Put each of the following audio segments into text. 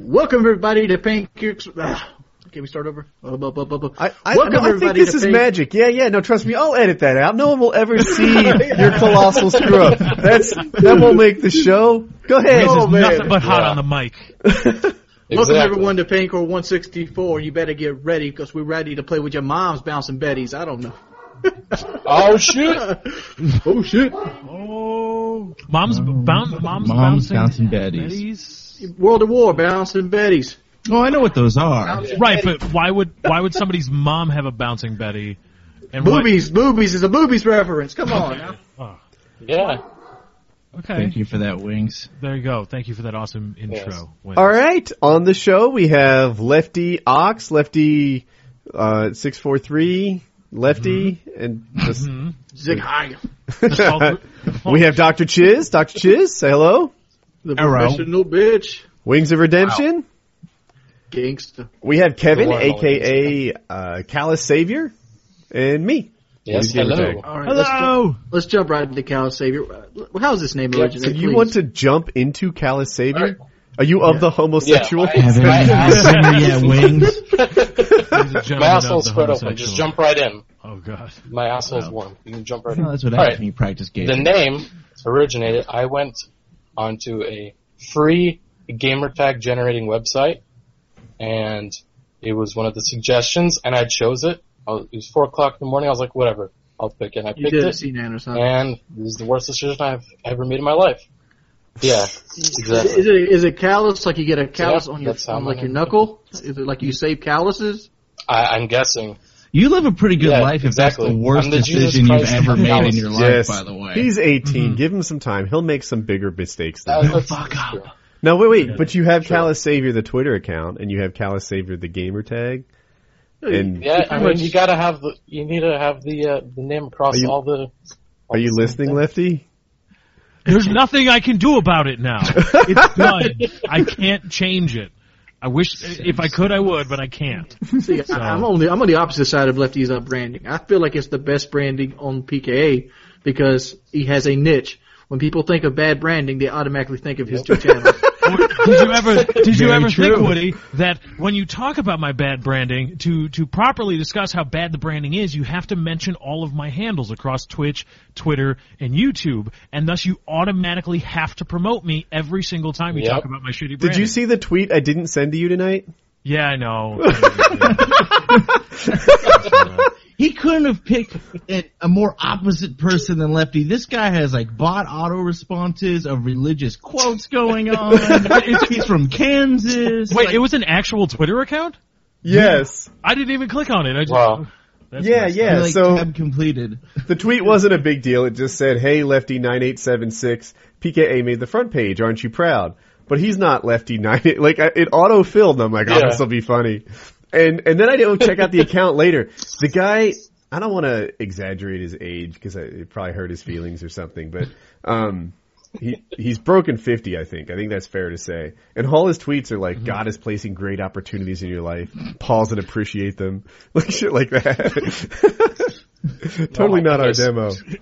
Welcome everybody to Pancakes. Ugh. Can we start over? Uh, bu- bu- bu- bu- I, I, Welcome no, I think everybody this to is Pan- magic. Yeah, yeah. No, trust me. I'll edit that out. No one will ever see your colossal screw up. That's that won't make the show. Go ahead. No, man. Nothing but hot Yeah. on the mic. Welcome Exactly. everyone to Pancor 164. You better get ready because we're ready to play with your mom's bouncing Betty's. I don't know. Oh shoot! Oh shit! Oh, mom's boun- mom's, Mom's bouncing, bouncing baddies. baddies. World of War bouncing Betty's. Oh, I know what those are. Right, but why would why would somebody's mom have a bouncing Betty? And what- Boobies, boobies is a boobies reference. Come on. now. Yeah, Okay, Thank you for that, Wings. there you go. Thank you for that awesome intro. Yes. Wayne. All right. On the show we have Lefty Ox, Lefty uh, six four three, Lefty, Mm-hmm. and just- Mhm. Zig Heil, Just all gr- we have Doctor Chiz. Doctor Chiz, say hello. the Arrow. professional bitch, Wings of Redemption. gangster. We have Kevin, The Lord aka uh, Callous Savior, and me. yes, Please give it hello. back. All right, let's, ju- Hello. let's jump right into Cal Savior. Uh, How's this name originated? So you please? want to jump into Callous Savior? All right. Are you of the homosexual? Yeah, I- Haven't I- seen yet, Wings. Ladies and My gentlemen of asshole's the spread open. homosexual. Just jump right in. Oh god. My asshole's warm. You can jump right in. No, that's what All happens right. when you practice games. The name originated. I went onto a free gamer tag generating website, and it was one of the suggestions, and I chose it. I was, it was four o'clock in the morning. I was like, whatever, I'll pick, it. and I You picked did it. it, C. Nanners, huh? And it was the worst decision I've ever made in my life. Yeah, exactly. Is it is it callus? Like you get a callus Yeah, on your that's how on like mine your is. knuckle? Is it like you save calluses? I, I'm guessing. you live a pretty good Yeah, life if exactly. that's the worst I'm the Jesus decision you've Christ ever of made in Dallas. your life, Yes. by the way. He's 18. Give him some time. He'll make some bigger mistakes than Mm-hmm. that. That- that's- fuck up. No, wait, wait. But you have Callous Savior, the Twitter account, and you have Callous Savior, the gamer tag. And Yeah, I Pretty mean, much. you gotta have the, you need to have the, uh, the name across Are you- all the. are you listening, Lefty? There's nothing I can do about it now. It's done. I can't change it. I wish if I could I would, but I can't. See, I, I'm on the I'm on the opposite side of Lefty's uh, branding. I feel like it's the best branding on PKA because he has a niche. When people think of bad branding, they automatically think of his two channels. did you ever did you Very ever true. think, Woody, that when you talk about my bad branding, to to properly discuss how bad the branding is, you have to mention all of my handles across Twitch, Twitter, and YouTube, and thus you automatically have to promote me every single time you Yep. talk about my shitty branding. Did you see the tweet I didn't send to you tonight? Yeah, I know. He couldn't have picked a, a more opposite person than Lefty. This guy has like bot auto responses of religious quotes going on. He's from Kansas. Wait, it was an actual Twitter account? Yes. I didn't even click on it. I just Wow. That's yeah, messed yeah. like so tab completed. the tweet wasn't a big deal. It just said, "Hey, Lefty nine eight seven six PKA made the front page. Aren't you proud?" But he's not Lefty nine eight. Like I, it auto filled. I'm like, "Oh, Yeah. this will be funny." And and then I didn't check out the account later. The guy. I don't want to exaggerate his age because it probably hurt his feelings or something, but um, he he's broken fifty. I think. I think that's fair to say. And all his tweets are like, "God is placing great opportunities in your life. Pause and appreciate them." Like shit, like that. totally Oh my not our goodness. demo.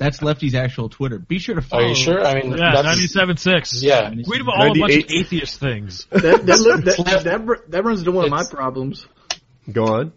That's Lefty's actual Twitter. Be sure to Are follow. you sure? I mean, Yeah, that's, 97.6. yeah. We'd have all a bunch of 98. atheist things. That that, li- that, that, that, br- that runs into one of my It's- problems. Go on.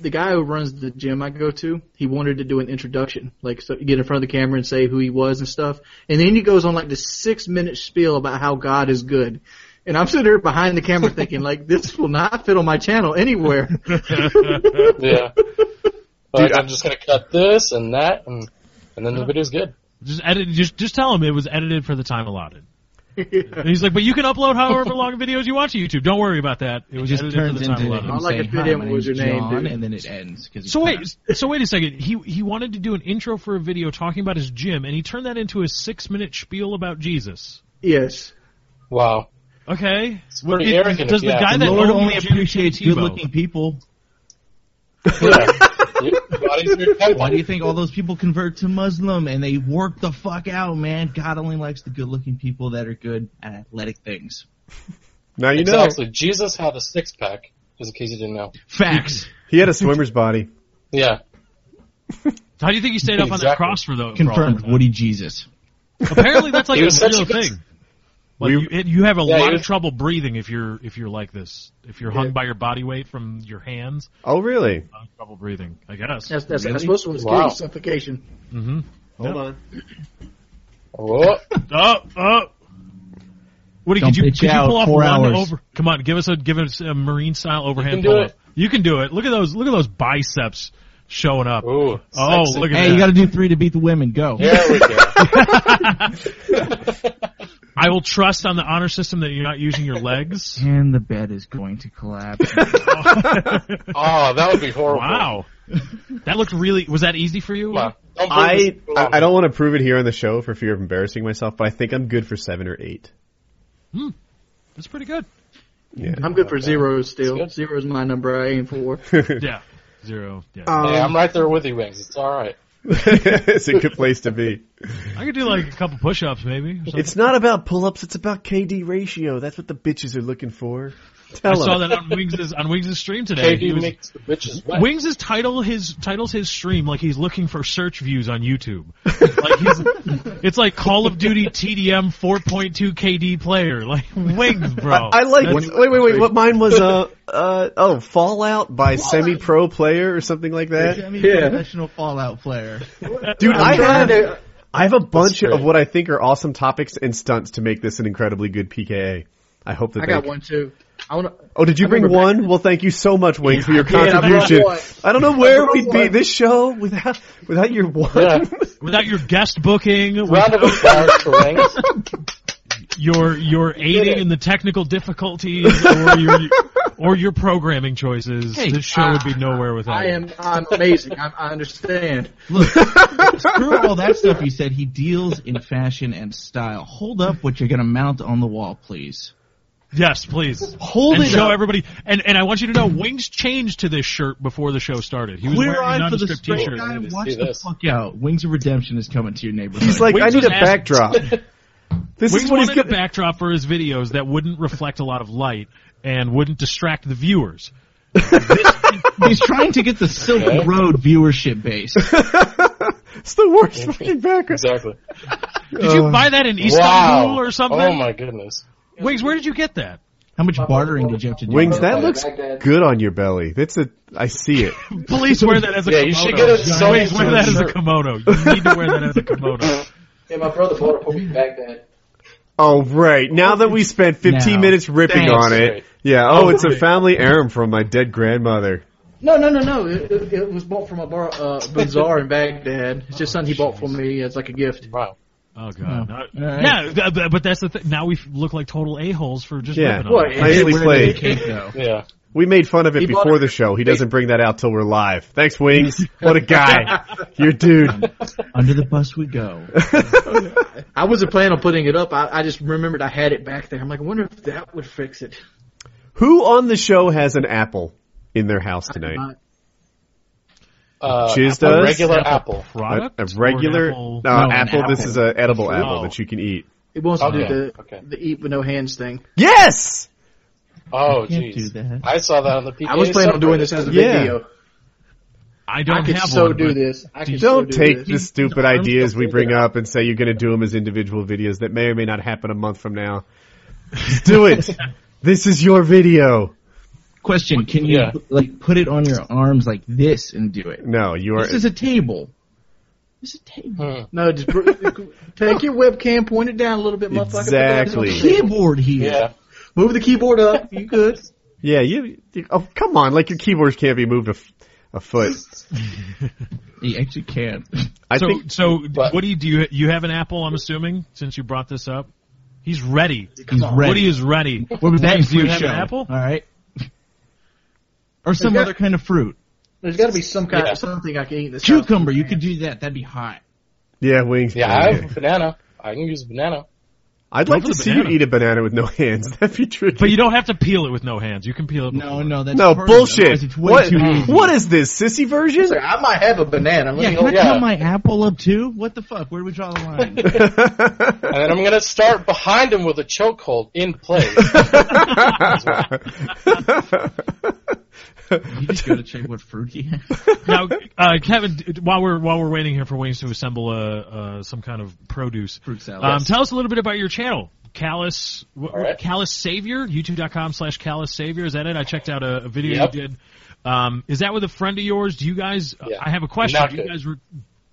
The guy who runs the gym I go to, he wanted to do an introduction, like so get in front of the camera and say who he was and stuff. And then he goes on like this six minute spiel about how God is good. And I'm sitting there behind the camera thinking, like, this will not fit on my channel anywhere. Yeah. But Dude, I- I'm just gonna cut this and that, and and then the video's good. Just edit. Just just tell him it was edited for the time allotted. And he's like, but you can upload however long videos you want to YouTube. Don't worry about that. It It was just edited turns for the into time him allotted. All I saying, could fit "Hi, in my was name's your name, John," dude. and then it ends. 'cause he's So proud. wait, so wait a second. He he wanted to do an intro for a video talking about his gym, and he turned that into a six minute spiel about Jesus. yes. Wow. Okay, It's pretty Well, it- arrogant. does if the you guy ask that me. Lord owned only Jimmy appreciates Tebow. good-looking people. Yeah. Your body's your temple. Why do you think all those people convert to Muslim and they work the fuck out, man? God only likes the good-looking people that are good at athletic things. Now you know Exactly. Jesus had a six pack, just in case you didn't know. Facts. he had a swimmer's body. Yeah. how do you think he stayed up on that Exactly. cross for the for all Confirmed. that time? Woody Jesus. Apparently, that's like He a was such real a good- thing. Like We- you, it, you have a Yeah, lot you- of trouble breathing if you're if you're like this. If you're hung by your body weight from your hands, Oh, really? you have trouble breathing. I guess. That's that's Really? that's supposed to Wow. be suffocation. Mm-hmm. Hold Yeah. on. Oh, Up, up. Woody, Don't could you bitch could you out, pull off four one hours. over? Come on, give us a give us a marine style overhand do pull it. up. You can do it. Look at those look at those biceps showing up. ooh, oh, sexy. look at Hey, that. you got to do three to beat the women. Go. There we go. I will trust on the honor system that you're not using your legs. And the bed is going to collapse. oh, that would be horrible. wow. That looked really was that easy for you? Come on. Don't bring I this- I I don't want to prove it here on the show for fear of embarrassing myself, but I think I'm good for seven or eight. That's pretty good. Yeah. I'm good for zeros still. That's Zero's my number I aim for. Yeah. Zero. Yeah. Um, Hey, I'm right there with you, Wings. It's all right. it's a good place to be. I could do like a couple push ups maybe. or something. It's not about pull-ups. It's about KD ratio. That's what the bitches are looking for. I Tell saw them. that on Wings' on Wings' stream today. He KD was- makes the bitches wet. Wings' title his titles his stream like he's looking for search views on YouTube. Like he's, it's like Call of Duty TDM 4.2 KD player. Like Wings, bro. I like. That's- Wait, wait, wait. What mine was? Uh, uh, oh, Fallout by semi-pro player or something like I that. mean, Yeah. professional Fallout player. Dude, I trying have. to- I have a bunch great. of what I think are awesome topics and stunts to make this an incredibly good PKA. I hope that I they got one too. I want to. Oh, did you I bring remember one? Well, thank you so much, Wings, for your I brought contribution. one. I don't know where brought we'd be one. this show without without your one. Yeah. Without your guest booking, Round with of applause for Wings. your your aiding in the technical difficulties, or your or your programming choices, this show would ah, be nowhere without. I you. am. I'm amazing. I, I understand. Look, screw all that stuff you said. He deals in fashion and style. Hold up what you're going to mount on the wall, please. Yes, please. Hold and it show up. everybody. And and I want you to know, Wings changed to this shirt before the show started. He was Clear wearing a eye for the nondescript straight t-shirt. guy. need to Watch see the this. fuck out. Wings of Redemption is coming to your neighborhood. He's like, Wings I need a was asked- backdrop. This Wings is what he's wanted a gonna. backdrop for his videos that wouldn't reflect a lot of light and wouldn't distract the viewers. He's trying to get the Silk Okay. Road viewership base. It's the worst fucking background. Exactly. Did you buy that in Istanbul wow. or something? Oh my goodness. Wings, where did you get that? How much bartering did you have to do? Wings, that Okay, looks Baghdad. good on your belly. That's a. I see it. Please wear that as a Yeah, kimono. you should get a Sony Wings, wear that as a shirt. kimono. You need to wear that as a kimono. Yeah, my brother bought it for me back then. Oh right. Now that we spent 15 Now. minutes ripping Thanks. on it. Right. Yeah. Oh, it's a family heirloom from my dead grandmother. No, no, no, no. It, it, it was bought from a bar, uh, bazaar in Baghdad. It's just something he bought for me as like a gift. Wow. Oh god. No. All right. Yeah, th- but- but that's the thing. Now we look like total a holes for just Yeah. ripping on Well, it. it- Where Nicely did played. the cake go? Yeah. We made fun of it He bought before it- the show. He doesn't bring that out till we're live. Thanks, Wings. What a guy. You're a dude. Under the bus we go. I wasn't planning on putting it up. I, I just remembered I had it back there. I'm like, I wonder if that would fix it. Who on the show has an apple in their house tonight? I- Uh, Chiz apple, does? regular Apple apple. A, Product a or an regular apple? No, No, an apple. This apple. is an edible apple Oh. that you can eat. It wants to Okay, do the, okay. the eat with no hands thing. Yes. Oh, Can't do jeez. that. I saw that on the PK. I was planning on doing this as a Yeah. video. I I don't could have so one. do but- this. I could so Don't do take the this. stupid ideas we bring up and say you're going to do them as individual videos that may or may not happen a month from now. Just do it. this is your video. Question: Can you Yeah. like put it on your arms like this and do it? No, you are. This is a table. This is a table. No, just br- take your webcam, point it down a little bit, motherfucker. Put that on the Exactly. table. Keyboard here. Yeah. Move the keyboard up. You could. yeah, you. you- Oh, come on. Like your keyboards can't be moved a, f- a foot. You actually can't. I so, think so But- Woody, do you you have an apple? I'm assuming since you brought this up, he's ready. He's ready. Woody is ready. What was that? Do you fruit have show? an apple? All right. Or some Yeah. other kind of fruit. There's got to be some kind Yeah. of something I can eat. in This house. Cucumber. You could do that. That'd be hot. yeah, wings. Yeah, I have a banana. I can use a banana. I'd Go like for to the see banana. you eat a banana with no hands. That'd be tricky. But you don't have to peel it with no hands. You can peel it. No, no, that's no harder. Otherwise bullshit. It's way What? too easy. What is this sissy version? It's like, I might have a banana. Let Yeah, me can I hold yeah. cut my apple up too? What the fuck? Where do we draw the line? And then I'm gonna start behind him with a chokehold in place. You just gotta check what fruit he has. Now, uh, Kevin, d- while we're while we're waiting here for Wings to assemble uh, uh, some kind of produce, Fruit salad. um, Yes. tell us a little bit about your channel. Callus, what, All right. Callus Savior, youtube.com slash Callus Savior. Is that it? I checked out a, a video Yep. you did. Um, is that with a friend of yours? Do you guys, uh, Yeah. I have a question. Not Do you good. guys, re-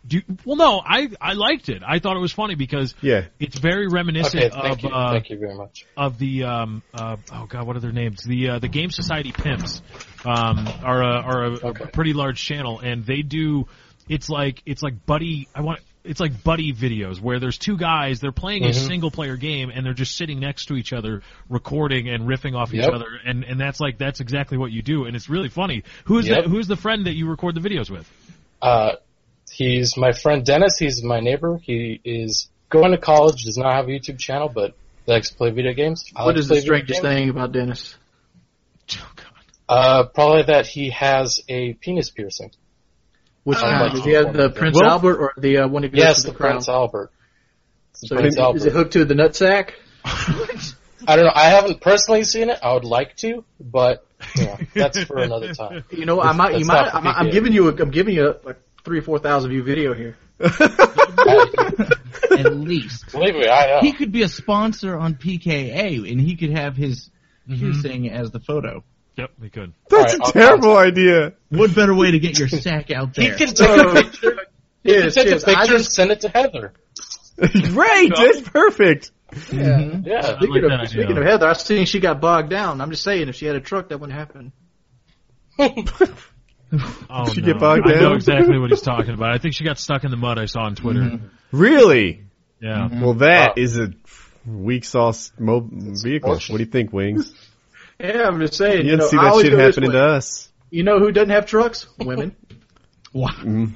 do you, well, no, I, I liked it. I thought it was funny because Yeah. it's very reminiscent Okay, thank of, you, uh, thank you very much. of the um uh, oh god what are their names the uh, the Game Society pimps um are a, are a, Okay. a pretty large channel and they do it's like it's like buddy I want it's like buddy videos where there's two guys they're playing a Mhm. single player game and they're just sitting next to each other recording and riffing off each Yep. other and and that's like that's exactly what you do and it's really funny who's Yep. that who's the friend that you record the videos with Uh, he's my friend Dennis. He's my neighbor. He is going to college. Does not have a YouTube channel, but likes to play video games. I like What to is play the video strangest games. thing about Dennis? oh god Uh, probably that he has a penis piercing. Which Oh. kind? Uh, Does he have the Prince Well- Albert or the uh, one that goes Yes, to the the, crown? Prince Albert. It's the So Prince is, Albert. is it hooked to the nutsack? I don't know. I haven't personally seen it. I would like to, but you know, that's for another time. You know, I might, you might, that's not I might I'm particular. giving you, a, I'm giving you a, like three or four thousand view video here. at least. Believe me, I uh, know. He could be a sponsor on PKA, and he could have his piercing as the photo. yep they could That's All right, a I'll- terrible idea. What better way to get your sack out He there? can take a picture. He can Yes, take yes, a I picture and just- send it to Heather. Great, that's perfect. Yeah. Yeah. Speaking, like that of, idea. speaking of Heather, I've seen she got bogged down. I'm just saying, if she had a truck, that wouldn't happen. oh Did she no. get bogged I know down? exactly what he's talking about I think she got stuck in the mud I saw on Twitter Mm-hmm. Really? yeah Well, that Uh, Wow. is a weak sauce mo- vehicle. What gorgeous. do you think, Wings? Yeah, I'm just saying. You You, know, didn't see I that always shit go this happening way. to us. You know who doesn't have trucks? Women. Wow.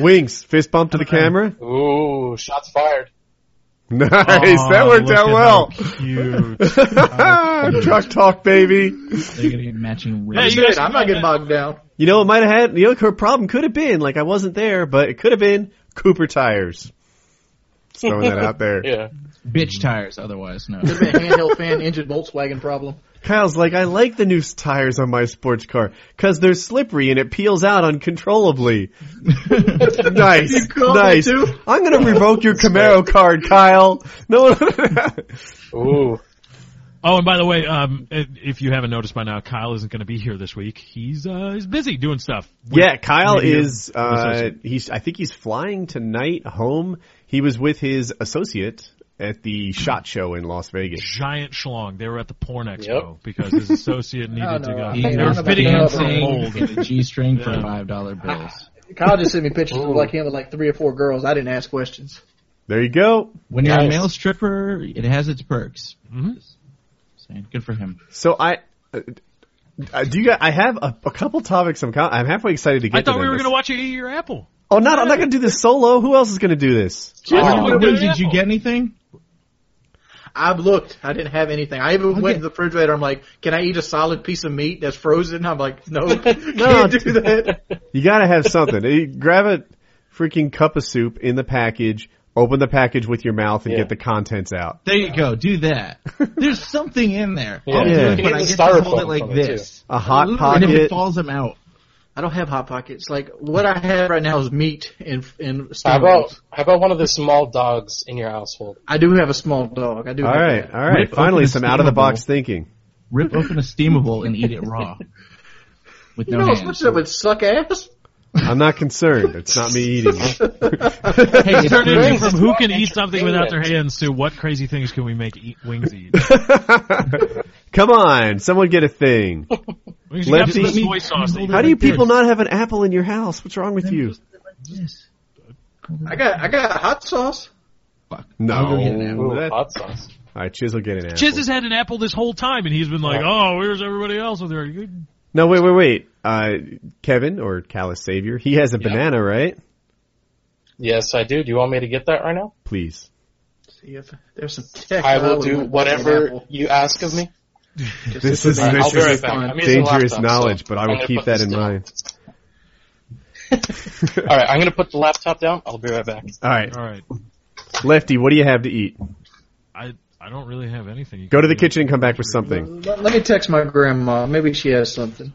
Wings, fist bump to the Uh-uh. camera. Ooh, shots fired. Nice, Aw, Oh, that worked look out at well. how Cute. Uh-huh. Truck talk, baby. They're gonna get matching Hey, rings. you guys Dude, I'm not getting bogged down. You know, it might have had, you know, her problem could have been, like, I wasn't there, but it could have been Cooper tires. Just throwing that out there. Yeah. Bitch tires, otherwise no. Could have been a handheld fan engine Volkswagen problem. Kyle's like, I like the new tires on my sports car, cause they're slippery and it peels out uncontrollably. nice. call me nice. too? I'm gonna revoke your Camaro card, Kyle. No, Ooh. Oh, and by the way, um, if if you haven't noticed by now, Kyle isn't going to be here this week. He's uh, he's busy doing stuff. Yeah, Kyle media is. Uh, he's. I think he's flying tonight home. He was with his associate at the Shot Show in Las Vegas. Giant schlong. They were at the porn expo Yep. because his associate I needed don't to know. go. He- They I were don't know fitting him about for a that. mold. in a G-string for Yeah. five dollar bills. Kyle just sent me pictures of Ooh. like him with like three or four girls. I didn't ask questions. There you go. When you're a Nice. male stripper, it has its perks. Just saying. Good for him. So I. Uh, uh, do you got, I have a, a couple topics. I'm. co- I'm halfway excited to get. I thought to we were going to to watch you eat your apple. Oh, not. I'm not going to do this solo. Who else is going to do this? Oh. Wait, wait, yeah. did you get anything? I've looked. I didn't have anything. I even Okay. went to the refrigerator. I'm like, can I eat a solid piece of meat that's frozen? I'm like, no, can't do that. You got to have something. You grab a freaking cup of soup in the package. Open the package with your mouth and Yeah. get the contents out. There you go. Do that. There's something in there. Yeah. I'll do Yeah. it, but You get I the get to hold styrofoam it like from it, this. A hot And if it pocket. falls, I'm out. I don't have hot pockets. Like what I have right now is meat and and How stomach. about how about one of the small dogs in your household? I do have a small dog. I do. All have right, that. all right. Rip Finally, open some a out of the box steamable. thinking. Rip open a steamable and eat it raw. With You no know as much hands. as it would suck ass. I'm not concerned. It's not me eating. it. Hey, it's Turn it wings. from is who not can eat something without their entertainment. hands to what crazy things can we make eat wings eat? Come on, someone get a thing. Wings, you got Lefty- this soy sauce. that you- How do you people not have an apple in your house? What's wrong with you? Yes. I got I got hot sauce. Fuck. No. I'll go get an apple. Ooh, That- All hot sauce. right, Chiz will get an apple. Chiz has had an apple this whole time, and he's been like, "Oh, where's everybody else with their?" good-" No, wait, wait, wait. Uh, Kevin or Callus Savior, he has a banana, right? Yes, I do. Do you want me to get that right now? Please. See if there's some tech. I will would do like an whatever apple. you ask of me. Just This to is- put my- this I'll be is right back. I'm using Dangerous laptop, so knowledge, but I I'm will gonna keep put that this in down. mind. All right, I'm gonna put the laptop down. I'll be right back. All right, All right, Lefty, what do you have to eat? I I don't really have anything. You Go to can the do. kitchen and come back with something. Let, let me text my grandma. Maybe she has something.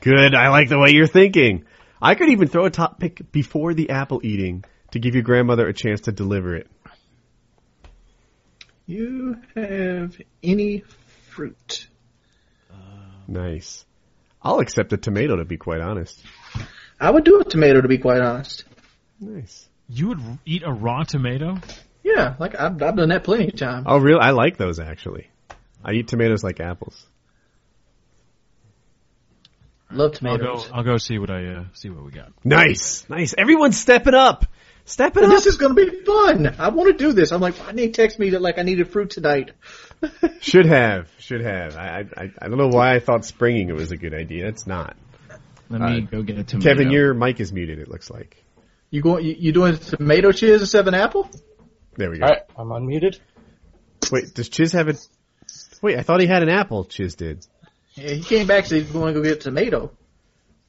Good. I like the way you're thinking. I could even throw a topic before the apple eating to give your grandmother a chance to deliver it. You have any fruit? Nice. I'll accept a tomato to be quite honest. I would do a tomato to be quite honest. Nice. You would r- eat a raw tomato? Yeah, like I've, I've done that plenty of times. Oh, really? I like those actually. I eat tomatoes like apples. Love I'll go. tomatoes. I'll go see what I uh, see what we got. Nice, nice. Everyone's stepping up. Step it up. This is gonna be fun. I want to do this. I'm like, why didn't he text me that like I needed fruit tonight? should have, should have. I, I, I don't know why I thought springing it was a good idea. It's not. Let Uh, me go get a tomato. Kevin, your mic is muted. It looks like. You going? You, you doing tomato chiz instead of an apple? There we go. All right, I'm unmuted. Wait, does Chiz have a? Wait, I thought he had an apple. Chiz did. Yeah, he came back so he's going to go get tomato.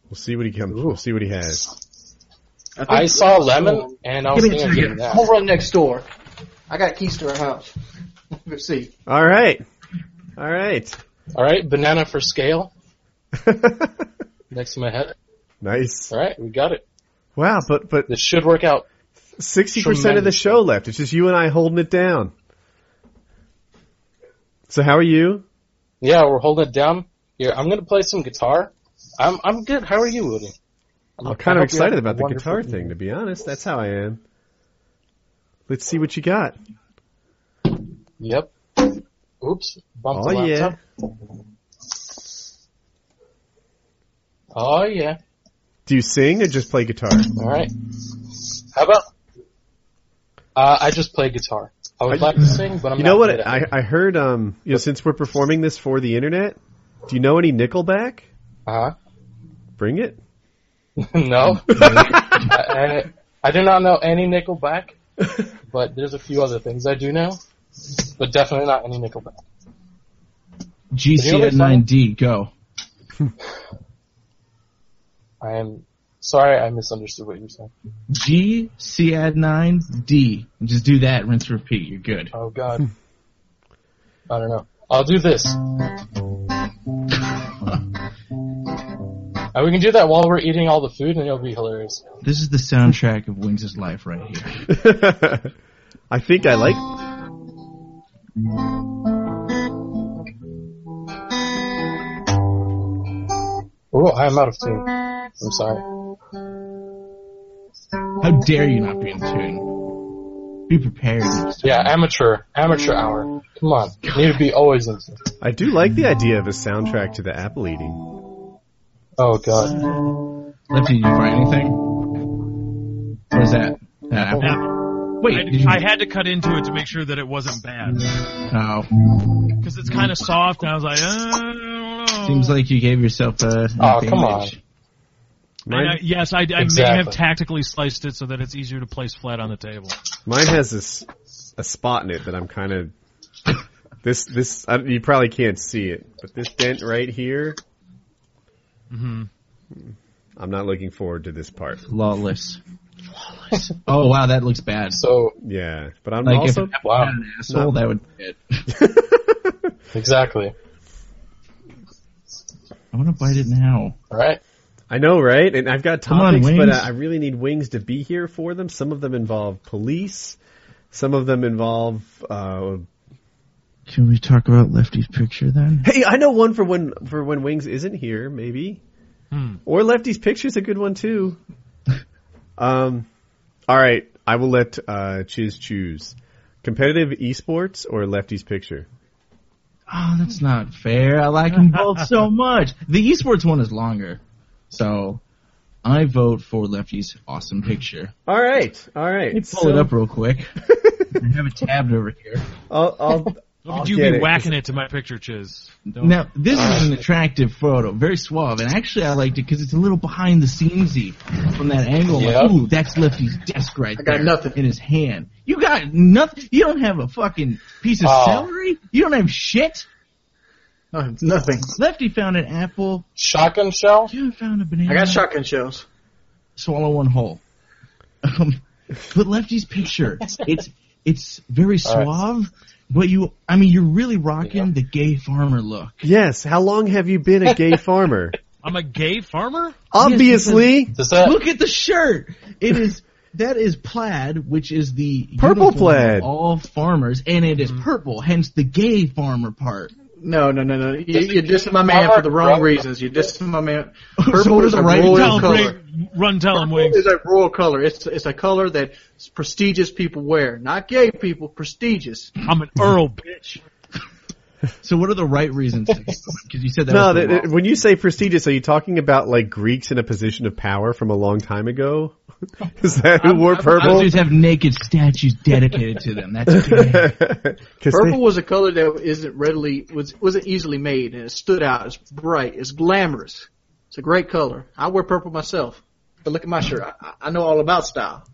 We'll see what he comes. We'll see what he has. think- I saw lemon, and I was Give me thinking of two. getting I'll that. run next door. I got keys to her house. Let's see. All right, all right. All right, banana for scale next to my head. nice. All right, we got it. Wow, but but This should work out. sixty percent of the show left. It's just you and I holding it down. So how are you? Yeah, we're holding it down. Here, I'm gonna play some guitar. I'm I'm good. How are you, Woody? I'm kind of I hope you have excited a about the wonderful guitar evening. thing, to be honest. That's how I am. Let's see what you got. Yep. Oops. Bumped Oh the laptop. yeah. Oh yeah. Do you sing or just play guitar? All right. How about? Uh, I just play guitar. I would Are like to sing, but I'm You not know good what? at I I heard um you know since we're performing this for the internet, do you know any Nickelback? Uh Bring it. huh. no. I, I do not know any Nickelback, but there's a few other things I do know, but definitely not any Nickelback. GCN9D, go. I am sorry, I misunderstood what you said. GCN9D. Just do that, rinse, repeat. You're good. Oh God. I don't know. I'll do this. and we can do that while we're eating all the food, and it'll be hilarious. This is the soundtrack of Wings' of life right here. I think I like. Oh, I am out of tune. I'm sorry. How dare you not be in tune? Be prepared. next time. Yeah, amateur, amateur hour. Come on, you need to be always in tune. I do like the idea of a soundtrack to the apple eating. Oh God. Lefty, did you find anything? What is that? That apple? Now, Wait, did you- I, I had to cut into it to make sure that it wasn't bad Oh, because it's kind of soft, and I was like, uh, I don't know. Oh, seems like you gave yourself a. Oh, come on. And I, Mine, yes, I, I may have Exactly. tactically sliced it so that it's easier to place flat on the table. mine has this a spot in it that I'm kind of. This this I, you probably can't see it, but this dent right here. Mhm. I'm not looking forward to this part. Lawless. Oh wow, that looks bad. So Yeah, but I'm Like also if an apple wow. had an asshole, that would. exactly. I want to bite it now. All right. I know, right? And I've got Come on, topics, but Wings. uh, I really need wings to be here for them. Some of them involve police. Some of them involve. Uh, Can we talk about Lefty's picture then? hey, I know one for when for when wings isn't here, maybe. Hmm. Or Lefty's picture's a good one too. um, all right, I will let uh, Chiz choose competitive esports or Lefty's picture. Oh, that's not fair. I like them both so much. The esports one is longer, so I vote for Lefty's awesome picture. All right, all Let me right. pull it up real quick. I have it tabbed over here. I'll, I'll, Look I'll at you get be it. whacking it to my picture, Chiz. Don't- Now, this is an attractive photo, very suave, and actually I liked it because it's a little behind the scenesy from that angle. Yep. Like, ooh, that's Lefty's desk right I got there nothing. in his hand. You got nothing. You don't have a fucking piece of Oh. celery. You don't have shit. No, it's nothing. Lefty found an apple. Shotgun shell. You found a banana. I got shotgun shells. Swallow one whole. Um, but Lefty's picture, it's it's very All right. suave, but you, I mean, you're really rocking Yeah. the gay farmer look. Yes. How long have you been a gay farmer? I'm a gay farmer. Obviously. Does that? Look at the shirt. It is that is plaid, which is the Purple uniform of plaid. all farmers, and it is Mm-hmm. purple, hence the gay farmer part. No, no, no, no. You, Does it you're give dissing my you man power, for the wrong bro? reasons. You're dissing my man. So what Purple is is the a right- royal Tell him, color. Ray- run, tell him, Purple Wings. is a royal color. It's it's a color that prestigious people wear, not gay people. Prestigious. I'm an Earl, bitch. So what are the right reasons? Because you said that. No, was the that, that- wrong- when you say prestigious, are you talking about like Greeks in a position of power from a long time ago? Is that who wore purple? Those dudes have naked statues dedicated to them. That's gay. 'Cause Purple they- was a color that isn't readily was wasn't easily made, and it stood out. It's bright. It's glamorous. It's a great color. I wear purple myself. But look at my shirt. I, I- I know all about style.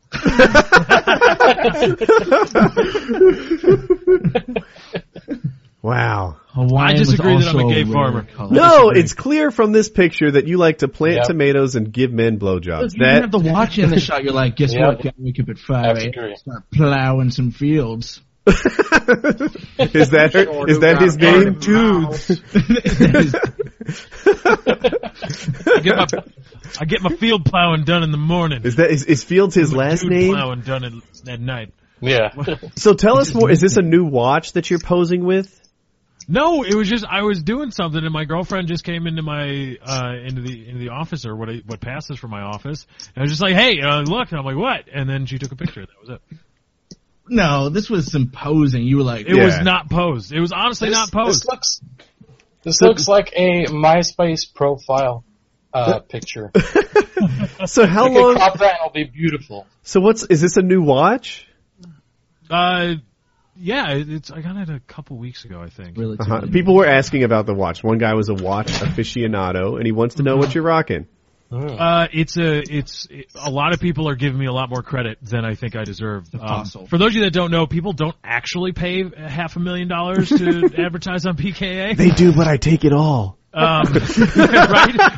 wow. Hawaiian I disagree was that I'm a also gay rare farmer. color. No, it's clear from this picture that you like to plant Yep. tomatoes and give men blowjobs. You That have the watch in the shot. You're like, guess Yeah. what? Gotta wake up at five. I eh? disagree. Start plowing some fields. is that her, Sure, Eh, is who that got his a name? garden mouse? I get my, I get my field plowing done in the morning. Is that is, is Fields his last Dude name? plowing done at, at night. Yeah. So tell us more. Is this a new watch that you're posing with? No, it was just I was doing something, and my girlfriend just came into my uh, into the into the office or what I, what passes for my office, and I was just like, "Hey, uh, look!" And I'm like, "What?" And then she took a picture. That was it. No, this was some posing. You were like, It Yeah. was not posed. It was honestly not posed. This looks, this looks like a MySpace profile uh, picture. You So how can long? cop that and it'll be beautiful. So what's is this a new watch? Uh, yeah, it- it's I got it a couple weeks ago, I think. really. Uh-huh. People were asking about the watch. One guy was a watch aficionado, and he wants to know what you're rocking. Uh, it's a it's it, a lot of people are giving me a lot more credit than I think I deserve. Um, fossil. for those of you that don't know, people don't actually pay half a million dollars to advertise on PKA. They do, but I take it all. Um, right?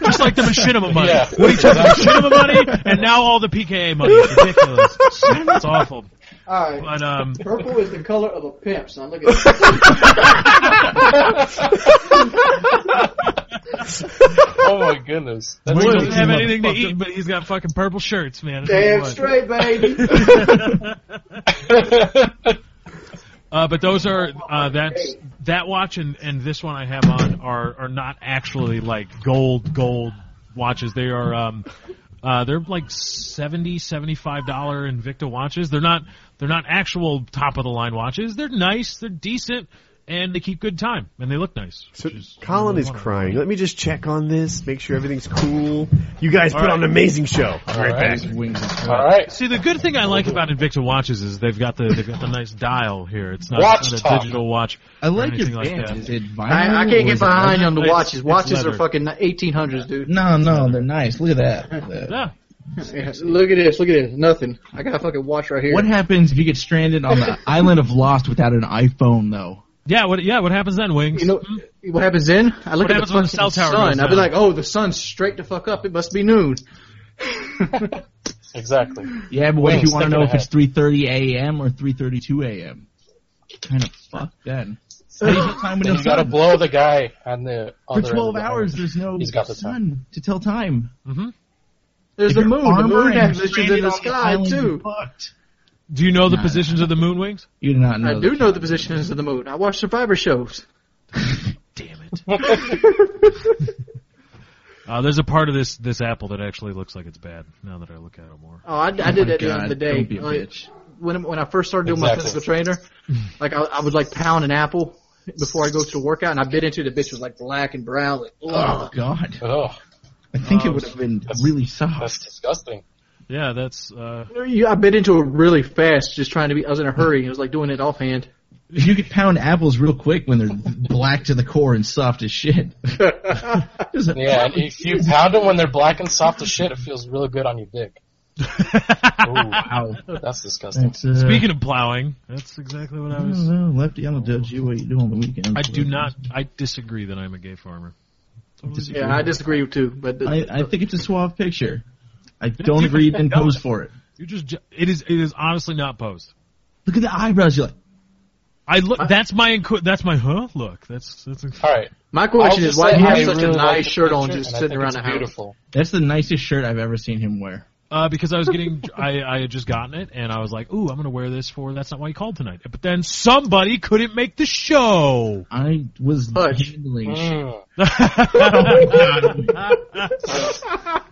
Just like the machinima money. Yeah. Woody took the machinima money, and now all the PKA money. It's ridiculous. It's awful. All right. But um, Purple is the color of a pimp, son. Look at that. Oh my goodness. That's Woody Woody doesn't have is a anything to eat, but he's got fucking purple shirts, man. Damn What? straight, baby. Uh, but those are uh, that's that watch and, and this one I have on are are not actually like gold gold watches. They are um uh they're like 70 75 dollar Invicta watches. They're not they're not actual top of the line watches. They're nice, they're decent and they keep good time and they look nice. So Colin is crying. Let me just check on this, make sure everything's cool. You guys put on an amazing show. All right, right. back. Wings is Uh, All right. See, the good thing I like about Invicta watches is they've got the they've got the nice dial here. It's not, it's Watch not a talk. digital watch. I like or your anything like band. that. Is it vinyl? I, I or can't get is it behind leather? on the It's- watches. it's Watches leather. are fucking 1800s, dude. No, no, they're nice. Look at that. Look at that. Yeah. Yeah, Look at this. Look at this. Nothing. I got a fucking watch right here. What happens if you get stranded on the island of Lost without an iPhone, though? Yeah, what yeah, what happens then, Wings? You know what happens then? I look What at happens when fucking the cell tower goes sun. I'll be down? like, oh, the sun's straight the fuck up. It must be noon. Exactly. Yeah, but what if Wings, you want to think know if ahead. it's 3:30 a.m. or 3:32 a.m.? Kind of fuck then. How do you tell time when Then it's you gotta sun? blow the guy on the For other end 12 of the hours, iron. there's no He's got the time. sun to tell time. There's the Your moon. The armor moon and has you're positions in the stranded on sky island, you're too. fucked. Do you know the Nah. positions of the moon, Wings? You do not know. I do that. know the positions of the moon. I watch Survivor shows. Damn it. Uh, there's a part of this this apple that actually looks like it's bad. Now that I look at it more, Oh, I, I did my that the God, other day. don't be a Like, bitch. When when I first started doing my Exactly. physical trainer, like I, I would like pound an apple before I go to a workout, and I bit into it. The bitch was like black and brown. Like, Oh ugh. God! Oh, I think Oh, it would have been really that's soft. disgusting. yeah, that's uh, You- I bit into it really fast, just trying to be. I was in a hurry. It was like doing it offhand. You could pound apples real quick when they're black to the core and soft as shit. There's a- Yeah, and if you pound them when they're black and soft as shit, it feels real good on your dick. Ooh, that's disgusting. That's, uh, speaking of plowing. Mm-hmm. That's exactly what I I was. don't know, Lefty, I don't judge you what you do on the weekends. I do not. I disagree that I'm a gay farmer. Totally Yeah, I disagree too. But the, I, I think it's a suave picture. I don't agree. You didn't pose for it. You just ju- it is it is honestly not posed. Look at the eyebrows. You're like, I look. That's my inqu- that's my huh look. That's that's. All right. my I'll question is, just why say do you I have such really a like nice the shirt on, picture, just and I sitting think around it's the house? Beautiful. that's the nicest shirt I've ever seen him wear. uh, because I was getting, I, I had just gotten it, and I was like, "Ooh, I'm gonna wear this for." That's not why you called tonight. But then somebody couldn't make the show. I was Hush. handling shit. Mm.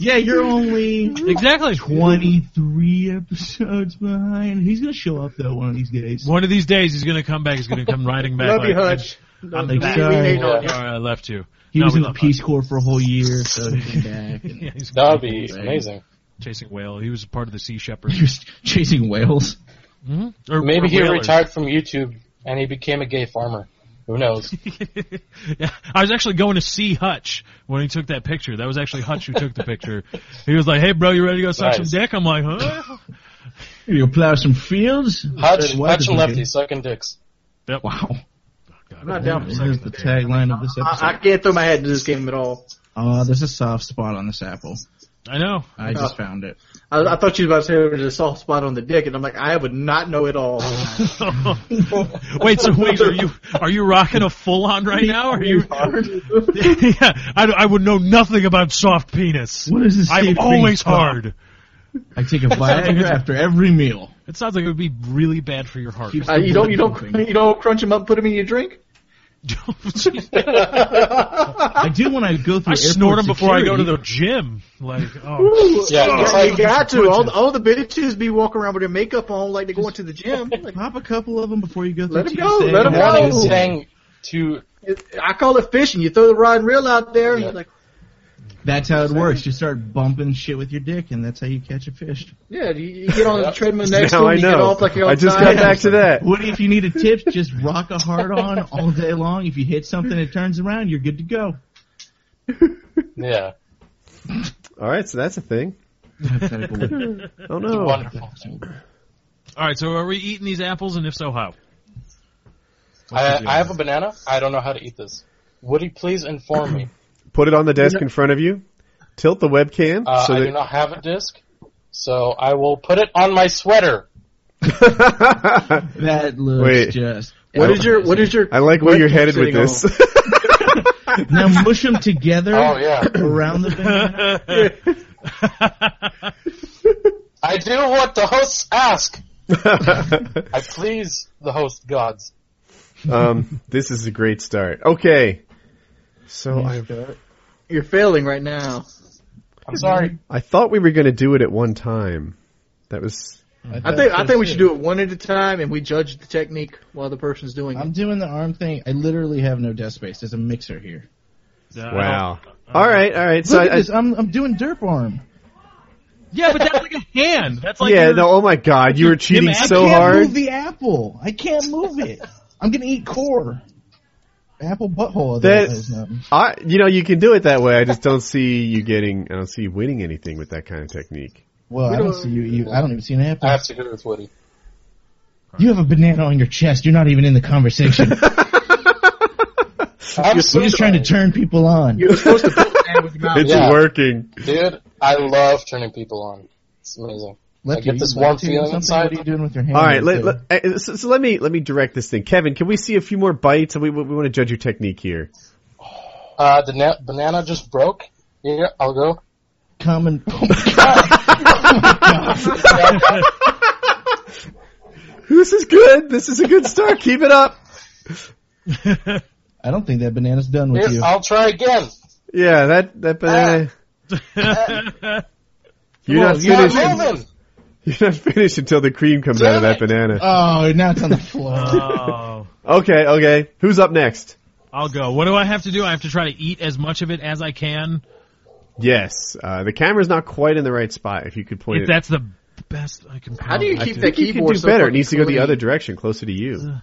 Yeah, you're only exactly. 23 episodes behind. He's gonna show up though one of these days. One of these days, he's gonna come back. He's gonna come riding back. Love you, like, Hutch. I'm We- like, we sorry. hate on you. Sorry, I left you. He No, was we in the love Peace Corps for a whole year, so he came back. Hutch. Yeah, And he's That would be amazing. chasing whale. He was part of the Sea Shepherd. just chasing whales. Mhm. Or- Maybe or he whalers. retired from YouTube and he became a gay farmer. Who knows? yeah, I was actually going to see Hutch when he took that picture. That was actually Hutch who took the picture. He was like, "Hey, bro, you ready to go suck Nice. some dick?" I'm like, "Huh?" You plow some fields. Hutch, Why Hutch did and we Lefty do- sucking dicks. Yep. Wow. I'm not down for There's seconds. the tagline of this episode. I, I can't throw my head into this game at all. Oh, there's a soft spot on this apple. I know. I just found it. I, I thought you were about to say there was a soft spot on the dick, and I'm like, I would not know at all. Uh, wait, so wait, are you are you rocking a full on right now? Are you? yeah, I, I would know nothing about soft penis. What is this? I'm safe always thing? hard. I take a Viagra after every meal. It sounds like it would be really bad for your heart. Uh, you don't, you don't, you don't crunch them up, put them in your drink. I do when I go through. I snort airport them before I go to security. the gym. Like, oh, Yeah, it's you like got to. All, all the bitches be walking around with their makeup on, like they're going to the gym. Like, Pop a couple of them before you go through. Let 'em go, TSA. let 'em one go. is saying to I call it fishing. You throw the rod and reel out there, and Yeah. you're like, That's how it works. You start bumping shit with your dick, and that's how you catch a fish. yeah, you, you get on the Yeah. treadmill next to now I them, you get know. off like you're I just got outside. back to that. What if you need a tip? Just rock a hard on all day long. If you hit something, it turns around. You're good to go. yeah, All right, so that's a thing. Oh no. wonderful thing. all right. So are we eating these apples? And if so, how? I, I have a banana. I don't know how to eat this. Would you please inform me? Put it on the desk in front of you. Tilt the webcam Uh, so I do that not have a disc, so I will put it on my sweater. That looks Wait. just. What is your, what is your? I like where what you're headed with sitting on? this. Now mush them together Oh yeah, around the banana. I do what the hosts ask. I please the host gods. um, this is a great start. Okay. So I You're failing right now. I'm sorry. I thought we were going to do it at one time. That was I think, I think we should do it one at a time, and we judge the technique while the person's doing I'm it. doing the arm thing. I literally have no desk space. There's a mixer here. Uh, I wow. All right, all right. So Look at I, I, this. I'm I'm doing derp arm. Yeah, but that's like a hand. That's like yeah. your- No. Oh my God, you were cheating Jim, I so I can't hard. move the apple. I can't move it. I'm gonna eat core. Apple butthole. That- That is nothing. I, you know, you can do it that way. I just don't see you getting. I don't see you winning anything with that kind of technique. Well, I don't see you. you I don't even see an apple. I have to go with Woody. You have a banana on your chest. You're not even in the conversation. I'm so You're just trying to sorry. turn people on. You're supposed to put that with your mouth. It's Yeah. working. dude. I love turning people on. It's amazing. Lefty, I get are this you warm lefty or feeling something? inside. What are you doing with your hand? All right, let, Like, let, eh, so, so let me let me direct this thing, Kevin. Can we see a few more bites? We we want to judge your technique here. Uh, the na- banana just broke. Yeah, I'll go. come and This is good. This is a good start. Keep it up. I don't think that banana's done with Here, you. I'll try again. Yeah, that that banana. You're not It's not finished. moving. You're not finished until the cream comes out of that Damn it. banana. Oh, now it's on the floor. Oh, Okay, okay. Who's up next? I'll go. What do I have to do? I have to try to eat as much of it as I can. Yes, uh, the camera's not quite in the right spot. If you could point If it, that's the best I can. How do you I keep think that you keyboard can do so better. It fucking needs to go the clean? other direction, closer to you.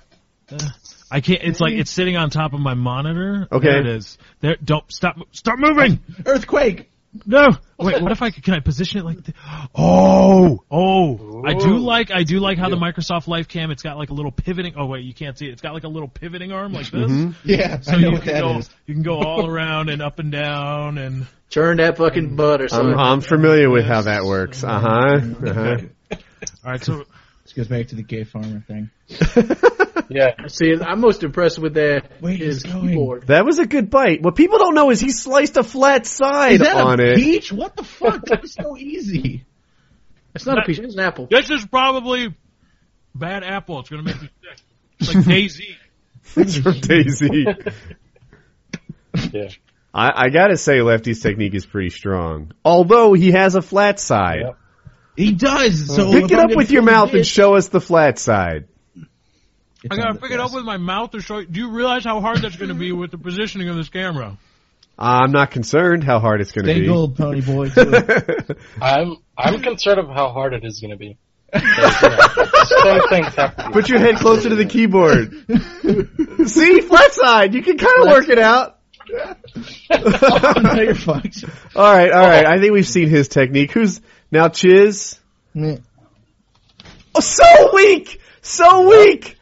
I can't. It's like it's sitting on top of my monitor. Okay. there it is. There, don't stop. Stop moving. Earthquake. No. Wait. What if I could- can I position it like? Th- oh, oh. I do Ooh. like. I do like how the Microsoft Live Cam. It's got like a little pivoting. Oh wait, you can't see it. It's got like a little pivoting arm like this. Yeah, So Mm-hmm. I know you what can that go. is. You can go all around and up and down and. Churn that fucking butter, son. I'm, I'm familiar with how that works. Uh huh. Uh-huh. All right. So This goes back to the gay farmer thing. Yeah. See, I'm most impressed with that Wait, is he's going. keyboard. That was a good bite. What people don't know is he sliced a flat side Is that on a it. peach? What the fuck? That was so easy. It's not a peach. It's an apple. This is probably bad apple. It's gonna make me sick. It's like Daisy. It's from Daisy. Yeah. I, I gotta say, Lefty's technique is pretty strong. Although he has a flat side. Yep. He does. So Pick if it I'm up gonna with your do mouth and this- show us the flat side. I gotta pick it up with my mouth to show. You. Do you realize how hard that's gonna be with the positioning of this camera? I'm not concerned how hard it's gonna Stay be. gold, pony boy. Too. I'm I'm concerned of how hard it is going to be. Because, you know, some things have to be- Put your head closer to the keyboard. See, flat side. You can kind of work it out. now you're fucked. All right, all right. I think we've seen his technique. Who's now Chiz? Meh. Oh, so weak, so weak.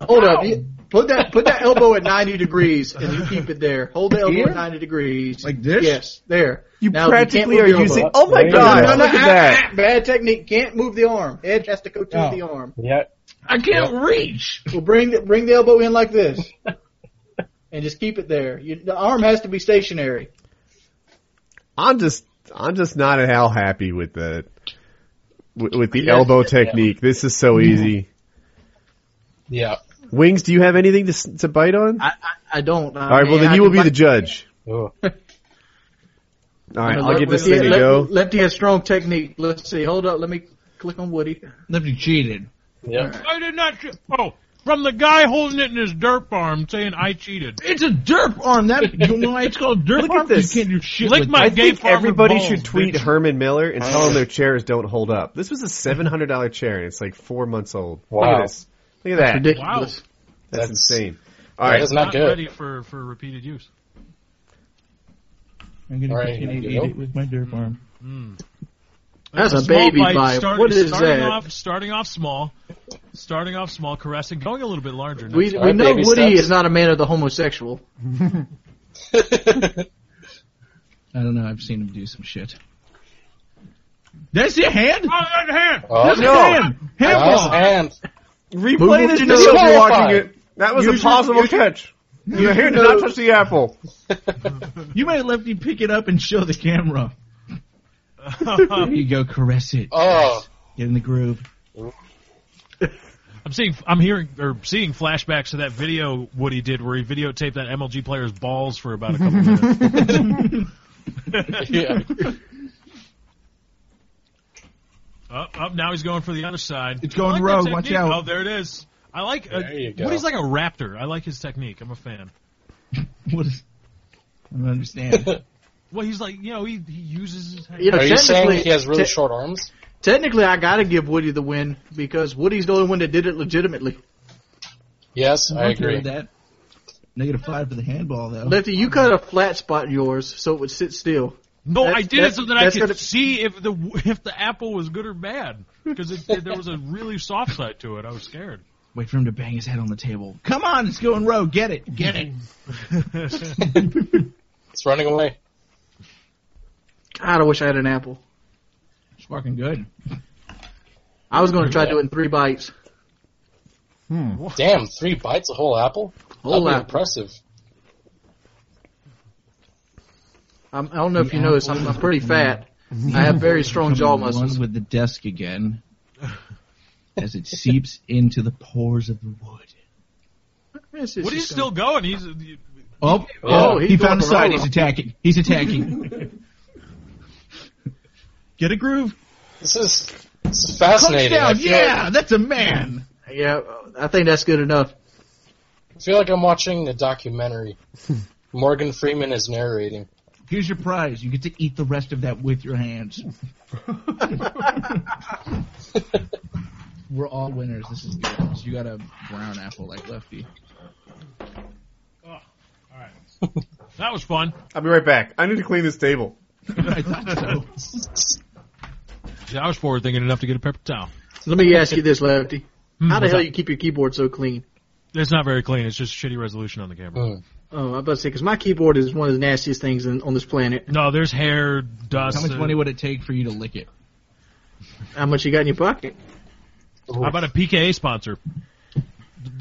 Hold up. You- Put that put that elbow at 90 degrees and you keep it there. Hold the elbow Here? at 90 degrees. Like this? Yes, there. You Now can't practically move are your using. elbow. Oh my There you god! go. No, no, look ah, at ah, bad technique. Can't move the arm. Edge has to go to Oh. the arm. Yeah. I can't reach. Well, bring the, bring the elbow in like this, and just keep it there. You, the arm has to be stationary. that. I'm just, I'm just not at all happy with the, with, with the Yes. elbow technique. This is so easy. Yeah. Wings, do you have anything to s- to bite on? I I, I don't. All right, well then you will be the judge. All Ooh. right, I'll give this thing a lefty, go. Lefty has strong technique. Let's see. Hold up. Let me click on Woody. Left you cheated. Yeah. I did not. Che- oh, from the guy holding it in his dirt farm saying I cheated. It's a derp arm. That you know why it's called derp Look at arm? 'Cause this. You can't do shit. Lick with my I that. gay think farmer everybody balls, should tweet bitch. Herman Miller and tell him their chairs don't hold up. This was a seven hundred dollar chair and it's like four months old. Look Wow. at this. Look at that. Ridiculous. That's, That's- insane. All That right, is not good. ready for for repeated use. I'm gonna All right, here continue to we eat go. it with my derp arm. That's a Small baby bite, bite. start- What is starting that? Off, starting off small, starting off small, caressing, going a little bit larger. We, All we right, know baby Woody steps. is not a man of the homosexual. I don't know. I've seen him do some shit. That's your hand. oh, that hand. oh, That's hand. Last Handball. hand. replay this Move to video if you're disqualified. watching it. That was a Use your- possible use your- catch. Your hand did not touch the apple. You might let me pick it up and show the camera. There you go. Caress it. Oh. Get in the groove. I'm seeing, I'm hearing or seeing flashbacks to that video Woody did where he videotaped that MLG player's balls for about a couple minutes. Yeah. Up, up. Oh, Now he's going for the other side. It's going I like rogue, that watch technique. out. Oh, there it is. I like. Uh, There you go. Woody's like a raptor. I like his technique. I'm a fan. What is? I don't understand. Well, he's like, you know, he, he uses his head. You know, Are you saying technically- he has really te- short arms? Technically, I gotta give Woody the win because Woody's the only one that did it legitimately. Yes, I I'm okay agree. with that. Negative five for the handball though. Lefty, you cut a flat spot in yours so it would sit still. No, That's- I did it that's- so that I that's could gonna- see if the if the apple was good or bad because there was a really soft side to it. I was scared. Wait for him to bang his head on the table. Come on, it's going rogue. Get it. Get it. It's running away. God, I wish I had an apple. It's fucking good. I was gonna try to do it in three bites. Damn, three bites a whole apple? Whole That'd be apple. impressive. I'm, I don't know if The you noticed, apple I'm, I'm is pretty the fat. I have very strong jaw Coming muscles. One with the desk again, as it seeps into the pores of the wood. This is Woody's just still going. He's Oh, Oh, oh, he he's going found a for side. roll. He's attacking. He's attacking. Get a groove. This is this is Punch fascinating. I down. feel, Yeah, that's a man. gonna- Yeah, I think that's good enough. I feel like I'm watching a documentary. Morgan Freeman is narrating. Here's your prize. You get to eat the rest of that with your hands. We're all winners. This is good. So you got a brown apple like Lefty. Oh, that was fun. I'll be right back. I need to clean this table. I thought so. I was forward thinking enough to get a paper towel. Let me ask you this, Lefty. How the Hmm, what's hell up? you keep your keyboard so clean? It's not very clean. It's just shitty resolution on the camera. Oh, I'm about to say, because my keyboard is one of the nastiest things in, on this planet. No, there's hair, dust. uh, How much and- money would it take for you to lick it? How much you got in your pocket? How about a PKA sponsor?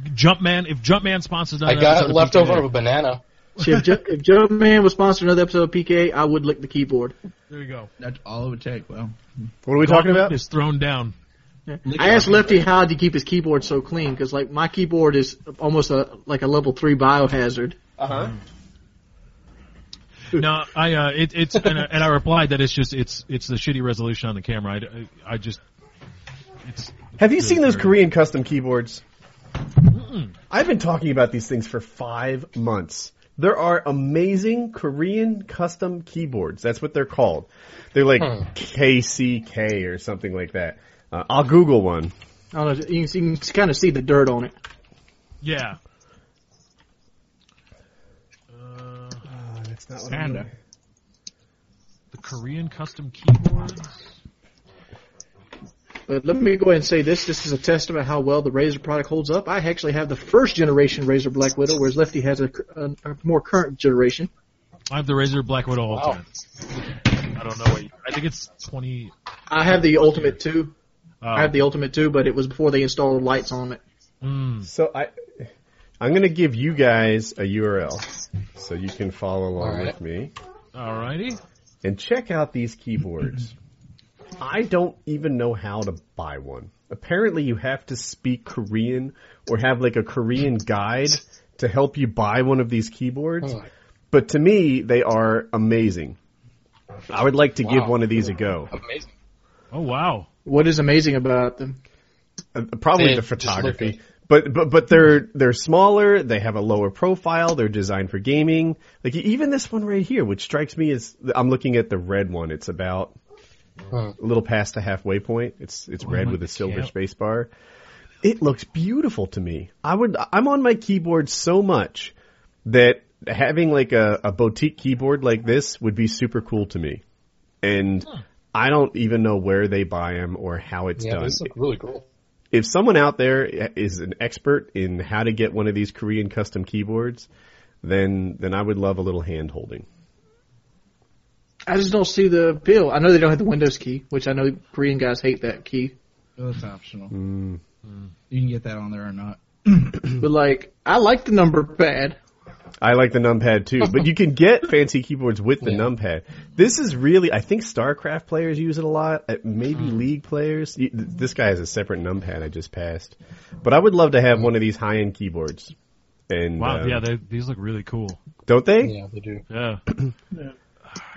Jumpman. If Jumpman sponsors I another got episode of leftover PK, of a banana. See, if, Joe, if Joe Man was sponsoring another episode of PK, I would lick the keyboard. There you go. That's all it would take. Well, What are we talking about? Is thrown down. I asked Lefty how did he keep his keyboard so clean because like my keyboard is almost a like a level three biohazard. Uh-huh. No, I uh, it, it's and, I- and I replied that it's just it's it's the shitty resolution on the camera. I, I, I just it's Have you seen those very- Korean custom keyboards? I've been talking about these things for five months. There are amazing Korean custom keyboards. That's what they're called. They're like KCK or something like that. Uh, I'll Google one. I don't know. You can, see- you can kind of see the dirt on it. yeah. Uh, that's not Panda. the Korean custom keyboards. But let me go ahead and say this: this is a testament how well the Razer product holds up. I actually have the first generation Razer Black Widow, whereas Lefty has a, a, a more current generation. I have the Razor Black Widow Wow. Ultimate. I don't know what you, I think it's twenty. I have the Ultimate Two. Uh, I have the Ultimate Two, but it was before they installed lights on it. mm, So I, I'm gonna give you guys a URL so you can follow along All right. with me alrighty. and check out these keyboards. I don't even know how to buy one. Apparently, you have to speak Korean or have like a Korean guide to help you buy one of these keyboards. Oh. But to me, they are amazing. I would like to give Wow. one of these a go. Amazing. Oh wow. What is amazing about them? Uh, probably They the just look photography. But but but they're they're smaller. They have a lower profile. They're designed for gaming. Like even this one right here, which strikes me as I'm looking at the red one. It's about Hmm. a little past the halfway point. It's it's Oh red my with a silver God. space bar. It looks beautiful to me. I would I'm on my keyboard so much that having like a, a boutique keyboard like this would be super cool to me. And I don't even know where they buy them or how it's Yeah, done this look really cool. if someone out there is an expert in how to get one of these Korean custom keyboards, then then I would love a little hand holding. I just don't see the appeal. I know they don't have the Windows key, which I know Korean guys hate that key. Oh, it's optional. Mm. Mm. You can get that on there or not. But like, I like the number pad. I like the numpad too, but you can get fancy keyboards with the Yeah. numpad. This is really, I think StarCraft players use it a lot, uh, maybe Hmm. League players. Y- th- This guy has a separate numpad I just passed, but I would love to have one of these high end keyboards. And Wow. um, yeah. They, these look really cool. don't they? Yeah, they do. Yeah.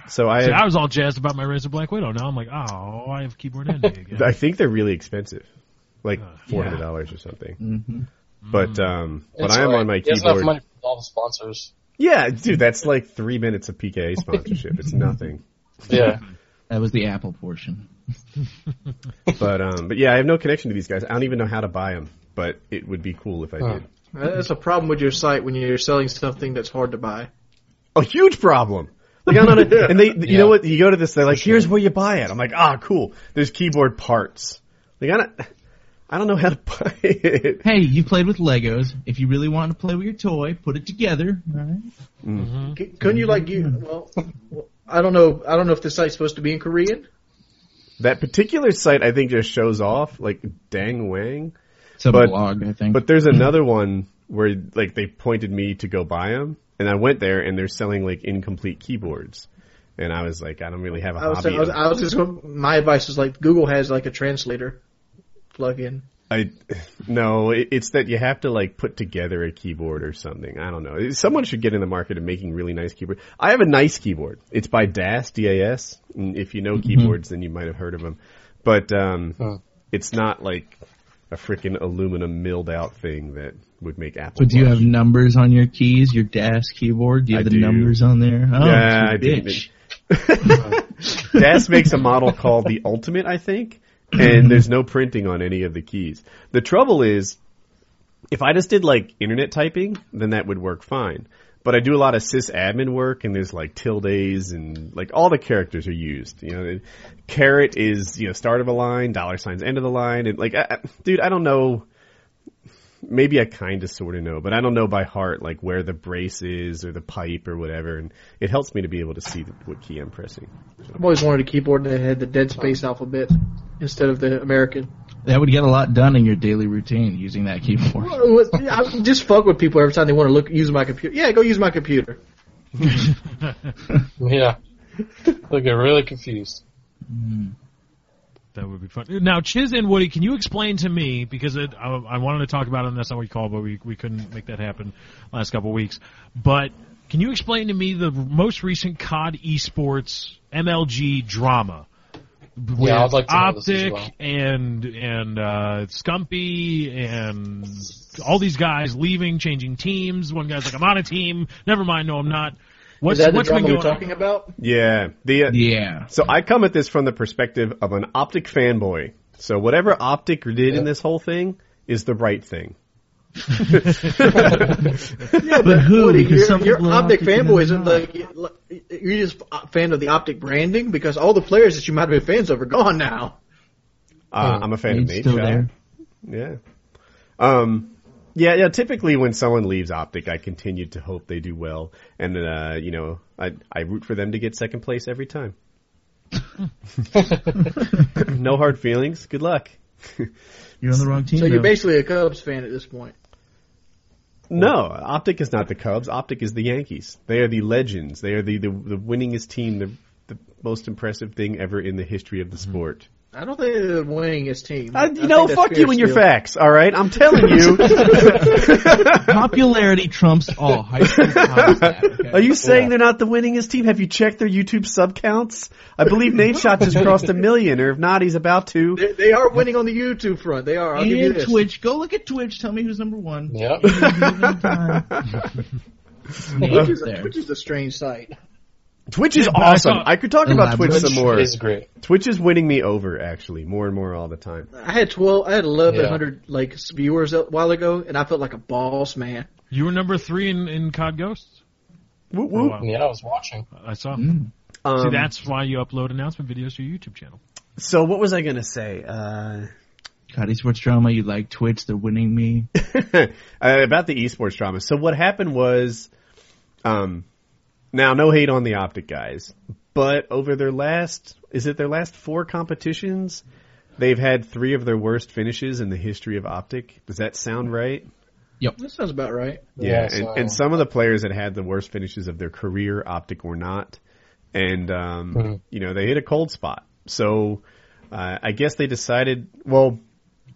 So I, See, I was all jazzed about my Razor Black Widow. Now I'm like, oh, I have keyboard envy again. I think they're really expensive, like Uh, four yeah. hundred dollars or something. Mm-hmm. Hmm. But um, but It's I am alright. on my He has enough keyboard. money for all the sponsors. Yeah, dude, that's like three minutes of PKA sponsorship. It's nothing. Yeah. That was the Apple portion. But um, but yeah, I have no connection to these guys. I don't even know how to buy them. But it would be cool if I Huh. did. That's a problem with your site when you're selling something that's hard to buy. A huge problem. Like I'm not a, and they, you know what? You go to this, they're like, "Here's where you buy it." I'm like, "Ah, cool." There's keyboard parts. Like I don't, I don't know how to buy it. Hey, you played with Legos. If you really want to play with your toy, put it together. All right. C- Couldn't you like you? Well, I don't know. I don't know if the site's supposed to be in Korean. That particular site, I think, just shows off like Dang Wang. Some But- blog, I think. But there's another one where like they pointed me to go buy them, and I went there and they're selling like incomplete keyboards, and I was like, I don't really have a I was, hobby. I was, I was just. gonna- My advice is like Google has like a translator plug-in. I no, it, it's that you have to like put together a keyboard or something. I don't know. Someone should get in the market of making really nice keyboard. I have a nice keyboard. It's by Das D A S. And If you know Mm-hmm. keyboards, then you might have heard of them. But um, Huh. it's not like a freaking aluminum milled out thing that would make Apple. But do you blush. have numbers on your keys, your dash keyboard? Do you have I the do. numbers on there? Oh, Yeah, you I do. bitch. Das makes a model called the Ultimate, I think, and there's no printing on any of the keys. The trouble is, if I just did like internet typing, then that would work fine. But I do a lot of sysadmin work, and there's like tildes and like all the characters are used. You know, carrot is you know start of a line, dollar signs end of the line, and like, I, I- dude, I don't know. Maybe I kind of sort of know, but I don't know by heart like where the brace is or the pipe or whatever, and it helps me to be able to see what key I'm pressing. I've always wanted a keyboard that had the Dead Space alphabet instead of the American. That would get a lot done in your daily routine using that keyboard. I just fuck with people every time they want to look use my computer. Yeah, go use my computer. Yeah. They get really confused. That would be fun. Now, Chiz and Woody, can you explain to me because it, I, I wanted to talk about it, and that's not what you called, but we we couldn't make that happen last couple of weeks. But can you explain to me the most recent COD esports MLG drama? With I'd like to know this Optic as well. and and uh, Scumpy and all these guys leaving, changing teams. One guy's like, "I'm on a team. Never mind. No, I'm not." What's, Is that the what's drama been we're going on? talking about? Yeah. The uh, Yeah. So I come at this from the perspective of an optic fanboy. So whatever optic did in this whole thing is the right thing. But who? Woody, Because some you're, you're people are optic optic and fanboy they're isn't like you're just a fan of the optic branding because all the players that you might have been fans of are gone now. Uh, I'm a fan of Nate's Nate. still Shah. there. Yeah. Um. Yeah, yeah. Typically, when someone leaves Optic, I continue to hope they do well, and uh, you know, I I root for them to get second place every time. no hard feelings. Good luck. You're on the wrong team. So you're though. basically a Cubs fan at this point. No, Optic is not the Cubs. Optic is the Yankees. They are the legends. They are the the, the winningest team. The the most impressive thing ever in the history of the Mm-hmm. sport. I don't think they're the winningest team. I, I you think know, that's fuck fair you and your still. facts. All right, I'm telling you. Popularity trumps all. High school college stat, okay? Are you saying they're not the winningest team? Have you checked their YouTube sub counts? I believe Nate Shot just crossed a million, or if not, he's about to. They, they are winning on the YouTube front. They are. I'll give you And this. Twitch. Go look at Twitch. Tell me who's number one. Yeah. Nate is Twitch, is a, there. Twitch is a strange site. Twitch is Yeah, but I awesome. thought- I could talk about Elaborate. Twitch some more. Is great. Twitch is winning me over, actually, more and more all the time. Oh, I had twelve. I had eleven hundred like viewers a while ago, and I felt like a boss man. You were number three in in COD Ghosts. Whoop, Oh, whoop. wow. Yeah, I was watching. I saw. Mm-hmm. Um, See, that's why you upload announcement videos to your YouTube channel. so what was I gonna say? Uh, God, esports drama. You like Twitch? They're winning me. uh, about the esports drama. So what happened was, um, now no hate on the Optic guys, but over their last, is it their last four competitions? They've had three of their worst finishes in the history of Optic. Does that sound right? That sounds about right. Yeah, so- and, and some of the players that had the worst finishes of their career, optic or not, and um, you know they hit a cold spot. So uh, I guess they decided. Well,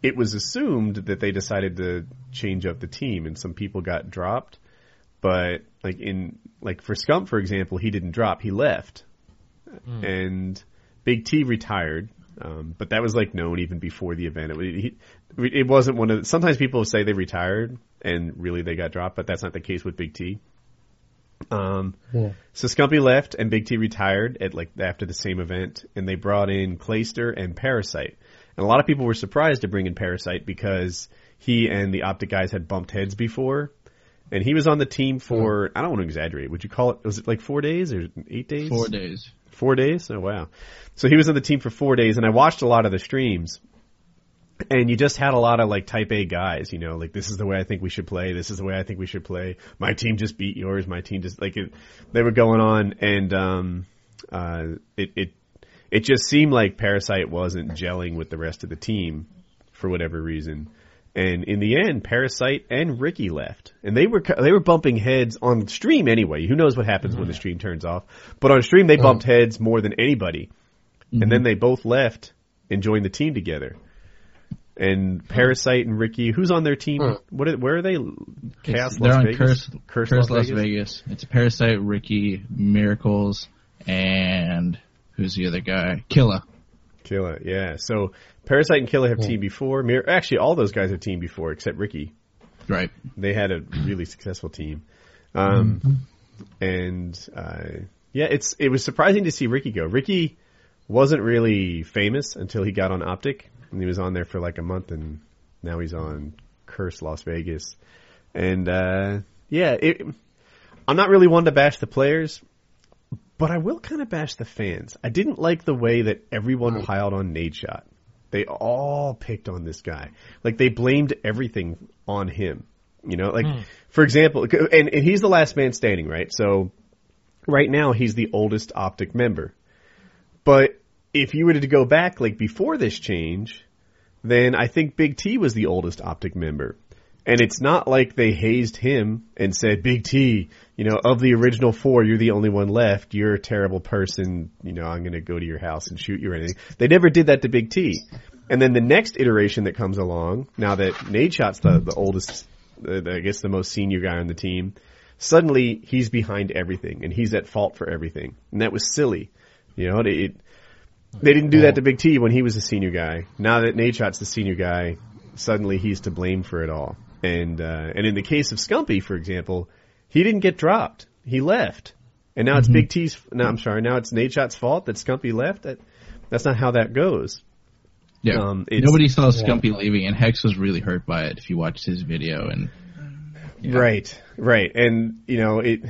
it was assumed that they decided to change up the team, and some people got dropped. But like in like for Scump, for example, he didn't drop; he left, and Big T retired. Um, but that was like known even before the event. It, wa- he, it wasn't one of. the- Sometimes people say they retired and really they got dropped, but that's not the case with Big T. Um, so Scumpy left and Big T retired at like after the same event, and they brought in Clayster and Parasite. And a lot of people were surprised to bring in Parasite because he and the Optic guys had bumped heads before, and he was on the team for I don't want to exaggerate. Would you call it? Was it like four days or eight days? Four days. Four days? Oh wow. So he was on the team for four days and I watched a lot of the streams and you just had a lot of like type A guys, you know, like this is the way I think we should play. This is the way I think we should play. My team just beat yours. My team just like it, they were going on and, um, uh, it, it, it just seemed like Parasite wasn't gelling with the rest of the team for whatever reason. And in the end, Parasite and Ricky left, and they were they were bumping heads on stream anyway. Who knows what happens Mm-hmm. when the stream turns off? But on stream, they bumped heads more than anybody, Mm-hmm. and then they both left and joined the team together. And Parasite and Ricky, who's on their team? What? Are, where are they? It's- Chaos they're Las on Vegas? Curse, Curse Curse Las, Vegas. It's Parasite, Ricky, Miracles, and who's the other guy? Killa. Killa, yeah. So Parasite and Killa have teamed before. Mir- Actually, all those guys have teamed before except Ricky. Right. they had a really successful team. Um, and uh, yeah, it's it was surprising to see Ricky go. Ricky wasn't really famous until he got on Optic, and he was on there for like a month, and now he's on Curse Las Vegas. And uh, yeah, it, I'm not really one to bash the players, but I will kind of bash the fans. I didn't like the way that everyone piled on Nade Shot. They all picked on this guy. Like they blamed everything on him. You know, like for example, and, and he's the last man standing, right? So right now he's the oldest optic member. But if you were to go back, like before this change, then I think Big T was the oldest Optic member. And it's not like they hazed him and said, Big T, you know, of the original four, you're the only one left. You're a terrible person. You know, I'm going to go to your house and shoot you or anything. They never did that to Big T. And then the next iteration that comes along, now that Nade Shot's the, the oldest, uh, I guess the most senior guy on the team, suddenly he's behind everything and he's at fault for everything. And that was silly. You know, it, it they didn't do that to Big T when he was a senior guy. Now that Nadeshot's the senior guy, suddenly he's to blame for it all. And uh, and in the case of Scumpy, for example, he didn't get dropped. He left, and now it's Big T's. No, I'm sorry. Now it's Nadeshot's fault that Scumpy left. That that's not how that goes. Yeah. Um, it's- Nobody saw Scumpy leaving, and Hex was really hurt by it. If you watched his video, and Yeah. Right, right, and you know it.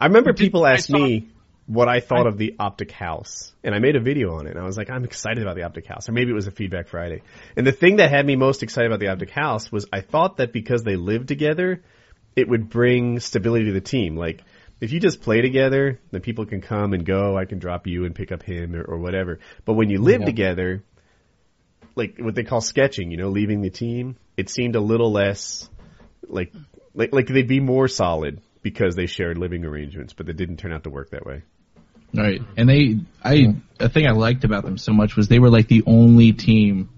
I remember people asked me what I thought of the Optic House, and I made a video on it. And I was like, I'm excited about the Optic House, or maybe it was a Feedback Friday. And the thing that had me most excited about the Optic House was I thought that because they lived together, it would bring stability to the team. Like if you just play together, then people can come and go. I can drop you and pick up him or, or whatever. But when you live together, like what they call sketching, you know, leaving the team, it seemed a little less like like like they'd be more solid because they shared living arrangements, but it didn't turn out to work that way. right, and they, I, a thing I liked about them so much was they were like the only team.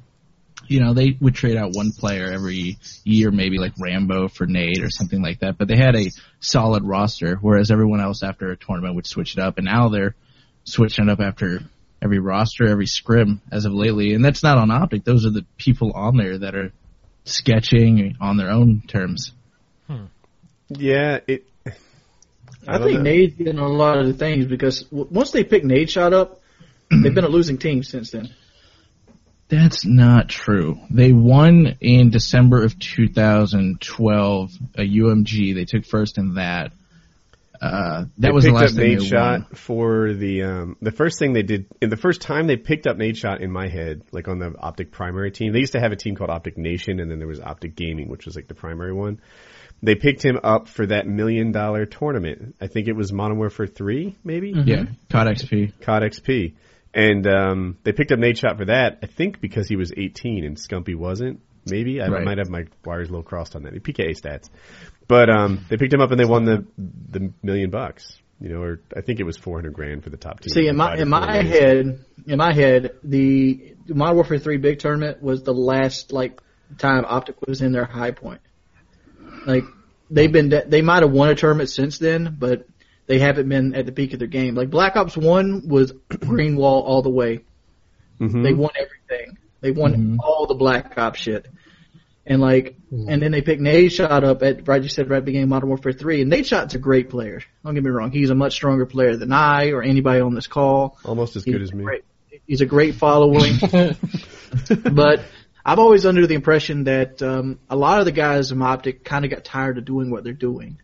You know, they would trade out one player every year, maybe like Rambo for Nate or something like that. But they had a solid roster, whereas everyone else after a tournament would switch it up, and now they're switching it up after every roster, every scrim as of lately. And that's not on optic; those are the people on there that are sketching on their own terms. Yeah, it. I, don't think know. Nade's getting a lot of the things because w- once they picked Nade shot up, they've been a losing team since then. That's not true. They won in December of 2012 a UMG. They took first in that. Uh, that they was the picked last up thing Nate they shot won. for the um the first thing they did in the first time they picked up Nate shot in my head, like on the Optic primary team. They used to have a team called Optic Nation, and then there was Optic Gaming, which was like the primary one. They picked him up for that million dollar tournament. I think it was Modern Warfare three, maybe. Yeah, caught XP. COD XP. And um, they picked up Nate Shot for that, I think because he was 18 and Scumpy wasn't. Maybe I Right. might have my wires a little crossed on that. PKA stats, but um, they picked him up and they won the the million bucks. You know, or I think it was 400 grand for the top team. See, in my Divided in four my ways. head, in my head, the Modern Warfare Three big tournament was the last like time Optic was in their high point. Like they've been, they might have won a tournament since then, but they haven't been at the peak of their game. Like Black Ops One was green wall all the way. Mhm. They won everything. They won all the Black Ops shit. And like, and then they picked Nate Shot up at right. You said right at the beginning of Modern Warfare Three, and Nate Shot's a great player. Don't get me wrong; he's a much stronger player than I or anybody on this call. almost as He's good as me. Great, he's a great following, but I'm always under the impression that um, a lot of the guys in Optic kind of got tired of doing what they're doing.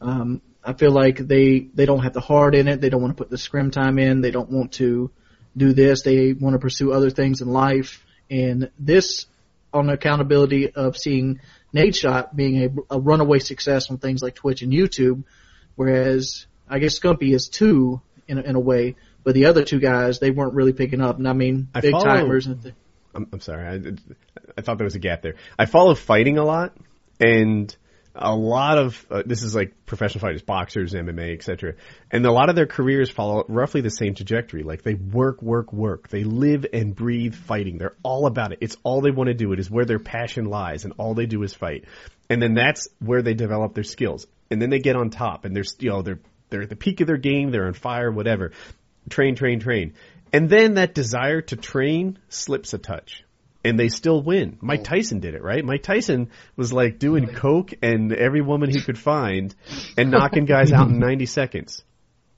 Um, I feel like they they don't have the heart in it. They don't want to put the scrim time in. They don't want to do this. They want to pursue other things in life. And this, on accountability of seeing Nate Shot being a, a runaway success on things like Twitch and YouTube, whereas I guess Scumpy is two in a, in a way, but the other two guys they weren't really picking up. And I mean, I big follow- timers. And th- I'm, I'm sorry. I, I thought there was a gap there. I follow fighting a lot, and a lot of uh, this is like professional fighters, boxers, MMA, etc. And a lot of their careers follow roughly the same trajectory. Like they work, work, work. They live and breathe fighting. They're all about it. It's all they want to do. It is where their passion lies, and all they do is fight. And then that's where they develop their skills. And then they get on top, and they're you know they're they're at the peak of their game. They're on fire, whatever train, train, train. And then that desire to train slips a touch. And they still win. Mike Tyson did it, right? Mike Tyson was like doing coke and every woman he could find and knocking guys out in 90 seconds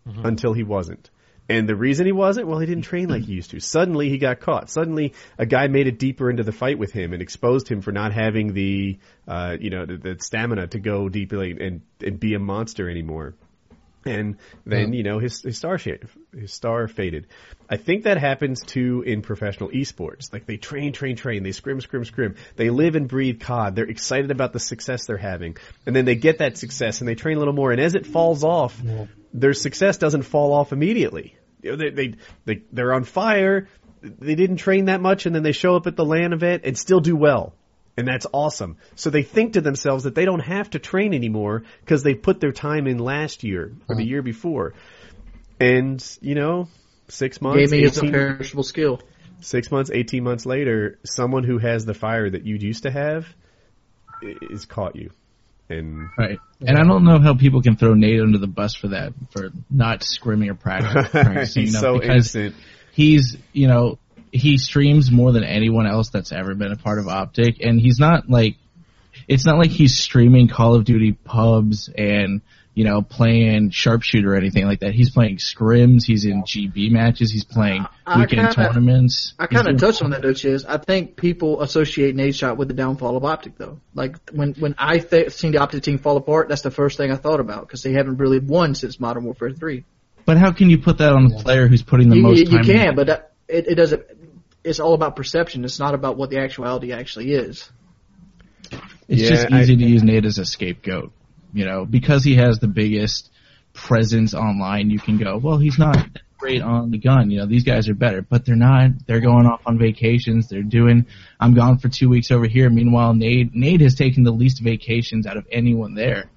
until he wasn't. And the reason he wasn't, well, he didn't train like he used to. Suddenly he got caught. Suddenly a guy made it deeper into the fight with him and exposed him for not having the, uh, you know, the, the stamina to go deeply and, and be a monster anymore and then you know his his star shade, his star faded. I think that happens too in professional esports. Like they train, train, train. They scrim, scrim, scrim. They live and breathe COD. They're excited about the success they're having, and then they get that success and they train a little more. And as it falls off, their success doesn't fall off immediately. You know, they, they they they're on fire. they didn't train that much and then they show up at the LAN event and still do well. And that's awesome. So they think to themselves that they don't have to train anymore because they put their time in last year or the year before. And, you know, six months, Gaming is a 18 perishable skill. six months, 18 months later, someone who has the fire that you used to have i- is caught you. And Right. And I don't know how people can throw Nate under the bus for that, for not scrimming or practi- practicing he's enough. so because innocent. he's, you know, he streams more than anyone else that's ever been a part of Optic, and he's not like, it's not like he's streaming Call of Duty pubs and, you know, playing sharpshooter or anything like that. He's playing scrims, he's in GB matches, he's playing I weekend kinda- tournaments. I kind He's doing- of touched on that though, Chiz. I think people associate Nade Shot with the downfall of Optic though. Like when when I th- seen the Optic team fall apart, that's the first thing I thought about because they haven't really won since Modern Warfare Three. But how can you put that on a player who's putting the You, most you, time you in? can, but that, it, it doesn't. It's all about perception. It's not about what the actuality actually is. It's Yeah, just I- easy to use Nate as a scapegoat, you know, because he has the biggest presence online. You can go, well, he's not that great on the gun, you know. These guys are better, but they're not. They're going off on vacations. They're doing. I'm gone for two weeks over here. Meanwhile, Nate Nate has taken the least vacations out of anyone there,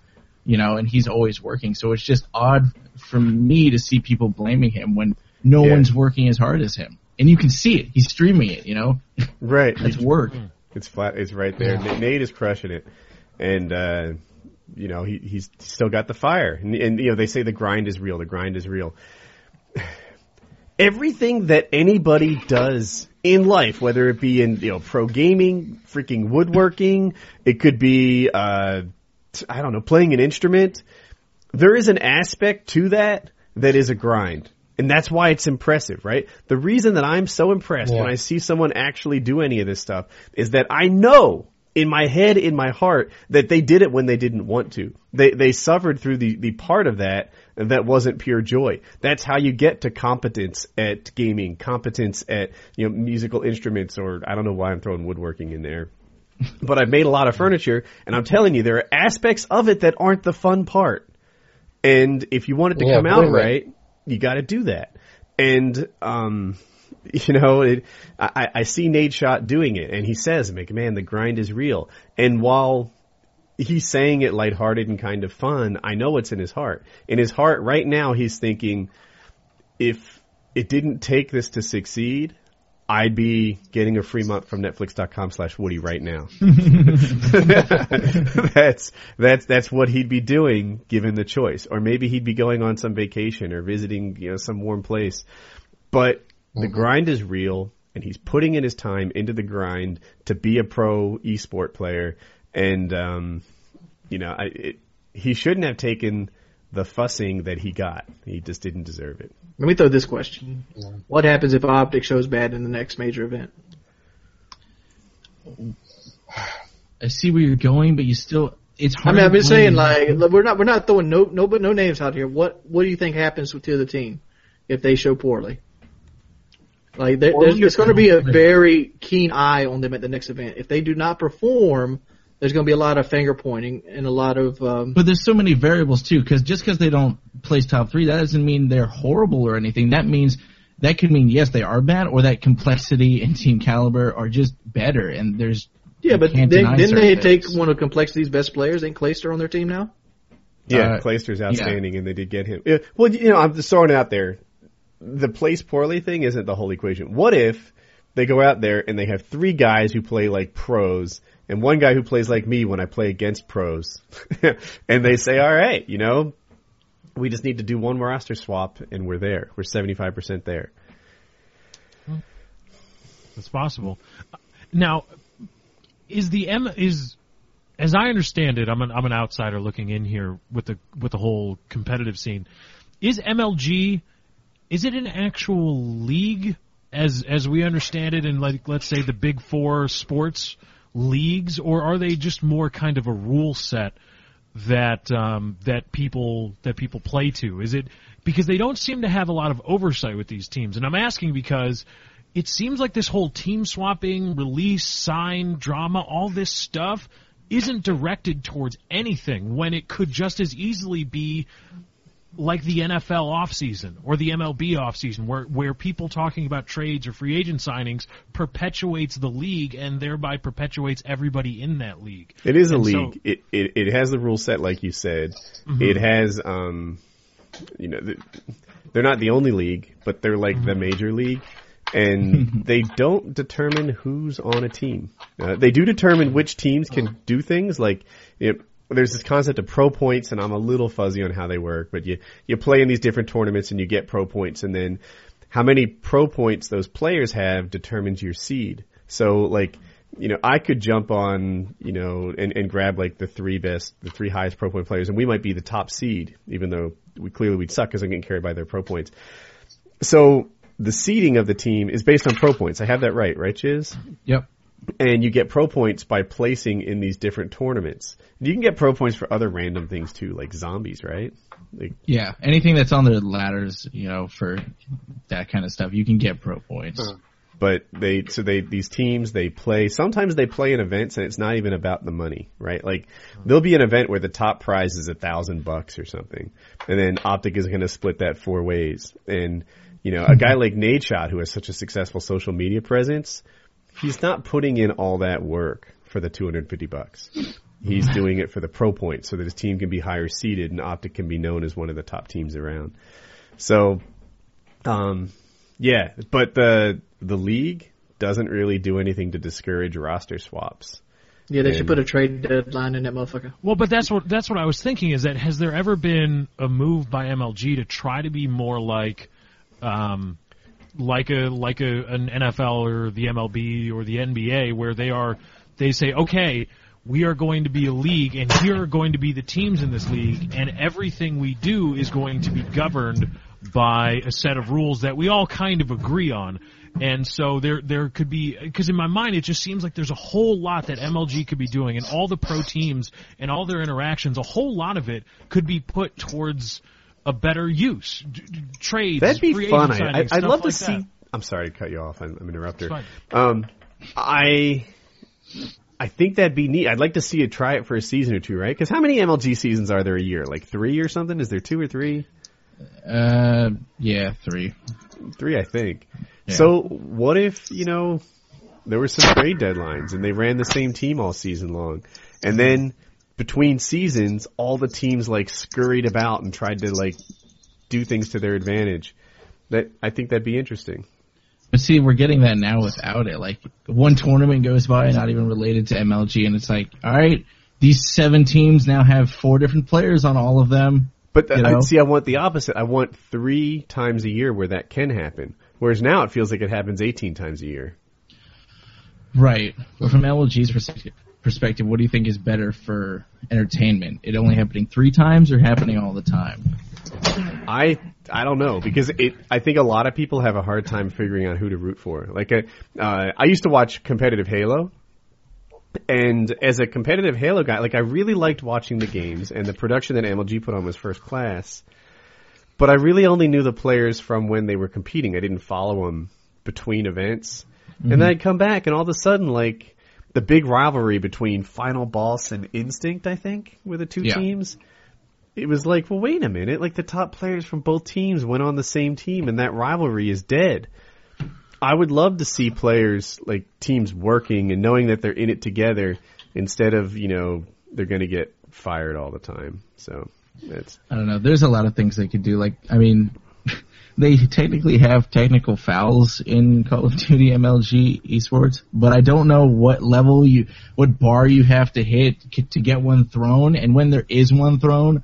you know, and he's always working. So it's just odd for me to see people blaming him when no Yeah. one's working as hard as him. And you can see it. He's streaming it, you know. Right. That's work. It's flat. It's right there. Na- Nate is crushing it, and uh, you know he he's still got the fire. And, and you know they say the grind is real. The grind is real. Everything that anybody does in life, whether it be in you know pro gaming, freaking woodworking, it could be uh, t- I don't know playing an instrument. There is an aspect to that that is a grind. And that's why it's impressive, right? The reason that I'm so impressed Yeah. when I see someone actually do any of this stuff is that I know in my head, in my heart, that they did it when they didn't want to. They, they suffered through the, the part of that that wasn't pure joy. That's how you get to competence at gaming, competence at, you know, musical instruments or I don't know why I'm throwing woodworking in there but I've made a lot of furniture, and I'm telling you, there are aspects of it that aren't the fun part. And if you want it to Yeah, come out believe it. right, you got to do that. And um, you know, it, I, I- I see Nate Shot doing it, and he says, "McMahon, the grind is real." And while he's saying it lighthearted and kind of fun, I know what's in his heart. In his heart, right now, he's thinking, if it didn't take this to succeed. I'd be getting a free month from Netflix.com slash Woody right now. that's that's that's what he'd be doing given the choice, or maybe he'd be going on some vacation or visiting you know some warm place. But the grind is real, and he's putting in his time into the grind to be a pro esport player, and um, you know I, it, he shouldn't have taken the fussing that he got. He just didn't deserve it. Let me throw this question: What happens if Optic shows bad in the next major event? I see where you're going, but you still. It's I hard. mean, to I've been blame- saying like look, we're not we're not throwing no no but no names out here. What what do you think happens to the team if they show poorly? Like there, there's, there's going to be a very keen eye on them at the next event. If they do not perform, there's going to be a lot of finger pointing and a lot of um, But there's so many variables too, because just because they don't place top three, that doesn't mean they're horrible or anything. That means that could mean yes, they are bad, or that complexity and team caliber are just better. And there's yeah. you But can't then deny didn't they certain take things. one of Complexity's best players and Clayster on their team now? Yeah, Uh, Clayster's outstanding, and they did get him. Yeah, well, you know, I'm just throwing it out there. The place poorly thing isn't the whole equation. What if they go out there and they have three guys who play like pros and one guy who plays like me when I play against pros? and they say, all right, you know, we just need to do one roster swap and we're there. We're 75% there. It's possible. Uh, Now, is the M is as I understand it, I'm an I'm an outsider looking in here with the with the whole competitive scene. Is MLG is it an actual league as as we understand it in like let's say the big 4 sports leagues or are they just more kind of a rule set that um, that people that people play to? Is it because they don't seem to have a lot of oversight with these teams? And I'm asking because it seems like this whole team swapping, release, sign, drama, all this stuff isn't directed towards anything when it could just as easily be like the NFL offseason or the MLB offseason where where people talking about trades or free agent signings perpetuates the league and thereby perpetuates everybody in that league. It is a And so- Mm-hmm. league. it, it it has the rule set like you said. It has um, you know, th- they're not the only league, but they're like Mm-hmm. the major league, and they don't determine who's on a team. Uh, they do determine which teams Oh. can do things like. It, there's this concept of pro points, and I'm a little fuzzy on how they work, but you you play in these different tournaments and you get pro points, and then how many pro points those players have determines your seed. So like, you know, I could jump on, you know, and, and grab like the three best, the three highest pro point players and we might be the top seed, even though we clearly we'd suck because I'm getting carried by their pro points. So the seeding of the team is based on pro points. I have that right, right, Chiz? Yep. and you get pro points by placing in these different tournaments. You can get pro points for other random things too, like zombies, right? Like, Yeah. Anything that's on the ladders, you know, for that kind of stuff, you can get pro points. but they so they these teams they play. Sometimes they play in events and it's not even about the money, right? Like there'll be an event where the top prize is a thousand bucks or something, and then Optic is going to split that four ways. And you know, a guy like Nadeshot who has such a successful social media presence, he's not putting in all that work for the 250 bucks. He's doing it for the pro points so that his team can be higher seeded and Optic can be known as one of the top teams around. So, um, yeah, but the the league doesn't really do anything to discourage roster swaps. Yeah, they And- should put a trade deadline in that motherfucker. Well, but that's what that's what I was thinking is that has there ever been a move by MLG to try to be more like um like a like a an NFL or the MLB or the NBA where they are they say okay, we are going to be a league and here are going to be the teams in this league and everything we do is going to be governed by a set of rules that we all kind of agree on. And so there there could be because in my mind it just seems like there's a whole lot that MLG could be doing and all the pro teams and all their interactions, a whole lot of it could be put towards a better use. D- d- trades, That'd be free fun. agent I, I, signings, I'd stuff love to like see. that. I'm sorry to cut you off. I'm, I'm an interrupter. It's fine. Um, I I think that'd be neat. I'd like to see it try it for a season or two, right? Because how many MLG seasons are there a year? Like three or something? Is there two or three? Uh, yeah, three. Three, I think. So what if you know there were some trade deadlines and they ran the same team all season long, and then between seasons, all the teams like scurried about and tried to like do things to their advantage. That I think that'd be interesting. But see, we're getting that now without it. Like one tournament goes by, not even related to MLG, and it's like, all right, these seven teams now have four different players on all of them. But You I- know? see, I want the opposite. I want three times a year where that can happen. Whereas now it feels like it happens 18 times a year. Right. But from MLG's perspective, perspective, what do you think is better for entertainment? It only happening three times or happening all the time? I I don't know because it. I think a lot of people have a hard time figuring out who to root for. Like I, uh, I used to watch competitive Halo, and as a competitive Halo guy, like I really liked watching the games and the production that MLG put on was first class. But I really only knew the players from when they were competing. I didn't follow them between events, and then I'd come back and all of a sudden like. The big rivalry between Final Boss and Instinct, I think, were the two Yeah. teams it was like, well, wait a minute. Like the top players from both teams went on the same team, and that rivalry is dead. I would love to see players like teams working and knowing that they're in it together instead of you know they're going to get fired all the time. So that's I don't know. There's a lot of things they could do. Like, I mean, they technically have technical fouls in Call of Duty MLG esports, but I don't know what level you, what bar you have to hit c- to get one thrown. And when there is one thrown,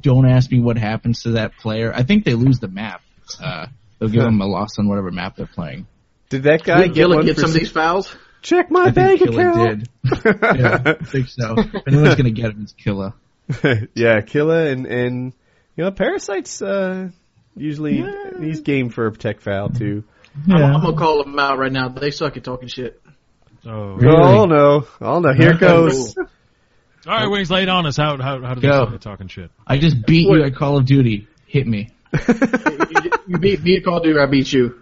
don't ask me what happens to that player. I think they lose the map. Uh, they'll give them a loss on whatever map they're playing. did that guy Did get Gillen one get for some of these fouls? check my I think bank Killa account? did. Yeah, I think so. If anyone's gonna get him, it's Killa. yeah, Killa and and you know parasites uh, usually he's game for a tech foul too. I'm gonna call them out right now. They suck at talking shit. Oh. Really? Oh no, oh no, here it goes. All right, Wings, laid on us. How how how do they Go. start talking shit? I just beat you What? at Call of Duty. Hit me. you, you beat me at Call of Duty. I beat you.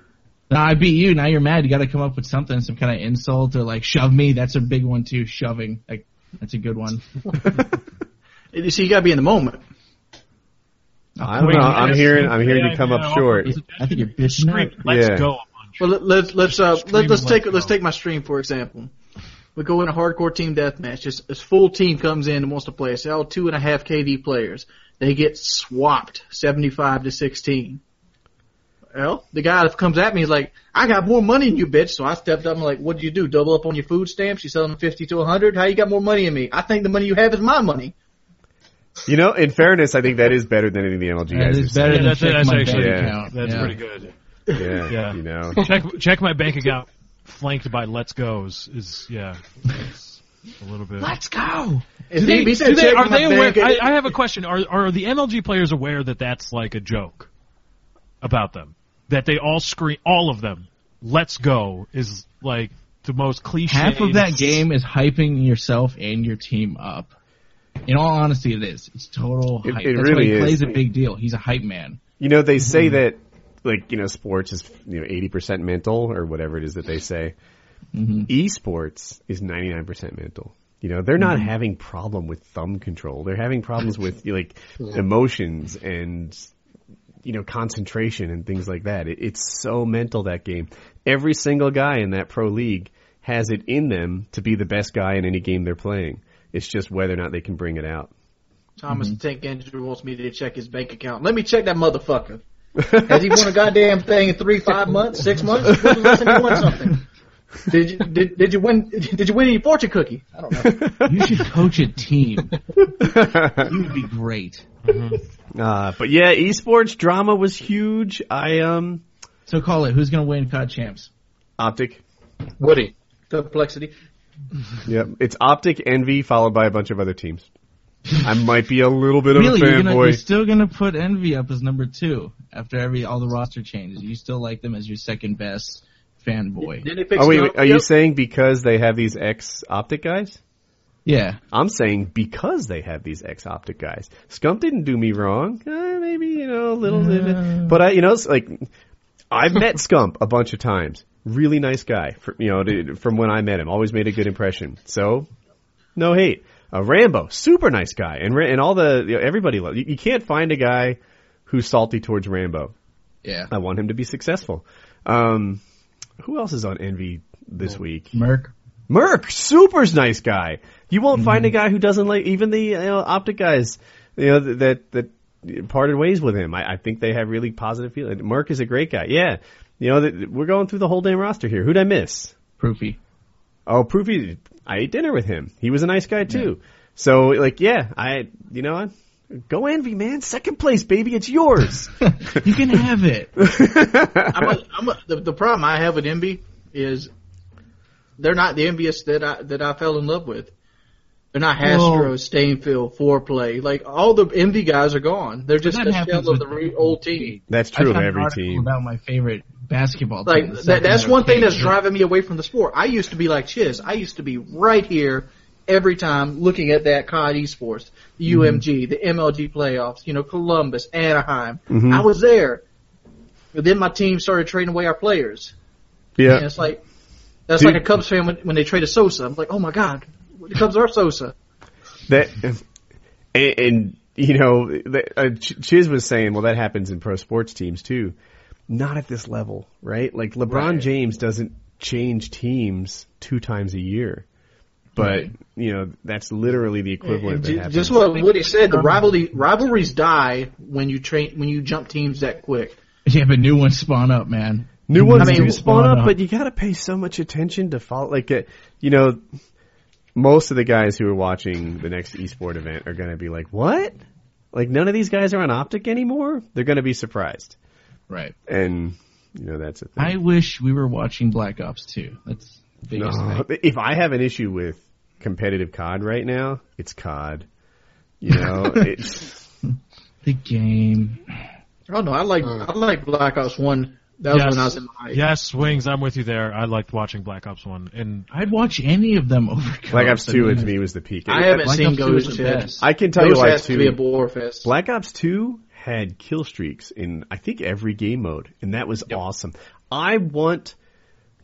No, I beat you. Now you're mad. You got to come up with something, some kind of insult or like shove me. That's a big one too. Shoving, like that's a good one. You see, you gotta be in the moment. I don't know. I'm hearing I'm hearing you come up short. I think you're bitching Stream, out. let's Yeah. go. a bunch. Well, let, let's let's uh Stream let, let's and take let's let's go. take my stream for example. We go in a hardcore team deathmatch. This, this full team comes in and wants to play. It's all two and a half KD players. They get swapped, seventy-five to sixteen. Well, the guy that comes at me is like, "I got more money than you, bitch." So I stepped up. I'm like, "What did you do? Double up on your food stamps? You selling fifty to a hundred? How you got more money than me? I think the money you have is my money." You know, in fairness, I think that is better than anything else you That guys are is better Yeah, than that's it, check that's my bank actually- Yeah. account. That's Yeah. pretty good. saying. Yeah, Yeah. you know. Check check my bank account, flanked by let's goes is yeah, it's a little bit. Let's go. If Do he- they- he said, do they- "Check are my they aware? bank I, account," I have a question. Are are the MLG players aware that that's like a joke about them? That they all scream, all of them. Let's go is like the most cliche. Half of that game is hyping yourself and your team up. In all honesty, it is. It's total It- hype. it That's really why he is. plays a big deal. He's a hype man. You know, they say that like you know, sports is you know eighty percent mental or whatever it is that they say. Esports is ninety nine percent mental. You know, they're not having problem with thumb control. They're having problems with you know, like emotions and you know concentration and things like that. It, it's so mental that game. Every single guy in that pro league has it in them to be the best guy in any game they're playing. It's just whether or not they can bring it out. Thomas Mm-hmm. the Tank Engine wants me to check his bank account. Let me check that motherfucker. Has he won a goddamn thing in three, five months, six months? When was the last time you won something? Did you did, did you win did you win any fortune cookie? I don't know. You should coach a team. you would be great. Uh, but yeah, esports drama was huge. I um So call it. Who's going to win COD Champs? optic. Woody. Complexity. Yep, it's optic envy followed by a bunch of other teams. I might be a little bit of Really, a you're, gonna, you're fanboy. still going to put Envy up as number two after every all the roster changes. You still like them as your second best fanboy. Then they picked Oh wait, Snow- wait, are yep. you saying because they have these ex optic guys? Yeah. I'm saying because they have these ex optic guys. Scump didn't do me wrong. Uh, maybe you know a little, but I you know it's like I've met Scump a bunch of times. Really nice guy. fr you know, to- from when I met him, always made a good impression. So no hate. Uh, Rambo, super nice guy, and Ra- and all the you know, everybody. Lo- you, you can't find a guy who's salty towards Rambo. Yeah. I want him to be successful. Um, who else is on Envy this week? Merc. Merc, super's nice guy. You won't find a guy who doesn't like even the you know, optic guys. You know that that, that parted ways with him. I, I think they have really positive feelings. Merc is a great guy. Yeah, you know that we're going through the whole damn roster here. Who'd I miss? Proofy. Oh, Proofy. I ate dinner with him. He was a nice guy too. So like, yeah, I you know. I, Go envy, man! Second place, baby, it's yours. You can have it. I'm a, I'm a, the, the problem I have with Envy is they're not the envious that I that I fell in love with. They're not Hastro, Well- Stainfield, Foreplay. Like all the Envy guys are gone. They're just That a happens shell of with the re- old team. That's I true of found an every article team. About my favorite basketball team. Like the that, that's Sacramento one thing that's Kings. driving me away from the sport. I used to be like Chiz. I used to be right here every time looking at that COD esports, the Mm-hmm. UMG, the MLG playoffs, you know, Columbus, Anaheim. Mhm. I was there. But then my team started trading away our players. And Yeah, it's like that's Dude. like a Cubs fan when, when they traded Sosa. I'm like, oh my god, the Cubs are Sosa. that and, and you know that, uh, Ch- Chiz was saying, well, that happens in pro sports teams too. Not at this level, right? Like LeBron James doesn't change teams two times a year, but you know that's literally the equivalent. that Ju- happens. Just what Woody said. The rivalry rivalries die when you train when you jump teams that quick. Yeah, but new ones spawn up, man. New ones I mean, do spawn spawn up, up. but you got to pay so much attention to follow. Like, uh, you know, most of the guys who are watching the next esport event are going to be like, "What? Like, none of these guys are on optic anymore." They're going to be surprised, Right. and you know that's a thing. I wish we were watching Black Ops 2. That's the biggest No, thing. if I have an issue with competitive COD right now, it's COD. You know, it's, The game. I don't know. Oh, I like I like Black Ops One. That was Yes. when I was in my Yes, Wings, I'm with you there. I liked watching Black Ops 1. And I'd watch any of them over. Black Cops, Ops Two I mean, to me was the peak. I haven't Black seen Ops 2 is Ghost the yet. best. I can tell you Ghost why has two. to be a bore fest. Black Ops 2 had kill streaks in, I think, every game mode, and that was awesome. I want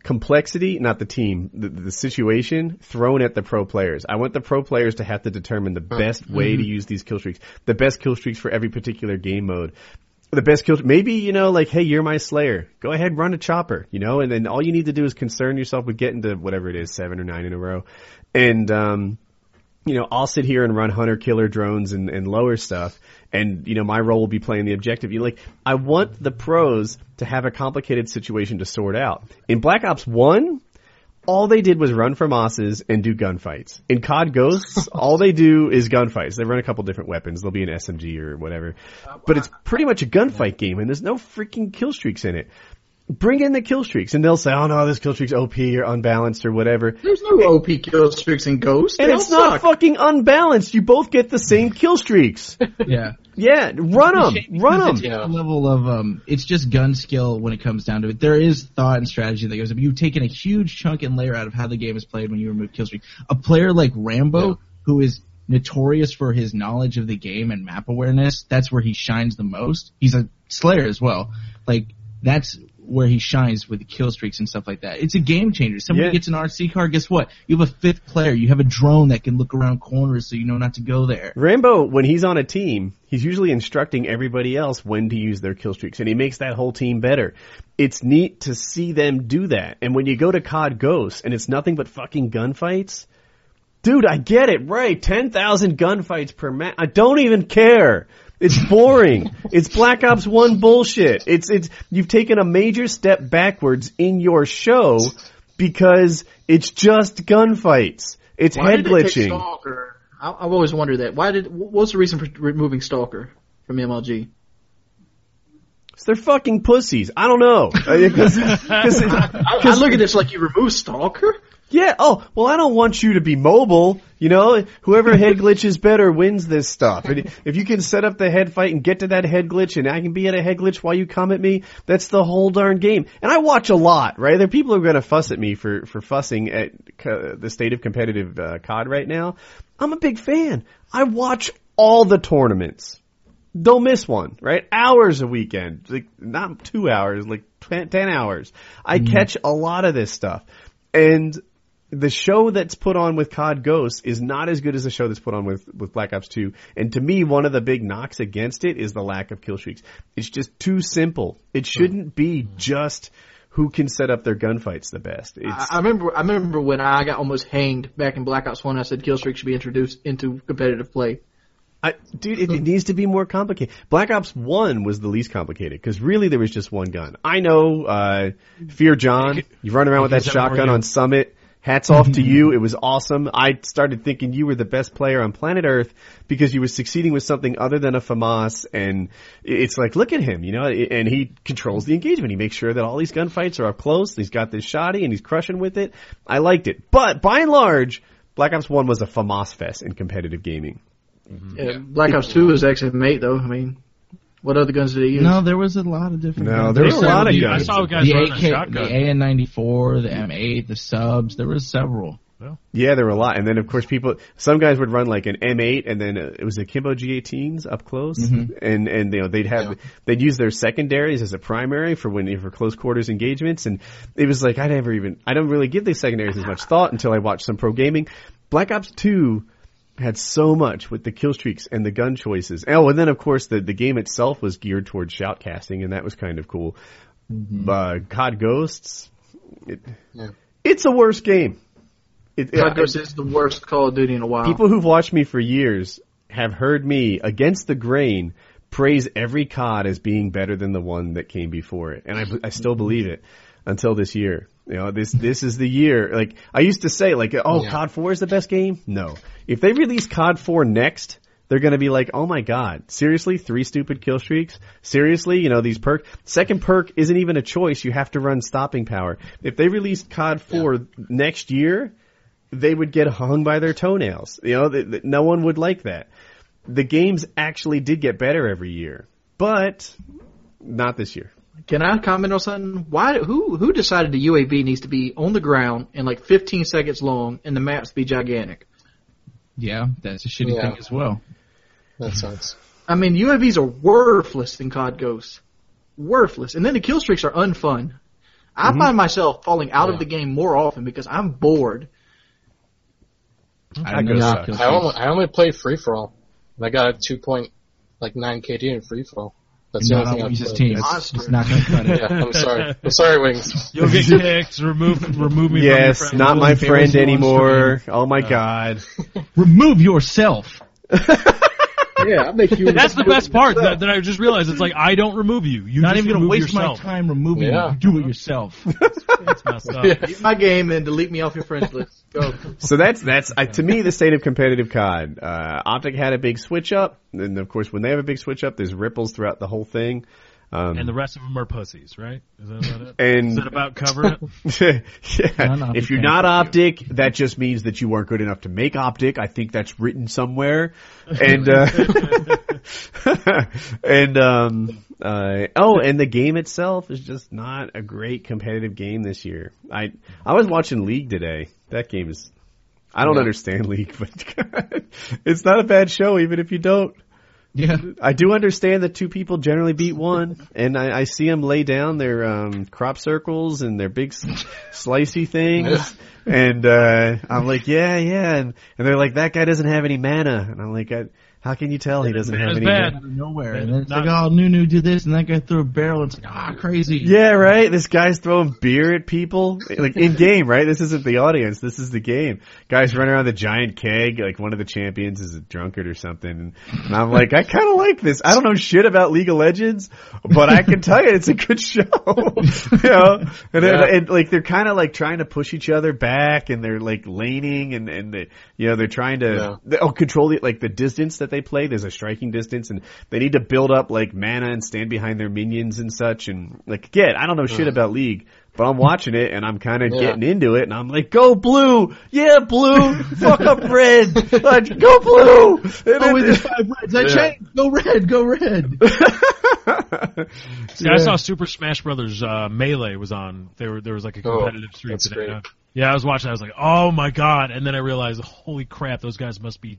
complexity, not the team, the, the situation thrown at the pro players. I want the pro players to have to determine the best way to use these kill streaks, the best kill streaks for every particular game mode. The best kill, maybe, you know, like, hey, you're my slayer. Go ahead, run a chopper, you know, and then all you need to do is concern yourself with getting to whatever it is, seven or nine in a row. And, um, you know, I'll sit here and run hunter killer drones and, and lower stuff, and you know, my role will be playing the objective. You know, like, I want the pros to have a complicated situation to sort out. In Black Ops One, all they did was run for mosses and do gunfights. In COD Ghosts, all they do is gunfights. They run a couple different weapons. There'll be an SMG or whatever, but it's pretty much a gunfight game, and there's no freaking kill streaks in it. Bring in the kill streaks, and they'll say, "Oh no, this kill streak's OP or unbalanced or whatever." There's no OP kill streaks in Ghost. And They it's all not suck. fucking unbalanced. You both get the same kill streaks. Yeah. yeah, run them, run them. Yeah. A level of um, it's just gun skill when it comes down to it. There is thought and strategy that goes up. You've taken a huge chunk and layer out of how the game is played when you remove killstreak. A player like Rambo, who is notorious for his knowledge of the game and map awareness, that's where he shines the most. He's a Slayer as well. Like that's where he shines with the kill streaks and stuff like that. It's a game changer. Somebody Yeah. gets an RC car, guess what? You have a fifth player. You have a drone that can look around corners so you know not to go there. Rambo, when he's on a team, he's usually instructing everybody else when to use their kill streaks, and he makes that whole team better. It's neat to see them do that. And when you go to COD Ghosts and it's nothing but fucking gunfights, dude, I get it, right? Ten thousand gunfights per match. I don't even care. It's boring. it's Black Ops One bullshit. It's it's you've taken a major step backwards in your show because it's just gunfights. It's Why head did they pick glitching. Stalker? I, I've always wondered that. Why did? What was the reason for removing Stalker from MLG? They're fucking pussies. I don't know. Because, I, I look at this like you remove Stalker. yeah. Oh, well, I don't want you to be mobile. You know, whoever head glitches better wins this stuff. And if you can set up the head fight and get to that head glitch, and I can be at a head glitch while you come at me, that's the whole darn game. And I watch a lot, right? There are people who are going to fuss at me for for fussing at co- the state of competitive uh, COD right now. I'm a big fan. I watch all the tournaments. don't miss one, right? Hours a weekend, like not two hours, like ten, 10 hours. I catch a lot of this stuff, and the show that's put on with COD Ghosts is not as good as the show that's put on with with Black Ops Two. And to me, one of the big knocks against it is the lack of kill streaks. It's just too simple. It shouldn't be just who can set up their gunfights the best. I, It's I remember. I remember when I got almost hanged back in Black Ops One. I said kill streak should be introduced into competitive play. I, dude, it, it needs to be more complicated. Black Ops One was the least complicated because really there was just one gun. I know, uh, Fear John, you run around with that Here's that shotgun Mario. on Summit. Hats off to you. It was awesome. I started thinking you were the best player on planet Earth because you were succeeding with something other than a FAMAS. And i- it's like, look at him, you know, i- and he controls the engagement. He makes sure that all these gunfights are up close. He's got this shoddy and he's crushing with it. I liked it. But by and large, Black Ops 1 was a FAMAS fest in competitive gaming. Mm. Yeah. Black Ops Two is XM8 though. I mean, what other guns did they use? No, there was a lot of different. No, guns. there They was a said lot of the- I guns. saw guys the running a AK, shotgun. the AN94, the M8, the subs. There was several. Yeah, there were a lot. And then, of course, people, some guys would run like an M8 and then uh, it was the Kimbo G18s up close. And, and, you know, they'd have, they'd use their secondaries as a primary for when, for close quarters engagements. And it was like, I never even, I don't really give these secondaries as much thought until I watched some pro gaming. Black Ops 2 had so much with the kill streaks and the gun choices. Oh, and then of course the, the game itself was geared towards shoutcasting and that was kind of cool. Uh, COD Ghosts, it, Yeah. it's a worse game. It, Black I- Ops is the worst Call of Duty in a while. People who've watched me for years have heard me against the grain praise every COD as being better than the one that came before it, and I, I still believe it until this year. You know, this this is the year. Like I used to say, like, oh, Yeah. COD Four is the best game. No, if they release COD Four next. They're gonna be like, oh my god, seriously, three stupid kill streaks? Seriously, you know, these perk, second perk isn't even a choice, you have to run stopping power. If they release COD 4 next year, they would get hung by their toenails. You know, th- th- no one would like that. The games actually did get better every year, but not this year. Can I comment on something? Why? Who? Who decided the UAV needs to be on the ground and like 15 seconds long, and the maps be gigantic? Yeah, that's a shitty Yeah. thing as well. That sucks. I mean, UAVs are worthless in COD Ghosts. Worthless. And then the kill streaks are unfun. I find myself falling out of the game more often because I'm bored. I, goes know. suck. I only I only play free for all. I got a two point like nine KD in free for all. That's the You're not only on thing I Luis's played. team. Monster. It's not going to cut it. Yeah, I'm sorry. I'm sorry, Wings. You'll get kicked. Remove, remove me. Yes, from your friend. not my Embarrassing friend on anymore. Oh my god. Remove yourself. Yeah, I make you. That's the best part that, that I just realized. It's like I don't remove you. You Not just even going to remove waste yourself. my time removing Yeah. you. Do it yourself. It's messed up. Use my game and delete me off your friends list. Go. So that's that's uh, to me the state of competitive COD. Uh, Optic had a big switch up, and of course when they have a big switch up, there's ripples throughout the whole thing. Um, And the rest of them are pussies, right? Is that about it? And- Is that about cover it? yeah. Non-optic If you're not optic, that just means that you weren't good enough to make optic. I think that's written somewhere. And uh, and um uh, oh, and the game itself is just not a great competitive game this year. I I was watching League today. That game is I don't understand League, but it's not a bad show even if you don't. Yeah. I do understand that two people generally beat one, and I, I see them lay down their um, crop circles and their big s- slicey things, and uh, I'm like, yeah, yeah, and, and they're like, that guy doesn't have any mana, and I'm like, I, how can you tell he doesn't have That's any? bad. Mana? Out of nowhere. And then it's Not- like, oh, Nunu did this, and that guy threw a barrel. And it's like, ah, crazy. Yeah, right. This guy's throwing beer at people, like in game, right? This isn't the audience. This is the game. Guys running around the giant keg, like one of the champions is a drunkard or something. And I'm like, I kind of like this. I don't know shit about League of Legends, but I can tell you it's a good show. you know, and, then- Yeah. and, like they're kind of like trying to push each other back, and they're like laning, and and they, you know they're trying to Yeah. they- oh control the like the distance that they play. There's a striking distance, and they need to build up like mana and stand behind their minions and such. And like again, I don't know shit about League, but I'm watching it and I'm kind of Yeah. getting into it, and I'm like, go blue, yeah blue, fuck up red, like go blue. And Oh, it- wait, there's five reds. I Yeah. changed. Go red. Go red. See, I saw Super Smash Brothers uh, Melee was on. There, were- there was like a Oh, competitive stream that's today. great. Uh, Yeah, I was watching. I was like, "Oh my god!" And then I realized, "Holy crap! Those guys must be.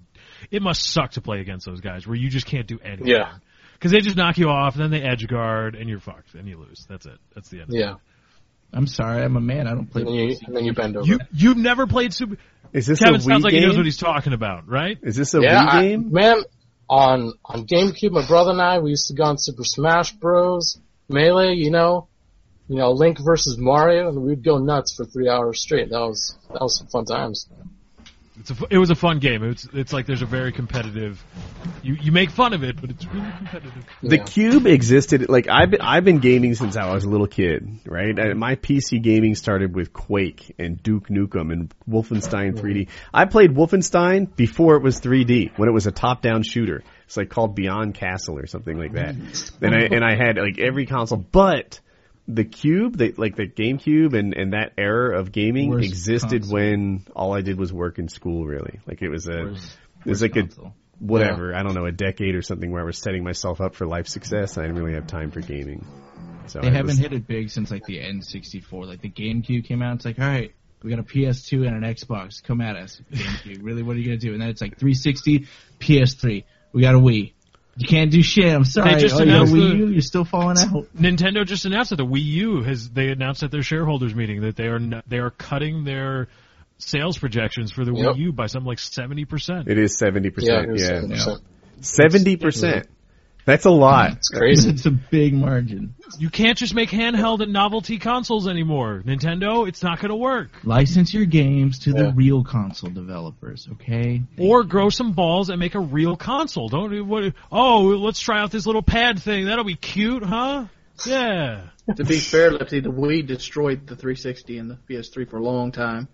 It must suck to play against those guys, where you just can't do anything. Yeah. because they just knock you off, and then they edge guard, and you're fucked, and you lose. That's it. That's the end. of it. Yeah. I'm sorry. I'm a man. I don't play. And then you and then you bend over. You you've never played Super. Is this Kevin a sounds Wii like game? he knows what he's talking about, right? Is this a yeah, Wii I- game? man. On on GameCube, my brother and I we used to go on Super Smash Bros. Melee, you know, you know Link versus Mario, and we'd go nuts for three hours straight. That was that was some fun times. It's a, fu- it was a fun game. It's it's like there's a very competitive. You you make fun of it, but it's really competitive. The Yeah. cube existed like I've been, I've been gaming since I was a little kid, right? I, my PC gaming started with Quake and Duke Nukem and Wolfenstein 3D. I played Wolfenstein before it was 3D when it was a top-down shooter. It's like called Beyond Castle or something like that. And I and I had like every console, but the cube, the, like the GameCube and, and that era of gaming Worst existed console. when all I did was work in school really. Like it was a it was like a console. whatever, I don't know, a decade or something where I was setting myself up for life success. I didn't really have time for gaming. So They I haven't was- hit it big since like the N64. Like the GameCube came out. It's like, all right, we got a PS2 and an Xbox. Come at us, GameCube. really, what are you gonna do? And then it's like 360, PS3. We got a Wii. You can't do shit. I'm sorry. They just oh, you got a announced Wii the- U. You're still falling out. Nintendo just announced that the Wii U has. They announced at their shareholders meeting that they are n they are cutting their sales projections for the Yep. Wii U by something like seventy percent. It is seventy Yeah, percent. it was Yeah, 70%. seventy percent. That's a lot. it's crazy. It's a big margin. You can't just make handheld and novelty consoles anymore, Nintendo. It's not going to work. License your games to Yeah. the real console developers, okay? Or grow some balls and make a real console. Don't do what? Oh, let's try out this little pad thing. That'll be cute, huh? Yeah. to be fair, Lipsy, the Wii destroyed the 360 and the PS3 for a long time.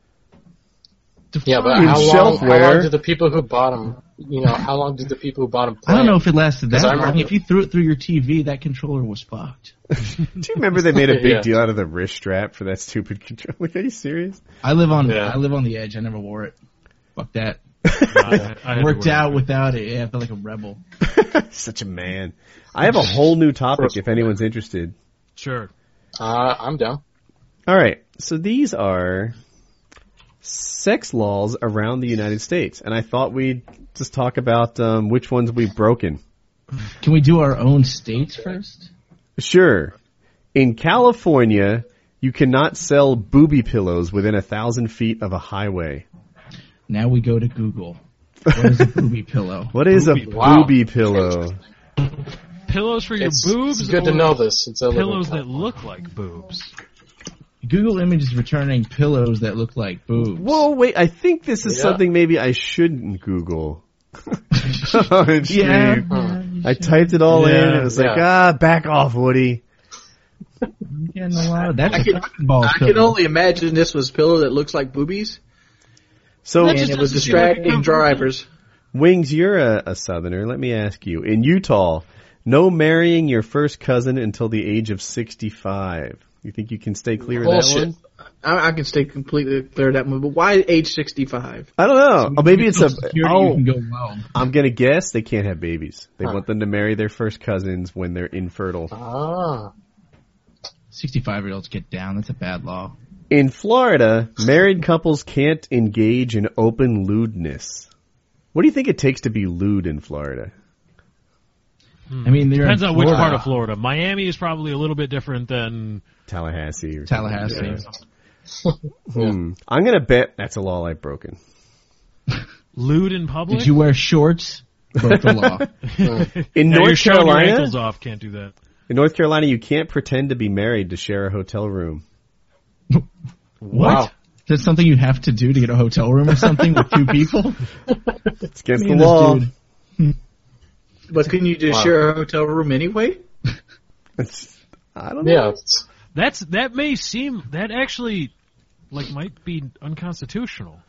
Yeah, but In how long, how shelfware. long did the people who bought them, you know, how long did the people who bought them play? I don't know if it lasted that 'Cause I long. remember- If you threw it through your TV, that controller was fucked. Do you remember they made a big Yeah. deal out of the wrist strap for that stupid controller? Like, are you serious? I live on Yeah. I live on the edge. I never wore it. Fuck that. I, I had to Worked work. out without it. Yeah, I felt like a rebel. Such a man. I have a whole new topic if anyone's interested. Sure. Uh, I'm down. All right. So these are sex laws around the United States, and I thought we'd just talk about um, which ones we've broken. Can we do our own states first? Sure. In California, You cannot sell booby pillows within a thousand feet of a highway. Now we go to Google. What is a booby pillow? What is a Booby- wow. booby pillow? Pillows for your It's, boobs. it's good to or know this. It's a little Pillows that look like boobs. Google Image is returning pillows that look like boobs. Whoa, wait! I think this is Yeah. something maybe I shouldn't Google. I'm Yeah. intrigued. I typed it all in. and It was like, ah, back off, Woody. I'm getting a lot of that's I a can- cotton ball I pillow. can only imagine this was pillow that looks like boobies, So, and it was distracting drivers. Wings, you're a, a Southerner. Let me ask you: in Utah, no marrying your first cousin until the age of sixty-five. You think you can stay clear of that bullshit. one? I, I can stay completely clear of that one, but why age 65? I don't know. Oh, maybe it's a. Security, you Oh, can go low. I'm gonna guess they can't have babies. They want them to marry their first cousins when they're infertile. Ah, 65 year olds get down. That's a bad law. In Florida, married couples can't engage in open lewdness. What do you think it takes to be lewd in Florida? I mean, they're Depends in on which Florida. part of Florida. Miami is probably a little bit different than Tallahassee. Or Tallahassee. Hmm. I'm gonna bet that's a law I've broken. lewd in public. Did you wear shorts? Broke the law. In Now you're North showing your Carolina, ankles off. Can't do that. in North Carolina, you can't pretend to be married to share a hotel room. What? Wow. Is that something you have to do to get a hotel room or something with two people? It's against Me the and this law. dude. But can you just Wow. share a hotel room anyway? It's, I don't know. yeah. it's- That's that may seem that actually like might be unconstitutional.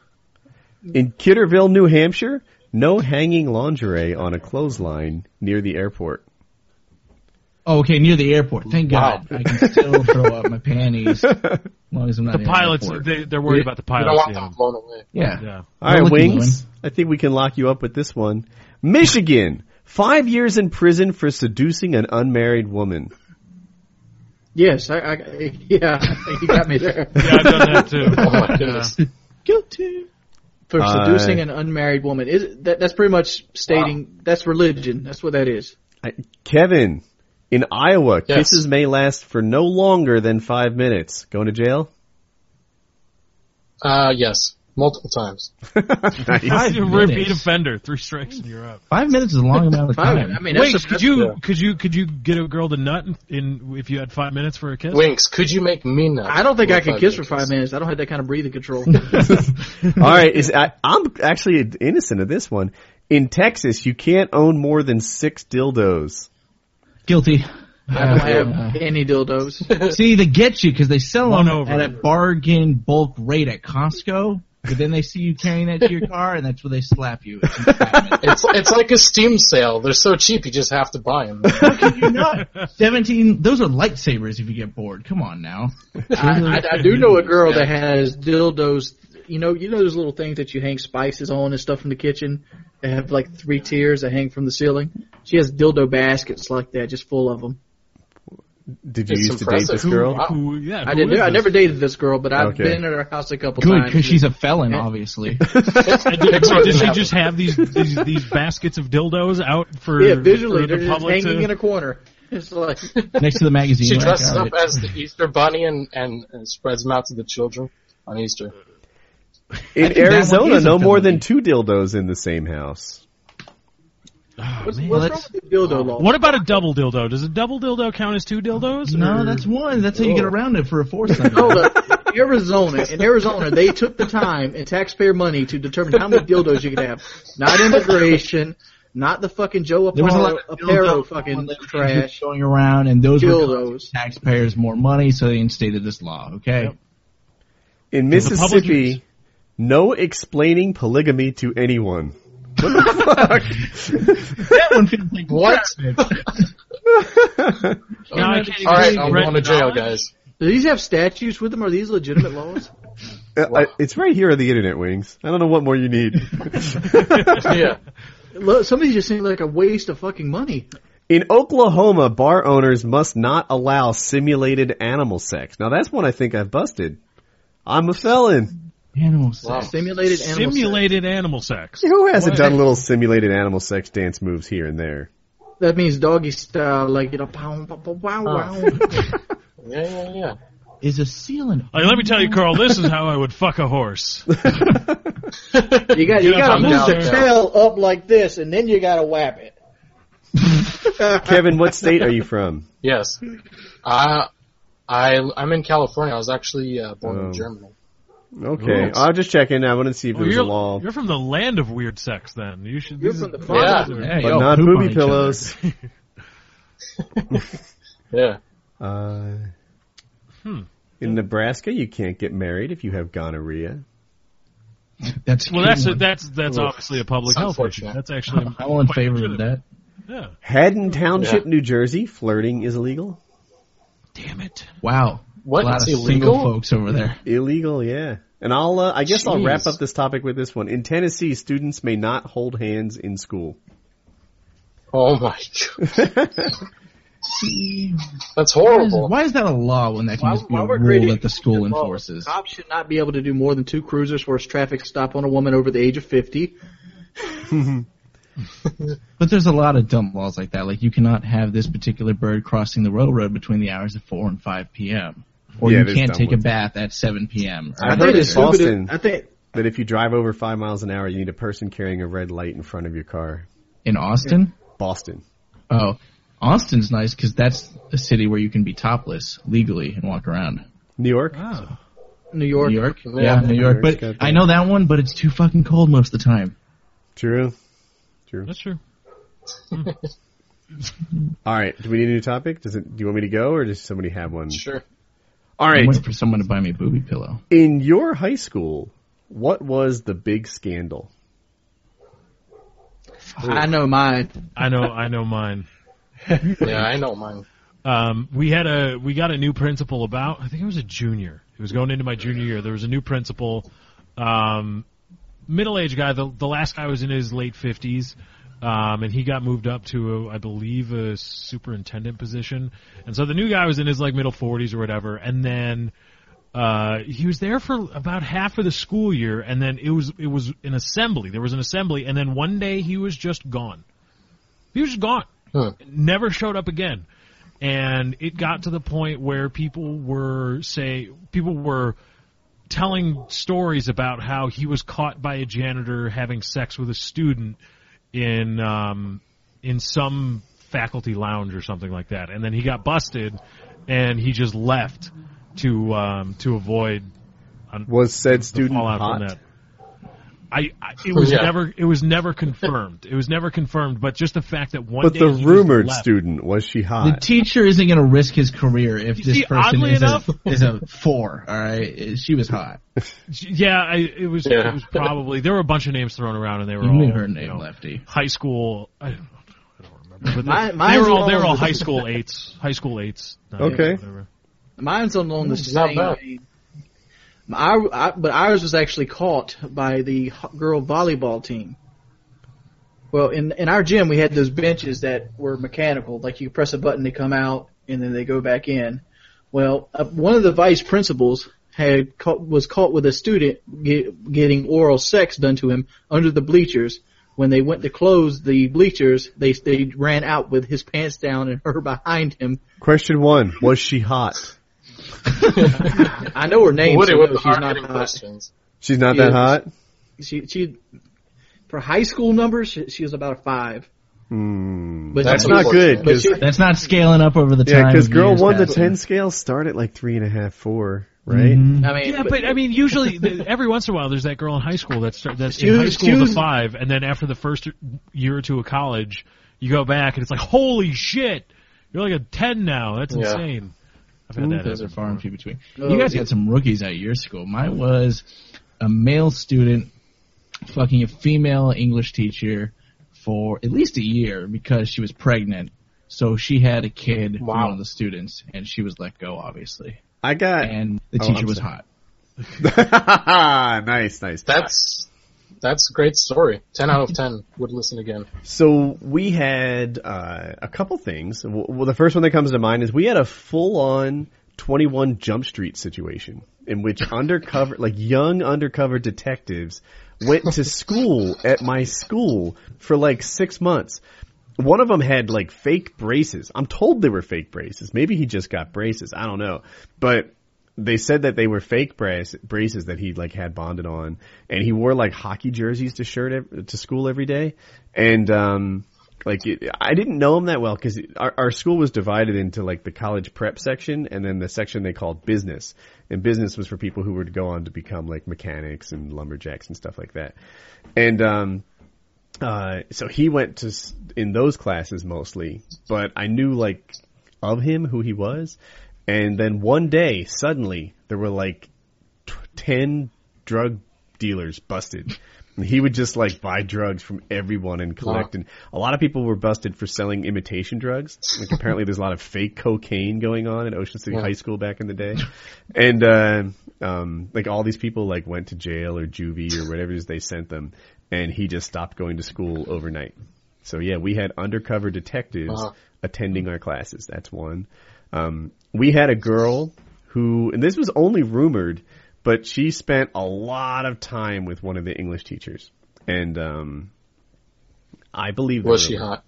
In Kidderville, New Hampshire, no hanging lingerie on a clothesline near the airport. Oh, okay, near the airport. Thank Wow. God. I can still throw up my panties as long as I'm not The near pilots, airport. they, they're worried about the you don't pilots. want yeah. them blown away. yeah. Yeah. All right, Well, look, Wings. I think we can lock you up with this one. Michigan. Five years in prison for seducing an unmarried woman. Yes, I, I yeah, you got me there. Yeah, I've done that too. Oh my goodness. Guilty. For I- seducing an unmarried woman. Is it- that that's pretty much stating that's religion. That's what that is. I, Kevin, in Iowa, Yes. kisses may last for no longer than five minutes. Going to jail? Uh, yes, multiple times. nice. You're a repeat minutes. offender, three strikes and you're up. Five minutes is a long amount of Fine. time. I mean, that's Wait, a- could that's- you yeah. could you could you get a girl to nut in, in if you had five minutes for a kiss? Winks, could you make me nut? I don't think for I could five kiss for minutes? five minutes. I don't have that kind of breathing control. All right, is, I, I'm actually innocent of this one. In Texas, you can't own more than six dildos. Guilty. I don't have any dildos. See, they get you because they sell One them over. at a bargain bulk rate at Costco. But then they see you carrying that to your car, and that's where they slap you. It's entrapment. It's it's like a Steam sale. They're so cheap, you just have to buy them. You're not seventeen. Those are lightsabers. If you get bored, come on now. I, I, I do know a girl that has dildos. You know, you know those little things that you hang spices on and stuff in the kitchen. They have like three tiers that hang from the ceiling. She has dildo baskets like that, just full of them. Did you It's used to date impressive. this girl? Wow. Who- yeah, I who didn't. is I this? never dated this girl, but I've Okay. been at her house a couple Good, times. because she's a felon, obviously. So Pixar did she didn't just have have these, these these baskets of dildos out for, yeah, visually for they're the just public hanging to? in a corner. It's like Next to the magazine. She rack, dresses I up would- as the Easter Bunny and, and, and spreads them out to the children on Easter. In think that one Arizona, is a no more felony. than two dildos in the same house. what's, what's man, wrong that's- with the dildo law? What about a double dildo? Does a double dildo count as two dildos? No, or- that's one. That's how you get around it for a fourth. Hold up. Arizona, in Arizona, they took the time and taxpayer money to determine how many dildos you could have. Not immigration, not the fucking Joe There was a Aparo, lot of Aparo dildo fucking dildo trash. going around, and those were Dildos. costing taxpayers more money, so they instated this law. Okay, In Does the public use- Mississippi, no explaining polygamy to anyone. that one feels like What? Oh, Now I can't All right, even I'm rent going to jail, knowledge. guys. Do these have statues with them? Are these legitimate laws? Uh, I- it's right here on the internet, Wings. I don't know what more you need. Yeah, Lo- Some of these just seem like a waste of fucking money. In Oklahoma, bar owners must not allow simulated animal sex. Now that's one I think I've busted. I'm a felon. Animal sex. Wow. Simulated animal Simulated animal sex. Who hasn't done little simulated animal sex dance moves here and there? sex. Oh. That means doggy style, like, you know, pow, pow, pow, wow, wow. yeah, yeah, yeah. is a seal an Like, let me tell you, Carl, this is how I would fuck a horse. You got you, know got to what move the I'm down there. tail up like this, and then you got to whap it. Kevin, what state are you from? Yes. I, I, I'm in California. I was actually uh, born Oh. in Germany. Okay, I'll just check in. I want to see if Well, there's Oh, you're, a law, you're from the land of weird sex, then. You should. You're these from are- the Yeah. farm. Hey, but y'all not poop on booby each other. pillows. Yeah. Uh, Hmm. In Nebraska, you can't get married if you have gonorrhea. That's Well, that's a, a, that's that's obviously a public It's health issue. unfortunate. That's actually I'm all in favor of that. Yeah. Haddon Township, New Jersey, flirting is illegal. Damn it. Wow, What? a lot It's of single illegal? folks over there. Illegal, yeah. And I'll, uh, I guess I'll wrap Jeez. up this topic with this one. In Tennessee, students may not hold hands in school. Oh my god. See, That's why is, horrible. why is that a law when that can just be a rule that the school enforces? Cops should not be able to do more than two cruisers for a traffic stop on a woman over the age of 50. But there's a lot of dumb laws like that. Like you cannot have this particular bird crossing the railroad between the hours of four and five p.m. Or Yeah, you there's can't dumb take ones. a bath at seven p.m. I I heard think in it's stupid. Boston. I think That if you drive over five miles an hour, you need a person carrying a red light in front of your car. in Austin. Boston. Oh, Austin's nice because that's a city where you can be topless legally and walk around. New York? Oh. New York. New York, yeah, Yeah. New York. New York's But got I that. know that one, but it's too fucking cold most of the time. True. That's true. Alright, do we need a new topic? Does it, do you want me to go or does somebody have one? Sure. I'm Alright, waiting for someone to buy me a booby pillow. in your high school, what was the big scandal? I know mine. I know. I know mine. Yeah, I know mine. Um, we had a we got a new principal about I think it was a junior. It was going into my junior year. There was a new principal, um, middle aged guy. The the last guy was in his late fifties, um, and he got moved up to I believe a superintendent position. And so the new guy was in his like middle forties or whatever. And then uh, he was there for about half of the school year, and then it was it was an assembly. There was an assembly, and then one day he was just gone. He was just gone. Huh. Never showed up again and it got to the point where people were say people were telling stories about how he was caught by a janitor having sex with a student in um, in some faculty lounge or something like that, and then he got busted, and he just left to um, to avoid Was said the student fallout hot? from that. I, I it was Yeah. never it was never confirmed. It was never confirmed, but just the fact that one But day the he just rumored left- student, was she The hot? teacher isn't going to risk his career if this see, person oddly is enough- a, is a four. All right, she was hot. Yeah, I, it was. Yeah. It was probably there were a bunch of names thrown around, and they were You all knew her you name, know, Lefty. high school. I don't, I don't remember. But My- they, mine's they were all they were all- all high school eights. High school eights. nines, Okay. whatever. Mine's along the It's not same bad. vein. I, I, but ours was actually caught by the h- girl volleyball team. Well, in in our gym, we had those benches that were mechanical. Like you press a button, they come out, and then they go back in. Well, uh, one of the vice principals had caught, was caught with a student get, getting oral sex done to him under the bleachers. When they went to close the bleachers, they they ran out with his pants down and her behind him. Question one, was she hot? I know her name. Woody so with no, the she's not hard-hitting hot. questions. She's not Yeah. that hot? she she for high school numbers she, she was about a five. Hmm. But That's she- not good. But 'cause- she, That's not scaling up over the yeah, time. because girl years one to passing. ten scale start at like three and a half, four, right? Mhm. I mean, Yeah, but I mean, usually th- every once in a while, there's that girl in high school that's that's in Excuse- high school with a excuse- five, and then after the first year or two of college, you go back and it's like, holy shit, you're like a ten now. That's Yeah. insane. I've had that. Those are happen. far and few between. Oh, you guys yeah. had some rookies at your school. Mine was a male student fucking a female English teacher for at least a year because she was pregnant. So she had a kid from Wow. one of the students, and she was let go, obviously. I got And the Oh, teacher I'm was sorry. hot. nice, nice. That's that's a great story. Ten out of ten. Would listen again. So we had uh, a couple things. W- Well, the first one that comes to mind is we had a full-on 21 Jump Street situation in which undercover, like young undercover detectives, went to school at my school for like six months. One of them had like fake braces. I'm told they were fake braces. Maybe he just got braces. I don't know, but they said that they were fake brace, braces that he like had bonded on, and he wore like hockey jerseys to shirt ev- to school every day, and um, like it, I didn't know him that well because our, our school was divided into like the college prep section and then the section they called business, and business was for people who were to go on to become like mechanics and lumberjacks and stuff like that, and um, uh, so he went to s- in those classes mostly, but I knew like of him who he was, and then one day suddenly there were like t- ten drug dealers busted. And he would just like buy drugs from everyone and collect. And a lot of people were busted for selling imitation drugs. Like apparently there's a lot of fake cocaine going on at Ocean City Yeah. High School back in the day, and uh, um, like all these people like went to jail or juvie or whatever it is they sent them, and he just stopped going to school overnight. So yeah, we had undercover detectives Uh-huh. attending our classes. That's one. Um, we had a girl who, and this was only rumored, but she spent a lot of time with one of the English teachers, and um, I believe the Was she rumor. hot?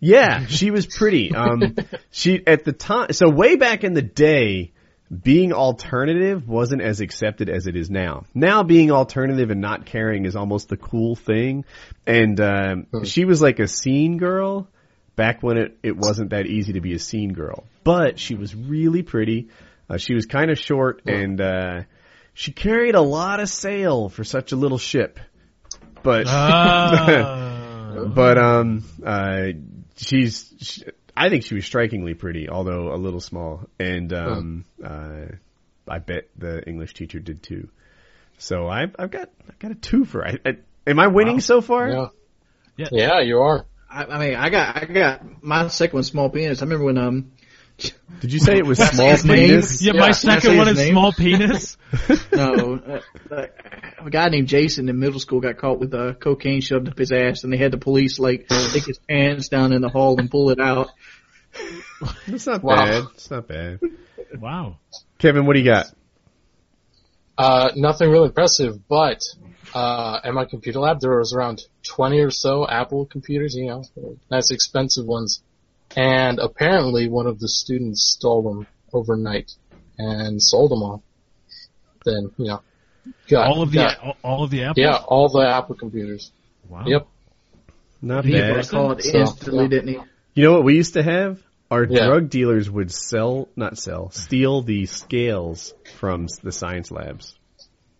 Yeah, she was pretty. Um, she at the time, so way back in the day, being alternative wasn't as accepted as it is now. Now being alternative and not caring is almost the cool thing. And um, she was like a scene girl back when it it wasn't that easy to be a scene girl. But she was really pretty. Uh, she was kind of short, and uh, she carried a lot of sail for such a little ship. Ah. But but um, uh, she's. She, I think she was strikingly pretty, although a little small, and um, uh, I bet the English teacher did too. So I've I've got I've got a two for I, I am I winning so far? Yeah. Yeah. Yeah, you are. I, I mean, I got, I got my second one, small penis. I remember when um, Did you say it was small his name? penis? yeah, Yeah, my can I second say one his is name? small penis. no, uh, uh, a guy named Jason in middle school got caught with uh, cocaine shoved up his ass, and they had the police like take his pants down in the hall and pull it out. It's not Wow. bad. It's not bad. Wow. Kevin, what do you got? Uh, nothing real impressive, but uh, at my computer lab, there was around 20 or so Apple computers, you know, nice expensive ones. And apparently one of the students stole them overnight and sold them all. Then, you know, got, All of the got- all- all of the apples. yeah, all the Apple computers. Wow. Yep. Not He bad. got called So, instantly, yeah. didn't he? You know what we used to have? Our Yeah. drug dealers would sell, not sell, steal the scales from the science labs.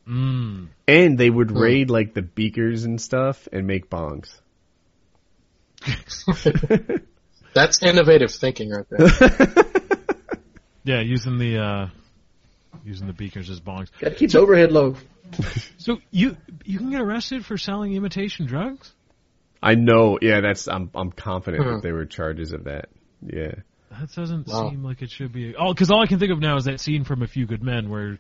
Mm. And they Hmm. would raid like the beakers and stuff and make bongs. That's innovative thinking right there. Yeah, using the uh, using the beakers as bongs. Got to keep the overhead low. So you you can get arrested for selling imitation drugs. I know, yeah, that's I'm I'm confident Hmm. that there were charges of that. Yeah. That doesn't Wow. seem like it should be. Oh, because all I can think of now is that scene from A Few Good Men where,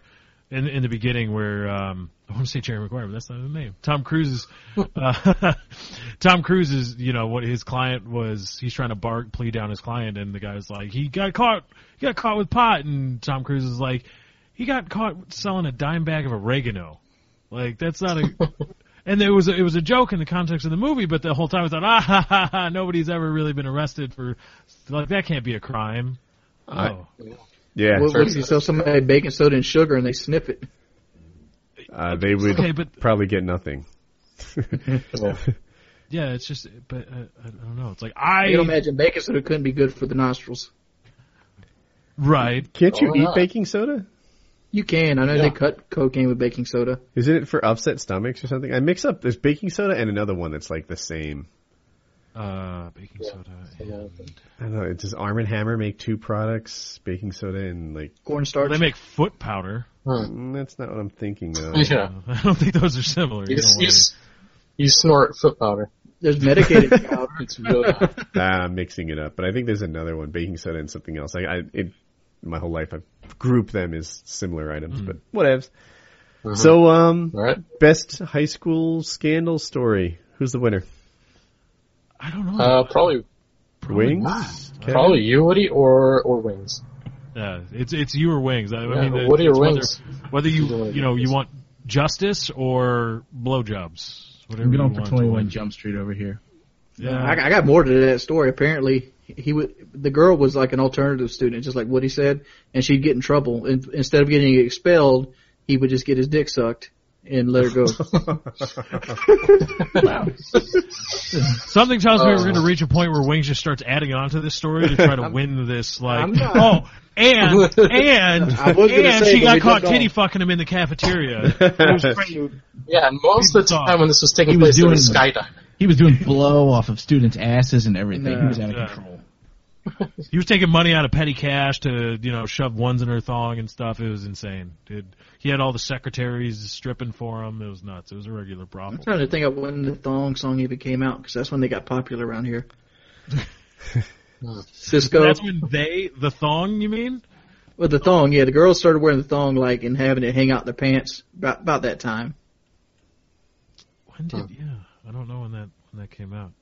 in in the beginning, where um, I want to say Jerry Maguire, but that's not his name. Tom Cruise's, uh, Tom Cruise's, you know, what his client was. He's trying to bark, plea down his client, and the guy's like, he got caught, he got caught with pot, and Tom Cruise is like, he got caught selling a dime bag of oregano. Like that's not a. And it was a, it was a joke in the context of the movie, but the whole time I thought, ah, ha, ha, ha, nobody's ever really been arrested for like that can't be a crime. I- oh, Yeah. What would you sell somebody baking soda and sugar, and they sniff it? Uh, they would okay, but probably get nothing. yeah, it's just, but uh, I don't know. It's like I can I imagine baking soda couldn't be good for the nostrils. right. Can't you Why eat not? baking soda? You can. I know Yeah. they cut cocaine with baking soda. Isn't it for upset stomachs or something? I mix up there's baking soda and another one that's like the same. Uh, baking Yeah. soda. Yeah. I don't know. Does Arm and Hammer make two products? Baking soda and like Cornstarch. They make foot powder. Uh, Hmm. mm, that's not what I'm thinking of. Yeah. I don't think those are similar. You, You s- don't you, wanna- s- you snort foot powder. There's medicated powder. It's Mm-hmm. really hot. Ah, I'm mixing it up. But I think there's another one, baking soda and something else. I, I it, my whole life I've grouped them as similar items, Mm-hmm. but whatevs. So, um, All right. best high school scandal story. Who's the winner? I don't know. Uh, probably, Wings? Kevin? probably you, Woody, or, or Wings. Yeah, it's it's you or wings. I, I Yeah, mean, the- what are your it's whether- wings? Whether, Either you one of you know you those. want justice or blowjobs, whatever I'm you going want. for to 21 win. Jump Street over here. Yeah. I, I got more to that story. Apparently, he would the girl was like an alternative student, just like what he said, and she'd get in trouble. And instead of getting expelled, he would just get his dick sucked and let her go. Something tells me we're Oh. going to reach a point where Wings just starts adding on to this story to try to win this. Like, I'm not- oh, and and I was gonna and say, she but we got caught moved titty on. fucking him in the cafeteria. Yeah, and most of the People time when this was taking He place, was there was doing skydiving. He was doing blow off of students' asses and everything. He was out of Yeah. control. he was taking money out of petty cash to you know shove ones in her thong and stuff. It was insane. It, he had all the secretaries stripping for him. It was nuts. It was a regular problem. I'm trying to think of when the thong song even came out because that's when they got popular around here. Cisco That's when they the thong. You mean? with the thong, yeah, the girls started wearing the thong like and having it hang out their pants about about that time. When did yeah? I don't know when that when that came out.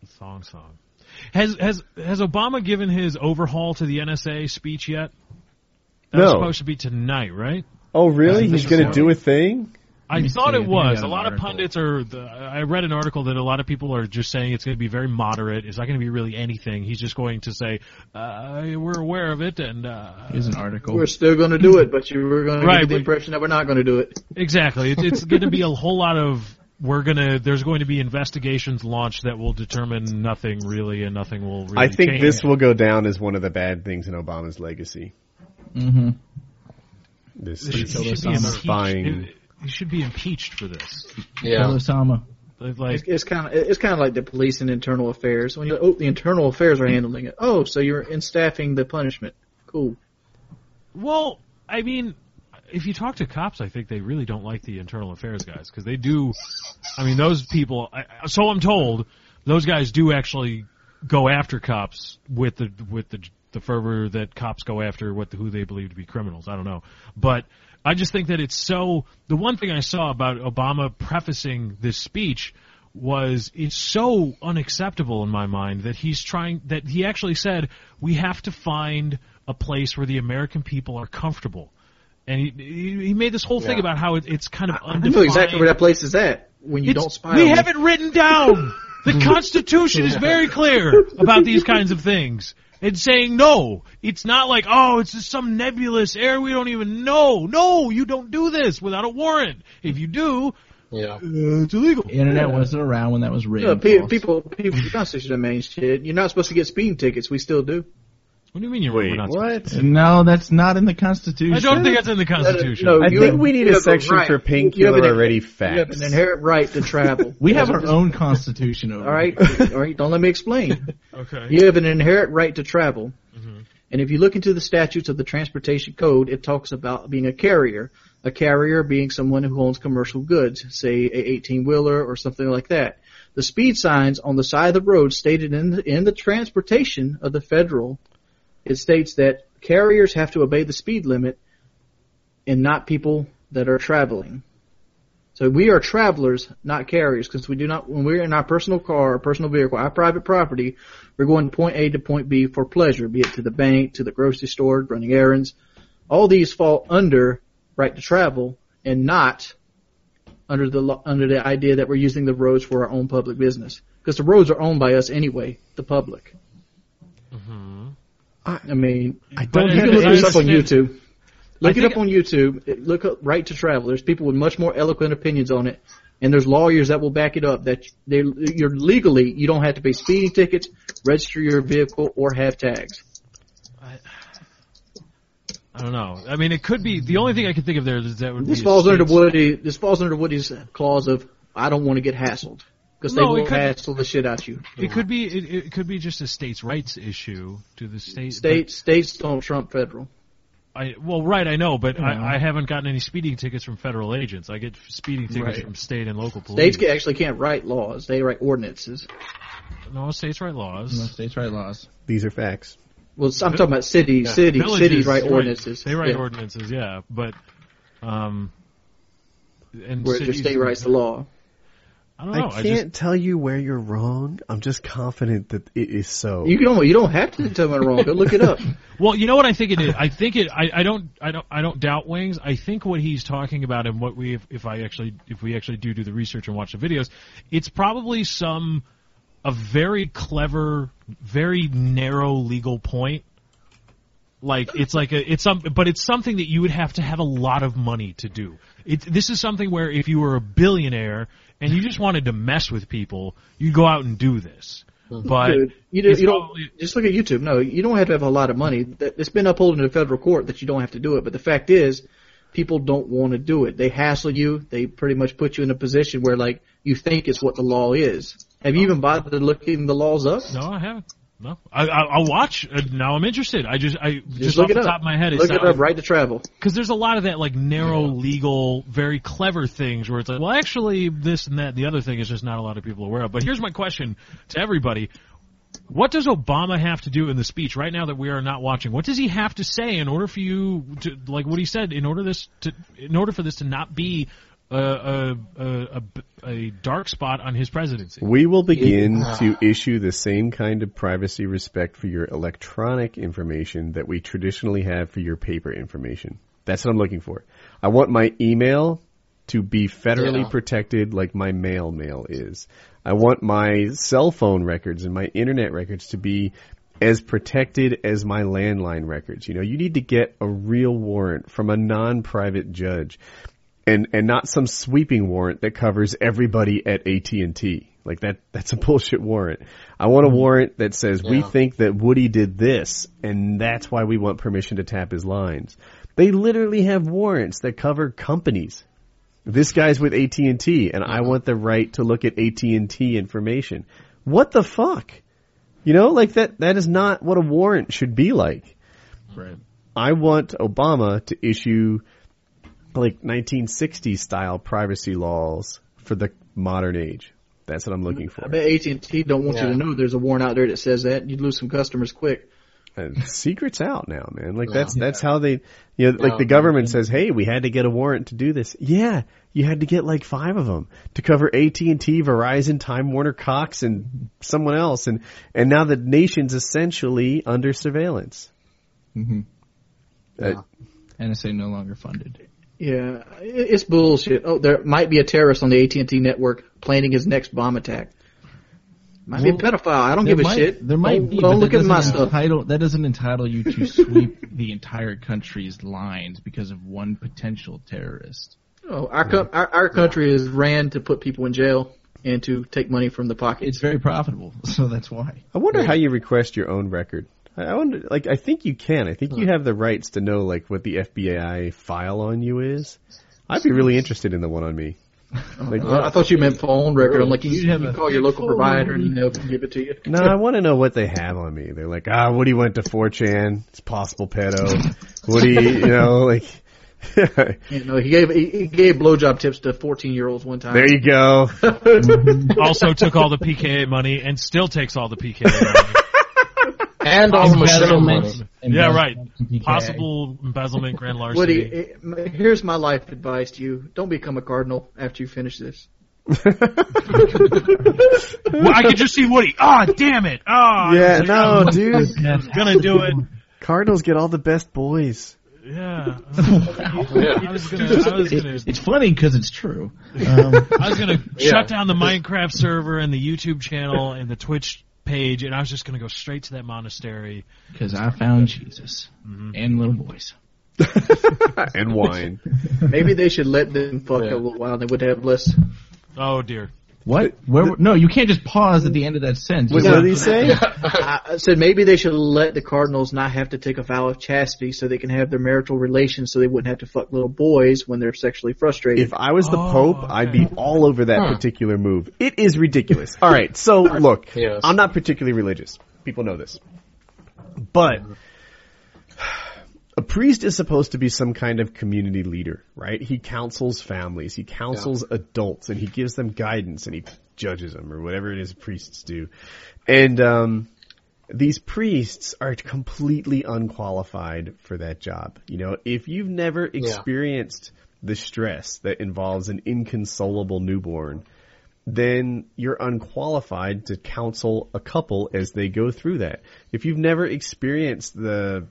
The thong song. Has has has Obama given his overhaul to the NSA speech yet? That was No. supposed to be tonight, right? oh, really? He's think gonna so. do a thing? I me thought see. I it think I was. got A an lot of article. pundits are. The, I read an article that a lot of people are just saying it's going to be very moderate. It's not going to be really anything. He's just going to say, uh, "We're aware of it," and uh, Here's an article. We're still going to do it, but you were going Right, to get the but- impression that we're not going to do it. Exactly. It's, it's going to be a whole lot of we're going to there's going to be investigations launched that will determine nothing really and nothing will really I think change. this will go down as one of the bad things in Obama's legacy. hmm This, He should, Tell he us Mm-hmm. should be I'm impeached. spying. He- He should be impeached for this. Tell Yeah. Osama. It's, Like it's kind of it's kind of like the police and internal affairs. When you oh the internal affairs are handling it. Oh, so you're in staffing the punishment. Cool. Well, I mean, if you talk to cops, I think they really don't like the internal affairs guys because they do. I mean, those people. I- I- So I'm told those guys do actually go after cops with the with the the fervor that cops go after what who they believe to be criminals. I don't know, but I just think that it's so. The one thing I saw about Obama prefacing this speech was it's so unacceptable in my mind that he's trying that he actually said we have to find a place where the American people are comfortable, and he he he made this whole thing Yeah. about how it, it's kind of You undefined. know exactly where that place is at when you It's- don't spy. we on have them. it written down. The Constitution is very clear about these kinds of things. It's saying no. It's not like oh, it's just some nebulous air we don't even know. No, you don't do this without a warrant. If you do, Yeah. uh, it's illegal. The internet wasn't around when that was No, written. pe- False. people, people, the Constitution don't mean shit. You're not supposed to get speeding tickets. We still do. What do you mean you're Wait, we're not what? No, that's not in the Constitution. I don't think that's in the Constitution. No, I you think have- we need you a have section right. for You have painkiller an- already You have facts. an inherent right to travel. we have That's our what- own Constitution over All right, here. all right. Don't let me explain. Okay. You have an inherent right to travel. And if you look into the statutes of the Transportation Code, it talks about being a carrier. A carrier being someone who owns commercial goods, say a 18-wheeler or something like that. The speed signs on the side of the road stated in the, in the transportation of the federal, it states that carriers have to obey the speed limit and not people that are traveling. So we are travelers, not carriers, because we do not, when we're in our personal car or personal vehicle, our private property, we're going point A to point B for pleasure, be it to the bank, to the grocery store, running errands. All these fall under right to travel and not under the lo- under the idea that we're using the roads for our own public business because the roads are owned by us anyway, the public. I mean, I But don't you it- can look I this up on understand- YouTube. Look it think- up on YouTube. It- Look up right to travel. There's people with much more eloquent opinions on it, and there's lawyers that will back it up. That they, you're legally, you don't have to pay speeding tickets, register your vehicle, or have tags. I don't know. I mean, it could be the only thing I can think of there is that would This be falls a under state's- Woody. This falls under Woody's clause of I don't want to get hassled because they No, it will could- hassle the shit out you. It could be it, it could be just a states' rights issue to the state. States states don't trump federal. I, well, right, I know, but I, I haven't gotten any speeding tickets from federal agents. I get speeding tickets Right. from state and local police. States ca- actually can't write laws. They write ordinances. no states' right No, laws. states' right laws. These are facts. Well, I'm talking about cities. Cities Villages, cities write ordinances. They write Yeah. ordinances, yeah, but um, and Where the cities- state writes the law. I don't I know. Oh, I, can't just tell you where you're wrong. I'm just confident that it is so. You don't. You don't have to tell me I'm wrong. Go look it up. Well, you know what I think it is. I think it. I, I don't. I don't. I don't doubt Wings. I think what he's talking about, and what we, if, if I actually, if we actually do do the research and watch the videos, it's probably some a very clever, very narrow legal point. Like it's like a it's some but it's something that you would have to have a lot of money to do. It, this is something where if you were a billionaire and you just wanted to mess with people, you'd go out and do this. But Dude, you, do, it's you don't probably- just look at YouTube. No, you don't have to have a lot of money. That- It's been upheld in the federal court that you don't have to do it. But the fact is, people don't want to do it. They hassle you. They pretty much put you in a position where like you think it's what the law is. Have you even bothered looking the laws up? No, I haven't. No, I, I, I'll watch. Uh, now I'm interested. I just, I just, Just off look the it top up. of my head, Look it up. Right to travel. because there's a lot of that like narrow legal, very clever things where it's like, well, actually, this and that, and the other thing is just not a lot of people aware of. But here's my question to everybody: What does Obama have to do in the speech right now that we are not watching? What does he have to say in order for you to like what he said in order this to in order for this to not be a a a, a, a dark spot on his presidency? We will begin to issue the same kind of privacy respect for your electronic information that we traditionally have for your paper information. That's what I'm looking for. I want my email to be federally Yeah. protected like my mail mail is. I want my cell phone records and my internet records to be as protected as my landline records. You know, you need to get a real warrant from a non-private judge and and not some sweeping warrant that covers everybody at AT&T. Like that that's a bullshit warrant. I want a warrant that says we Yeah. think that Woody did this and that's why we want permission to tap his lines. They literally have warrants that cover companies. This guy's with AT&T and I want the right to look at AT&T information. What the fuck? You know, like that that is not what a warrant should be like. Right. I want Obama to issue like 1960s style privacy laws for the modern age. That's what I'm looking I for. bet AT and T don't want you Yeah. to know there's a warrant out there that says that. You'd lose some customers quick. And secrets out now, man. Like Yeah. that's that's how they, you know, like the Yeah. government says, "Hey, we had to get a warrant to do this." Yeah, you had to get like five of them to cover AT and T, Verizon, Time Warner, Cox, and someone else, and and now the nation's essentially under surveillance. Mm-hmm. Uh, NSA no longer funded. Yeah, i- it's bullshit. Oh, there might be a terrorist on the AT and T network planning his next bomb attack. Might be a Well, pedophile. I don't there give a might, shit. There might don't, be. Don't but look that at my doesn't stuff. Entitle, that doesn't entitle you to sweep the entire country's lines because of one potential terrorist. Oh, our, co- our our country is ran to put people in jail and to take money from the pockets. It's very profitable, so that's why. I wonder how you request your own record. I I wonder, like, I think you can. I think you have the rights to know, like, what the FBI file on you is. I'd be really interested in the one on me. Like, Uh, I thought you meant phone record. I'm like, you, You have you a call your local phone. provider and they'll give it to you. no, I want to know what they have on me. They're like, ah, Woody went to 4chan. It's possible pedo. Woody, you know, like, there You know, he gave he, he gave blowjob tips to 14 year olds one time. you go. also took all the PKA money and still takes all the PKA money. And all the Michelle money. Yeah, embezzlement, right. PKA. Possible embezzlement, grand larceny. Woody, eh, m- here's my life advice to you: Don't become a cardinal after you finish this. Well, I could just see Woody. Ah, damn it. Ah, yeah, no, dude. Yeah. gonna do it. Cardinals get all the best boys. Yeah. I Yeah. was gonna, I was gonna, It- it's funny because it's true. Um, I was gonna shut down the Minecraft server and the YouTube channel and the Twitch page, and I was just gonna go straight to that monastery. Because I found Jesus Mm-hmm. and little boys. and wine. Maybe they should let them fuck Yeah. a little while. They would have less. Oh dear. What? Where? were- no, you can't just pause at the end of that sentence. What, what did he say? I I said maybe they should let the cardinals not have to take a vow of chastity, so they can have their marital relations, so they wouldn't have to fuck little boys when they're sexually frustrated. If I was the Oh, Pope, okay. I'd be all over that Huh. particular move. It is ridiculous. All right, so look, Yes. I'm not particularly religious. People know this. But a priest is supposed to be some kind of community leader, right? He counsels families, he counsels adults, and he gives them guidance, and he judges them, or whatever it is priests do. And, um, these priests are completely unqualified for that job. You know, if you've never experienced the stress that involves an inconsolable newborn, then you're unqualified to counsel a couple as they go through that. If you've never experienced the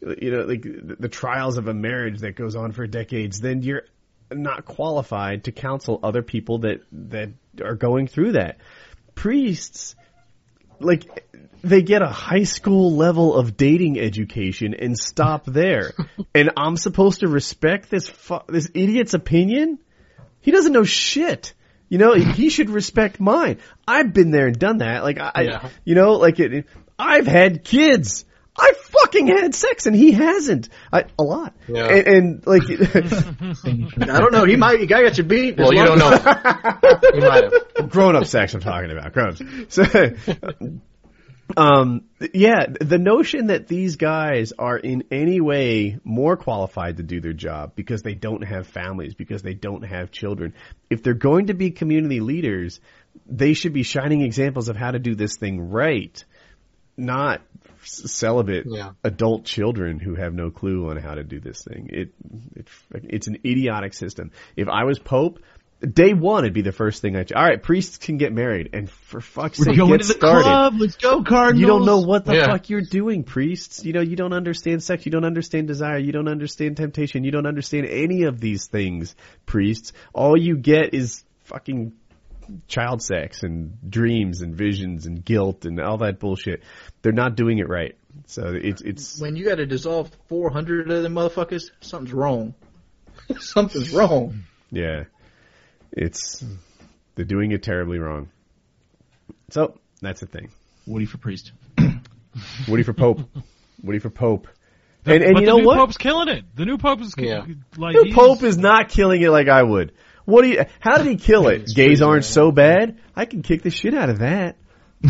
you know, like the the trials of a marriage that goes on for decades, then you're not qualified to counsel other people that that are going through that priests like they get a high school level of dating education and stop there. and I'm supposed to respect this fu- this idiot's opinion? He doesn't know shit. You know, he should respect mine. I've been there and done that. Like I, Yeah. I you know, like it, I've had kids. I fucking had sex and he hasn't. I, a lot. Yeah. And, and like I don't know. He might. The guy got you beat. Well, you don't know. you might have. grown up sex I'm talking about. Grown ups. So, um, yeah, the notion that these guys are in any way more qualified to do their job because they don't have families, because they don't have children. If they're going to be community leaders, they should be shining examples of how to do this thing right, not c- celibate Yeah. adult children who have no clue on how to do this thing. It, it it's an idiotic system. If I was pope, day one would be the first thing I. All right, priests can get married, and for fuck's We're sake, going get to the started. club. Let's go, Cardinals. You don't know what the Yeah. fuck you're doing, priests. You know, you don't understand sex. You don't understand desire. You don't understand temptation. You don't understand any of these things, priests. All you get is fucking child sex and dreams and visions and guilt and all that bullshit. They're not doing it right. So it's, it's, When you got to dissolve 400 of them motherfuckers, something's wrong. something's wrong. yeah. It's, they're doing it terribly wrong. So that's the thing. Woody for priest. Woody for Pope. Woody for Pope. The- and and but you the know new what? Pope's killing it. The new Pope is ki- Yeah. like The he's- Pope is not killing it like I would. What do you? How did he kill it? Gays aren't so bad. I can kick the shit out of that.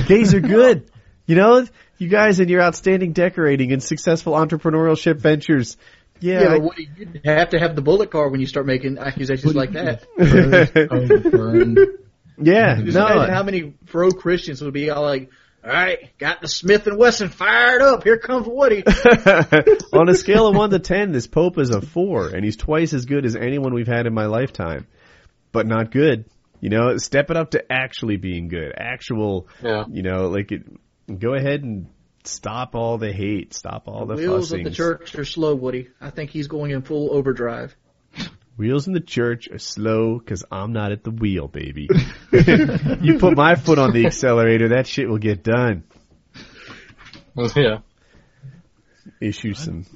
Gays are good. You know, you guys and your outstanding decorating and successful entrepreneurship ventures. Yeah, Yeah, I- but what, you have to have the bullet card when you start making accusations like that. yeah. Just imagine how No, many pro Christians would be all like, "All right, got the Smith and Wesson fired up. Here comes Woody." on a scale of one to ten, this Pope is a four, and he's twice as good as anyone we've had in my lifetime, but not good. You know, step it up to actually being good, actual Yeah. you know, like it, go ahead and stop all the hate, stop all the, Wheels of fussings. the church are slow, Woody. I think he's going in full overdrive. Wheels in the church are slow because I'm not at the wheel, baby. you put my foot on the accelerator, that shit will get done. Yeah. Issue some.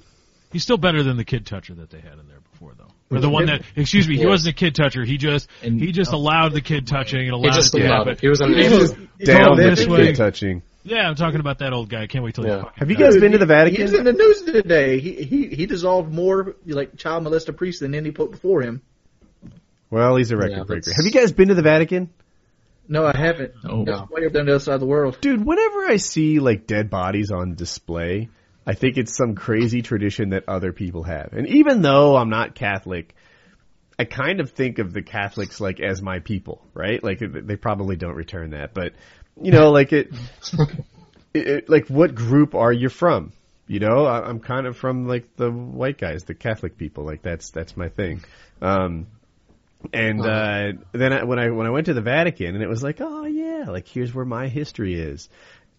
He's still better than the kid toucher that they had in there before, though. Or the one that, excuse me, he Yeah. wasn't a kid toucher. He just And- he just oh. allowed the kid touching and allowed He just it to allowed happen. it. He was an He was- Down this with the way. kid touching. yeah, I'm talking about that old guy. Can't wait till Yeah. he fucking Have you dies. guys been to the Uh, He was in Vatican? the news today. He he he dissolved more like child molester priests than any pope before him. Well, he's a Yeah, record breaker. that's- Have you guys been to the Vatican? No, I haven't. Oh, No. Way up there on the other side of the world. Dude, whenever I see like dead bodies on display, I think it's some crazy tradition that other people have. And even though I'm not Catholic, I kind of think of the Catholics like as my people, right? Like they probably don't return that, but you know, like it, it, it like what group are you from? You know, I, I'm kind of from like the white guys, the Catholic people. Like that's that's my thing. Um, and uh, then I, when I when I went to the Vatican, and it was like, oh yeah, like here's where my history is.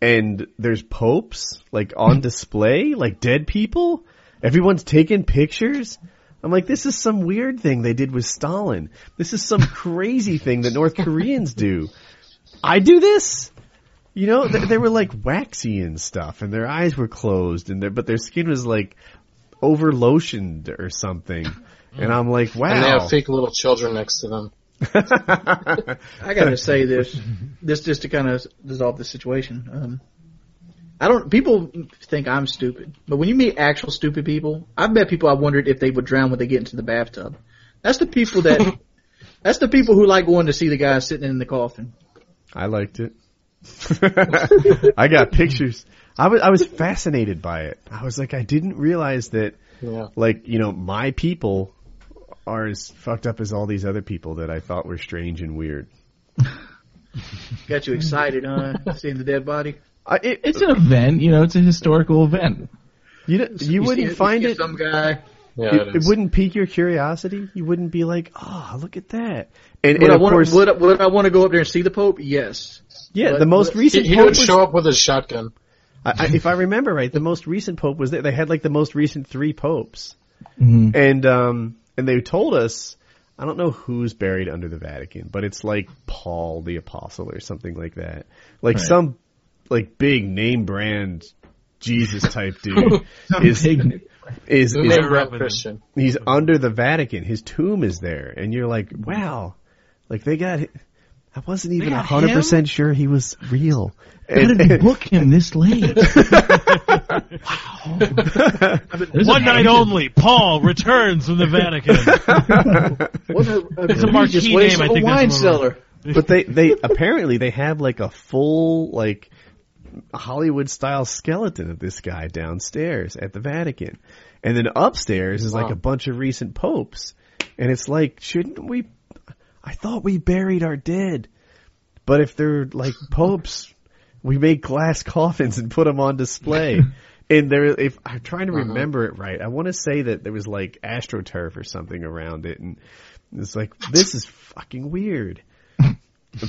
And there's popes like on display, like dead people. Everyone's taking pictures. I'm like, this is some weird thing they did with Stalin. This is some crazy thing that North Koreans do. I do this. You know, they, they were like waxy and stuff, and their eyes were closed, and their but their skin was like over lotioned or something. And I'm like, wow. And they have fake little children next to them. I gotta say this, this just to kind of dissolve the situation. Um, I don't. People think I'm stupid, but when you meet actual stupid people, I've met people I wondered if they would drown when they get into the bathtub. That's the people that. that's the people who like going to see the guy sitting in the coffin. I liked it. I got pictures. I was I was fascinated by it. I was like, I didn't realize that, Yeah. like you know, my people are as fucked up as all these other people that I thought were strange and weird. Got you excited, huh? Seeing the dead body. I, it, it's an event. You know, it's a historical event. you don't- you see- wouldn't find see it. Some guy. Yeah. It, It, it is. wouldn't pique your curiosity. You wouldn't be like, oh, look at that. And, Would and I of want? course, would, I- would I want to go up there and see the Pope? Yes. yeah, would- the most would- He, recent he pope would was- show up with his shotgun. I, I, if I remember right, the most recent pope was they had like the most recent three popes, Mhm. and um, and they told us. I don't know who's buried under the Vatican, but it's like Paul the Apostle or something like that. Like Right. some like big name brand Jesus type dude is Big- is, Who is made Rob Christian? he's under the Vatican. His tomb is there, and you're like, wow, like they got. I wasn't even got hundred percent sure he was real. How And- did we book him this late? there's One a- night only, Paul returns from the Vatican. What a, a it's a marquee name, I think that's wine what it cellar. but they they apparently they have like a full like Hollywood style skeleton of this guy downstairs at the Vatican, and then upstairs is like Wow. a bunch of recent popes, and it's like shouldn't we? I thought we buried our dead, but if they're like popes, we make glass coffins and put them on display. And there, if I'm trying to remember it right, I want to say that there was like astroturf or something around it, and it's like this is fucking weird.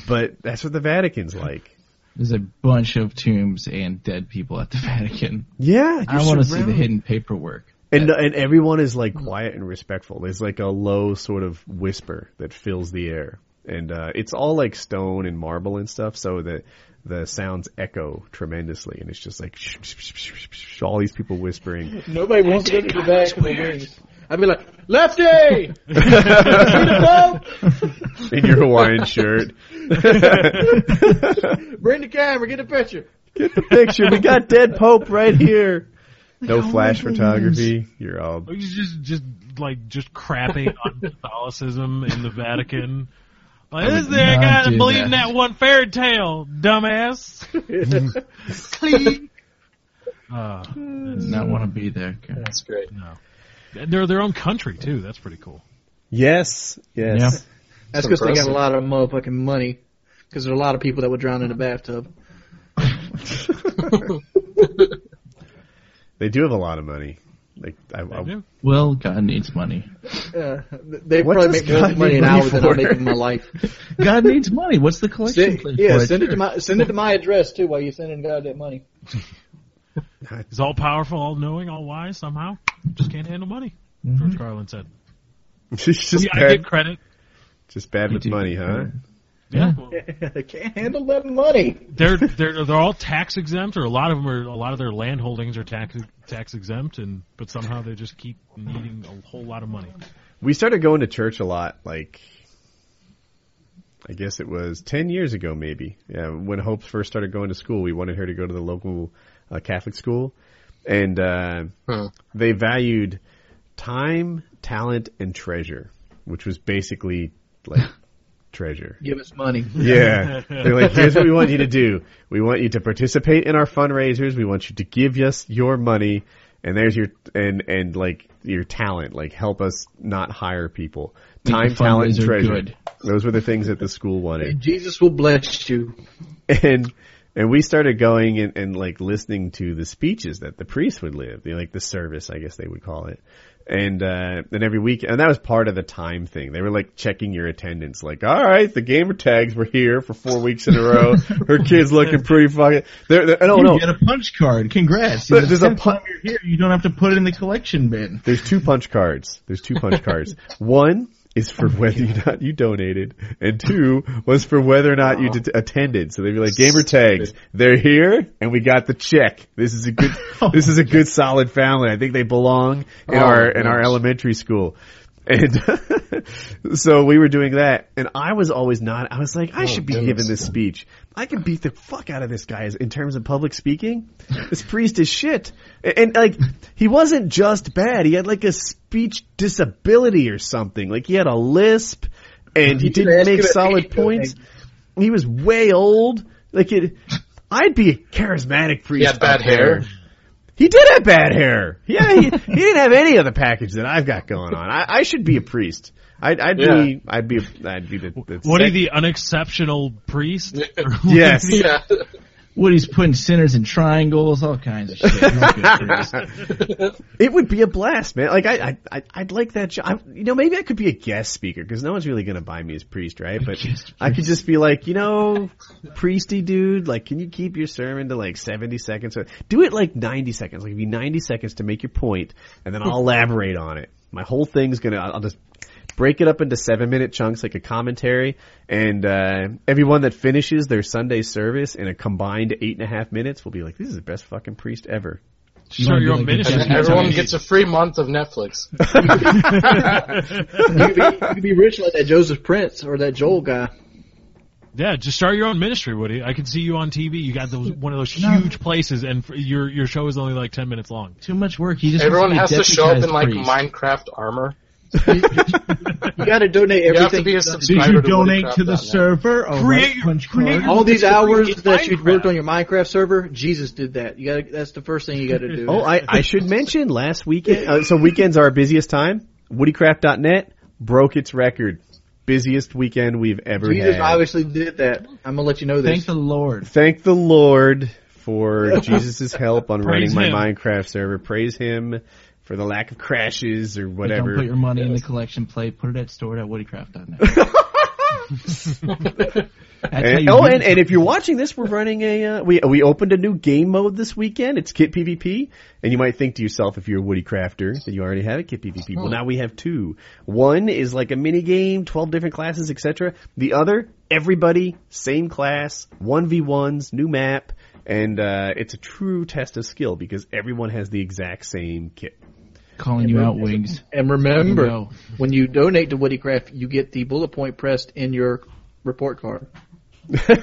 But that's what the Vatican's like. There's a bunch of tombs and dead people at the Vatican. Yeah, you're I want to see the surrounded. hidden paperwork. And and everyone is like quiet and respectful. There's like a low sort of whisper that fills the air, and uh, it's all like stone and marble and stuff, so that the sounds echo tremendously, and it's just like shh, shh, shh, shh, shh, shh, all these people whispering. Nobody wants to go to the back of the wings. I'd be like, Lefty! in your Hawaiian shirt. Bring the camera, get a picture. Get the picture. We got dead Pope right here. No flash photography. You're all. He's just just like just crapping on Catholicism in the Vatican. Like, this would there not guy that do believed in that. that one fairy tale, dumbass. Clean. Uh, Not want to be there. God. That's great. they're their own country too. That's pretty cool. Yes. Yes. That's because they got impressive. a lot of motherfucking money. Because there are a lot of people that would drown in a bathtub. They do have a lot of money. Like I, I, Well, God needs money. Uh, they What probably does make more God money need an money hour than I for? make in my life. God needs money. What's the collection Send- plate yeah, for? send it to Sure. my send it to my address too. While you're sending God that money, He's all powerful, all knowing, all wise. Somehow, just can't handle money. Mm-hmm. George Carlin said. it's just Yeah, I bad. give credit. Just bad with do. money, huh? Yeah. Yeah. well, they can't handle that money. they're they're they're all tax exempt, or a lot of them are. A lot of their land holdings are tax tax exempt, and but somehow they just keep needing a whole lot of money. we started going to church a lot like I guess it was 10 years ago maybe. Yeah, when Hope first started going to school, we wanted her to go to the local uh, Catholic school and uh Hmm. they valued time, talent and treasure, which was basically like treasure. Give us money. Yeah. They're like, here's what we want you to do. We want you to participate in our fundraisers. We want you to give us your money. And there's your, and, and like your talent, like help us not hire people. the Time, talent, and fundraiser treasure. good. Those were the things that the school wanted. Jesus will bless you. And, and we started going and, and like listening to the speeches that the priest would live, you know, like the service, I guess they would call it. And, uh, then every week, and that was part of the time thing. They were like checking your attendance, like, all right, the gamer tags were here for four weeks in a row. Her kid's looking pretty fucking, they're, they're, oh you no, get a punch card. Congrats. There- there's a Next time you're here, you don't have to put it in the collection bin. There's two punch cards. There's two punch cards. One is for Oh whether or not you donated, and two was for whether or not you d- attended. So they'd be like, "Gamer tags, they're here, and we got the check. This is a good, this is a good, solid family. I think they belong in Oh, our my in our gosh. elementary school." And so we were doing that, and I was always not. I was like, Oh, I should be goodness. giving this speech. I can beat the fuck out of this guy as- in terms of public speaking. This priest is shit, and, and like he wasn't just bad. He had like a speech disability or something. Like he had a lisp, and he You should didn't ask make him if solid he could points. make- He was way old. Like it, I'd be a charismatic priest. He had bad up there. hair. He did have bad hair. Yeah, he, he didn't have any of the package that I've got going on. I, I should be a priest. I'd, I'd be, I'd be, I'd be the. the What are sec- you, the unexceptional priest? Yes. Yeah. Woody's putting sinners in triangles, all kinds of shit. He's a good priest. It would be a blast, man. Like I, I, I- I'd like that job. You know, maybe I could be a guest speaker because no one's really gonna buy me as priest, right? But guest I could just be like, you know, priesty dude. Like, can you keep your sermon to like seventy seconds? Or do it like ninety seconds. Like, it'd be ninety seconds to make your point, and then I'll elaborate on it. My whole thing's gonna. I'll just break it up into seven minute chunks like a commentary, and uh, everyone that finishes their Sunday service in a combined eight and a half minutes will be like, "This is the best fucking priest ever." You Start wanna do your own like a ministry. Jeff And Bezos everyone gets a free month of Netflix. You could, be, you could be rich like that Joseph Prince or that Joel guy. Yeah, just start your own ministry, Woody. I can see you on TV. You got those one of those huge places, and f your your show is only like ten minutes long. Too much work. He just Everyone has wants to be show up in deputized like priest. Minecraft armor. You got to donate You have to everything. be a Did you've done. subscriber. you donate Woodcraft to the dot net. server or Create- right punch create- card? All these It's hours freaking that you Minecraft. worked on your Minecraft server, Jesus did that. You got to that's the first thing you got to do. Oh, I, I should mention last weekend. Uh, so weekends are our busiest time. WoodyCraft.net broke its record, busiest weekend we've ever Jesus had. obviously did that. I'm gonna let you know this. Thank the Lord. Thank the Lord for Jesus' help on running Praise my him. Minecraft server. Praise him for the lack of crashes or But Don't whatever. put your money in the collection plate. Put it at store.woodycraft.net. That's how And- you oh, do and, it. and if you're watching this, we're running a uh, we we opened a new game mode this weekend. It's Kit PvP, and you might think to yourself, if you're a Woody Crafter, that you already have a Kit PvP. Well, now we have two. One is like a mini game, twelve different classes, etc. The other, everybody, same class, one v ones, new map, and uh, it's a true test of skill because everyone has the exact same kit. calling you out, Wings. And remember, You know. when you donate to Woodycraft, you get the bullet point pressed in your report card. Great.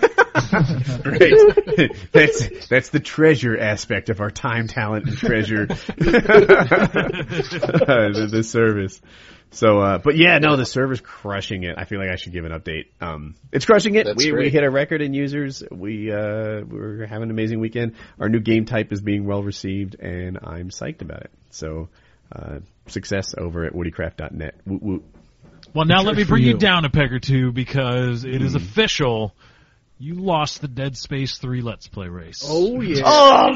that's that's the treasure aspect of our time, talent, and treasure. the, the service. So, uh, but yeah, no, the server's crushing it. I feel like I should give an update. Um, it's crushing it. That's We, we great. hit a record in users. We uh, we're having an amazing weekend. Our new game type is being well received, and I'm psyched about it. So, uh, success over at woodycraft.net. Woot woot. Well, now let me bring you. you. down a peg or two because it is official. You lost the Dead Space Three Let's Play race. Oh yeah. Oh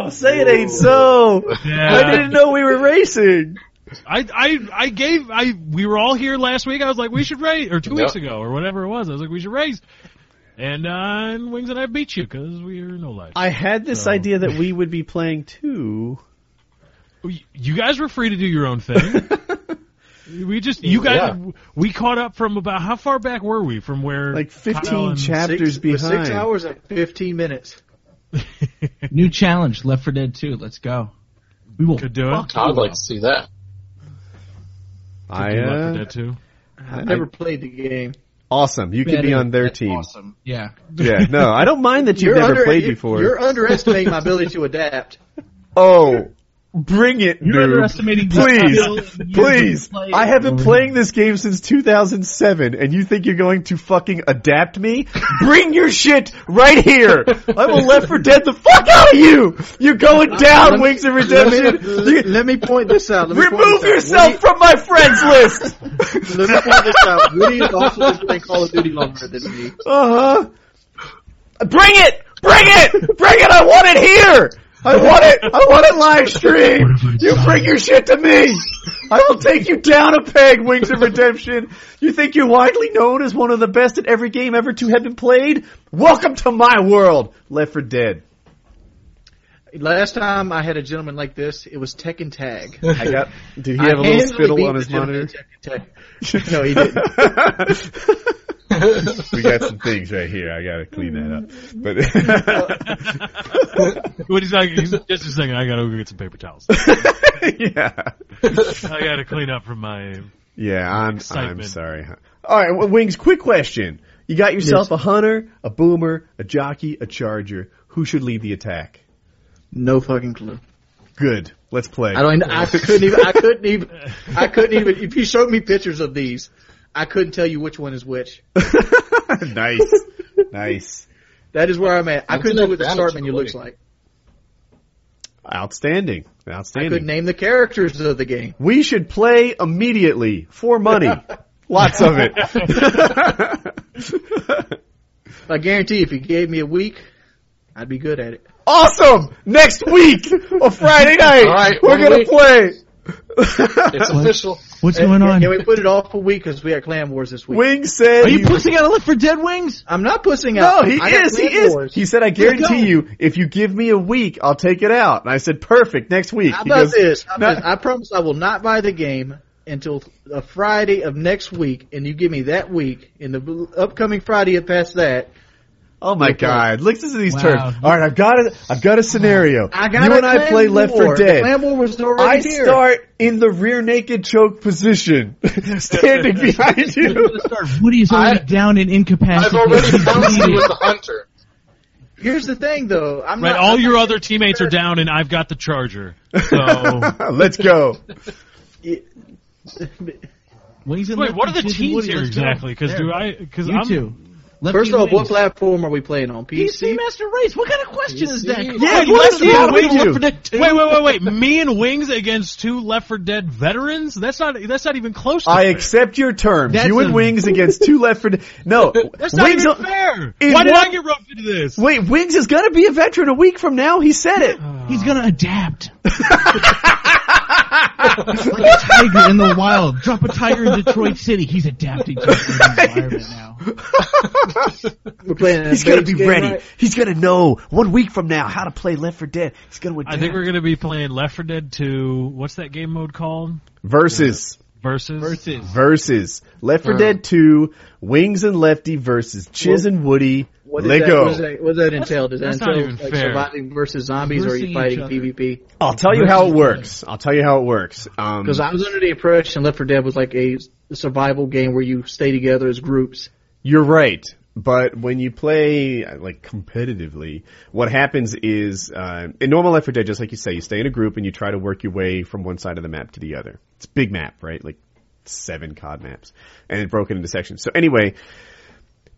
no! Say it ain't so. Yeah. I didn't know we were racing. I, I I gave I we were all here last week. I was like, we should race, or two Yeah. weeks ago, or whatever it was. I was like, we should race. And uh, Wings and I beat you because we are no life. I had this So- idea that we would be playing two. you guys were free to do your own thing. we just you guys we caught up from about how far back were we from where Like Kyle 15 and- chapters Six- we're behind. Six hours and fifteen minutes. New challenge, Left for Dead 2. Let's go. We will Could do it. fuck you I'd like up. to see that. I, You left uh, for dead too. I've never played the game. awesome. You could That be is- on their that's team. Awesome. Yeah. Yeah, no, I don't mind that you've never under- played you're- before. You're underestimating my ability to adapt. oh, bring it, You're dude. underestimating the skill Please, and you please. can play I have it. been playing this game since 2007, and you think you're going to fucking adapt me? Bring your shit right here. I will left for dead the fuck out of you. You're going down, Wings of Let Redemption. me, You- let, me point this out. Let me point Remove this yourself Out. from my friends list. Woody, let me point this out. Woody is also been playing Call of Duty longer than me. Uh huh. Uh-huh. Bring it! Bring it! Bring it! I want it here! I want it! I want it live stream! You bring your shit to me! I will take you down a peg, Wings of Redemption! You think you're widely known as one of the best at every game ever to have been played? Welcome to my world! Left for Dead. Last time I had a gentleman like this, it was Tekken Tag. I got. Did he I have a little handily spittle beat on his the gentleman monitor? in Tekken Tag. No, he didn't. we got some things right here. I gotta clean that up. But What he's like, he's, just a second. I gotta go get some paper towels. yeah, I gotta clean up from my. yeah. I'm I'm Excitement. sorry. All right, well, Wings. Quick question: You got yourself a hunter, a boomer, a jockey, a charger. Who should lead the attack? No fucking clue. Good. Let's play. I don't. I couldn't even. I couldn't even. I couldn't even. If you showed me pictures of these, I couldn't tell you which one is which. nice, nice, That is where I'm at. I That's couldn't an tell what the advantage start of menu winning. looks like. outstanding, I could outstanding. name the characters of the game. We should play immediately for money. Lots of it. I guarantee, if you gave me a week, I'd be good at it. awesome! Next week, a Friday night, All right, we're one gonna week. play. It's official. What's going Can- on? Can we put it off a week because we got Clan Wars this week? Wing said, Are you pussing out a Left for Dead Wings? I'm not pushing "No, out. he I got is. He Clan is." Wars. He said, "I guarantee you, if you give me a week, I'll take it out." And I said, "Perfect. Next week." How He about goes, this? How about "No." this? I promise I will not buy the game until a Friday of next week, and you give me that week, and the upcoming Friday past that, Oh my god! Look at these Wow. terms. All right, I've got it. I've got a scenario. I got you a and I clam play Left war. for Dead. The clam war was already I here. start in the rear naked choke position, standing behind you. Woody's already I- down in I've incapacity. already pounced you with the hunter. Here's the thing, though. I'm Right, not, all your other teammates are down, and I've got the charger. So, Let's go. Wings and wait, Lefty, what are the Chiz and teams Woody, here let's go. exactly? Because do There. I? Because You I'm two. Lefty First and off, what Wings. platform are we playing on? PC? PC Master Race. What kind of question is that? Yeah, Why do it you was ask the me bottom what of you. for that too? Wait, wait, wait, wait! Me and Wings against two Left 4 Dead veterans? That's not. That's not even close. To I fair. accept your terms. That's you and a- Wings against two Left for Dead. No, That's not Wings. even don't- fair. In Why did one- I get roped into this? Wait, Wings is gonna be a veteran a week from now. He said it. He's gonna adapt. like a tiger in the wild. Drop a tiger in Detroit City. He's adapting to the environment now. We're playing. He's gonna be ready. He's gonna know one week from now how to play Left for Dead. He's gonna. I think we're gonna be playing Left 4 Dead 2. What's that game mode called? versus. Versus. Versus. versus Left 4 Dead 2, Wings and Lefty versus Chiz and Woody. What does, that, what, does Lego. that, what does that entail? Does that That's not entail even like fair. surviving versus zombies, or are Versing you each fighting other. PvP? I'll tell you how it works. I'll tell you how it works. Um, Because I was under the impression Left 4 Dead was like a survival game where you stay together as groups. you're right. But when you play uh, like competitively, what happens is uh, in normal Left 4 Dead, just like you say, you stay in a group and you try to work your way from one side of the map to the other. It's a big map, right? Like seven COD maps, and it's broken into sections. So anyway,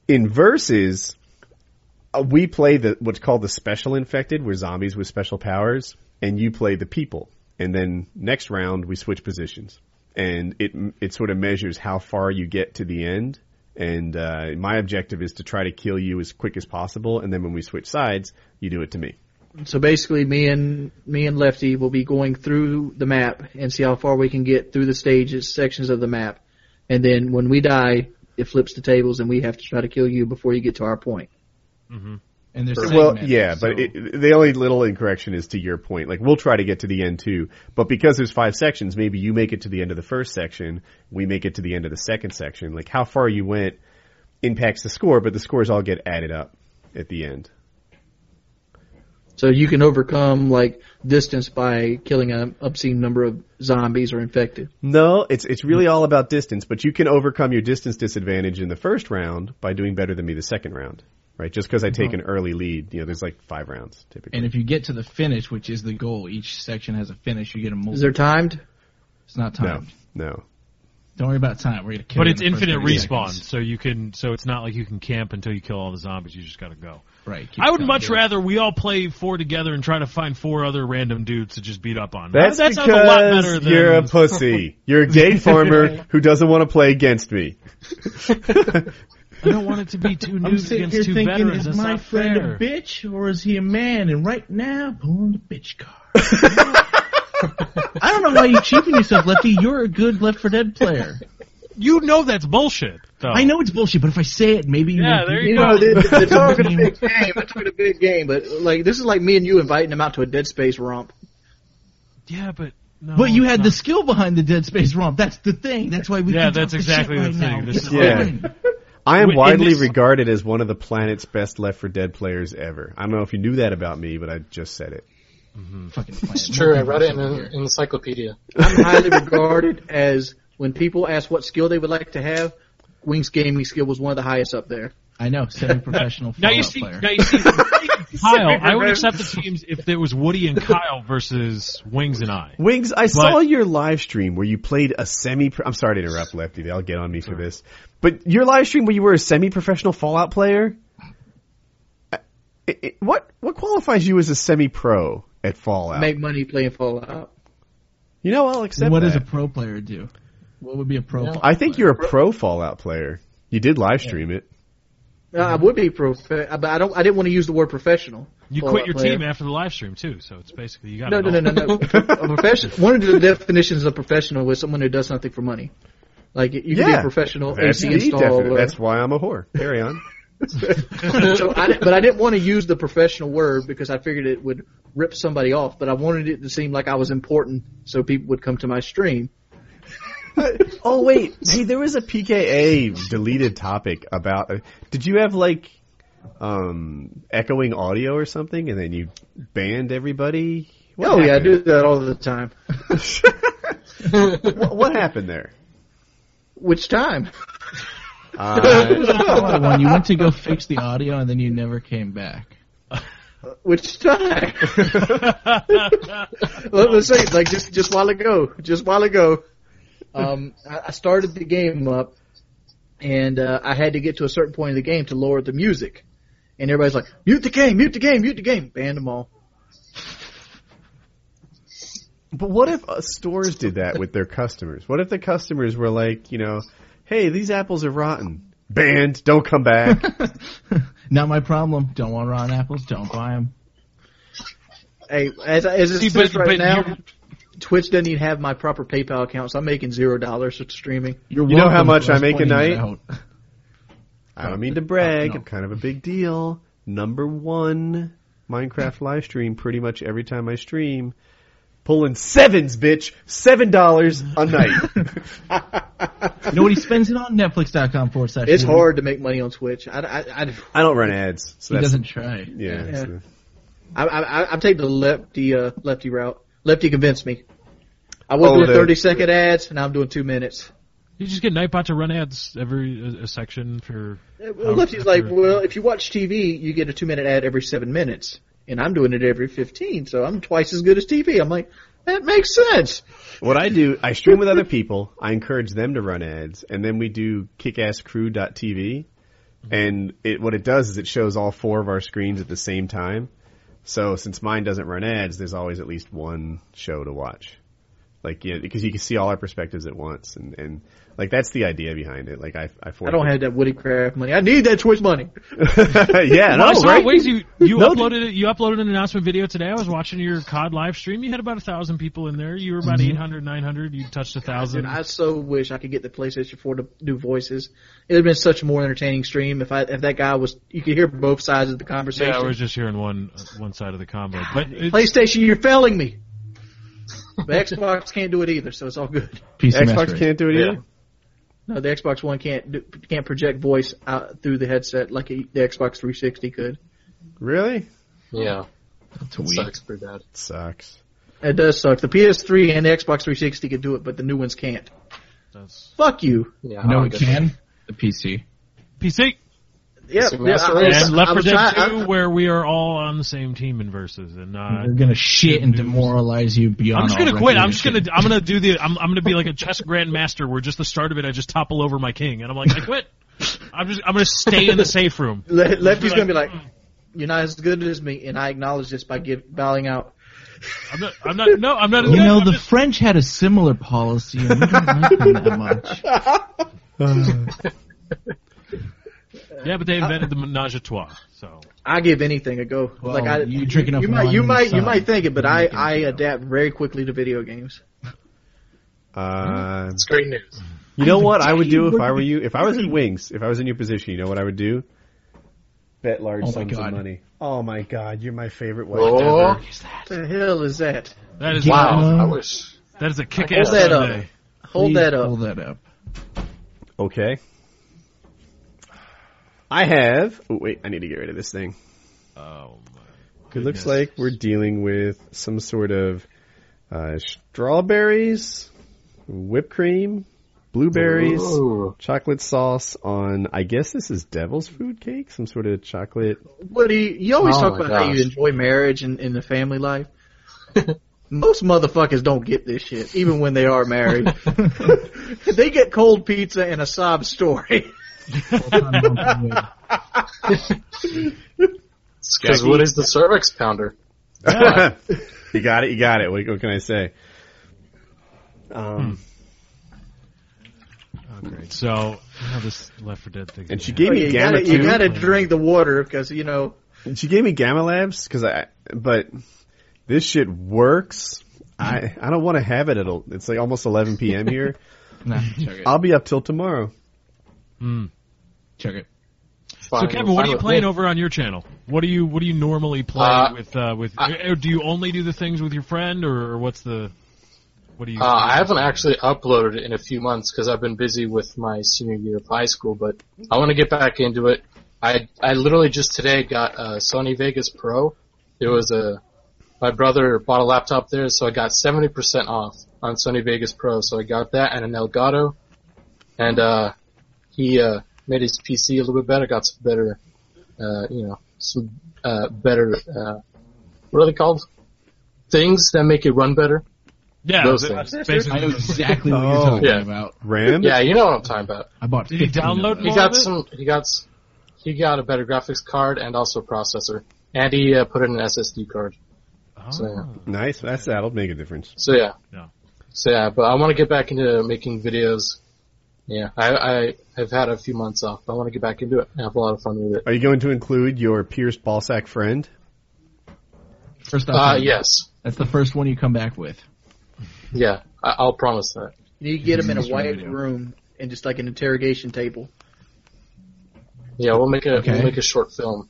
in versus, uh, we play the what's called the special infected, we're zombies with special powers, and you play the people. And then next round we switch positions, and it it sort of measures how far you get to the end. And uh, my objective is to try to kill you as quick as possible, and then when we switch sides, you do it to me. So basically, me and me and Lefty will be going through the map and see how far we can get through the stages, sections of the map, and then when we die, it flips the tables and we have to try to kill you before you get to our point. And there's Well, segments, yeah, so- but it, the only little incorrection is to your point. Like we'll try to get to the end too, but because there's five sections, maybe you make it to the end of the first section, we make it to the end of the second section. Like how far you went impacts the score, but the scores all get added up at the end. So you can overcome like distance by killing an obscene number of zombies or infected. No, it's it's really all about distance, but you can overcome your distance disadvantage in the first round by doing better than me the second round, right? Just because I Uh-huh. take an early lead, you know, there's like five rounds typically. And if you get to the finish, which is the goal, each section has a finish. You get a multiple. Is there timed? it's not no, timed. no, Don't worry about time. We're gonna kill. But you it's in the first infinite 30 respawn, seconds. so you can. So it's not like you can camp until you kill all the zombies. You just gotta go. Right. keep I would going. much rather we all play four together and try to find four other random dudes to just beat up on. That's, that sounds because a lot better than you're a pussy. You're a gay farmer who doesn't want to play against me. I don't want it to be two I'm noobs sitting against here two thinking, veterans. is That's my not friend fair. a bitch or is he a man? And right now, pulling the bitch card. I don't know why you cheapen yourself, Lefty. You're a good Left for Dead player. You know that's bullshit. Though. I know it's bullshit, but if I say it, maybe you. Oh. Yeah, won't there be- you You go. know, they're, they're talking a big game. They're talking a big game, but like this is like me and you inviting them out to a Dead Space romp. Yeah, but no. But you it's had not. the skill behind the Dead Space romp. That's the thing. That's why we. Oh. Yeah, can talk that's the exactly shit the right thing. Now. This It's is- Yeah. fine. I am Wait, and widely this- regarded as one of the planet's best Left for Dead players ever. I don't know if you knew that about me, but I just said it. Fucking plan. It's true. I read it in an encyclopedia. I'm highly regarded as when people ask what skill they would like to have. Wings gaming skill was one of the highest up there. I know. Semi-professional Now you Fallout see. player. Now you see. Kyle, I would accept the teams if it was Woody and Kyle versus Wings and I. Wings, I saw But- your live stream where you played a semi. I'm sorry to interrupt, Lefty. They'll get on me for this. But your live stream where you were a semi-professional Fallout player. I- I- I- what what qualifies you as a semi-pro at Fallout? Make money playing Fallout. You know, I'll accept. What that. does a pro player do? What would be a pro? I think you're a pro Fallout player. You did live stream it. No, I would be prof, but I don't. I didn't want to use the word professional. You Fallout quit your player. team after the live stream too, so it's basically you got No, it no, no, all. no, no. a profession. One of the definitions of professional is someone who does something for money. Like you can be Yeah. a professional That's AC the definite. installer. That's why I'm a whore. Carry on. so I, di- but I didn't want to use the professional word because I figured it would rip somebody off. But I wanted it to seem like I was important, so people would come to my stream. oh wait, hey, there was a PKA deleted topic about. Did you have like um echoing audio or something, and then you banned everybody? What Oh yeah, I do happened? that all the time. What, what happened there? Which time? Uh, when you went to go fix the audio and then you never came back. Which time? Let me say, like just just while ago, just while ago, um, I I started the game up, and uh, I had to get to a certain point in the game to lower the music, and everybody's like, "Mute the game, mute the game, mute the game," banned them all. but what if uh, stores did that with their customers? What if the customers were like, you know, hey, these apples are rotten, banned, don't come back. Not my problem. Don't want rotten apples. Don't buy them. Hey, as as it See, sits but- right but now, you're- Twitch doesn't even have my proper PayPal account, so I'm making zero dollars for streaming. You're You know how welcome much for I make a pointing it night? out. I don't mean to brag. No. I'm kind of a big deal. Number one, Minecraft live stream. Pretty much every time I stream, pulling sevens, bitch. Seven dollars a night. You know what he spends it on? Netflix.com forward slash. It's Mm-hmm. movie. hard to make money on Twitch. I I I, I don't run ads, so He that's doesn't try. yeah. Yeah. so- I, I, I take the lefty uh, lefty route. Lefty convinced me. I was Oh, doing the- thirty second ads, and I'm doing two minutes. You just get Nightbot to run ads every uh, a section for. Well, Lefty's like, well, if you watch TV, you get a two minute ad every seven minutes, and I'm doing it every fifteen, so I'm twice as good as TV. I'm like, that makes sense. What I do, I stream with other people. I encourage them to run ads, and then we do kickasscrew.tv. And it, what it does is it shows all four of our screens at the same time. So since mine doesn't run ads, there's always at least one show to watch. Like, yeah, because you can see all our perspectives at once, and, and like that's the idea behind it. Like, I, I, I don't have that Woody Craft money. I need that Twitch money. have. yeah, Well, I no, saw right? ways you you No, uploaded it. You uploaded an announcement video today. I was watching your COD live stream. You had about a thousand people in there. You were about eight hundred, nine hundred. 800, 900. You touched a And thousand. I so wish I could get the PlayStation 4 to do voices. It'd have been such a more entertaining stream if I if that guy was. You could hear both sides of the conversation. yeah, I was just hearing one uh, one side of the combo, but it, PlayStation, you're failing me. But Xbox can't do it either, so it's all good. PC Xbox can't do it Yeah. either. No, the Xbox One can't do, can't project voice out through the headset like a, the Xbox 360 could. Really? Yeah, That's weak. sucks pretty bad. sucks. It does suck. The PS3 and the Xbox 360 could do it, but the new ones can't. that's Fuck you. Yeah, You know I it Oh, guess. can? The PC. PC Yeah, So yeah, I- I was- and Left I 4 was Dead trying- 2, I- where we are all on the same team in versus, and not. They're gonna shit and demoralize you Uh, beyond. I'm just all gonna quit. I'm just gonna. recognition. I'm gonna do the. I'm. I'm gonna be like a chess grandmaster, where just the start of it, I just topple over my king, and I'm like, I quit. I'm just. I'm gonna stay in the safe room. Le- Lefty's Like, gonna be like, "You're not as good as me," and I acknowledge this by give, bowing out. I'm not. I'm not. No, I'm not. You know, I'm the just- French had a similar policy, and we don't like them that much. yeah, but they invented the menage a trois. So I give anything a go. Well, like I, you drink enough You might, wine you and might, you sun, might think it, but you I, can I do that. adapt very quickly to video games. Uh, It's great news. You know what I would do if I were you? If I was in Wings, if I was in your position, you know what I would do? Bet large Oh my sums of God. money. Oh my god, you're my favorite wife Oh, ever. What the hell is that? that is wow! I Um, wish. That is a kick-ass Hold that up. Sunday. Hold Please that up. Hold that up. Okay. I have. Oh wait, I need to get rid of this thing. Oh my. It looks goodness. like we're dealing with some sort of uh, strawberries, whipped cream, blueberries, Ooh. chocolate sauce on. I guess this is devil's food cake, some sort of chocolate. Woody, you always Oh talk my about how gosh. you enjoy marriage and, and the family life. Most motherfuckers don't get this shit, even when they are married. they get cold pizza and a sob story. Because what is the cervix pounder? you got it. You got it. What, what can I say? Um, Great. So how this Left 4 Dead thing. and she gave again. Oh, me you, gamma gotta, you tube. gotta drink the water because you know She gave me gamma labs because I. But this shit works. I I don't want to have it at. el- It's like almost 11 p.m. here. Nah, chug it. I'll be up till tomorrow. Mm. Chug it. So Fine, Kevin, what fine are you with playing me. over on your channel? What do you What do you normally play Uh, with? Uh, with I- or do you only do the things with your friend, or, or what's the? What do you? Uh, I haven't actually uploaded it in a few months because I've been busy with my senior year of high school, but I want to get back into it. I I literally just today got a Sony Vegas Pro. It was a my brother bought a laptop there, so I got 70% off on Sony Vegas Pro. So I got that and an Elgato, and uh, he uh, made his PC a little bit better. Got some better, uh, you know, some uh, better uh, what are they called? Things that make it run better. yeah, those that's things. I basically. know exactly what Oh. you're talking Yeah. about. RAM? Yeah, you know what I'm talking about. I bought. Did you 15 of download those. He All of got it? some. He got. s- He got a better graphics card and also a processor, and he uh, put in an SSD card. Oh. Nice. That's that'll make a difference. So yeah. Yeah. So yeah, but I want to get back into making videos. Yeah, I, I have had a few months off. But I want to get back into it. and have a lot of fun with it. Are you going to include your Pierce Ballsack friend? First off, Uh, yes, that's the first one you come back with. yeah, I, I'll promise that. You need to get him in a That's what I white do. room and just like an interrogation table. Yeah, we'll make a Okay. we'll make a short film.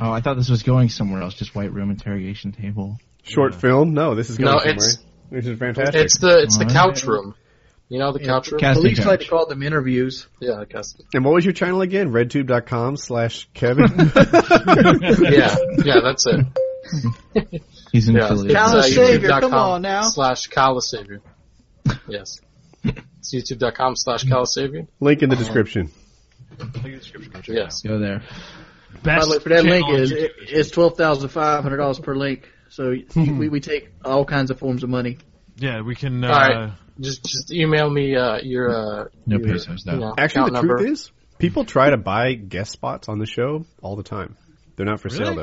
Oh, I thought this was going somewhere else. Just white room interrogation table. Short film? No, this is going No, somewhere. it's- This is fantastic. It's the it's the Alright. couch room. You know the couch room. Cast- Casting Police like couch. to call them interviews. Yeah, I guess. and what was your channel again? RedTube.com slash Kevin. Yeah, yeah, that's it. He's an Yeah. affiliate. Cal- Kyle It's, uh, Savior, come youtube.com on now. Slash Kyle Savior. Yes. It's youtube.com slash Kyle Savior. Link in the description. Yes. Go there. By Best the way, for that link channel on is YouTube. it- it's twelve thousand five hundred dollars per link. So you- we we take all kinds of forms of money. yeah, we can. Uh, All right. Just just email me uh, your uh, No your, pesos, no. you know, Actually, account the number. truth is, people try to buy guest spots on the show all the time. They're not for sale,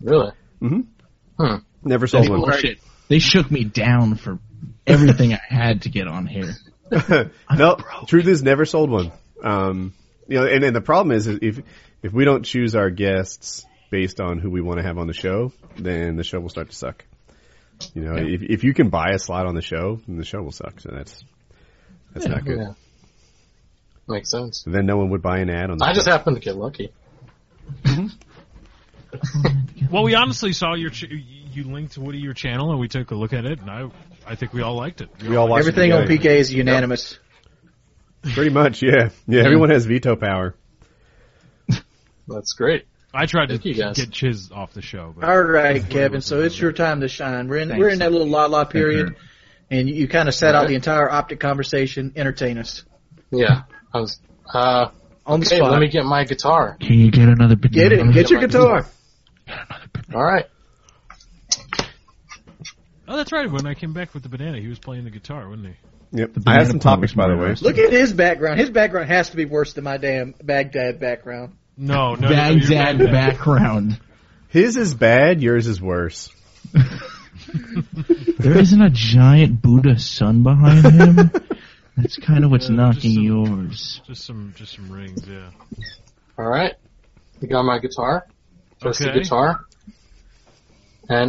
Really? though. really Never sold one. Bullshit. They shook me down for everything I had to get on here. no, truth is never sold one. Um, you know, and, and the problem is if if we don't choose our guests based on who we want to have on the show, then the show will start to suck. You know, if if you can buy a slot on the show, then the show will suck. So that's that's not good. Yeah. Makes sense. Then no one would buy an ad on. The I show. just happened to get lucky. Well, we honestly saw your ch- you linked Woody your channel, and we took a look at it, and I I think we all liked it. we all watch Everything on PK is unanimous. Pretty much, yeah, yeah. Everyone has veto power. That's great. I tried to Thank you, guys. get Chiz off the show, but All right, Kevin. So it's your time to shine. We're in we're in that little la la period, and you, you kind of set out the entire optic conversation. Entertain us Yeah. I was uh on the hey, spot. let me get my guitar. Can you get another banana? get it. Get your my- guitar. All right. oh, that's right. When I came back with the banana, he was playing the guitar, wasn't he? Yep. I have some topics, by the way. Look at his background. His background has to be worse than my damn Baghdad background. No, no, no, no, you're Baghdad right. background. His is bad. Yours is worse. There isn't a giant Buddha sun behind him. That's kind of what's Yeah, just knocking some- yours. Just some, just some rings. Yeah. All right. You got my guitar. Press Okay. the guitar. And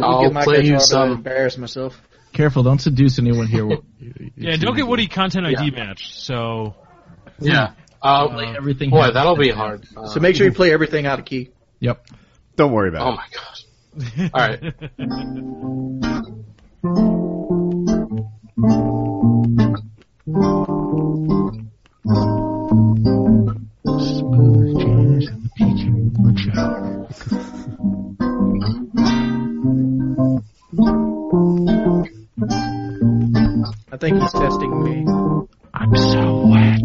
Let me I'll get my play guitar you to some. Embarrass myself. Careful, don't seduce anyone here. Yeah, don't get Woody content ID Yeah. matched. So Yeah. Uh, Play everything. boy, happens. that'll be hard. Uh, So make sure you play everything out of key. Yep. Don't worry about Oh it. my god. All right. Smooth jazz and the peachy moonshine. I think he's testing me. I'm so wet.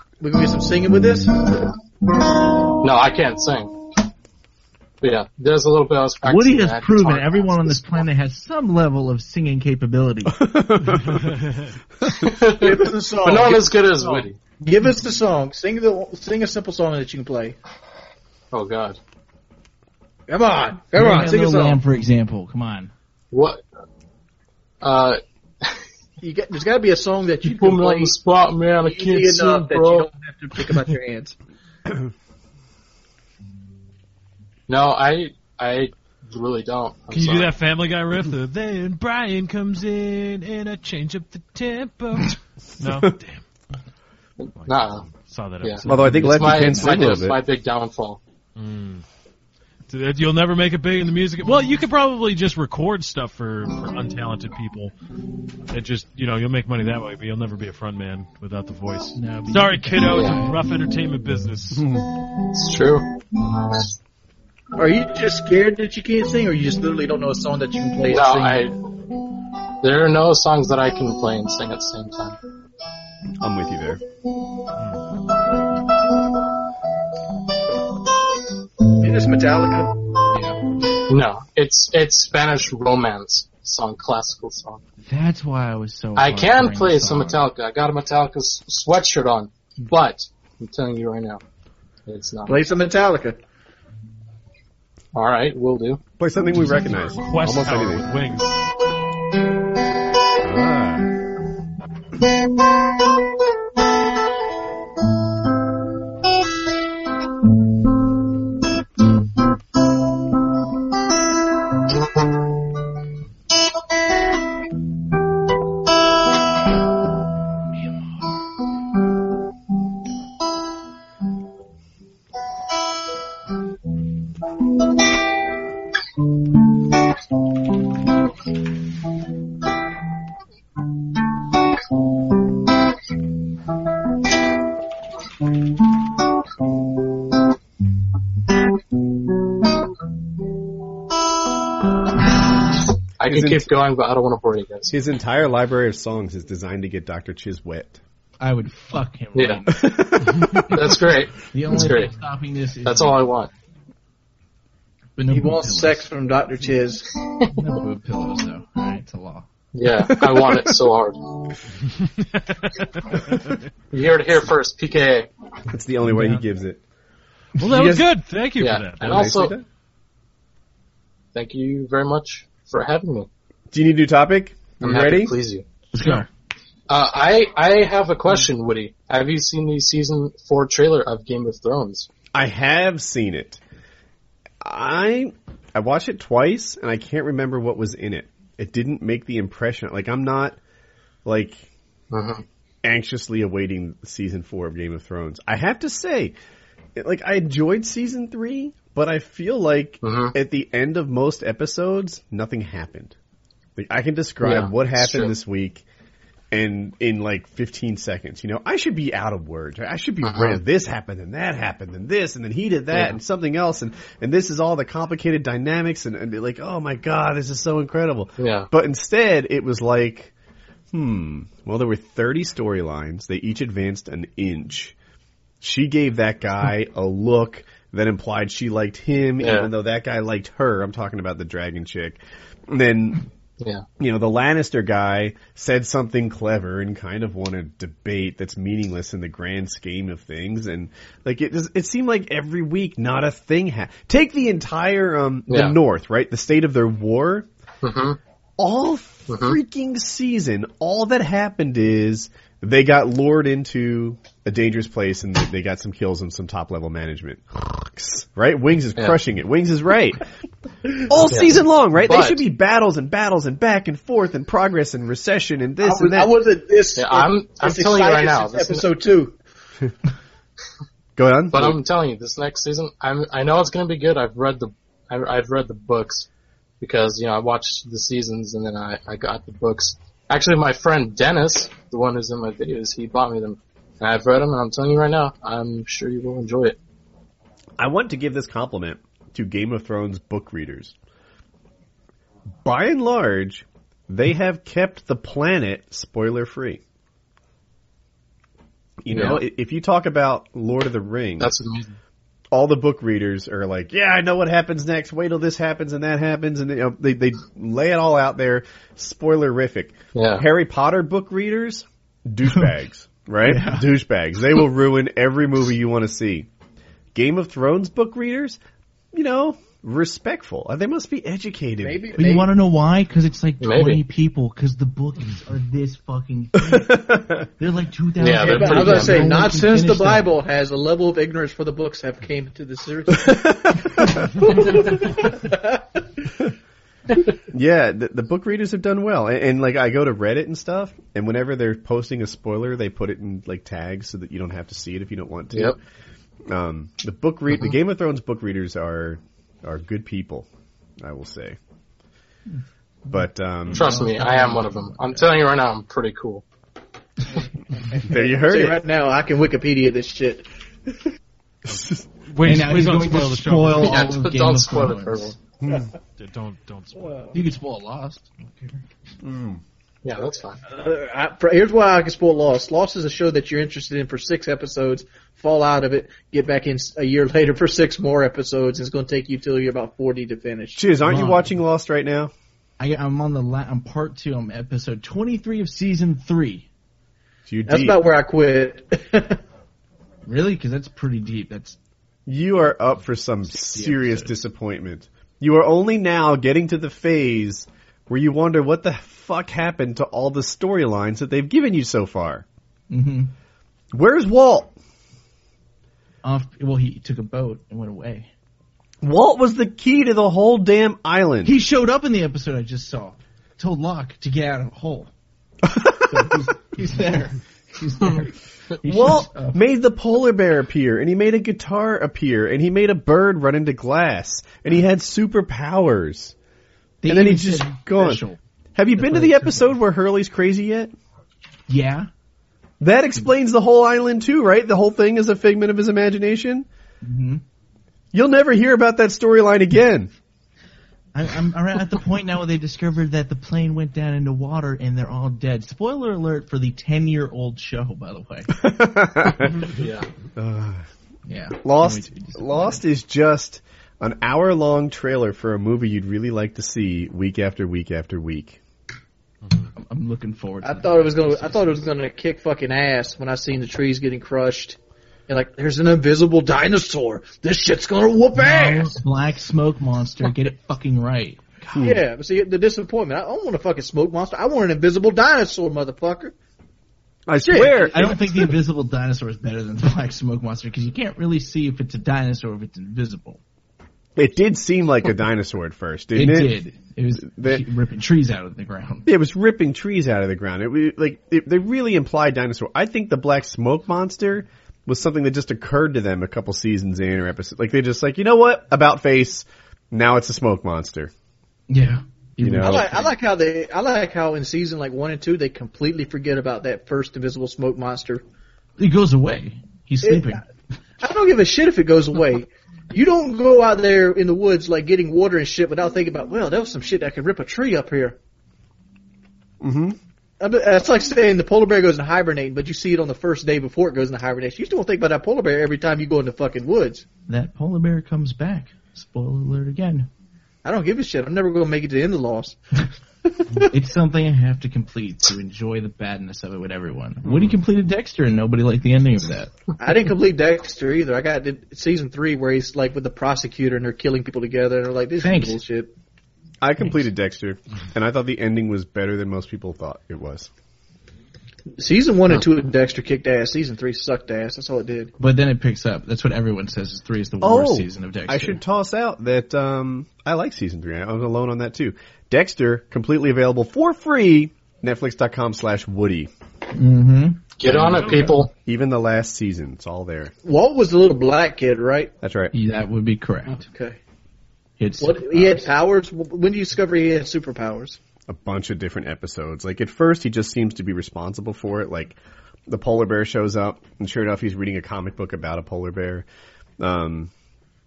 We gonna get some singing with this. No, I can't sing. But yeah, there's a little bit I was practicing. Woody has that proven guitar everyone on practice. this planet has some level of singing capability. Um. Give us a song. but no one as good as Woody. Give us the song. Sing the sing a simple song that you can play. Oh god. Come on, come on, sing a Yellow Lamb, song. for example. Come on. What? Uh, You got, there's got to be a song that you put can me on play the spot, man. I can't easy sing, enough that you bro. don't have to pick them out your hands. No, I, I really don't. I'm Can you sorry. do that Family Guy riff? The, then Brian comes in and I change up the tempo. no, damn, Nuh-uh. saw that Yeah. episode. Although I think It's Lefty my, can it's my, sing a it's little my bit. big downfall. You'll never make it big in the music. Well, you could probably just record stuff for, for untalented people. It just, you know, you'll make money that way, but you'll never be a front man without the voice. No, but Sorry, kiddo, it's a rough entertainment business. It's true. Are you just scared that you can't sing, or you just literally don't know a song that you can play? No, and sing? I. There are no songs that I can play and sing at the same time. I'm with you there. Isn't this Metallica? No, it's it's Spanish romance song, classical song. That's why I was so. I hard can during play the some song. Metallica. I got a Metallica s- sweatshirt on, but I'm telling you right now, it's not. Play some Metallica. All right, will do. Play something we recognize. Quest Almost Tower anything. with wings. Ah. I can Isn't- keep going, but I don't want to bore you guys. His entire library of songs is designed to get Dr. Chiz wet. I would fuck him. Yeah, right now. that's great. The only That's thing great. stopping this is That's all I want. But no He boob wants pillows. sex from Dr. Chiz. No boob pillows, though. All right, it's a law. Yeah, I want it so hard. You heard it here first, PKA. That's the only way he gives it. well, that You was guys- good. Thank you Yeah, for that. and Nicely also done. thank you very much for having me. do you need a new topic? I'm you happy ready? to please you. Let's go. Uh, I I have a question, Woody. Have you seen the season four trailer of Game of Thrones? I have seen it. I I watched it twice and I can't remember what was in it. It didn't make the impression. Like I'm not like Mhm. anxiously awaiting season 4 of Game of Thrones. I have to say it- like I enjoyed season 3, but I feel like Mhm. at the end of most episodes nothing happened. Like I can describe Yeah, what it's happened true. this week and in like 15 seconds. You know, I should be out of words. I should be Uh-huh. ran. This happened and that happened and this and then he did that Yeah. and something else and and this is all the complicated dynamics and, and they're like, oh my god, this is so incredible. Yeah. But instead, it was like, hmm. Well, there were 30 storylines. They each advanced an inch. She gave that guy a look that implied she liked him, Yeah. even though that guy liked her. I'm talking about the dragon chick. And then Yeah. you know, the Lannister guy said something clever and kind of won a debate that's meaningless in the grand scheme of things. And like it, just, it seemed like every week, not a thing. Ha- Take the entire um Yeah. the North, right? The state of their war. hmm All Mm-hmm. freaking season, all that happened is they got lured into a dangerous place and they got some kills and some top level management. Right? Wings is Yeah. crushing it. Wings is right. All season long, right? But- they should be battles and battles and back and forth and progress and recession and this I was, and that. I was at this. Yeah, I'm- I'm it's telling you right excited now, since this is- Episode two. Go on. But I'm telling you, this next season, I'm I know it's gonna be good. I've read the I, I've read the books because you know I watched the seasons and then I I got the books. Actually, my friend Dennis, the one who's in my videos, he bought me them. And I've read them, and I'm telling you right now, I'm sure you will enjoy it. I want to give this compliment to Game of Thrones book readers. By and large, they have kept the planet spoiler free. You know, i if you talk about Lord of the Rings, That's amazing. all the book readers are like, yeah, I know what happens next. Wait till this happens and that happens, and you know, they they lay it all out there, spoilerific. Yeah. Harry Potter book readers, douchebags, right? Douchebags. They will ruin every movie you want to see. Game of Thrones book readers, you know, respectful. Uh, They must be educated. Maybe. But you want to know why? Because it's like Maybe. 20 people, because the books are this fucking. They're like 2,000. Yeah, they're I was pretty going to damn say, No one not can since the finish them. Bible has a level of ignorance for the books have came to the series. yeah, the, the book readers have done well, and, and like I go to Reddit and stuff, and whenever they're posting a spoiler, they put it in like tags so that you don't have to see it if you don't want to. Yep. Mm-hmm. Um, the book read the Game of Thrones book readers are are good people, I will say. Hmm. But um, Trust me, I am one of them. I'm telling you right now, I'm pretty cool. there you heard See, it. right now I can Wikipedia this shit. Wait, And now please he's don't going to spoil the show. spoil Yeah, all of Game don't of spoil it Thrones. for everyone. Don't don't spoil. You could spoil Lost. Yeah, that's fine. Uh, I, for, here's why I can spoil Lost. Lost is a show that you're interested in for six episodes, fall out of it, get back in s- a year later for six more episodes. It's going to take you till you're about 40 to finish. Chiz, aren't you Come on. watching Lost right now? I, I'm on the la- I'm part two. I'm episode 23 of season three. You That's deep. about where I quit. Really? Because that's pretty deep. That's You are up for some serious disappointment. You are only now getting to the phase where you wonder what the fuck happened to all the storylines that they've given you so far. mm-hmm. Where's Walt? off. Well, he took a boat and went away. Walt was the key to the whole damn island. He showed up in the episode I just saw. Told Locke to get out of the hole. He's there. He's there. He oh. Walt shows up. made the polar bear appear, and he made a guitar appear, and he made a bird run into glass, and he had superpowers. They and then he even just said gone. special. Have you been to That's the right. episode where Hurley's crazy yet? Yeah. That explains the whole island too, right? The whole thing is a figment of his imagination. Mhm. You'll never hear about that storyline again. I, I'm around at the point now where they discovered that the plane went down into water and they're all dead. Spoiler alert for the 10 year old show, by the way. Yeah. Yeah. Lost, Can't Oh, wait to- Lost is just an hour-long trailer for a movie you'd really like to see week after week after week. I'm- I'm looking forward to I that. thought it was going to, I thought it was going to kick fucking ass when I seen the trees getting crushed. And like, there's an invisible dinosaur. This shit's going to whoop ass. Long Black smoke monster, get it fucking right. Yeah, but see, the disappointment. I don't want a fucking smoke monster. I want an invisible dinosaur, motherfucker. I swear, I don't think the invisible dinosaur is better than the black smoke monster because you can't really see if it's a dinosaur if it's invisible. it did seem like a dinosaur at first, It, didn't it? did. It was They- ripping trees out of the ground. It was ripping trees out of the ground. It was like it, they really implied dinosaur. I think the black smoke monster was something that just occurred to them a couple seasons in or episode. Like they just like, you know what? About face. Now it's a smoke monster. Yeah. You Mm-hmm. know. I like, I like how they, I like how in season like one and two they completely forget about that first invisible smoke monster. It goes away. He's It- sleeping. I don't give a shit if it goes away. You don't go out there in the woods like getting water and shit without thinking about, well, that was some shit that could rip a tree up here. Mm-hmm. I mean, It's like saying the polar bear goes into hibernation, but you see it on the first day before it goes into hibernation. You still don't think about that polar bear every time you go in the fucking woods. that polar bear comes back. Spoiler alert again. I don't give a shit. I'm never going to make it to the end of Lost. It's something I have to complete to enjoy the badness of it with everyone. Woody completed Dexter and nobody liked the ending of that. I didn't complete Dexter either. I got to season three where he's like with the prosecutor and they're killing people together and they're like, this Thanks. is bullshit. I completed Dexter, and I thought the ending was better than most people thought it was. Season one and two of Dexter kicked ass. Season three sucked ass. That's all it did. But then it picks up. That's what everyone says is three is the worst Oh, season of Dexter. I should toss out that um, I like season three. I was alone on that too. Dexter completely available for free. Netflix.com slash Woody. Mm-hmm. Get on it, people. Even the last season, it's all there. Walt was the little black kid, right? That's right. That would be correct. Okay. It's What he had powers. When do you discover he had superpowers? a bunch of different episodes. Like at first, he just seems to be responsible for it. Like the polar bear shows up, and sure enough, he's reading a comic book about a polar bear. Um,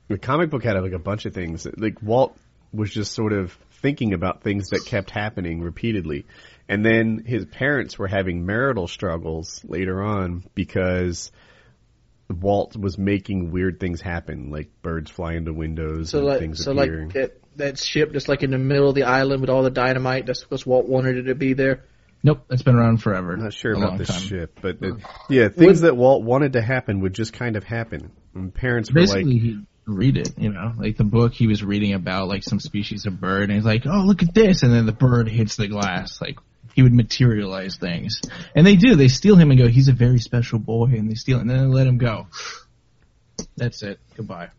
the comic book had like a bunch of things. that- Like Walt was just sort of thinking about things that kept happening repeatedly, and then his parents were having marital struggles later on because. Walt was making weird things happen, like birds fly into windows So and like, things so appear. like that that ship that's like in the middle of the island with all the dynamite. That's because Walt wanted it to be there. Nope, that's been around forever. I'm not sure A about long this time. ship, but it, yeah, things that Walt wanted to happen would just kind of happen. And parents were Basically, like, he'd read it, you know, like the book he was reading about, like some species of bird, and he's like, "Oh, look at this!" And then the bird hits the glass. Like he would materialize things, and they do. They steal him and go, "He's a very special boy," and they steal, and then they let him go. That's it. Goodbye.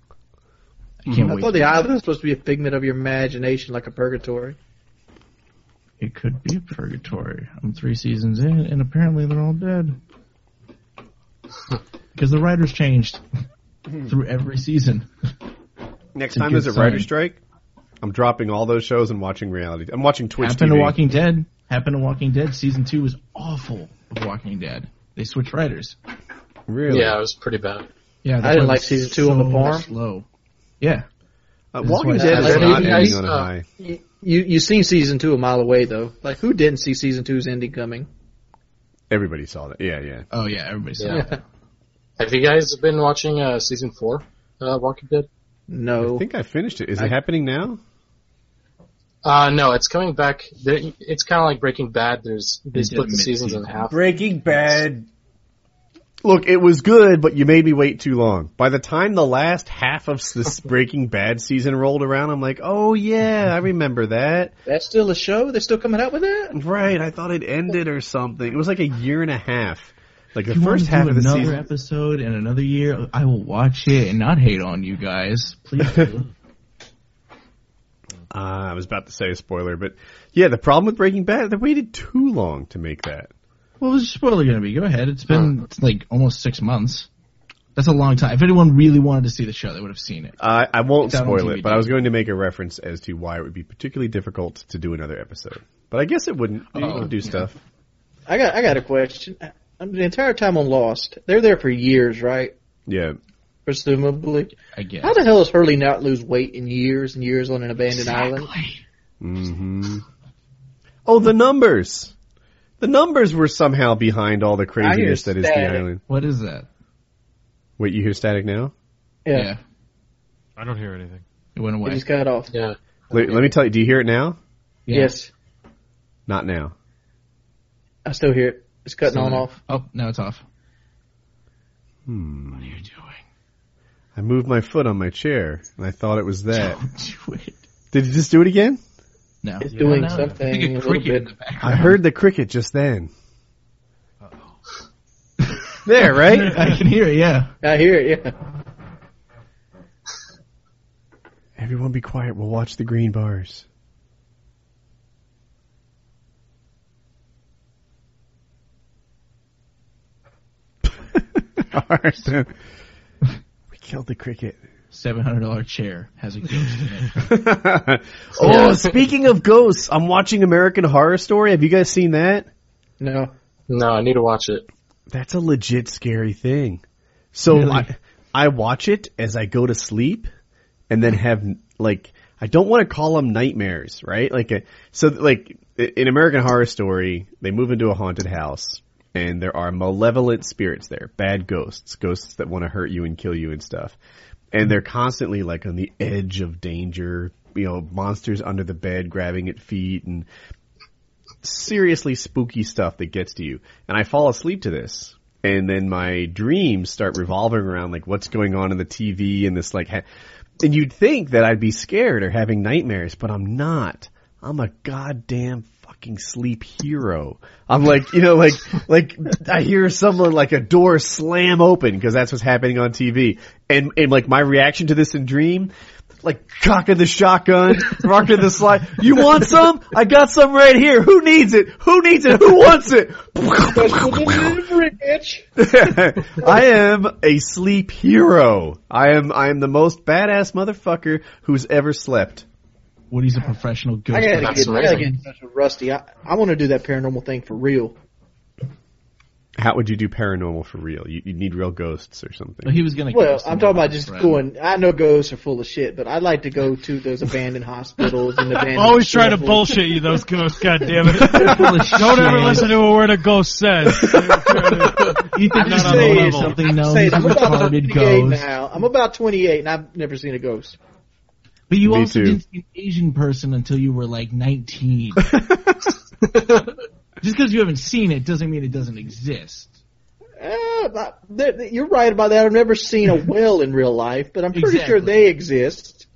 I can't I wait. thought the island was supposed to be a figment of your imagination, like a purgatory. it could be purgatory. I'm three seasons in, and apparently they're all dead Hmm. because the writers changed through every season. Next It's a time good there's a writer sign. strike, I'm dropping all those shows and watching reality. I'm watching Twitch Happened TV. to Walking Dead. Happened to Walking Dead. Season two was awful of Walking Dead. They switched writers. really? Yeah, it was pretty bad. Yeah, that's I didn't why like it's season two on so the farm. Slow. Yeah, Uh, This Walking is Dead why- is Like, not I- ending on a uh, high. You you seen season two a mile away though. Like who didn't see season two's ending coming? Everybody saw that. Yeah, yeah. Oh yeah, everybody saw Yeah. that. Have you guys been watching uh, season four, uh, Walking Dead? No. I think I finished it. Is it happening now? Uh, no, it's coming back. There, it's kind of like Breaking Bad. There's they did split the seasons in mid-season. half. Breaking Bad. Look, it was good, but you made me wait too long. By the time the last half of this Breaking Bad season rolled around, I'm like, oh yeah, I remember that. That's still a show. They're still coming out with that. Right, I thought it ended or something. It was like a year and a half. Like the you first want half to of do the another season. episode in another year, I will watch it and not hate on you guys. Please. do. Uh, I was about to say a spoiler, but yeah, the problem with Breaking Bad, they waited too long to make that. what was the spoiler going to be? Go ahead. It's Uh, been like almost six months. That's a long time. If anyone really wanted to see the show, they would have seen it. I I won't It's out on spoil it, DVD. but I was going to make a reference as to why it would be particularly difficult to do another episode. But I guess it wouldn't. You Oh, can do yeah. stuff. I got I got a question. I- The entire time on Lost, they're there for years, right? Yeah. Presumably. I guess. How the hell does Hurley not lose weight in years and years on an abandoned island? hmm Oh, the numbers. The numbers were somehow behind all the craziness that is the static. island. What is that? Wait, you hear static now? Yeah, I don't hear anything. It went it away. just got off. Yeah, Let, let me tell you. Do you hear it now? Yeah. Yes, Not now. I still hear it. It's cutting Still on there. off. Oh, now it's off. Hmm. What are you doing? I moved my foot on my chair, and I thought it was that. Don't do it. Did you just do it again? No. It's Yeah, doing no. I think something a a little cricket in bit. the background. I heard the cricket just then. There, right? I can hear it. Yeah. I hear it. Yeah. Everyone be quiet. We'll watch the green bars. All right, then. We killed the cricket. Seven hundred dollar chair has a ghost in it. oh, speaking of ghosts, I'm watching American Horror Story. Have you guys seen that? No. no, I need to watch it. That's a legit scary thing. So Really? I, I watch it as I go to sleep and then have like I don't want to call them nightmares, right? Like a, so like in American horror story, they move into a haunted house and there are malevolent spirits there, bad ghosts, ghosts that want to hurt you and kill you and stuff. And they're constantly like on the edge of danger, you know, monsters under the bed grabbing at feet and seriously spooky stuff that gets to you. And I fall asleep to this. And then my dreams start revolving around like what's going on in the TV and this like, ha- and you'd think that I'd be scared or having nightmares, but I'm not. I'm a goddamn fucking sleep hero. I'm like, you know, like, like I hear someone like a door slam open because that's what's happening on TV. And, and like my reaction to this in dream, like cocking the shotgun, rocking the slide. You want some? I got some right here. Who needs it? Who needs it? Who wants it? I am a sleep hero. I am I am the most badass motherfucker who's ever slept. Woody's a professional ghost. I gotta, That's get, I gotta amazing. get in touch with Rusty. I, I want to do that paranormal thing for real. How would you do paranormal for real? You you need real ghosts or something. But he was gonna. Well, ghost I'm someone talking about else, just right? going. I know ghosts are full of shit, but I'd like to go to those abandoned hospitals and abandoned. Always try to bullshit. bullshit you, those ghosts. God damn it! Full of Don't ever shit. listen to a word a ghost says. You think I'm not just on the saying level. something. Something known Say, as a I'm about 28 retarded ghost. now. I'm about 28 and I've never seen a ghost. But you Me also too. didn't see an Asian person until you were like 19. Just because you haven't seen it doesn't mean it doesn't exist. Eh, but th- th- you're right about that. I've never seen a whale in real life, but I'm pretty Exactly. sure they exist.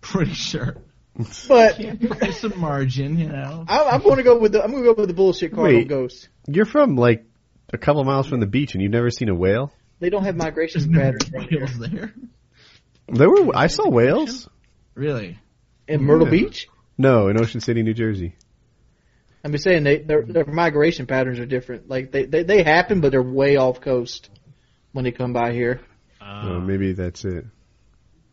Pretty sure. But There's some margin, you know. I, I'm going to go with the I'm going to go with the bullshit card on Wait. ghosts. You're from like a couple miles from the beach and you've never seen a whale? They don't have migration No patterns around here. whales there. There were I saw whales. Really? in Myrtle Yeah. Beach. No, in Ocean City, New Jersey. I'm just saying they their, their migration patterns are different. Like they, they they happen, but they're way off coast when they come by here. Oh, Uh, maybe that's it.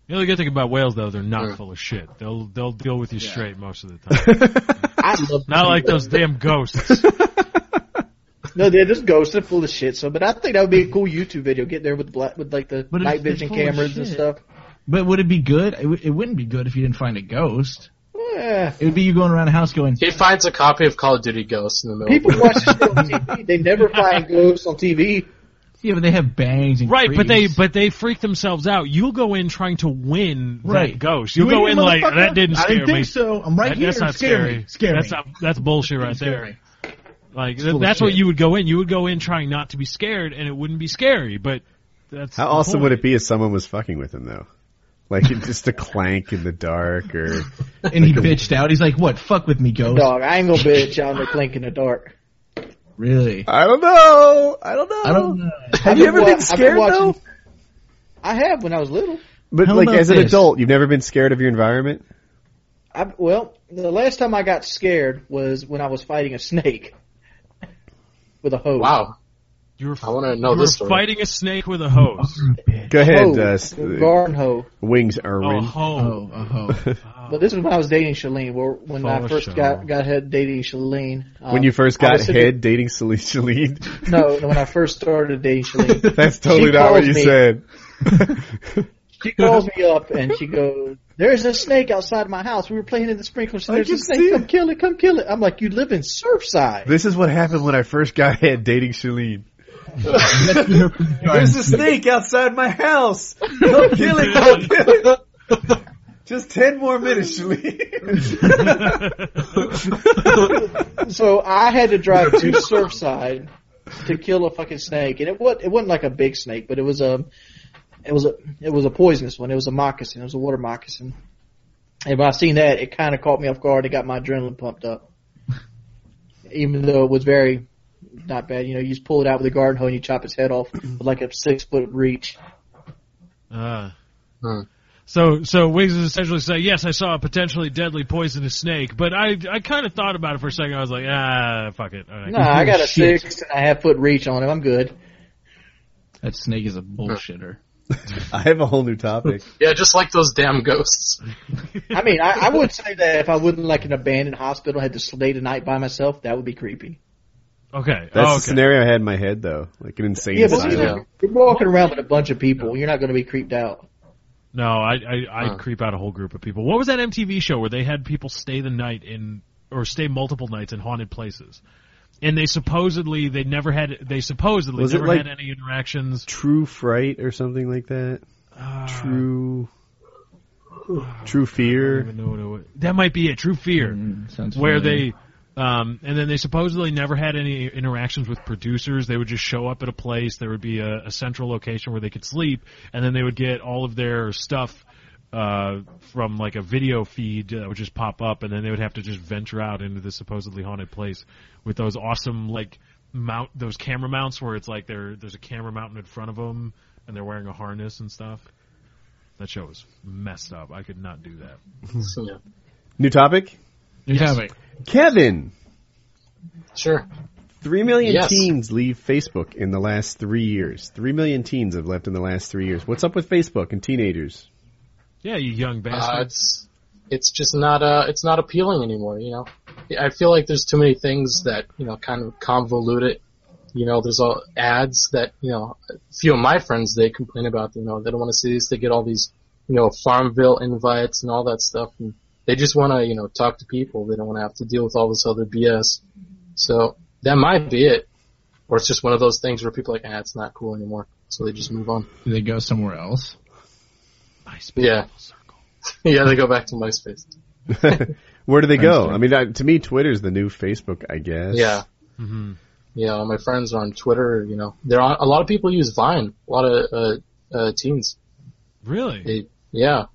The only good thing about whales, though, they're not full of shit. They'll they'll deal with you straight most of the time. I love not like those damn ghosts. No, they're just ghosts. They're full of shit. So, but I think that would be a cool YouTube video. Get there with the black, with like the But if night they're vision full of cameras and shit- stuff. But would it be good? It, w- it wouldn't be good if you didn't find a ghost. Yeah. It would be you going around the house going, He finds a copy of Call of Duty Ghosts in the middle. People of watch shit on TV. They never find ghosts on TV. yeah, but they have bangs and Right, but they creeps." but they freak themselves out. You'll go in trying to win Right. that ghost. You'll You go idiot in like motherfucker. that didn't I scare didn't me. think so. I'm right That- here. that's not scare scary. Me. Scare that's me. not that's bullshit right Scare there. me. Like full th- of that's what shit. you would go in. You would go in trying not to be scared, and it wouldn't be scary. But that's How the awesome point. would it be if someone was fucking with him though? Like just a clank in the dark, or And he bitched out. He's like, "What? Fuck with me, ghost." Dog, I ain't gonna bitch out in the clink in the dark. Really? I don't know, I don't know. I don't know. Have you ever been scared though? I have when I was little. But How like about as an this? adult, you've never been scared of your environment. I, well, the last time I got scared was when I was fighting a snake with a hose. Wow. You were, I want to know you were this story. fighting a snake with a hose. Go ahead, Hose, uh, s- garden hoe. wings Oh, a Irwin. hose. Oh, oh. But this was when I was dating Shalene. Where when I Follow first Shalene. got got head dating Shalene. um, When you first I got was sitting- head dating Celine, Celine No, no, when I first started dating Shalene, that's totally She not what calls you me. said. she calls me up and she goes, "There's a snake outside my house. We were playing in the sprinklers. I There's a can see snake. Come it." kill it. Come kill it." I'm like, "You live in Surfside." This is what happened when I first got head dating Celine. There's a snake outside my house. Go kill it. Go kill it. Just ten more minutes, Celine. So I had to drive to Surfside to kill a fucking snake, and it was it wasn't like a big snake, but it was a it was a it was a poisonous one. It was a moccasin. It was a water moccasin. And when I seen that, it kind of caught me off guard. It got my adrenaline pumped up, even though it was very not bad. You know, you just pull it out with a garden hoe and you chop its head off with like a six foot reach. Uh, Hmm. So, so Wiggs is essentially saying, yes, I saw a potentially deadly poisonous snake, but I, I kind of thought about it for a second. I was like, ah, fuck it. All right. Nah, I got a Shit. six and a half foot reach on him. I'm good. That snake is a bullshitter. I have a whole new topic. Yeah, just like those damn ghosts. I mean, I, I would say that if I wasn't like an abandoned hospital, had to stay the night by myself, that would be creepy. Okay. That's oh, the okay. scenario I had in my head, though. Like an insane Yeah, but Inside you asylum. know, you're walking around with a bunch of people. You're not going to be creeped out. No, I, I, I Huh. creep out a whole group of people. What was that MTV show where they had people stay the night in, or stay multiple nights in haunted places? And they supposedly, they never had, they supposedly Was it never like- had any interactions. True fright or something like that. True. True I fear. don't even know what it was. That might be it. True fear. Mm-hmm. Mm, sounds where familiar. they um, and then they supposedly never had any interactions with producers. They would just show up at a place. There would be a, a central location where they could sleep, and then they would get all of their stuff uh, from like a video feed that would just pop up, and then they would have to just venture out into this supposedly haunted place with those awesome like mount those camera mounts where it's like there there's a camera mounted in front of them, and they're wearing a harness and stuff. That show was messed up. I could not do that. Yeah. New topic? New topic. Kevin. Sure. Three million Yes. teens leave Facebook in the last three years. Three million teens have left in the last three years. What's up with Facebook and teenagers? Yeah, you young Uh, bastards. it's it's just not uh it's not appealing anymore. You know, I feel like there's too many things that you know kind of convolute it. You know, there's all ads that you know. A few of my friends they complain about. You know, they don't want to see these. They get all these you know Farmville invites and all that stuff, and they just want to you know talk to people. They don't want to have to deal with all this other BS. So that might be it, or it's just one of those things where people are like, ah, it's not cool anymore. So they just move on. Do they go somewhere else? Yeah, yeah, they go back to MySpace. Where do they go? Friendster. I mean, I, to me, Twitter's the new Facebook, I guess. Yeah. hmm Yeah, my friends are on Twitter. You know, they're on. A lot of people use Vine. A lot of uh, uh, teens. Really? They yeah,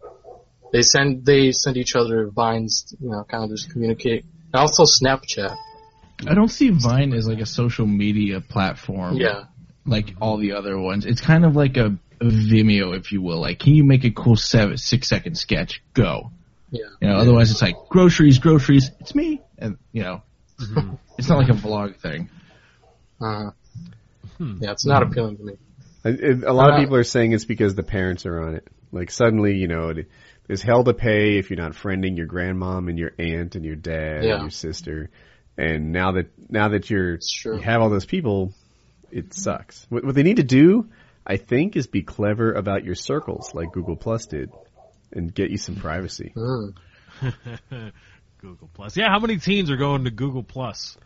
they send they send each other vines. You know, kind of just communicate. And also Snapchat. I don't see Vine as like a social media platform. Yeah, Like all the other ones, it's kind of like a, a Vimeo, if you will. Like, can you make a cool seven, six second sketch? Go. yeah, You know, otherwise it's like groceries, groceries. It's me, and you know, Mm-hmm. it's not like a vlog thing. uh, yeah. It's not appealing to me. A, a lot of Uh, people are saying it's because the parents are on it. Like suddenly, you know, it- there's hell to pay if you're not friending your grandmom and your aunt and your dad Yeah. and your sister. And now that now that you're It's true. you have all those people, it sucks. What, what they need to do, I think, is be clever about your circles, like Google Plus did, and get you some privacy. Mm. Google Plus. Yeah, how many teens are going to Google Plus?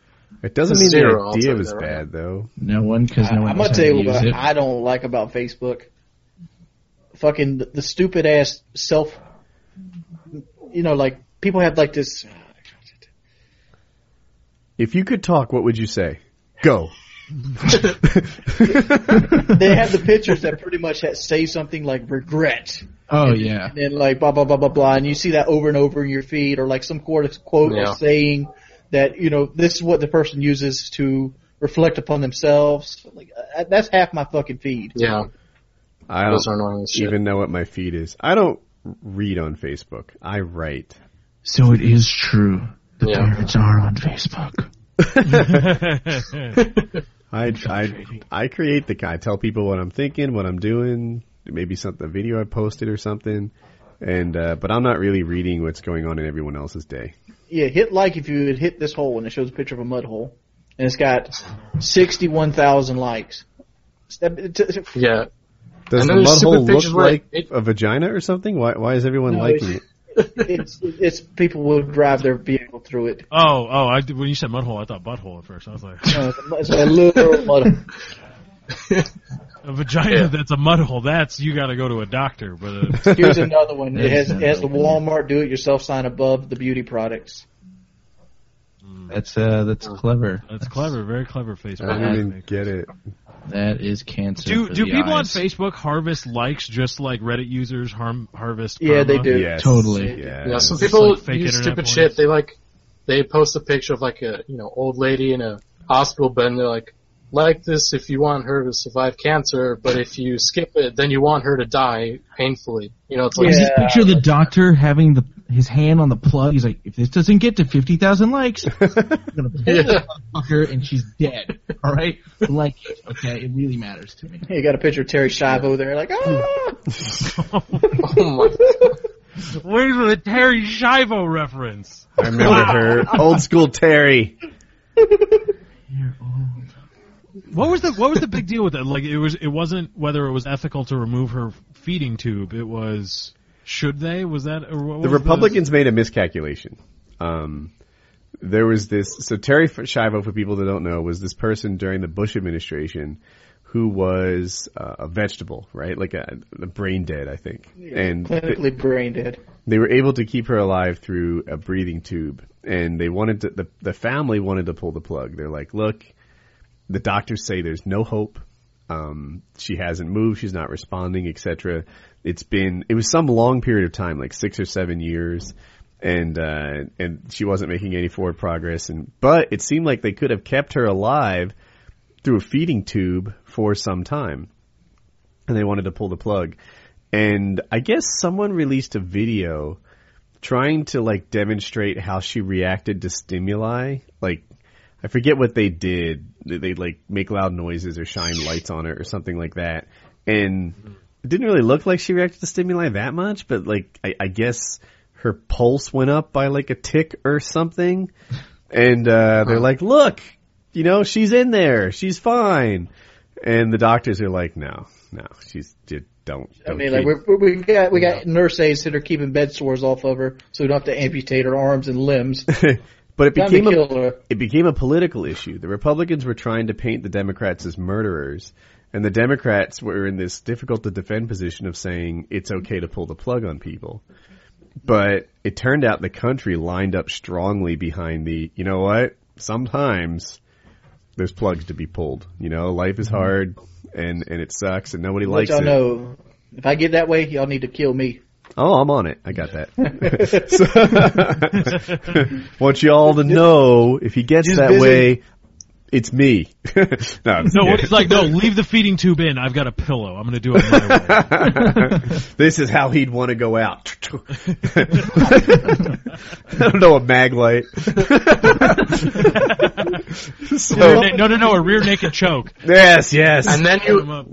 It doesn't mean Zero, their I'll idea tell you was that right bad though. No one, because no one. I'm gonna knows tell how to you use what it. I don't like about Facebook. Fucking the, the stupid ass self. You know, like people have like this. If you could talk, what would you say? Go. They have the pictures that pretty much ha say something like regret Oh yeah, and like blah blah blah blah blah, and you see that over and over in your feed, or like some quote quote Yeah. or saying that you know this is what the person uses to reflect upon themselves. Like uh, that's half my fucking feed. Yeah, I those don't are annoying as shit. even know what my feed is. I don't read on Facebook. I write. so it is true. The Yeah. parents are on Facebook. I I I create the. I tell people what I'm thinking, what I'm doing, maybe something, a video I posted or something, and uh, but I'm not really reading what's going on in everyone else's day. Yeah, hit like if you had hit this hole and it shows a picture of a mud hole, and it's got sixty-one thousand likes. That- it- it- yeah, Does the And then there's mud hole stupid look pictures where like it- a vagina or something? Why why is everyone No, liking it? it's- It's, it's people will drive their vehicle through it. oh, oh! I, when you said mudhole, I thought butthole at first. I was like, No, it's a- it's a literal mud hole. a vagina that's a mudhole. That's you got to go to a doctor. But uh, Here's another one. It has, it has the Walmart do-it-yourself sign above the beauty products. That's uh, that's clever. that's clever, very clever Facebook. Uh, I ad don't even maker. get it. That is cancer. Do for do the people on eyes. Facebook harvest likes just like Reddit users harm harvest? Yeah, they karma? do. Yes. Totally. Yes. yeah. Some Just people like fake use internet stupid porn. shit. They like they post a picture of like a you know old lady in a hospital bed. and They're like, like this if you want her to survive cancer, but if you skip it, then you want her to die painfully. You know, it's like Yeah. I just picture the doctor having the his hand on the plug. He's like, if this doesn't get to fifty thousand likes, I'm gonna pull Yeah. this motherfucker and she's dead. All right, like it, okay, it really matters to me. You got a picture of Terry Schiavo there, like, ah! oh my Wait for the Terry Shivo reference. I remember her. Old school Terry. You're old. What was the what was the big deal with that? Like it was it wasn't whether it was ethical to remove her feeding tube. It was should they? Was that or what The was Republicans made a miscalculation. Um, there was this. So Terry Schiavo, for people that don't know, was this person during the Bush administration who was uh, a vegetable, right? Like a, a brain dead, I think. And th- Clinically brain dead. they were able to keep her alive through a breathing tube. And they wanted to. The, the family wanted to pull the plug. They're like, look, the doctors say there's no hope. Um, she hasn't moved. She's not responding, etc. It's been it was some long period of time, like six or seven years, and uh, and she wasn't making any forward progress. And but it seemed like they could have kept her alive through a feeding tube for some time, and they wanted to pull the plug. And I guess someone released a video trying to like demonstrate how she reacted to stimuli, like I forget what they did. They, they like make loud noises or shine lights on it or something like that. And it didn't really look like she reacted to stimuli that much, but like I, I guess her pulse went up by like a tick or something. And uh, they're like, "Look, you know, she's in there. She's fine." And the doctors are like, "No, no, she's just don't." I don't mean, like keep- we're, we're- we got we got nurse aides that are keeping bed sores off of her, so we don't have to amputate her arms and limbs. but it Time to became a, kill her. it became a political issue. The Republicans were trying to paint the Democrats as murderers, and the Democrats were in this difficult to defend position of saying it's okay to pull the plug on people. But it turned out the country lined up strongly behind the, you know what? Sometimes there's plugs to be pulled. You know, life is hard and and it sucks and nobody Let likes y'all it. know. If I get that way, y'all need to kill me. Oh, I'm on it. I got that. so, want you all to know if he gets Just that visit- way, it's me. no, I'm just No, what kidding. he's like, no, leave the feeding tube in. I've got a pillow. I'm going to do it my way. this is how he'd want to go out. I don't know a mag light. Rear so, na- no, no, no, a rear naked choke. yes, yes. And then Put 'em you up.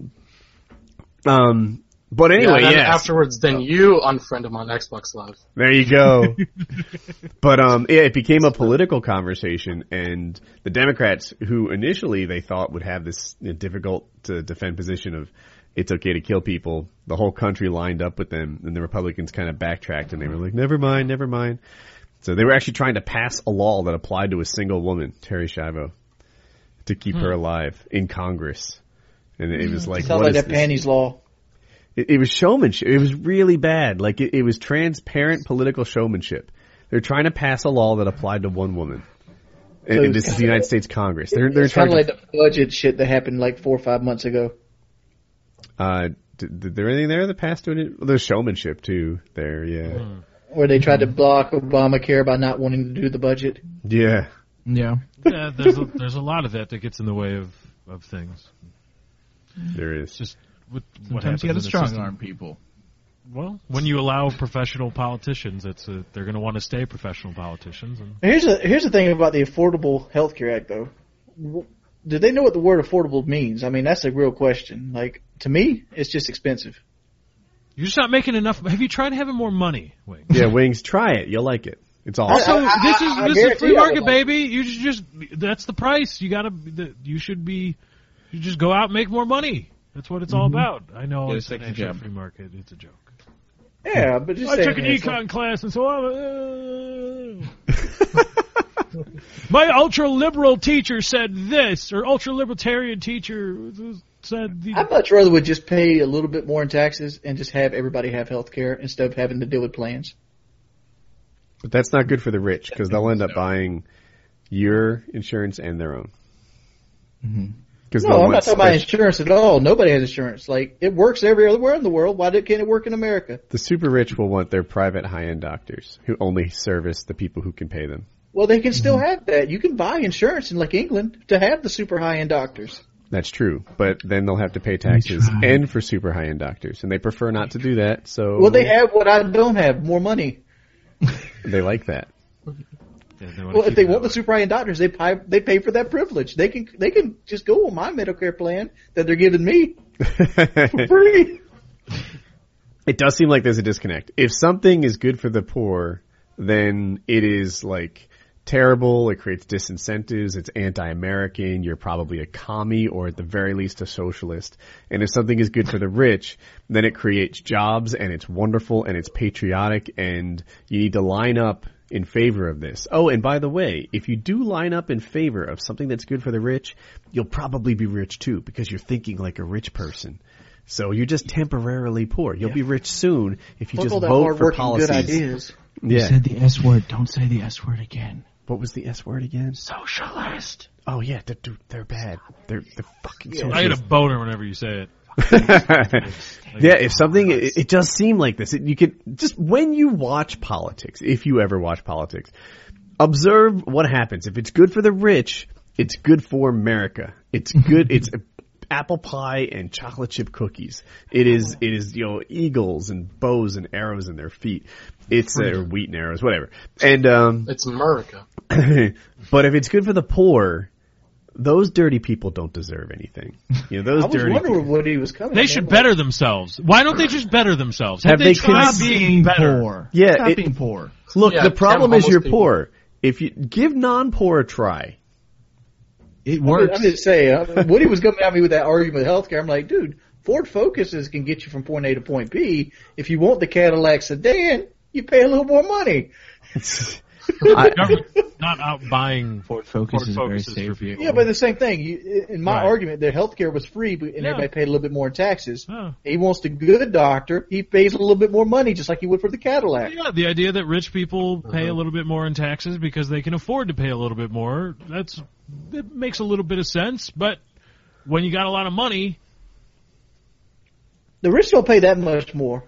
Um, But anyway, and then yeah. Afterwards, then you unfriend him on Xbox Live. There you go. but um, yeah, it became a political conversation, and the Democrats, who initially they thought would have this you know, difficult to defend position of it's okay to kill people, the whole country lined up with them, and the Republicans kind of backtracked, and they were like, never mind, never mind. So they were actually trying to pass a law that applied to a single woman, Terry Schiavo, to keep her alive in Congress. And Hmm. it was like, Sounds what like is that this? panties law. It, it was showmanship. It was really bad. Like it, it was transparent political showmanship. They're trying to pass a law that applied to one woman, and, and this is the United States Congress. They're they're It's kind trying of like to. the budget shit that happened like four or five months ago. Uh, did, did there anything there that passed doing it? Well, there's showmanship too. There, yeah, Where they tried to Mm-hmm. block Obamacare by not wanting to do the budget. yeah. Yeah. yeah, there's a, there's a lot of that that gets in the way of of things. There is. Just with what Sometimes happens you got in to the strong system. arm people. Well, when you allow professional politicians, it's a, they're going to want to stay professional politicians. And Here's a here's the thing about the Affordable Health Care Act, though. W- Do they know what the word affordable means? I mean, that's a real question. Like to me, it's just expensive. you're just not making enough. Have you tried having more money? Wait. Yeah, wings. Try it. You'll like it. It's awesome. Also, I- I- this is I- I this is guarantee free I would market, like baby. You should just that's the price. You gotta the, you should be you just go out and make more money. That's what it's all about. I know Mm-hmm. Yeah, it's it's like an a actual job. free market. It's a joke. Yeah, but just I saying, took an man, it's econ like- class, and so I'm. Uh, my ultra liberal teacher said this, or ultra libertarian teacher said the. I'd much rather would just pay a little bit more in taxes and just have everybody have health care instead of having to deal with plans. But that's not good for the rich because they'll end up buying your insurance and their own. Because No, I'm not talking about insurance at all. Nobody has insurance. Like it works everywhere in the world. Why did- can't it work in America? The super rich will want their private high end doctors who only service the people who can pay them. Well, they can Mm-hmm. still have that. You can buy insurance in like England to have the super high end doctors. That's true, but then they'll have to pay taxes and for super high end doctors, and they prefer not to do that. So Well, they have what I don't have, more money. they like that. Well, if they want the super high end doctors, they pay they pay for that privilege. They can they can just go on my Medicare plan that they're giving me for free. it does seem like there's a disconnect. If something is good for the poor, then it is like terrible. It creates disincentives. It's anti-American. You're probably a commie or at the very least a socialist. And if something is good for the rich, then it creates jobs and it's wonderful and it's patriotic and you need to line up in favor of this. Oh, and by the way, if you do line up in favor of something that's good for the rich, you'll probably be rich too because you're thinking like a rich person. So you're just temporarily poor. You'll be rich soon if you Fuck all just that vote hard for working policies. good ideas. Yeah. Said the S word. Don't say the S word again. What was the S word again? Socialist. Oh yeah, they're, dude, they're bad. They're they're fucking I get a socialists. boner whenever you say it. yeah, oh, if something, it, it does seem like this. It, you could just when you watch politics, if you ever watch politics, observe what happens. If it's good for the rich, it's good for America. It's good. it's apple pie and chocolate chip cookies. It Oh. is. It is. You know, eagles and bows and arrows in their feet. It's uh, wheat and arrows, whatever. And um, It's America. but if it's good for the poor, those dirty people don't deserve anything. You know, I those was dirty. wondering where Woody was coming. They man. should Like, better themselves. Why don't they just better themselves? Have Have, they tried cons- being better? Poor. Yeah, Stop it- being poor. Look, Yeah, the problem some is you're homeless people. poor. If you give non-poor a try, It I'm works. just- I'm just saying. uh, Woody was coming at me with that argument with healthcare. I'm like, dude, Ford Focuses can get you from point A to point B. If you want the Cadillac sedan, you pay a little more money. I, Government not out buying Ford Ford Focus is a very Focus is for safe vehicle. people. Yeah, but the same thing. You, in my Right. argument, their healthcare was free, but and Yeah. everybody paid a little bit more in taxes. Oh. He wants the good doctor. He pays a little bit more money, just like he would for the Cadillac. Yeah, the idea that rich people Uh-huh. pay a little bit more in taxes because they can afford to pay a little bit more, that's that makes a little bit of sense, but when you got a lot of money, The rich don't pay that much more.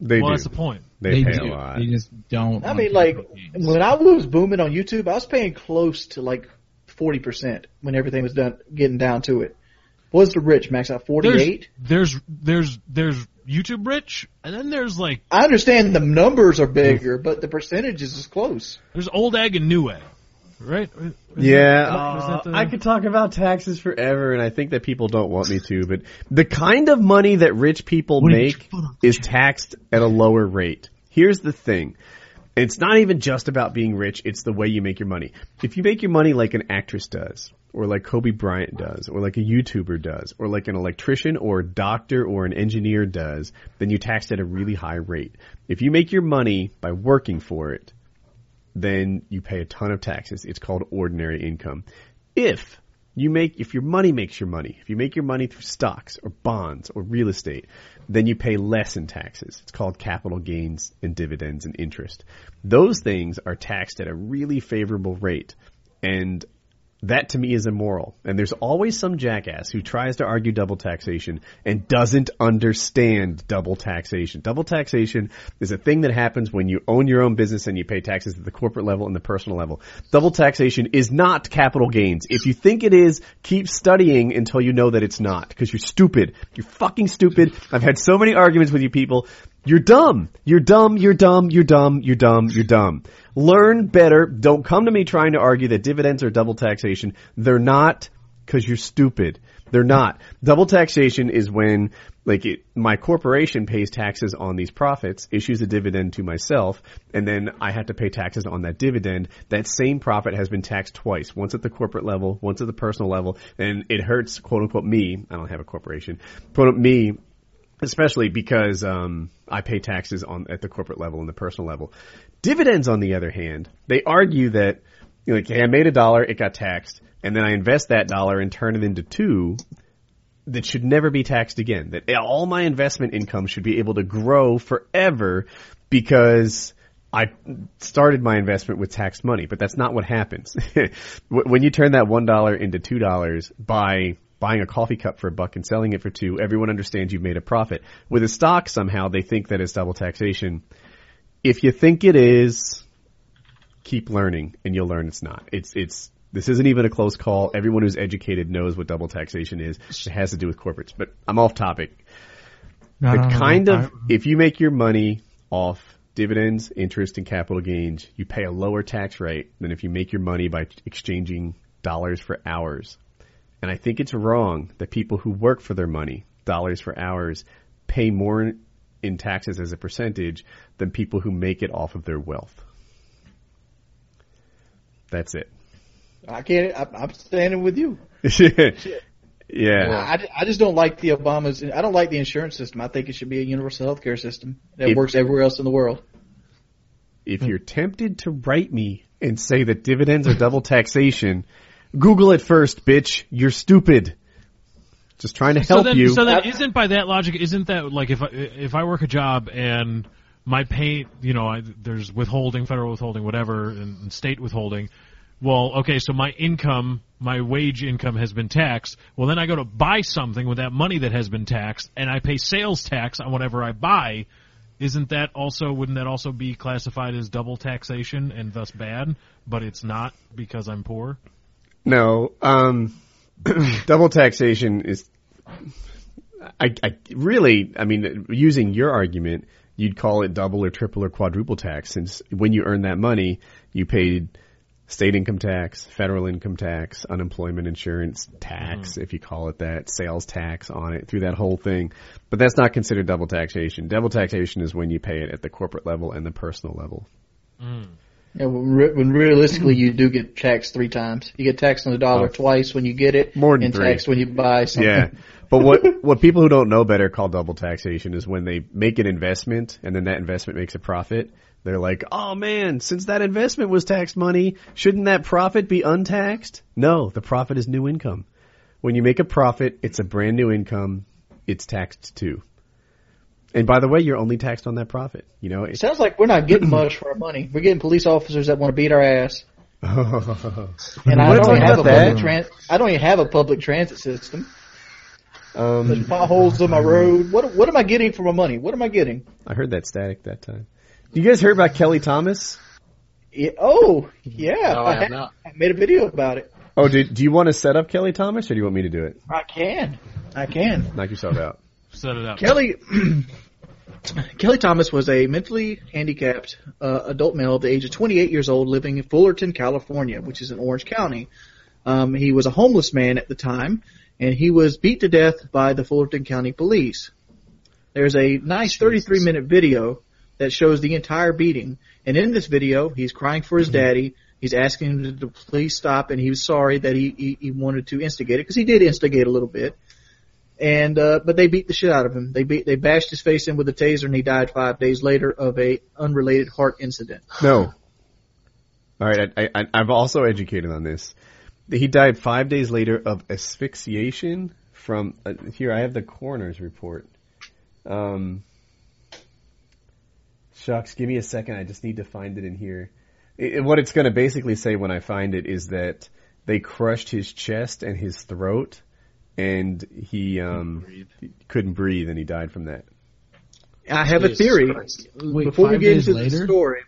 they well that's do. the point. They, pay do. a lot. They just don't. I Mm-hmm. want mean, people like to be- when I was booming on YouTube, I was paying close to like forty percent when everything was done, getting down to it. What Was the rich max out forty There's eight? there's there's there's YouTube rich and then there's like I Mm. understand the numbers are bigger, but the percentages is close. there's old egg and new egg. right? Is Yeah, that- is that uh, the- I could talk about taxes forever, and I think that people don't want me to. But the kind of money that rich people What did make you put on is taxed at a lower rate. Here's the thing: it's not even just about being rich; it's the way you make your money. If you make your money like an actress does, or like Kobe Bryant does, or like a YouTuber does, or like an electrician or a doctor or an engineer does, then you taxed at a really high rate. If you make your money by working for it, then you pay a ton of taxes. It's called ordinary income. If you make, if your money makes your money, if you make your money through stocks or bonds or real estate, then you pay less in taxes. It's called capital gains and dividends and interest. Those things are taxed at a really favorable rate. And that to me is immoral. And there's always some jackass who tries to argue double taxation and doesn't understand double taxation. Double taxation is a thing that happens when you own your own business and you pay taxes at the corporate level and the personal level. Double taxation is not capital gains. If you think it is, keep studying until you know that it's not because you're stupid. You're fucking stupid. I've had so many arguments with you people. You're dumb. You're dumb. You're dumb. You're dumb. You're dumb. You're dumb. Learn better. Don't come to me trying to argue that dividends are double taxation. They're not because you're stupid. They're not. Double taxation is when, like, it, my corporation pays taxes on these profits, issues a dividend to myself, and then I have to pay taxes on that dividend. That same profit has been taxed twice, once at the corporate level, once at the personal level, and it hurts, quote unquote, me. I don't have a corporation. Quote unquote, me especially because um, I pay taxes on at the corporate level and the personal level. Dividends, on the other hand, they argue that you know, like, hey, I made a dollar, it got taxed, and then I invest that dollar and turn it into two that should never be taxed again. That all my investment income should be able to grow forever because I started my investment with taxed money, but that's not what happens. Wh- when you turn that one dollar into two dollars by buying a coffee cup for a buck and selling it for two, everyone understands you've made a profit. With a stock, somehow they think that it's double taxation. If you think it is, keep learning, and you'll learn it's not. It's it's this isn't even a close call. Everyone who's educated knows what double taxation is. It has to do with corporates. But I'm off topic No, the no, no, no, kind I- of if you make your money off dividends, interest, and capital gains, you pay a lower tax rate than if you make your money by exchanging dollars for hours. And I think it's wrong that people who work for their money, dollars for hours, pay more in- in taxes as a percentage than people who make it off of their wealth. That's it. I can't. I, I'm standing with you. yeah. I, I just don't like the Obama's. I don't like the insurance system. I think it should be a universal health care system that If- works everywhere else in the world. if you're tempted to write me and say that dividends are double taxation, Google it first, bitch. You're stupid. Just trying to help so then, you. So then, isn't by that logic, isn't that like if I, if I work a job and my pay, you know, I, there's withholding, federal withholding, whatever, and, and state withholding. Well, okay, so my income, my wage income has been taxed. Well, then I go to buy something with that money that has been taxed, and I pay sales tax on whatever I buy. Isn't that also? Wouldn't that also be classified as double taxation and thus bad? But it's not because I'm poor. No, um, double taxation is. I, I really, I mean, using your argument, you'd call it double or triple or quadruple tax, since when you earn that money, you paid state income tax, federal income tax, unemployment insurance tax, if you call it that, sales tax on it, through that whole thing. But that's not considered double taxation. Double taxation is when you pay it at the corporate level and the personal level. Yeah, when, re- when realistically you do get taxed three times. You get taxed on the dollar twice when you get it, More than and three. taxed when you buy something. Yeah. But what what people who don't know better call double taxation is when they make an investment and then that investment makes a profit. They're like, "Oh man, since that investment was taxed money, shouldn't that profit be untaxed?" No, the profit is new income. When you make a profit, it's a brand new income. It's taxed too. And by the way, you're only taxed on that profit. You know, It sounds like we're not getting much for our money. We're getting police officers that want to beat our ass. And I What don't, about have a that? public trans- I don't even have a public transit system. um, There's potholes on my road. What what am I getting for my money? What am I getting? I heard that static that time. You guys heard about Kelly Thomas? Yeah, oh, yeah. No, I have not. I made a video about it. Oh, do, do you want to set up Kelly Thomas, or do you want me to do it? I can. I can. Knock yourself out. Set it up. Kelly Kelly Thomas was a mentally handicapped uh, adult male of the age of 28 years old living in Fullerton, California, which is in Orange County. Um, he was a homeless man at the time, and he was beat to death by the Fullerton County Police. There's a nice 33 minute video that shows the entire beating, and in this video, he's crying for his daddy. He's asking him to please stop, and he was sorry that he, he, he wanted to instigate it because he did instigate a little bit and uh, but they beat the shit out of him. They beat they bashed his face in with a taser, and he died five days later of a unrelated heart incident. No. All right, I, I, I've also educated on this. He died five days later of asphyxiation from. Uh, here, I have the coroner's report. Um, shucks, give me a second. I just need to find it in here. I- what it's going to basically say when I find it is that they crushed his chest and his throat, and he um, couldn't breathe, and he died from that. I have a Jesus theory. Christ. Wait, before we five get days into the later? story,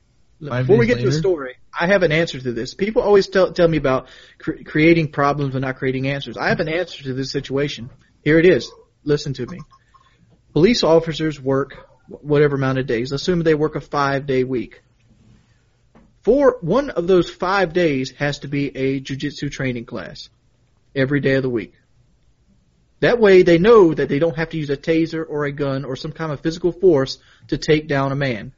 Five before we days get to the later? story, I have an answer to this. People always tell tell me about cre- creating problems but not creating answers. I have an answer to this situation. Here it is. Listen to me. Police officers work whatever amount of days. Assume they work a five day week. For one of those five days has to be a jujitsu training class every day of the week. That way they know that they don't have to use a taser or a gun or some kind of physical force to take down a man.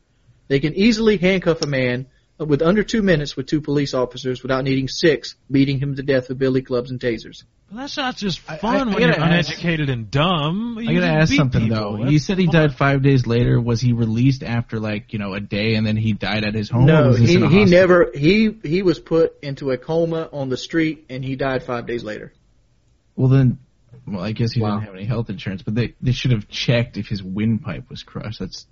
They can easily handcuff a man with under two minutes with two police officers without needing six, beating him to death with billy clubs and tasers. But that's not just I- I- fun I when gotta you're ask- uneducated and dumb. You I gotta just ask beat something people. though. That's You said he fun. died five days later. Was he released after like you know a day, and then he died at his home? or no, was Oh, this he, in a he hospital? never he he was put into a coma on the street and he died five days later. Well then, well I guess he Wow. didn't have any health insurance, but they they should have checked if his windpipe was crushed. That's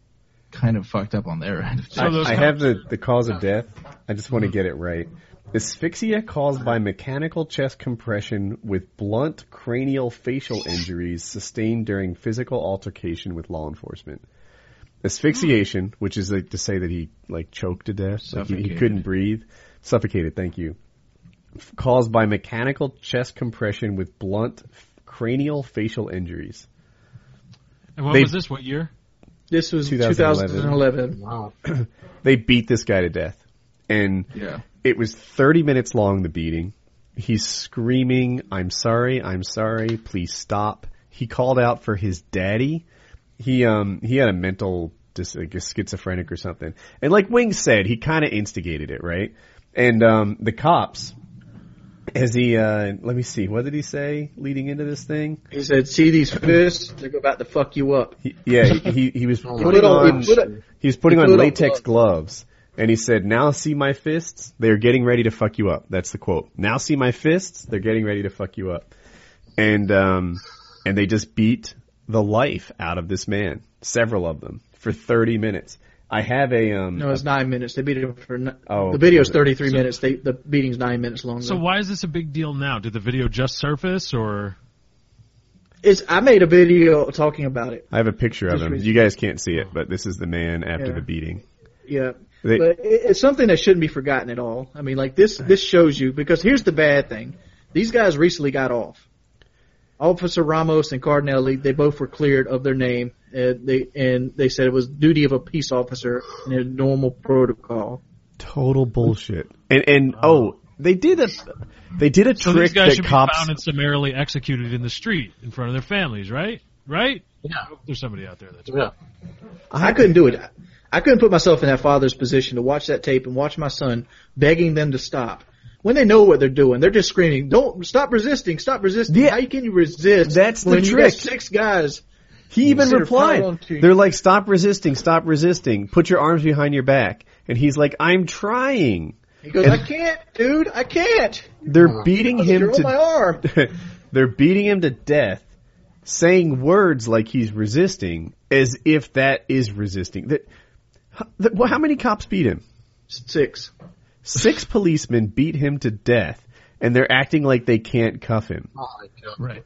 kind of fucked up on their end. So those I, I kind have the, the cause of death. I just want to get it right. Asphyxia caused by mechanical chest compression with blunt cranial facial injuries sustained during physical altercation with law enforcement. Asphyxiation, which is like to say that he like choked to death, like he, he Suffocated. couldn't breathe, suffocated. Thank you. F- Caused by mechanical chest compression with blunt cranial facial injuries. And what they- was this? What year? This was 2011. 2011. Wow. They beat this guy to death, and Yeah. It was 30 minutes long, the beating. He's screaming, I'm sorry, I'm sorry, please stop. He called out for his daddy. He, um, he had a mental, dis- like a schizophrenic or something. And like Wings said, he kind of instigated it, right? And, um, the cops, as he, uh, let me see, what did he say leading into this thing? He said, "See these fists? They're about to fuck you up." He, yeah, he, he, he was my putting Put on, on, he put a- he was putting he on put on latex gloves. And he said, now see my fists, they're getting ready to fuck you up. That's the quote. Now see my fists, they're getting ready to fuck you up. And, um, and they just beat the life out of this man, several of them, for 30 minutes. I have a, um, no, it's nine minutes. They beat him for. N- Oh, the video's okay. 33 minutes. They, the beating's nine minutes long. So though. why is this a big deal now? Did the video just surface, or It's I made a video talking about it. I have a picture of Just him. read- You guys can't see it, but this is the man after Yeah. the beating. Yeah. They- but it, it's something that shouldn't be forgotten at all. I mean, like this this shows you because here's the bad thing: these guys recently got off. Officer Ramos and Cardinelli, they both were cleared of their name. Uh, they and they said it was duty of a peace officer and their normal protocol. Total bullshit. And, and, oh, they did a, they did a so trick these guys that should cops, be found and summarily executed in the street in front of their families, right? Right? Yeah. I hope There's somebody out there that's Yeah. I couldn't do it. I couldn't put myself in that father's position to watch that tape and watch my son begging them to stop. When they know what they're doing, they're just screaming, "Don't stop resisting! Stop resisting!" Yeah. How you can you resist? That's the when You got trick. six guys He even Consider power replied. on to you. They're like, stop resisting, stop resisting. Put your arms behind your back. And he's like, I'm trying. He goes, And- I can't, dude, I can't. They're beating You're him on my to, arm. they're beating him to death, saying words like he's resisting as if that is resisting. That, how- that, well, how many cops beat him? Six. Six policemen beat him to death and they're acting like they can't cuff him. Oh my God. Right.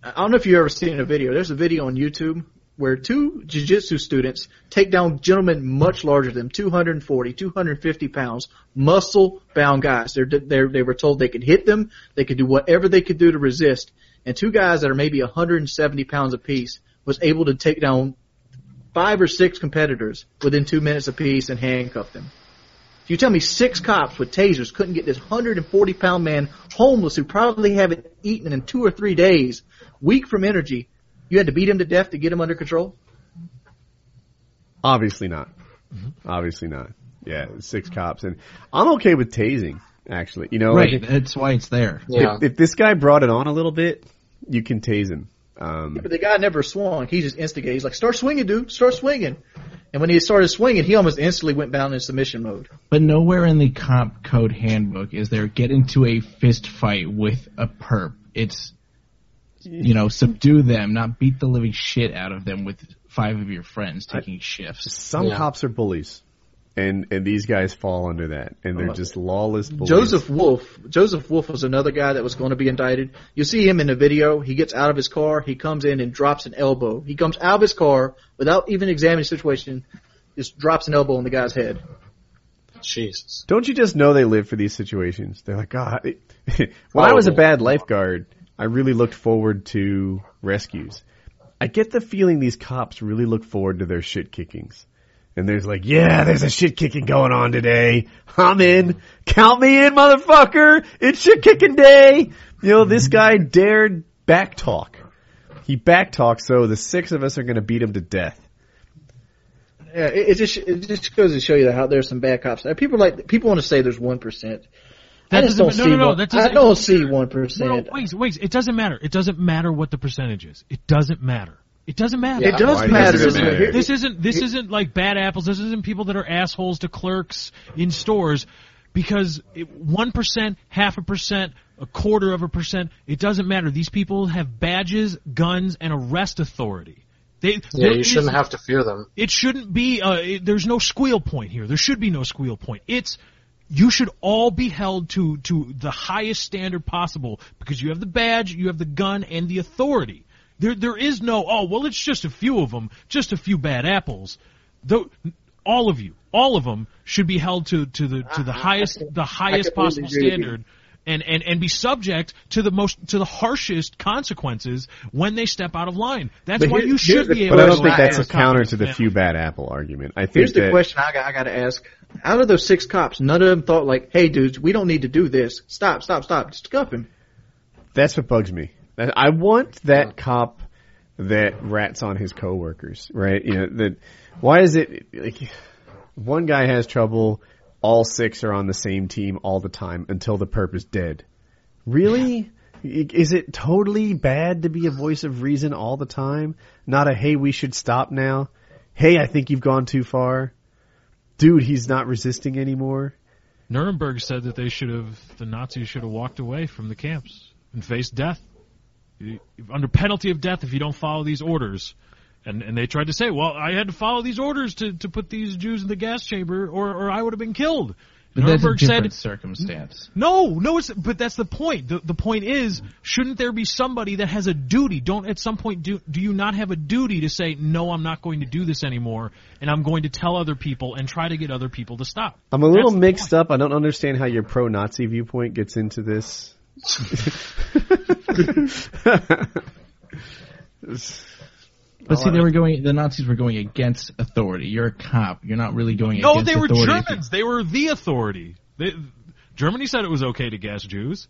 I don't know if you've ever seen a video. There's a video on YouTube where two jiu-jitsu students take down gentlemen much larger than 240, 250 pounds, muscle-bound guys. They're, they're, they were told they could hit them, they could do whatever they could do to resist, and two guys that are maybe 170 pounds apiece was able to take down five or six competitors within two minutes apiece and handcuffed them. If you tell me six cops with tasers couldn't get this 140 pound man homeless who probably haven't eaten in two or three days, weak from energy, you had to beat him to death to get him under control? Obviously not. Obviously not. Yeah, six cops, and I'm okay with tasing. Actually, you know, like, Right. That's why it's there. Yeah. if, if this guy brought it on a little bit, you can tase him. Um, But the guy never swung. He just instigated. He's like, start swinging, dude. Start swinging. And when he started swinging, he almost instantly went down in submission mode. But nowhere in the comp code handbook is there get into a fist fight with a perp. It's you know, subdue them, not beat the living shit out of them with five of your friends taking shifts. some Yeah. cops are bullies, and and these guys fall under that, and they're just lawless bullies. Joseph Wolf. Joseph Wolf was another guy that was going to be indicted. You see him in the video. He gets out of his car. He comes in and drops an elbow. He comes out of his car without even examining the situation. Just drops an elbow on the guy's head. Jesus. Don't you just know they live for these situations? They're like, God. it- when I was Oh. a bad lifeguard, I really looked forward to rescues. I get the feeling these cops really look forward to their shit kickings. And there's like, yeah, there's a shit kicking going on today. I'm in. Count me in, motherfucker. It's shit kicking day. You know, this guy dared backtalk. He backtalked, so the six of us are going to beat him to death. Yeah, it, it just it just goes to show you that out there's some bad cops. People like people want to say there's one percent. I That just don't doesn't- no, see no, no, one. that I doesn't- don't see one No, percent. wait, wait. It doesn't matter. It doesn't matter what the percentage is. It doesn't matter. It doesn't matter. It does Why does matter. it This is- matter? here- This isn't this isn't like bad apples. This isn't people that are assholes to clerks in stores because one percent, half a percent, a quarter of a percent, it doesn't matter. These people have badges, guns, and arrest authority. They, Yeah, there you is- shouldn't have to fear them. It shouldn't be. Uh, it, there's no squeal point here. There should be no squeal point. It's you should all be held to to the highest standard possible because you have the badge, you have the gun, and the authority. There there is no oh well it's just a few of them, just a few bad apples. Though all of you, all of them should be held to to the to Uh-huh. the highest the completely highest possible agree with you. standard and, and, and be subject to the most to the harshest consequences when they step out of line. That's But why here- you here's should the be able But I to don't Well, think that's a accomplish counter to the that. few bad apple argument. I think Here's the that- question I got, I got to ask. Out of those six cops, none of them thought like, "Hey, dudes, we don't need to do this. Stop, stop, stop. Just cuff him." That's what bugs me. That- I want that cop that rats on his coworkers, right? You know, that why is it like one guy has trouble, all six are on the same team all the time until the perp is dead. Really? I- Is it totally bad to be a voice of reason all the time? Not a hey, we should stop now. Hey, I think you've gone too far. Dude, he's not resisting anymore. Nuremberg said that they should have, the Nazis should have walked away from the camps and faced death You- under penalty of death if you don't follow these orders. And and they tried to say, well, I had to follow these orders to, to put these Jews in the gas chamber, or or I would have been killed. But that's a Nuremberg different said, Hmm? circumstance. no, no, it's but that's the point. The the point is, shouldn't there be somebody that has a duty? Don't at some point do do you not have a duty to say, no, I'm not going to do this anymore, and I'm going to tell other people and try to get other people to stop. I'm a little That's the mixed up. I don't understand how your pro-Nazi viewpoint gets into this. But Oh, see, they were going. The Nazis were going against authority. You're a cop. You're not really going No, against they were authority. Germans. They were the authority. They, Germany said it was okay to gas Jews.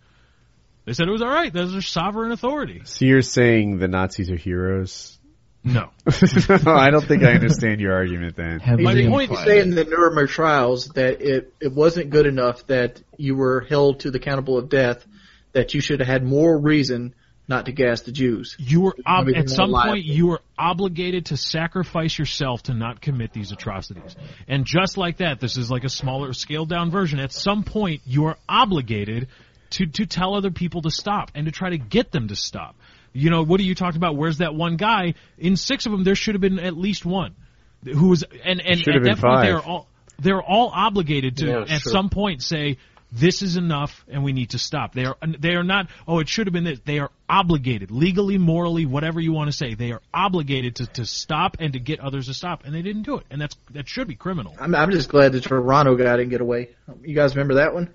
They said it was all right. Those are sovereign authority. so you're saying the Nazis are heroes? No. I don't think I understand your argument then. Heavily My point You is implied. say in the Nuremberg trials that it, it wasn't good enough that you were held to the accountable of death, that you should have had more reason not to gas the Jews. You were ob- Everything at some alive. point you were obligated to sacrifice yourself to not commit these atrocities. And just like that, this is like a smaller, scaled down version. At some point, you are obligated to to tell other people to stop and to try to get them to stop. You know, what are you talking about? Where's that one guy? In six of them, there should have been at least one who was and and Should at have that been point they five. are all they're all obligated to Yeah, at sure. some point say this is enough and we need to stop. They are they are not oh it should have been this. They are obligated legally, morally, whatever you want to say. They are obligated to, to stop and to get others to stop and they didn't do it. And that's that should be criminal. I'm, I'm just glad the Toronto guy didn't get away. You guys remember that one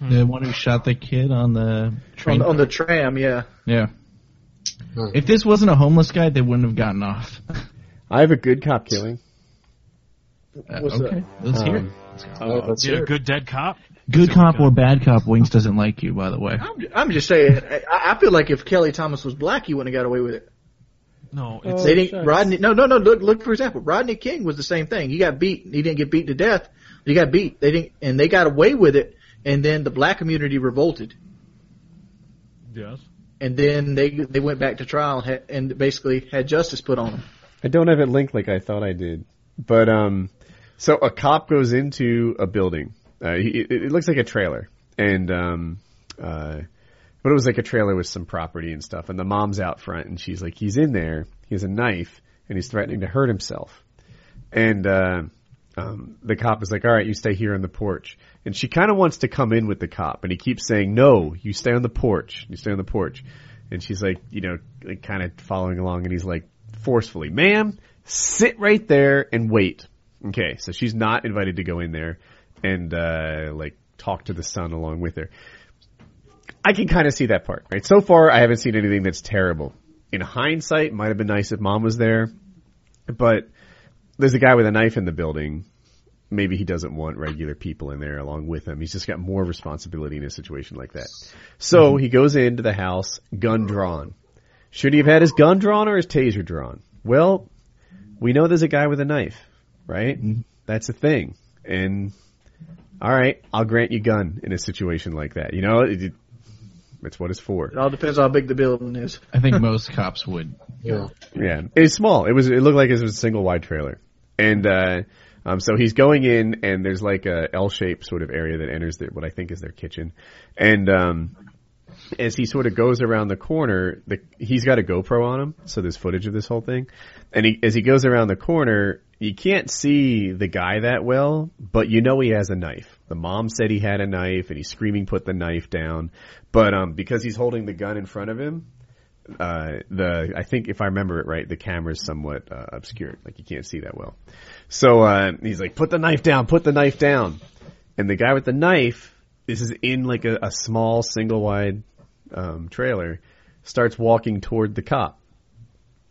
the one who shot the kid on the on, train. on the tram? Yeah, yeah. Hmm. If this wasn't a homeless guy, they wouldn't have gotten off. I have a good cop killing. Uh, What's okay, let's hear. it. Um, Oh, that's Did a it. good dead cop? Good so we cop got- or bad cop, Wings doesn't like you. By the way, I'm, I'm just saying. I, I feel like if Kelly Thomas was black, he wouldn't have got away with it. No, it's they didn't. Rodney. No, no, no. Look, look. For example, Rodney King was the same thing. He got beat. He didn't get beat to death. He got beat. They didn't, and they got away with it. And then the black community revolted. yes. And then they they went back to trial ha- and basically had justice put on them. I don't have it linked like I thought I did. But um, so a cop goes into a building. Uh, he, it, it looks like a trailer, and um, uh, but it was like a trailer with some property and stuff. And the mom's out front, and she's like, "He's in there. He has a knife, and he's threatening to hurt himself." And uh, um, the cop is like, "All right, you stay here on the porch." And she kind of wants to come in with the cop, and he keeps saying, "No, you stay on the porch. You stay on the porch." And she's like, you know, like kind of following along, and he's like, forcefully, ma'am, sit right there and wait. Okay, so she's not invited to go in there and uh, like talk to the son along with her. I can kind of see that part, right? So far, I haven't seen anything that's terrible. In hindsight, it might have been nice if mom was there, but there's a guy with a knife in the building. Maybe he doesn't want regular people in there along with him. He's just got more responsibility in a situation like that. So he goes into the house, gun drawn. Should he have had his gun drawn or his taser drawn? Well, we know there's a guy with a knife, right? That's a thing. And all right, I'll grant you gun in a situation like that. You know, it, it's what it's for. It all depends on how big the building is. I think most cops would. Yeah, it's small. It was. It looked like it was a single wide trailer, and uh, um, so he's going in, and there's like a L shaped sort of area that enters their, what I think is their kitchen, and um, as he sort of goes around the corner, the, he's got a GoPro on him, so there's footage of this whole thing, and he, as he goes around the corner, you can't see the guy that well, but you know he has a knife. The mom said he had a knife, and he's screaming, "Put the knife down!" But um, because he's holding the gun in front of him, uh, the I think if I remember it right, the camera's somewhat uh, obscured, like you can't see that well. So uh, he's like, "Put the knife down! Put the knife down!" And the guy with the knife, this is in like a, a small single wide um, trailer, starts walking toward the cop.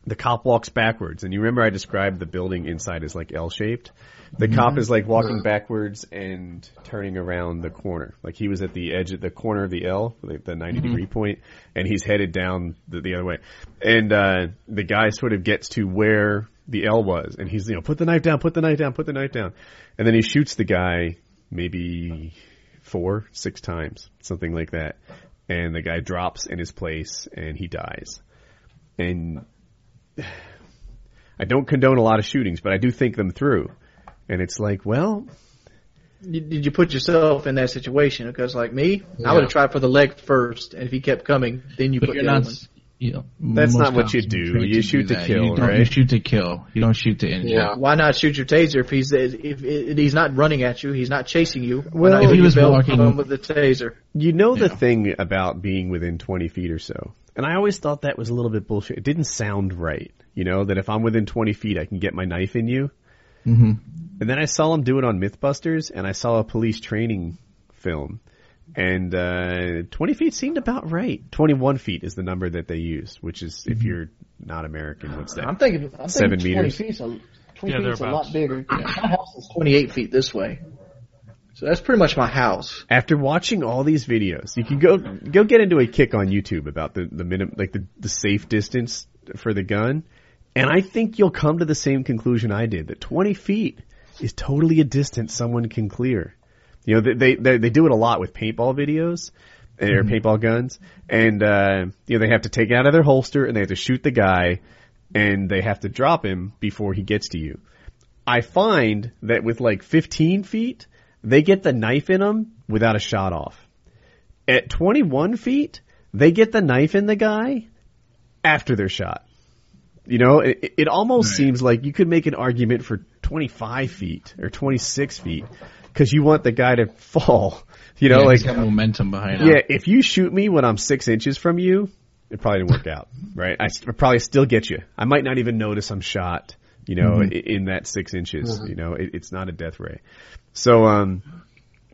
The cop walks backwards, and you remember I described the building inside as like L shaped. The cop is like walking backwards and turning around the corner. Like he was at the edge of the corner of the L, like the 90 degree point, and he's headed down the, the other way. And, uh, the guy sort of gets to where the L was and he's, you know, put the knife down, put the knife down, put the knife down. And then he shoots the guy maybe four, six times, something like that. And the guy drops in his place and he dies. And I don't condone a lot of shootings, but I do think them through. And it's like, well, You- Did you put yourself in that situation? Because like me, I would Yeah. have tried for the leg first, and if he kept coming, then you But put you're the not. other one. You know, That's most not what cops you would do. try You shoot do to that. kill, you don't, You right? shoot to kill. You don't shoot to injure. Yeah. Why not shoot your taser if he's if, if he's not running at you, he's not chasing you. Why Well- not If he hit your was belt walking- button with the taser. You know the Yeah. thing about being within 20 feet or so. And I always thought that was a little bit bullshit. It didn't sound right. You know, that if I'm within 20 feet, I can get my knife in you. hmm And then I saw him do it on Mythbusters and I saw a police training film. And, uh, 20 feet seemed about right. 21 feet is the number that they use, which is, if you're not American, what's that? I'm thinking, I'm thinking Seven 20 meters. Feet's a, 20 Yeah, feet's a thereabouts. lot bigger. My house is 28 feet this way. So that's pretty much my house. after watching all these videos, you can go go get into a kick on YouTube about the the minimum, like the, the safe distance for the gun, and I think you'll come to the same conclusion I did that 20 feet is totally a distance someone can clear. You know, they they they, they do it a lot with paintball videos eh, or paintball guns, and uh, you know they have to take it out of their holster and they have to shoot the guy, and they have to drop him before he gets to you. I find that with like 15 feet, they get the knife in them without a shot off. At 21 feet, they get the knife in the guy after their shot. You know, it, it almost seems like you could make an argument for 25 feet or 26 feet because you want the guy to fall. You know, yeah, like he's got momentum behind. yeah, him. if you shoot me when I'm six inches from you, it probably didn't work out, right? I st- probably still get you. I might not even notice I'm shot, you know, Mm-hmm. i in that six inches. You know, it, it's not a death ray. So, um,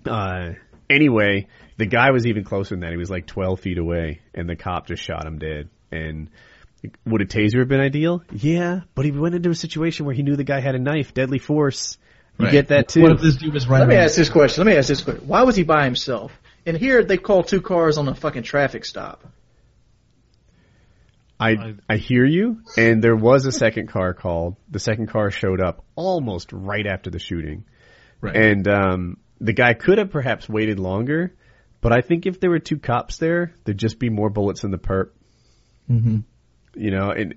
uh, anyway, the guy was even closer than that. He was like 12 feet away, and the cop just shot him dead. And Like, would a taser have been ideal? Yeah, but he went into a situation where he knew the guy had a knife, deadly force. You Right. get that too. What if this dude was right? Let me on- ask this question. Let me ask this question. Why was he by himself? And here they call two cars on a fucking traffic stop. I I hear you, and there was a second car called. The second car showed up almost right after the shooting, Right. and um, the guy could have perhaps waited longer. But I think if there were two cops there, there'd just be more bullets in the perp. Mhm. You know, and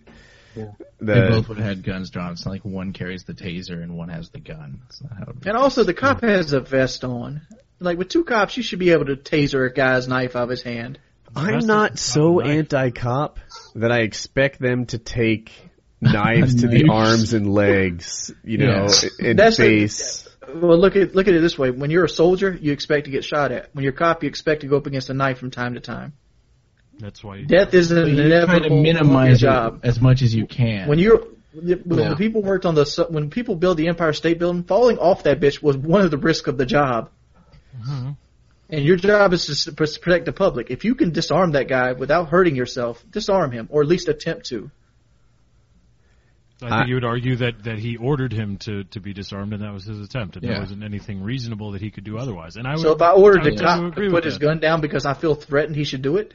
They the both would have had guns drawn. It's not like one carries the taser and one has the gun. That's not how it And also, the cop has a vest on. Like with two cops, you should be able to taser a guy's knife out of his hand. I'm Rest not is so not a knife. anti-cop that I expect them to take knives to the Knives. arms and legs, you know, and That's the- face. Well, look at look at it this way: when you're a soldier, you expect to get shot at. When you're a cop, you expect to go up against a knife from time to time. That's why. You, Death is an But you try to inevitable minimize job. it as much as you can. When you're when Yeah. the people worked on the su- when people built the Empire State Building, falling off that bitch was one of the risks of the job. Mm-hmm. And your job is to s- pr- protect the public. If you can disarm that guy without hurting yourself, disarm him or at least attempt to. I think you would argue that, that he ordered him to, to be disarmed, and that was his attempt, and there Yeah. wasn't anything reasonable that he could do otherwise. And I would. So if I ordered the would cop agree to with put his that. gun down because I feel threatened, he should do it.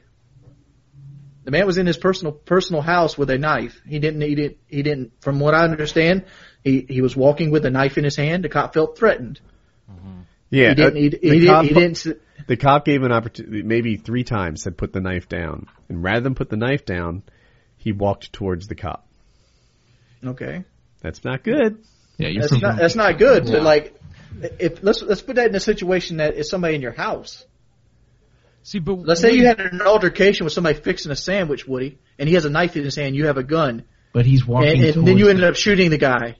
The man was in his personal personal house with a knife. He didn't need it. He didn't. From what I understand, he he was walking with a knife in his hand. The cop felt threatened. Yeah, He didn't. uh, He, the he, cop- didn't, he didn't. s- The cop gave an opportunity, maybe three times, said put the knife down. And rather than put the knife down, he walked towards the cop. Okay. That's not good. yeah, you're That's not provoking- that's not good. Yeah. But like, if let's let's put that in a situation that is somebody in your house. See, but Let's say you had an altercation with somebody fixing a sandwich, Woody, and he has a knife in his hand. You have a gun, but he's walking. and, and then towards you the- ended up shooting the guy.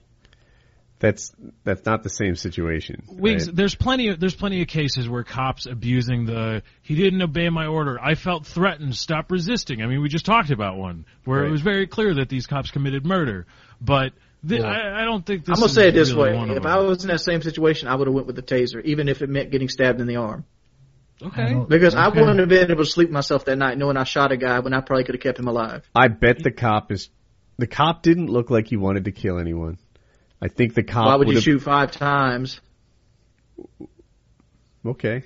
That's that's not the same situation. Wings, right? there's plenty of there's plenty of cases where cops abusing the he didn't obey my order. I felt threatened. Stop resisting. I mean, we just talked about one where Right. it was very clear that these cops committed murder, but th- Yeah. I, I don't think this. I'm gonna is say it this really way: one of if them. I was in that same situation, I would have went with the taser, even if it meant getting stabbed in the arm, I okay, don't- because I okay. wouldn't have been able to sleep myself that night knowing I shot a guy when I probably could have kept him alive. I bet the cop is. The cop didn't look like he wanted to kill anyone. I think the cop. Why would you would've- shoot five times? Okay.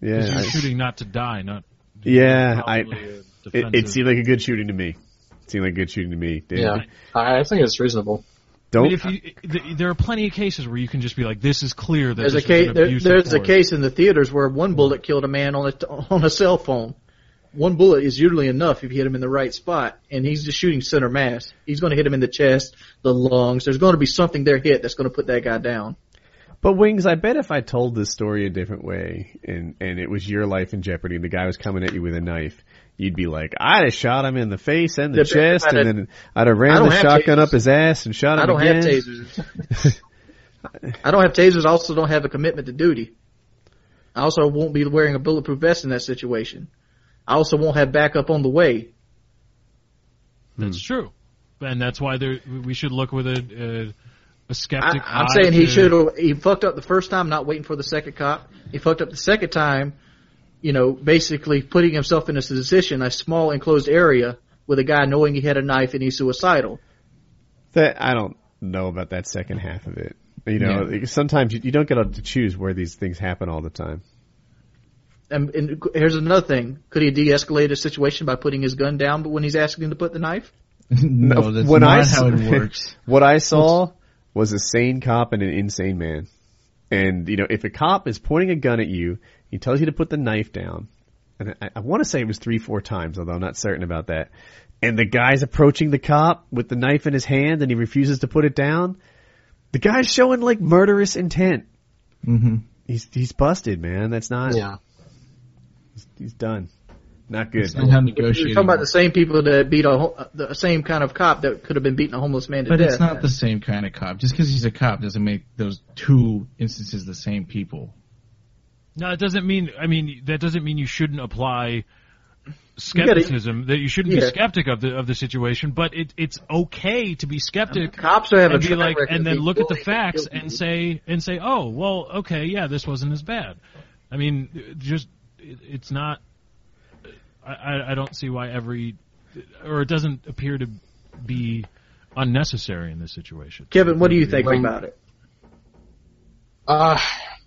Because Yeah. you're I- shooting not to die, not yeah. I. probably a It, it defensive- seemed like a good shooting to me. It seemed like a good shooting to me. David. Yeah, I I think it's reasonable. I Don't. mean, if you, th- there are plenty of cases where you can just be like, this is clear that There's a this was case. an There, abuse there's a of force. case in the theaters where one bullet killed a man on a on a cell phone. One bullet is usually enough if you hit him in the right spot, and he's just shooting center mass. He's going to hit him in the chest, the lungs. There's going to be something there hit that's going to put that guy down. But Wings, I bet if I told this story a different way and and it was your life in jeopardy and the guy was coming at you with a knife, you'd be like, I'd have shot him in the face and the Depends chest on and it. then I'd have I ran don't the have shotgun tasers. up his ass and shot him I don't again. have tasers. I don't have tasers. I also don't have a commitment to duty. I also won't be wearing a bulletproof vest in that situation. I also won't have backup on the way. Hmm. That's true, and that's why there we should look with a. Uh, I, a skeptic I'm eye saying he to- should have. He fucked up the first time, not waiting for the second cop. He fucked up the second time, you know, basically putting himself in a position, a small enclosed area with a guy knowing he had a knife and he's suicidal. That I don't know about that second half of it. You know, like, sometimes you, you don't get to choose where these things happen all the time. And, and here's another thing: could he de-escalate a situation by putting his gun down, but when he's asking him to put the knife? no, that's when not I how s- it works. What I saw was a sane cop and an insane man. And you know, if a cop is pointing a gun at you, he tells you to put the knife down. And I, I want to say it was three, four times, although I'm not certain about that. And the guy's approaching the cop with the knife in his hand, and he refuses to put it down. The guy's showing like murderous intent. hmm He's he's busted, man. That's not. Yeah, He's done. Not good. It's not how You're negotiating. talking about the works. same people that beat a ho- the same kind of cop that could have been beating a homeless man to But death. it's not the same kind of cop. Just because he's a cop doesn't make those two instances the same people. No, it doesn't mean. I mean, that doesn't mean you shouldn't apply skepticism. that you shouldn't be Yeah. skeptic of the of the situation. But it, it's okay to be skeptic cops are having and be like, and then look at the facts and say and say, oh, well, okay, yeah, this wasn't as bad. I mean, just it, it's not. I- I, I don't see why every, or it doesn't appear to be unnecessary in this situation. Kevin, what do you think about it? Uh,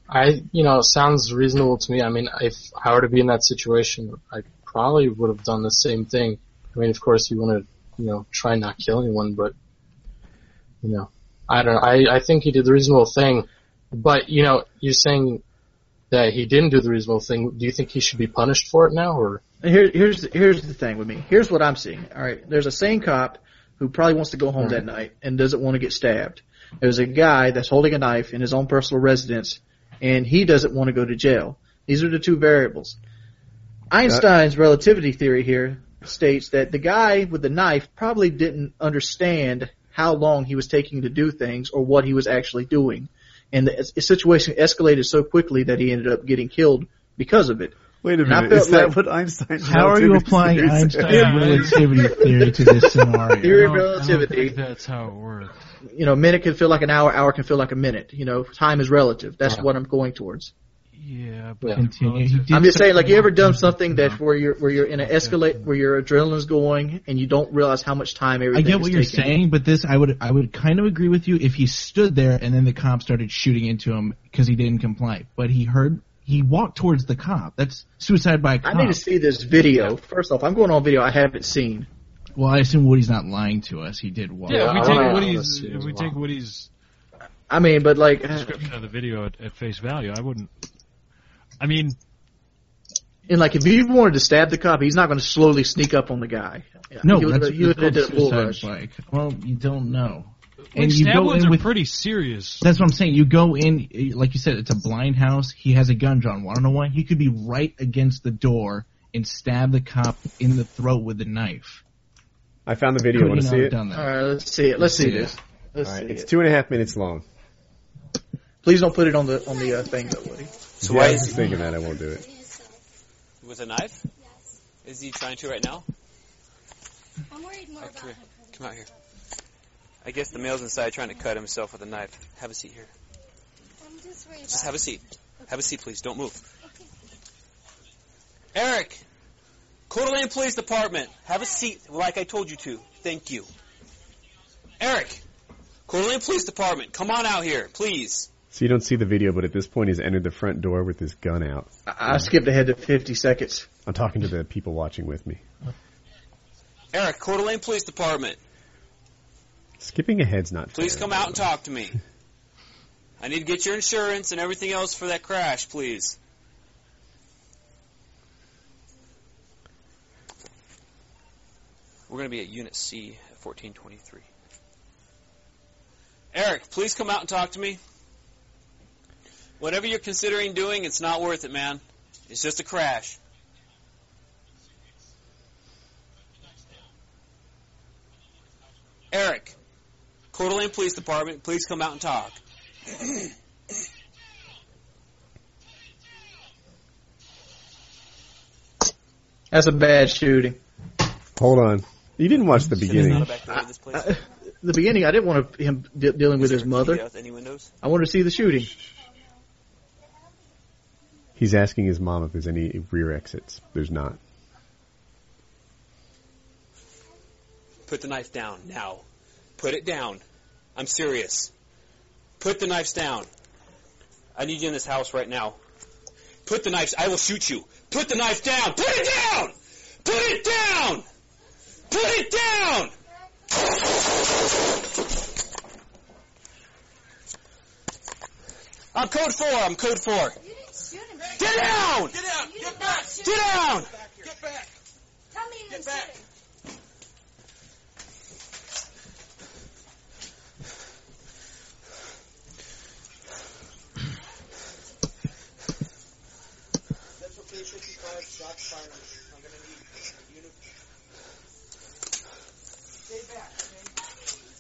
I, you know, it sounds reasonable to me. I mean, if I were to be in that situation, I probably would have done the same thing. I mean, of course, you want to, you know, try and not kill anyone, but, you know, I don't know. I, I think he did the reasonable thing, but, you know, you're saying that he didn't do the reasonable thing. Do you think he should be punished for it now, or? Here, here's here's the thing with me. Here's what I'm seeing. All right, there's a sane cop who probably wants to go home that night and doesn't want to get stabbed. There's a guy that's holding a knife in his own personal residence, and he doesn't want to go to jail. These are the two variables. Einstein's relativity theory here states that the guy with the knife probably didn't understand how long he was taking to do things or what he was actually doing, and the es- situation escalated so quickly that he ended up getting killed because of it. Wait a And I minute, felt is that like- what Einstein? How are you applying Einstein's relativity theory to this scenario? Theory I of don't- I don't relativity. think that's how it works. you know, a minute can feel like an hour, hour can feel like a minute. You know, time is relative. That's what I'm going towards. Yeah, but Continue. He did I'm just say- saying, like, you ever done something that where you're where you're in an escalate, where your adrenaline's going, and you don't realize how much time I everything. get is what you're taking. saying, but this I would I would kind of agree with you if he stood there and then the cop started shooting into him because he didn't comply. But he heard he walked towards the cop. That's suicide by I cop. need to see this video. First off, I'm going on video I haven't seen. well, I assume Woody's not lying to us. He did walk. yeah, Yeah, if we I take don't know. Woody's if Let's we see. take Woody's I mean, but like, Uh, description of the video at, at face value, I wouldn't. I mean, and like, if you wanted to stab the cop, he's not going to slowly sneak up on the guy. No, he would that's he would have that's did a bull suicide rush. by cop. Well, you don't know. like, you stab go wounds in are with- pretty serious. That's what I'm saying. You go in, eh, like you said, it's a blind house. He has a gun drawn. Want to know why? He could be right against the door and stab the cop in the throat with a knife. I found the video. Could Want he to not see have it? Done that? All right, let's see it. Let's see this. Let's All right, see it's it. two and a half minutes long. Please don't put it on the on the uh, thing though, Woody. So yeah, why I was is just thinking that I won't do it. with a knife? Is he trying to right now? I'm worried more Oh, about come here. him. Come out here. I guess the male's inside trying to cut himself with a knife. Have a seat here. I'm just worried Just about have a seat. Have a seat, please. Don't move. Okay. Eric! Coeur d'Alene Police Department. Have a seat like I told you to. Thank you. Eric! Coeur d'Alene Police Department. Come on out here, please. So you don't see the video, but at this point, he's entered the front door with his gun out. I, I skipped ahead to 50 seconds. I'm talking to the people watching with me. Eric, Coeur d'Alene Police Department. Skipping ahead's not. Please fair. come out and talk to me. I need to get your insurance and everything else for that crash, please. We're going to be at Unit C at 1423. Eric, please come out and talk to me. Whatever you're considering doing, it's not worth it, man. It's just a crash. Eric, Coeur d'Alene Police Department, please come out and talk. That's a bad shooting. Hold on. You didn't watch the Should've thought beginning. about getting rid of this place. I, the beginning, I didn't want to, him de- dealing with Uh, his mother. Any windows? I wanted to see the shooting. He's asking his mom if there's any rear exits. There's not. Put the knife down now. Put it down. I'm serious. Put the knives down. I need you in this house right now. Put the knives. I will shoot you. Put the knife down. Put it down. Put it down. Put it down. I'm code four. I'm code four. You didn't shoot him. Get down. Get down. You did not shoot Get him. down. Tell me you didn't shoot him.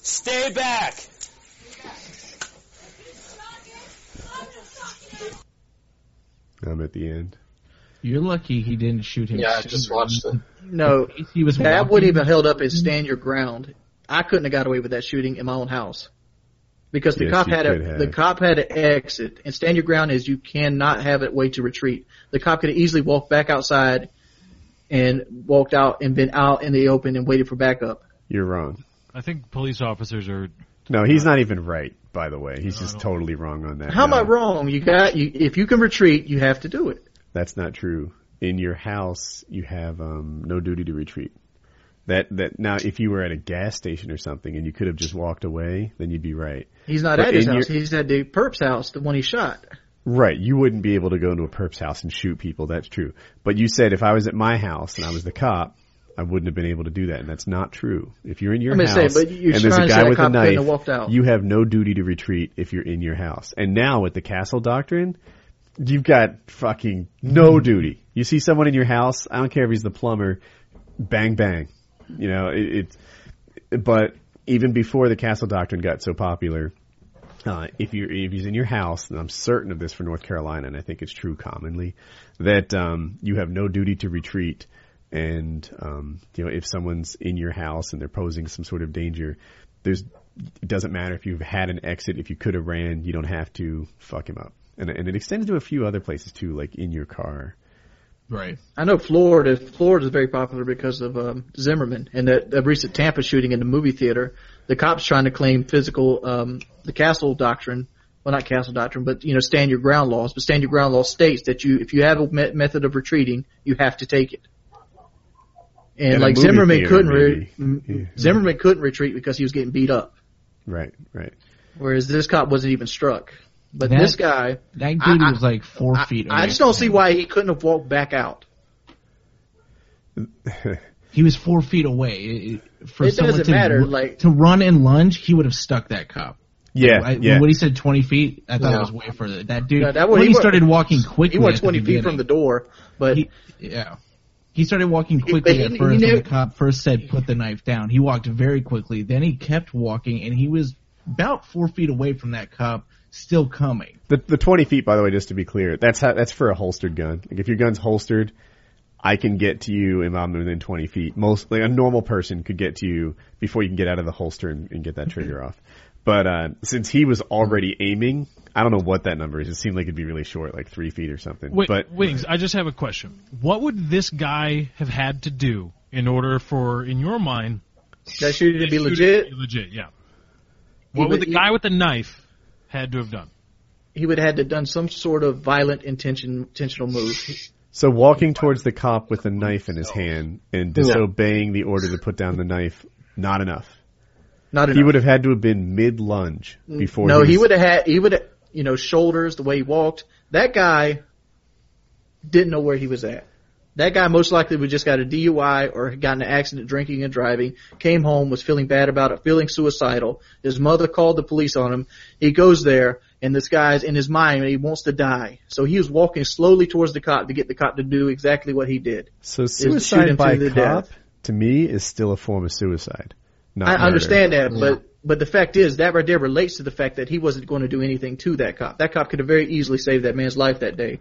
Stay back. I'm at the end. You're lucky he didn't shoot him. Yeah, I just sooner. watched it. No, He was that walking. wouldn't even held up as stand your ground. I couldn't have got away with that shooting in my own house because the Yes, cop you had a could have. the cop had an exit, and stand your ground is you cannot have a way to retreat. The cop could have easily walked back outside and walked out and been out in the open and waited for backup. You're wrong. I think police officers are. No, he's not even right. By the way, he's No, I just don't- totally wrong on that. How am I No, wrong? You got you. If you can retreat, you have to do it. That's not true. In your house, you have um, no duty to retreat. That that now, if you were at a gas station or something and you could have just walked away, then you'd be right. He's not But at his in house. your- He's at the perp's house, the one he shot. Right, you wouldn't be able to go into a perp's house and shoot people. That's true. But you said if I was at my house and I was the cop, I wouldn't have been able to do that, and that's not true. If you're in your I'm gonna house say, but you're and there's trying a to guy say with the a cop couldn't knife, have walked out. you have no duty to retreat if you're in your house. And now with the castle doctrine, you've got fucking no Hmm. duty. You see someone in your house, I don't care if he's the plumber, bang bang. You know, it, it but even before the castle doctrine got so popular, uh, if you're if he's in your house, and I'm certain of this for North Carolina, and I think it's true commonly, that um, you have no duty to retreat. And um, you know, if someone's in your house and they're posing some sort of danger, there's it doesn't matter if you've had an exit, if you could have ran, you don't have to fuck him up. And, and it extends to a few other places too, like in your car. Right. I know Florida. Florida is very popular because of um, Zimmerman and that, that recent Tampa shooting in the movie theater. The cops trying to claim physical, um, the castle doctrine. Well, not castle doctrine, but you know, stand your ground laws. But stand your ground law states that you, if you have a me- method of retreating, you have to take it. And, In a like movie Zimmerman theater, couldn't, re- maybe. m- Yeah. Zimmerman couldn't retreat because he was getting beat up. Right, right. Whereas this cop wasn't even struck. But That- this guy, That dude I- I- was like four I, feet. I away just don't from see him. why he couldn't have walked back out. he was four feet away. It- it- For It someone doesn't to, matter, ru- like- to run and lunge, he would have stuck that cop. Yeah, I, yeah. What he said, twenty feet. I thought Yeah. it was way further. That dude. Yeah, that was- when he he, wa- started walking quickly, He went at the 20 feet from the beginning, door, but He, yeah. He started walking quickly he- at he first. when never- the cop first said, "Put the knife down." He walked very quickly. Then he kept walking, and he was about four feet away from that cop, still coming. The the twenty feet, by the way, just to be clear, that's how that's for a holstered gun. Like if your gun's holstered, I can get to you if I'm within twenty feet. Most like a normal person could get to you before you can get out of the holster and, and get that trigger off. But uh, since he was already aiming, I don't know what that number is. It seemed like it'd be really short, like three feet or something. Wait, but Wings, I just have a question. What would this guy have had to do in order for, in your mind, that shooting to be shoot it legit, to be Legit, yeah. What would- would the he- guy with the knife had to have done? he would have had to done some sort of violent intention, intentional move. so walking towards the cop with a knife in his hand and disobeying the order to put down the knife, not enough. Not enough. Mm. He would have had to have been mid lunge before. no, he was- would have had. He would have, you know, shoulders, the way he walked. That guy didn't know where he was at. That guy most likely would just got a DUI or had gotten an accident drinking and driving. Came home, was feeling bad about it, feeling suicidal. His mother called the police on him. He goes there, and this guy's in his mind, and he wants to die. So he was walking slowly towards the cop to get the cop to do exactly what he did. So shoot suicide him by to the cop death. to me is still a form of suicide. Not I murder. understand that, but but the fact is that right there relates to the fact that he wasn't going to do anything to that cop. That cop could have very easily saved that man's life that day.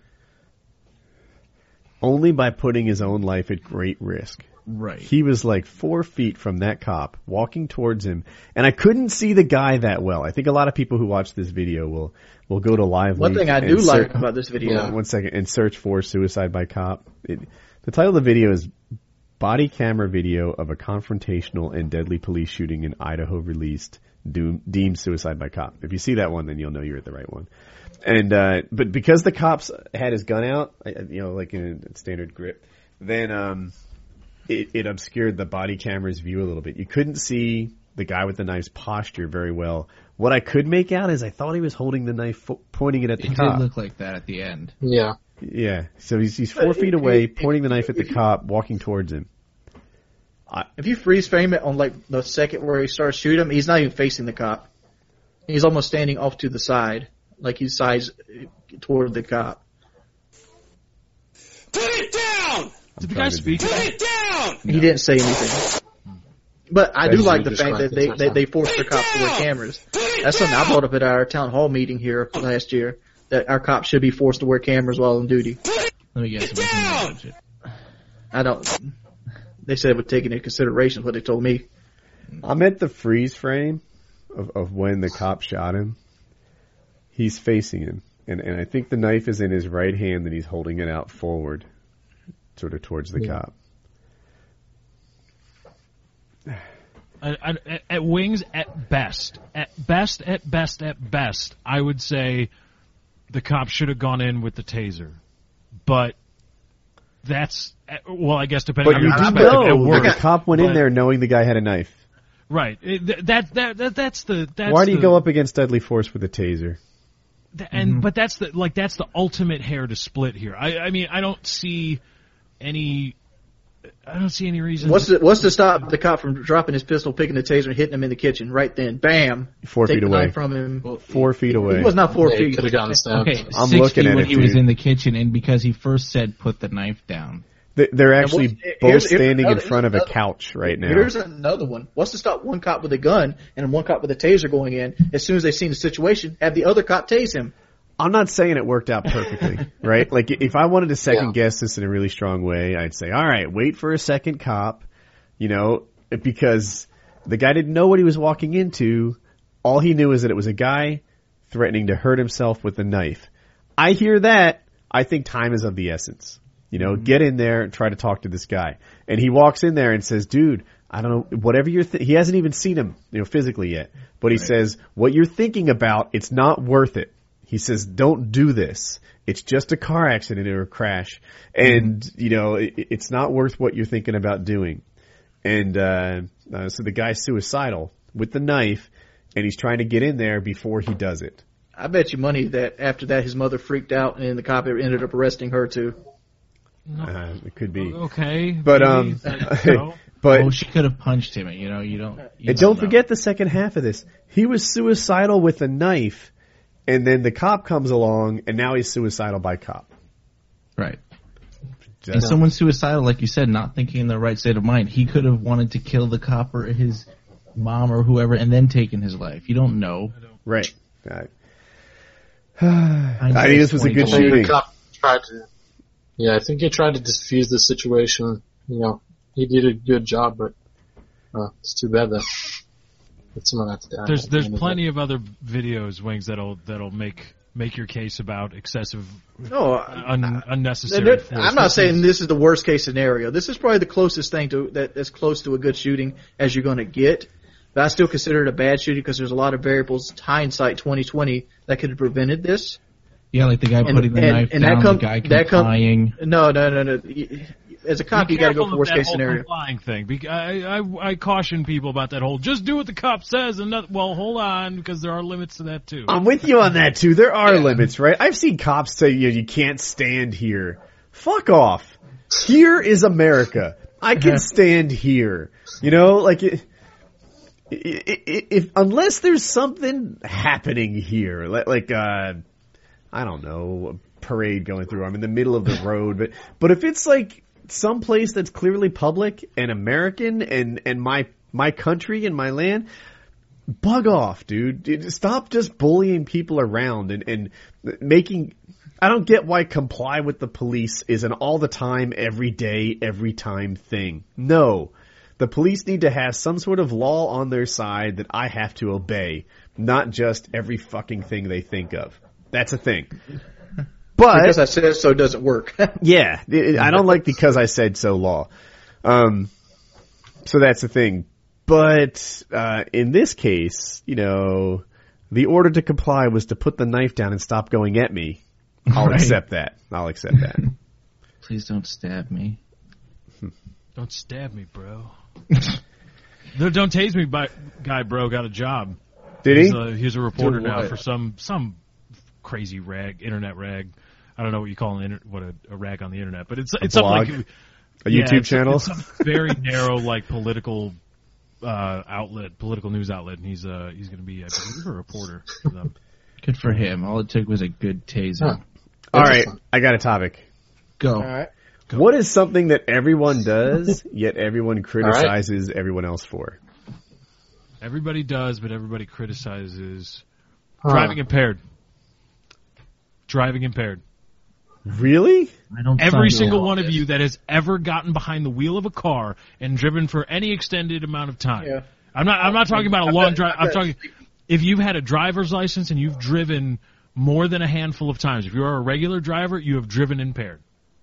Only by putting his own life at great risk. Right. He was like four feet from that cop, walking towards him, and I couldn't see the guy that well. I think a lot of people who watch this video will will go to live. One Leak thing I and do ser- like about this video, Hold on one second and search for suicide by cop. It, the title of the video is "Body Camera Video of a Confrontational and Deadly Police Shooting in Idaho Released Doom, Deemed Suicide by Cop." If you see that one, then you'll know you're at the right one. And uh, but because the cops had his gun out, I- I- you know, like in a standard grip, then um, it, it obscured the body camera's view a little bit. You couldn't see the guy with the knife's posture very well. What I could make out is I thought he was holding the knife, fo- pointing it at the It cop. did look like that at the end. Yeah. Yeah. So he's he's four But feet if- away, if- pointing the knife at the cop, walking towards him. if you freeze frame it on like the second where he starts shooting him, he's not even facing the cop. He's almost standing off to the side, like he sides toward the cop. Put it down! I'm Did the trying guy to do- speak? Put it down! He didn't say anything. But I That's do what like you the fact described that they, it. they, they forced the Put it cops to wear down! cameras. Put it That's something I down! brought up at our town hall meeting here last year. That our cops should be forced to wear cameras while on duty. Let me guess. It was in Down! the budget. I don't. They said it would take into consideration what they told me. I meant the freeze frame of, of when the cop shot him. He's facing him, and and I think the knife is in his right hand, and he's holding it out forward, sort of towards the cop. I, I, at- at wings, at best, at best, at best, at best, I would say the cop should have gone in with the taser, but that's well, I guess depending But on you your do perspective, know at that work. the cop went in But- there knowing the guy had a knife. right? It- th- That, that that that's the that's Why do you the- go up Mm-hmm. against deadly force with a taser? Th- and but that's the like that's the ultimate hair to split here. I I mean I don't see any I don't see any reason. What's the, what's to stop the cop from dropping his pistol, picking the taser, and hitting him in the kitchen right then? Bam! Four Take feet the away. knife from him. Four feet away. He was not four feet. could have gotten stabbed. Okay, I'm 60 looking at when it, he was dude. in the kitchen, and because he first said put the knife down. They- They're what- actually both here's- here's standing in another- front of a another- couch right now. uh, Here's another one. What's to stop one cop with a gun and one cop with a taser going in? As soon as they seen the situation, have the other cop tase him. I'm not saying it worked out perfectly, right? Like if I wanted to second Yeah. guess this in a really strong way, I'd say, all right, wait for a second cop, you know, because the guy didn't know what he was walking into. All he knew is that it was a guy threatening to hurt himself with a knife. I hear that. I think time is of the essence. You know, get in there and try to talk to this guy. And he walks in there and says, dude, I don't know, whatever you're, th- he hasn't even seen him, you know, physically yet, but he says, what you're thinking about, it's not worth it. He says, don't do this. It's just a car accident or a crash. And, you know, it, it's not worth what you're thinking about doing. And, uh, uh, so the guy's suicidal with the knife and he's trying to get in there before he does it. I bet you money that after that his mother freaked out and the cop ended up arresting her too. Uh, it could be. okay, But, um, maybe, but, you know. But oh, she could have punched him. You know, you don't. You And don't know. forget the second half of this. He was suicidal with a knife, and then the cop comes along, and now he's suicidal by cop. right. Just- If someone's suicidal, like you said, not thinking in the right state of mind, he could have wanted to kill the cop or his mom or whoever, and then taken his life. You don't know. right. Uh, I think this was a good I think shooting. the cop tried to. Yeah, I think he tried to diffuse the situation. You know, he did a good job, but uh, it's too bad that that someone had to die. there's there's And, uh, plenty of other videos wings that'll that'll make make your case about excessive No, un, Now, unnecessary. Uh, there- force. I'm not This saying is- this is the worst case scenario. This is probably the closest thing to that as close to a good shooting as you're going to get. But I still consider it a bad shooting because there's a lot of variables, hindsight 2020, that could have prevented this. Yeah, like the guy And- putting the and- knife and that down, come- the guy that come- complying. No, no, no, no. You- As a be cop, you got to careful go for of worst that case whole scenario. complying thing. Be- I, I I caution people about that whole just do what the cop says and not, well hold on because there are limits to that too. I'm with you on that too. There are limits, right? I've seen cops say you you can't stand here. Fuck off. Here is America. I can stand here. You know, like it, i i- i- if unless there's something happening here, li- like uh, I don't know, a parade going through. I'm in the middle of the road, but but if it's like some place that's clearly public and American and and my my country and my land, bug off, dude. Dude, Stop just bullying people around and, and making. I don't get why comply with the police is an all the time, every day, every time thing. No. The police need to have some sort of law on their side that I have to obey, not just every fucking thing they think of. That's a thing. But Because I said so doesn't work. yeah, it- it- I don't like because I said so law. Um, so that's the thing. But uh, in this case, you know, the order to comply was to put the knife down and stop going at me. I'll Right. accept that. I'll accept that. Please don't stab me. Don't stab me, bro. no, don't tase me, by, guy, bro. Got a job. Did He's he? a, he's a reporter Do now what? for some some crazy rag, internet rag. I don't know what you call an inter- what a, a rag on the internet, but it's it's blog? something like A yeah, YouTube it's- channel? it's some very narrow like political uh, outlet, political news outlet, and he's uh he's going to be I believe a reporter for them. Good for him. All it took was a good taser. Huh. All right, I got a topic. Go. What is something that everyone does, yet everyone right. criticizes everyone else for? Everybody does, but everybody criticizes huh. driving impaired. Driving impaired. Really? I don't Every find single it. one of you that has ever gotten behind the wheel of a car and driven for any extended amount of time. Yeah. I'm not. I'm not talking about a long bet- drive. I I'm bet. talking if you've had a driver's license and you've driven more than a handful of times. If you are a regular driver, you have driven impaired.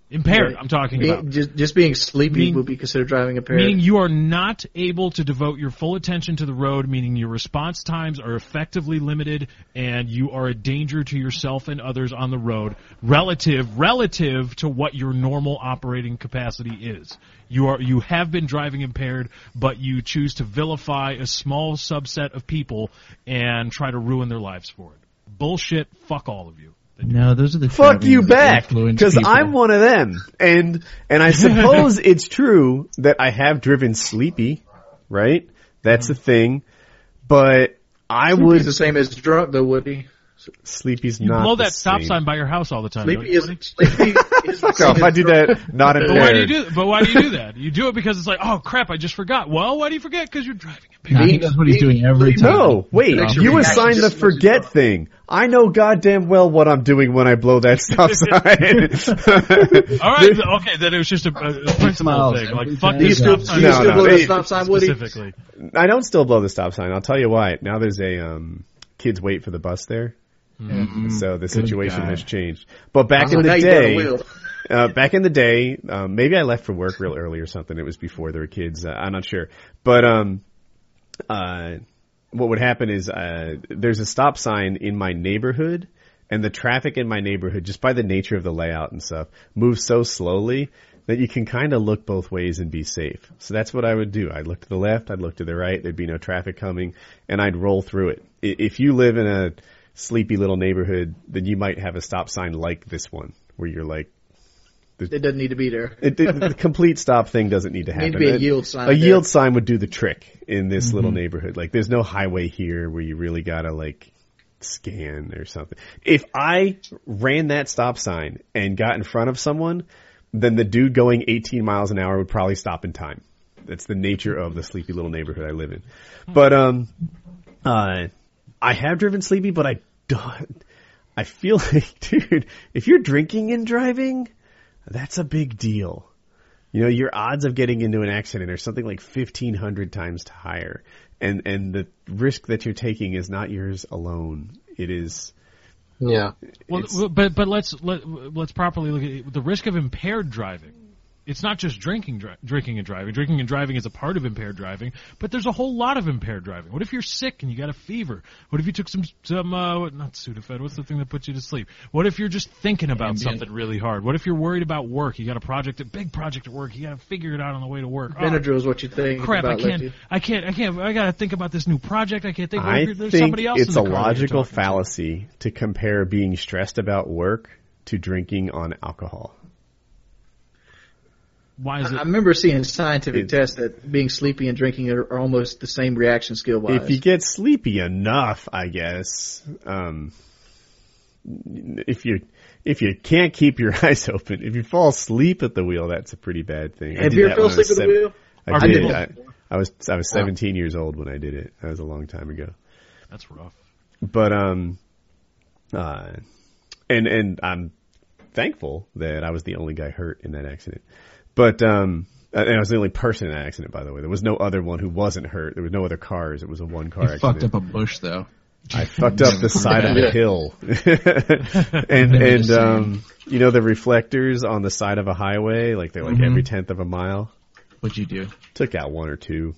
Impaired, I'm talking Be- about. just, just being sleepy Mean- would be considered driving impaired. Meaning you are not able to devote your full attention to the road, meaning your response times are effectively limited and you are a danger to yourself and others on the road relative relative to what your normal operating capacity is. You are you have been driving impaired, but you choose to vilify a small subset of people and try to ruin their lives for it. Bullshit, fuck all of you. No, those are the Fuck driving you that back, influence because people. I'm one of them, and and I suppose it's true that I have driven sleepy, right? That's a thing, but I Sleepy's would the same as drunk though, Woody. sleepy's You not blow the that stop same. sign by your house all the time. don't Sleepy you, is buddy? sleepy. Is the Fuck same off! as I do drunk. that not But why do you impaired. do? But why do you do that? You do it because it's like, oh crap, I just forgot. Well, why do you forget? Because you're driving a Nah, he Beat- does what he's doing every beat- time. No, wait. Connection You reaction assign the just makes you forget drunk. thing. I know goddamn well what I'm doing when I blow that stop sign. All right, okay, then it was just a, a principle Miles, thing. every Like, fuck time. Do you this still, stop do sign you No, still no, blow they- the stop sign, Woody? specifically. I don't still blow the stop sign. I'll tell you why. Now there's a um, kids wait for the bus there. Mm-hmm. So the situation God. has changed. But back Oh, in now the you got a day, wheel. uh, back in the day, um, maybe I left for work real early or something. It was before there were kids. Uh, I'm not sure. But um, uh, what would happen is uh, there's a stop sign in my neighborhood, and the traffic in my neighborhood, just by the nature of the layout and stuff, moves so slowly that you can kind of look both ways and be safe. So that's what I would do. I'd look to the left, I'd look to the right, there'd be no traffic coming, and I'd roll through it. I- If you live in a sleepy little neighborhood, then you might have a stop sign like this one, where you're like, It doesn't need to be there. it, it- the complete stop thing doesn't need to Need happen. to be a yield sign A there. yield sign would do the trick in this little neighborhood. Like, there's no highway here where you really gotta like scan or something. If I ran that stop sign and got in front of someone, then the dude going 18 miles an hour would probably stop in time. That's the nature of the sleepy little neighborhood I live in. But um, uh, I have driven sleepy, but I don't. I feel like, dude, if you're drinking and driving, that's a big deal. You know, your odds of getting into an accident are something like 1500 times higher. And, and the risk that you're taking is not yours alone. It is, Yeah. Well, It's- w- but but let's let, let's properly look at it. the risk of impaired driving. It's not just drinking, dri- drinking and driving. Drinking and driving is a part of impaired driving, but there's a whole lot of impaired driving. What if you're sick and you got a fever? What if you took some some uh, what- not Sudafed? What's the thing that puts you to sleep? What if you're just thinking about Ambien. something really hard? What if you're worried about work? You got a project, a big project at work. You got to figure it out on the way to work. Oh, Benadryl is what you think crap! I about. can't, Lefty. I can't. I can't. I got to think about this new project. I can't think. What I if there's think somebody else in it's the a car you're logical talking to? fallacy to compare being stressed about work to drinking on alcohol. Why is I it? I remember seeing scientific It- tests that being sleepy and drinking are, are almost the same reaction skill wise. If you get sleepy enough, I guess. Um, if you if you can't keep your eyes open, if you fall asleep at the wheel, that's a pretty bad thing. I Have did you that ever fell when I was asleep at the seven- wheel? Oh. I Are did. people- I, I was I was 17 years old when I did it. That was a long time ago. That's rough. But um, uh, and and I'm thankful that I was the only guy hurt in that accident. But um, and I was the only person in that accident. By the way, there was no other one who wasn't hurt. There was no other cars. It was a one car He accident. fucked up a bush though. I fucked up the side of a Yeah. hill, and and um, you know the reflectors on the side of a highway, like they're like every Mm-hmm. tenth of a mile. What'd you do? Took out one or two.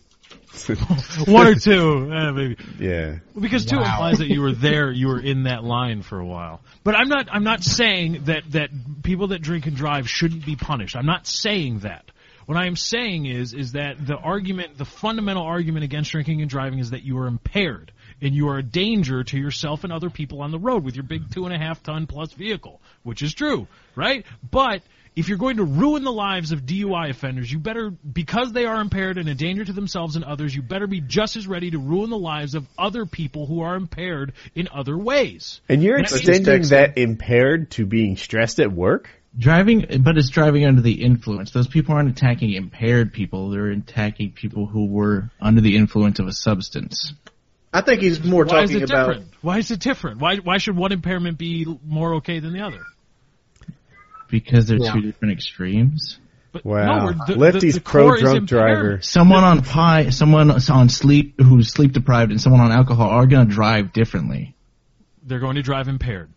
One or two, eh, maybe. yeah, Because two implies that you were there, you were in that line for a while. But I'm not. I'm not saying that that people that drink and drive shouldn't be punished. I'm not saying that. What I am saying is is that the argument, the fundamental argument against drinking and driving, is that you are impaired and you are a danger to yourself and other people on the road with your big two and a half ton plus vehicle, which is true, right? But if you're going to ruin the lives of DUI offenders, you better, because they are impaired and a danger to themselves and others, you better be just as ready to ruin the lives of other people who are impaired in other ways. and you're That means- extending that impaired to being stressed at work. Driving, but it's driving under the influence. Those people aren't attacking impaired people. They're attacking people who were under the influence of a substance. I think he's more Why is talking it about. different? Why is it different? Why, why should one impairment be more okay than the other? Because they're Yeah. two different extremes. But Wow. we're- Lefty's core pro is drunk impaired. driver. Someone on pie, someone on sleep who's sleep deprived, and someone on alcohol are gonna drive differently. They're going to drive impaired.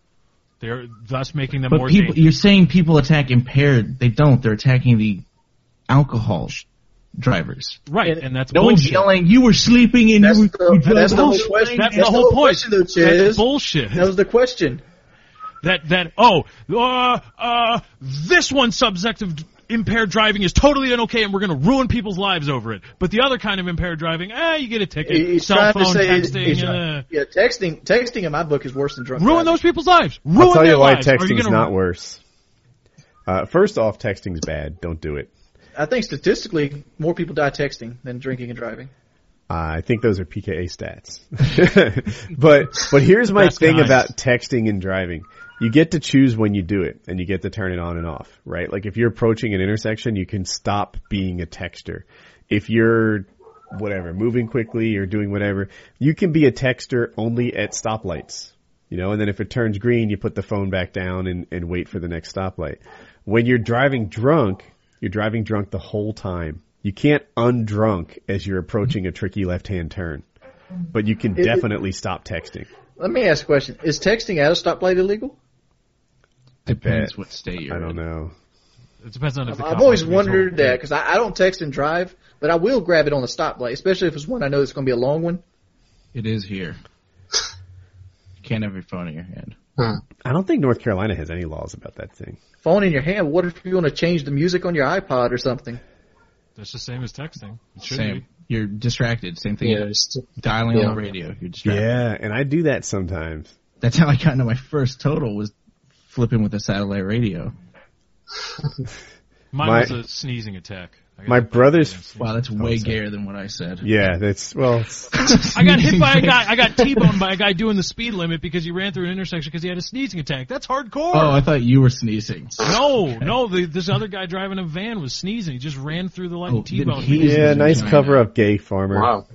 They're thus making them But more people, dangerous. you're saying people attack impaired. They don't. They're attacking the alcohol drivers. Right, and, that's No one's bullshit. yelling, you were sleeping and That's you were. the, you that's the drove whole off." question. That's the That's whole point. question, though, That's Chiz. bullshit. That was the question. That that oh uh uh this one subjective d- impaired driving is totally unokay and we're gonna ruin people's lives over it. But the other kind of impaired driving, eh, you get a ticket. He- He's Cell trying phone to say texting, he's uh, trying- yeah, texting. Texting in my book is worse than drunk. ruin driving. those people's lives. Ruin I'll tell their you why lives. Are you texting's gonna- not worse. Uh, first off, texting's bad. Don't do it. I think statistically, more people die texting than drinking and driving. I think those are PKA stats. but but here's my That's thing nice. about texting and driving. You get to choose when you do it and you get to turn it on and off, right? Like if you're approaching an intersection, you can stop being a texter. If you're whatever, moving quickly or doing whatever, you can be a texter only at stoplights. You know, and then if it turns green, you put the phone back down and, and wait for the next stoplight. When you're driving drunk, you're driving drunk the whole time. You can't undrunk as you're approaching a tricky left hand turn. But you can it- definitely stop texting. Let me ask a question: Is texting at a stoplight illegal? Depends what state you're I don't in. know. It depends on if the I've cop always wants to be told. wondered that because I, I don't text and drive, but I will grab it on the stoplight, especially if it's one I know it's going to be a long one. It is here. You can't have your phone in your hand. I don't think North Carolina has any laws about that thing. Phone in your hand. What if you want to change the music on your iPod or something? That's the same as texting. It should Same. be. You're distracted. Same thing. Yeah, it's t- Dialing Yeah. on the radio. You're distracted. Yeah, and I do that sometimes. That's how I got into my first total was flipping with a satellite radio. Mine My- was a sneezing attack. I got My hit by a brother's- goddamn sneeze. Wow, that's way sorry. gayer than what I said. Yeah, that's well. it's- I got hit by a guy. I got T-boned by a guy doing the speed limit because he ran through an intersection because he had a sneezing attack. That's hardcore. Oh, I thought you were sneezing. No, no, the, this other guy driving a van was sneezing. He just ran through the light Oh, and T-boned. then he- me. Yeah, nice Vagina. cover up, gay farmer. wow.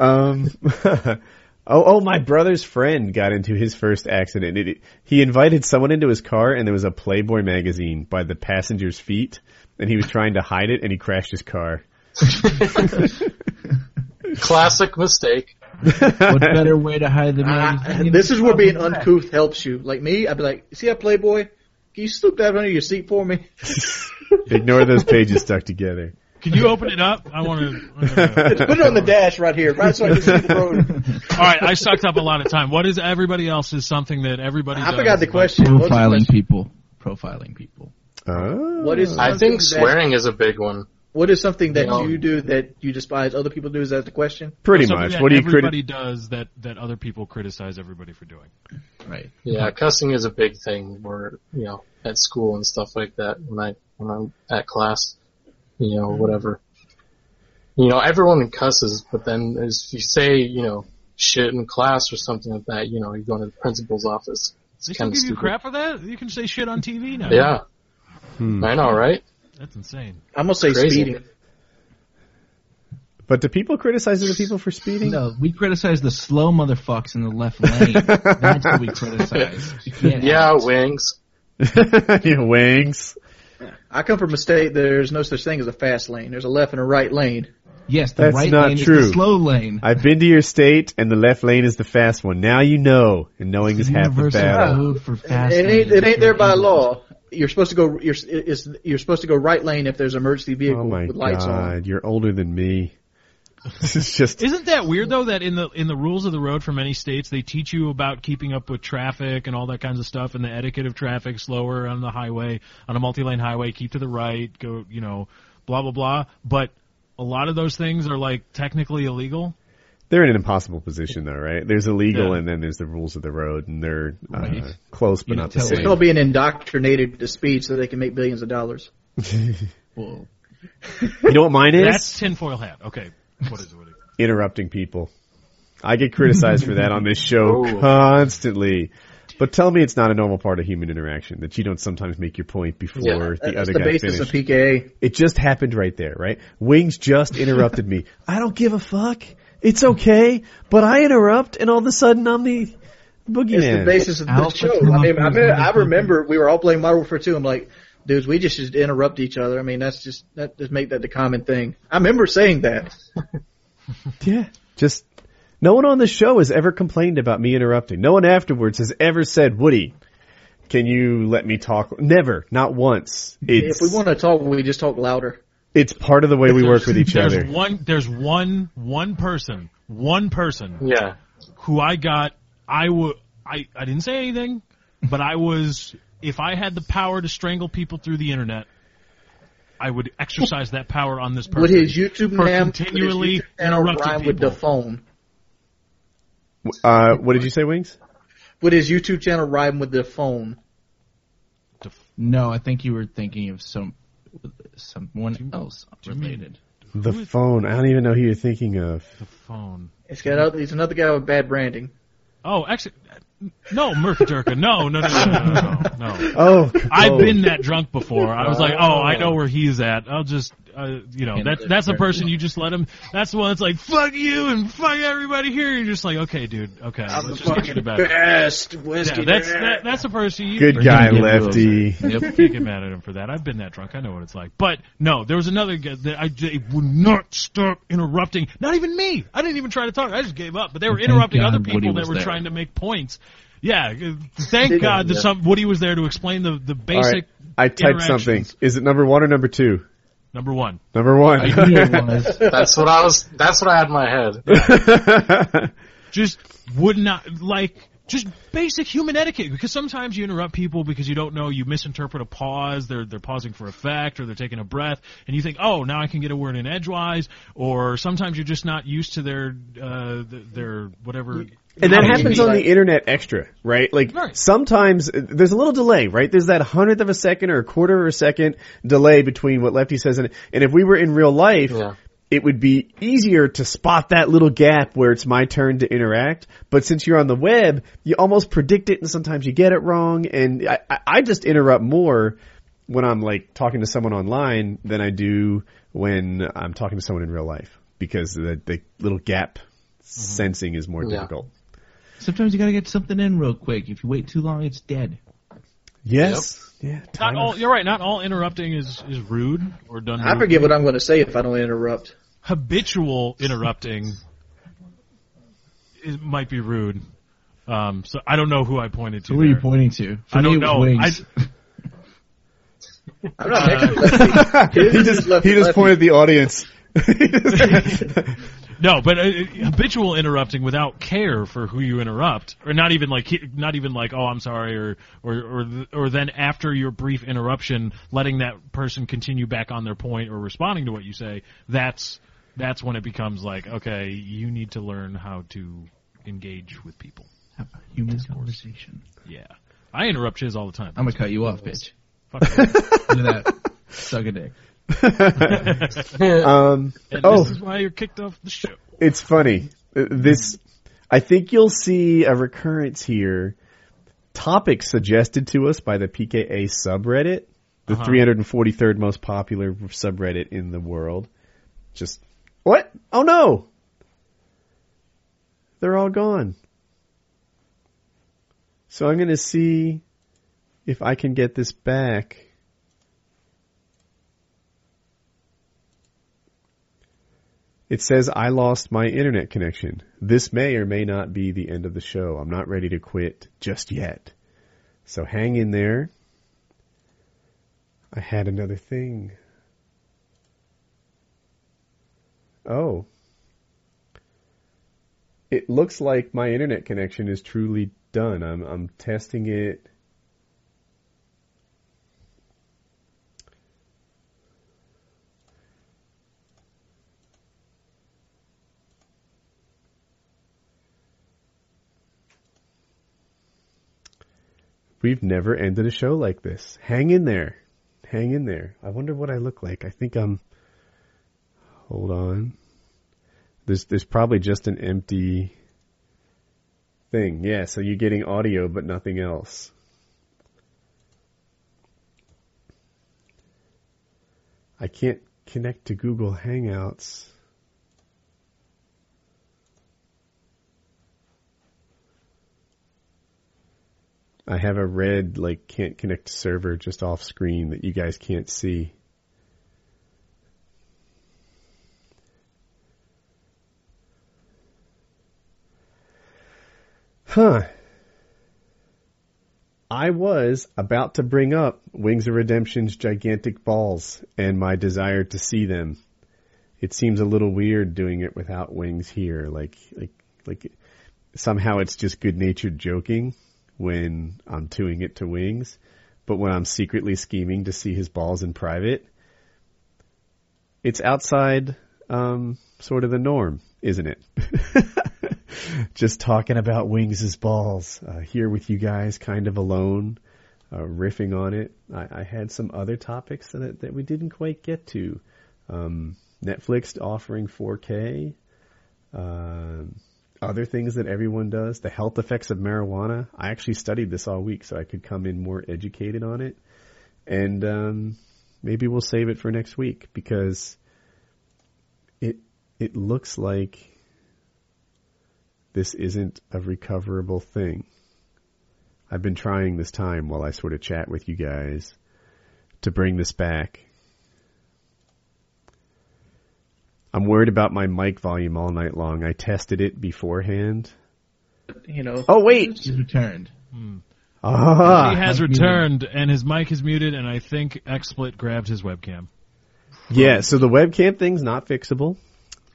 um, oh, oh, my brother's friend got into his first accident. It, he invited someone into his car, and there was a Playboy magazine by the passenger's feet, and he was trying to hide it, and he crashed his car. Classic mistake. What better way to hide the I, magazine? this is where being Fucking uncouth helps you. Like me, I'd be like, "See that Playboy? Can you slip that under your seat for me?" Ignore those pages stuck together. Can you open it up? I want to. Put it on the dash right here, right so I can see the road. All right, I sucked up a lot of time. What is everybody else is something that everybody. I does, forgot the but- question. What was the Profiling question? people. Profiling people. Oh. What is I something think that- swearing is a big one. What is something that Yeah. you do that you despise other people do? Is that the question? pretty something much? that What do you everybody criti- does that that other people criticize everybody for doing? Right. Yeah, cussing is a big thing. Where you know at school and stuff like that. When I when I'm at class, you know whatever. You know everyone cusses, but then as if you say you know shit in class or something like that, you know you're going to the principal's office. It's They still kind of give you stupid. crap for that. You can say shit on TV now. Yeah, Hmm. I know, right? that's insane. I'm gonna say Crazy. speeding. But do people criticize other people for speeding? No, we criticize the slow motherfucks in the left lane. That's what we criticize. You can't Yeah, wings. yeah, wings. I come from a state that there's no such thing as a fast lane. There's a left and a right lane. Yes, the That's right not lane is true. the slow lane. I've been to your state, and the left lane is the fast one. Now you know, and knowing is half the Universal battle. code for fast it ain't lanes. it ain't there by law. You're supposed to go. You're it's, you're supposed to go right lane if there's an emergency vehicle Oh my with lights god, on. you're older than me. This is just Isn't that weird though that in the in the rules of the road for many states they teach you about keeping up with traffic and all that kinds of stuff and the etiquette of traffic slower on the highway on a multi-lane highway keep to the right go you know blah blah blah but a lot of those things are like technically illegal. they're in an impossible position though, right? There's illegal Yeah. and then there's the rules of the road and they're uh, Right. close but You not don't the tell They're same. still being indoctrinated to speed so they can make billions of dollars. Well, You know what mine is? That's tinfoil hat. Okay, what is it? What is it? Interrupting people. I get criticized for that on this show Oh. constantly. But tell me it's not a normal part of human interaction that you don't sometimes make your point before Yeah, the That's other the guy basis finishes. of PKA. It just happened right there, right? Wings just interrupted me. I don't give a fuck. It's okay, but I interrupt, and all of a sudden I'm the It's boogeyman. the basis of the Alpha show. I mean, I, Alpha mean, I Alpha. remember we were all playing Modern Warfare 2. I'm like, dudes, we just should interrupt each other. I mean, that's just that just make that the common thing. I remember saying that. yeah, just No one on the show has ever complained about me interrupting. No one afterwards has ever said, Woody, can you let me talk? Never, not once. It's, if we want to talk, we just talk louder. it's part of the way we work with each there's other. one there's one one person one person Yeah. who I got I would I I didn't say anything, but I was if I had the power to strangle people through the internet, I would exercise that power on this person. With his YouTube For name, continually with his YouTube channel interrupting rhyme with the people. phone. Uh, what did you say, Wings? Would his YouTube channel rhyme with the phone? No, I think you were thinking of some someone else related. The phone. I don't even know who you're thinking of. the phone. It's got other, he's another guy with bad branding. Oh, actually, no, Murphy Durka. No, no, no, no, no, no, no. no. Oh, I've been that drunk before. I was like, oh, I know where he's at. I'll just, uh, you know, that, that's the person you just let him. That's the one that's like, fuck you and fuck everybody here. You're just like, okay, dude, okay, let's just get you to bed. best Yeah, whiskey. that's that, that's the person you good you guy, gonna get those. Lefty. Yep. can't get mad at him for that. I've been that drunk. I know what it's like. But no, there was another guy that I j- would not stop interrupting. Not even me. I didn't even try to talk. I just gave up. But they were Thank interrupting God other Woody people that was were there. trying to make points. Yeah. uh, Thank Didn't God that know. some Woody was there to explain the the All basic right. I typed something. interactions. Is it number one or number two? number one. Number one. I knew it was. That's what I was. That's what I had in my head. just would not like just basic human etiquette because sometimes you interrupt people because you don't know you misinterpret a pause they're they're pausing for effect or they're taking a breath and you think oh now I can get a word in edgewise or sometimes you're just not used to their uh th- their whatever And that How do you happens mean? on the internet extra, right? Like Right. sometimes uh, there's a little delay, right? There's that hundredth of a second or a quarter of a second delay between what Lefty says and and if we were in real life, Yeah. it would be easier to spot that little gap where it's my turn to interact. But since you're on the web, you almost predict it, and sometimes you get it wrong. And I, I- I just interrupt more when I'm like talking to someone online than I do when I'm talking to someone in real life because the, the little gap sensing is more Mm-hmm. Yeah. difficult. Sometimes you gotta get something in real quick. If you wait too long, it's dead. Yes. Yeah. not time all out. you're right not all interrupting is is rude or done I forget what I'm going to say if I don't interrupt. habitual interrupting it might be rude um so I don't know who I pointed to Who are you there. pointing to? For I me, don't it was know. Wings. I'm not next to lefty. His he is just lefty, he just lefty. pointed at the audience. No, but uh, habitual interrupting without care for who you interrupt, or not even like not even like oh I'm sorry, or or or or then after your brief interruption, letting that person continue back on their point or responding to what you say. That's that's when it becomes like okay, you need to learn how to engage with people. Human conversation. Yeah, I interrupt shiz all the time. I'm gonna cut you off, bitch. Fuck it. Look at that. Suck a dick. um, and oh, this is why you're kicked off the show. it's funny. Uh, This, I think you'll see a recurrence here. Topics suggested to us by the PKA subreddit, the Uh-huh. 343rd most popular subreddit in the world. Just what? Oh no, they're all gone. So I'm gonna see if I can get this back. It says, I lost my internet connection. This may or may not be the end of the show. I'm not ready to quit just yet. So hang in there. I had another thing. Oh. It looks like my internet connection is truly done. I'm, I'm testing it. We've never ended a show like this. Hang in there. Hang in there. I wonder what I look like. I think I'm. Hold on. There's there's probably just an empty thing. Yeah, so you're getting audio but nothing else. I can't connect to Google Hangouts. I have a red like can't connect to server just off screen that you guys can't see. Huh. I was about to bring up Wings of Redemption's gigantic balls and my desire to see them. It seems a little weird doing it without wings here. Like, like, like somehow it's just good natured joking when I'm doing it to wings, but when I'm secretly scheming to see his balls in private, it's outside, um, sort of the norm, isn't it? just talking about Wings' balls uh, here with you guys, kind of alone, uh, riffing on it. I, I had some other topics that that we didn't quite get to. Um, Netflix offering 4K, um other things that everyone does, the health effects of marijuana. I actually studied this all week, so I could come in more educated on it, and um, maybe we'll save it for next week because it it looks like this isn't a recoverable thing. I've been trying this time while I sort of chat with you guys to bring this back. I'm worried about my mic volume all night long. I tested it beforehand. You know, Oh wait. He's returned. he Ah, has mic muted. returned, and his mic is muted, and I think XSplit grabbed his webcam. yeah, so the webcam thing's not fixable.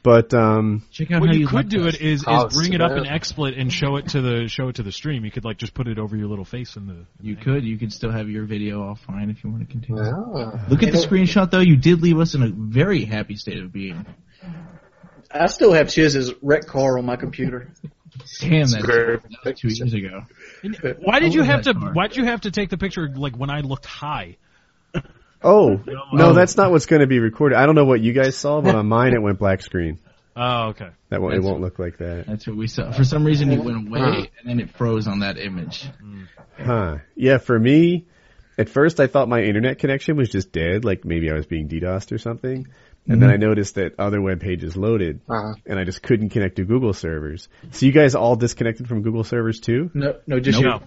But um Check out What how you you could like do us. it is, Oh, is bring it up in snap. XSplit and show it to the show it to the stream. You could like just put it over your little face in the. You could. You could still have your video all fine if you want to continue. Ah. Look at the screenshot though. You did leave us in a very happy state of being. I still have Chiz's wreck car on my computer. Damn, that's, Square that was two years ago. Why did I you love have to? that car. Why did you have to take the picture like when I looked high? oh no, Oh. that's not what's going to be recorded. I don't know what you guys saw, but on mine it went black screen. Oh, okay. That won't, it That's- won't look like that. That's what we saw. For some reason, it went away and then it froze on that image. Huh. Yeah, for me, at first I thought my internet connection was just dead, like maybe I was being DDoSed or something. And then I noticed that other web pages loaded Uh-huh. and I just couldn't connect to Google servers. So you guys all disconnected from Google servers too? No, no, just No.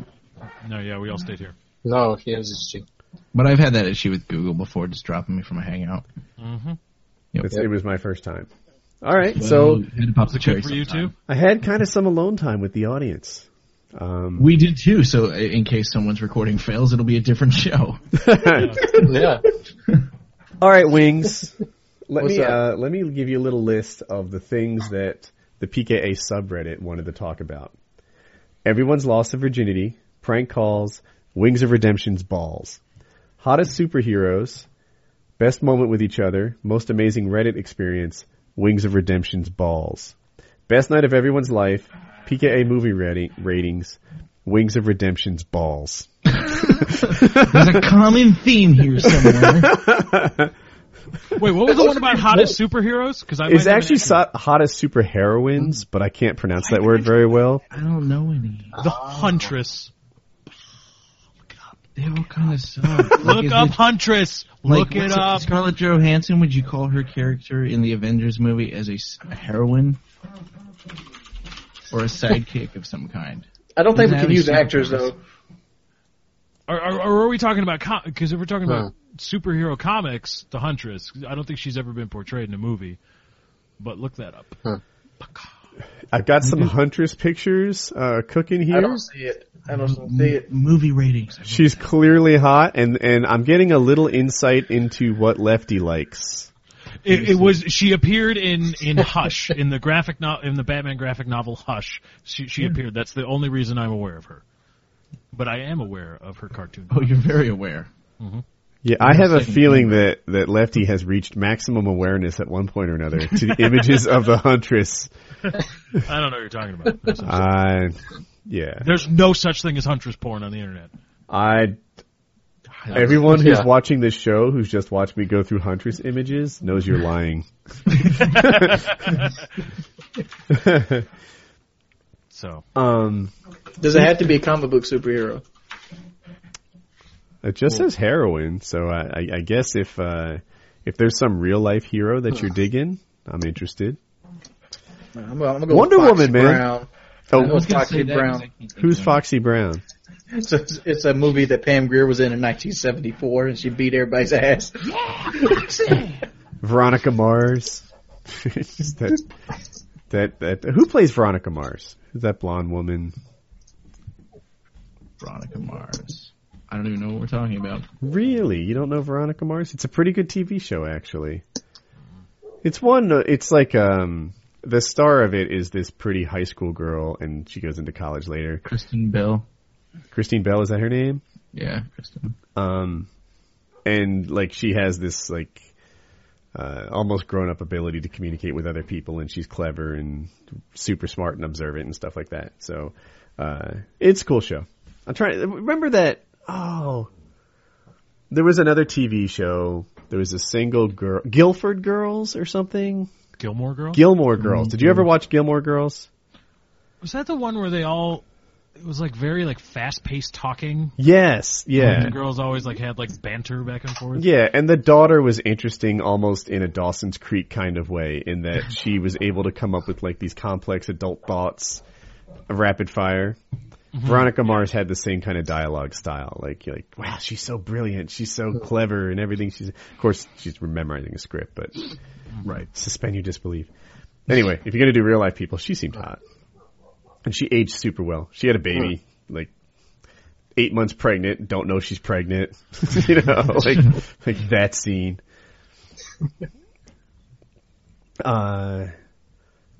No, yeah, we all stayed here. No, he has his cheek. But I've had that issue with Google before, just dropping me from a hangout. Mm-hmm. It's, Yep. It was my first time. All right. So had to pop Was the it cherry good for you sometime. too? I had kind of some alone time with the audience. Um, We did too. So i- in case someone's recording fails, it'll be a different show. Yeah. All right, wings. Let What's me up? uh, let me give you a little list of the things that the PKA subreddit wanted to talk about. Everyone's loss of virginity, prank calls, Wings of Redemption's balls, hottest superheroes, best moment with each other, most amazing Reddit experience, Wings of Redemption's balls, best night of everyone's life, PKA movie rati- ratings, Wings of Redemption's balls. There's a common theme here somewhere. Wait, what was the one about hottest superheroes? Because I It's might have an actually issue. so- hottest super heroines, but I can't pronounce that word very well. I don't know any. the Huntress. They all kind of suck. Like, Look is up it- Huntress. like, Look it what's up. Scarlett Johansson. Would you call her character in the Avengers movie as a, s- a heroine or a sidekick of some kind? I don't think we can Natalie use Skinner. actors though. Or, or, or are we talking about because if we're talking about superhero comics, the Huntress, I don't think she's ever been portrayed in a movie. But look that up. I've got some huntress pictures uh, cooking I don't here. see it. I don't see it. Movie ratings. She's clearly hot, and and I'm getting a little insight into what Lefty likes. It, it was she appeared in in Hush in the graphic no, in the Batman graphic novel Hush. She she appeared. That's the only reason I'm aware of her. But I am aware of her cartoon. Oh, you're very aware. Yeah, I have a second feeling that that Lefty has reached maximum awareness at one point or another to the images of the huntress. I don't know what you're talking about. There's, no- Uh, yeah, there's no such thing as huntress porn on the internet. I. Everyone who's Yeah. watching this show, who's just watched me go through huntress images, knows you're lying. So Um. Does it have to be a comic book superhero? It just says heroin, so I, I, I guess if uh, if there's some real life hero that you're digging, I'm interested. I'm, gonna- I'm gonna go Wonder with Foxy Woman, man. Brown. Oh, I was gonna Foxy say that 'cause I who's Foxy Brown? It's a, it's a movie that Pam Grier was in in 1974, and she beat everybody's ass. Veronica Mars. that, that that who plays Veronica Mars? Is that blonde woman? Veronica Mars. I don't even know what we're talking about. Really? You don't know Veronica Mars? It's a pretty good TV show, actually. It's one. uh, It's like um, the star of it is this pretty high school girl, and she goes into college later. Kristen Bell. Christine Bell is that her name? Yeah, Kristen. Um, and like she has this like uh, almost grown up ability to communicate with other people, and she's clever and super smart and observant and stuff like that. So uh, it's a cool show. I'm trying. Remember that? Oh, there was another TV show. There was a single girl, Guilford Girls or something. Gilmore Girl. Gilmore Girls. Did you ever watch Gilmore Girls? was that the one where they all? It was like very like fast paced talking. Yes. Yeah. And the girls always like had like banter back and forth. Yeah, and the daughter was interesting almost in a Dawson's Creek kind of way in that she was able to come up with like these complex adult thoughts rapid fire. Veronica Mars had the same kind of dialogue style, like you're like, wow, she's so brilliant, she's so clever, and everything. She's, of course, she's memorizing a script, but Right. suspend your disbelief. Anyway, if you're gonna do real life people, she seemed hot, and she aged super well. She had a baby, like eight months pregnant. Don't know she's pregnant. you know, like like that scene. Uh,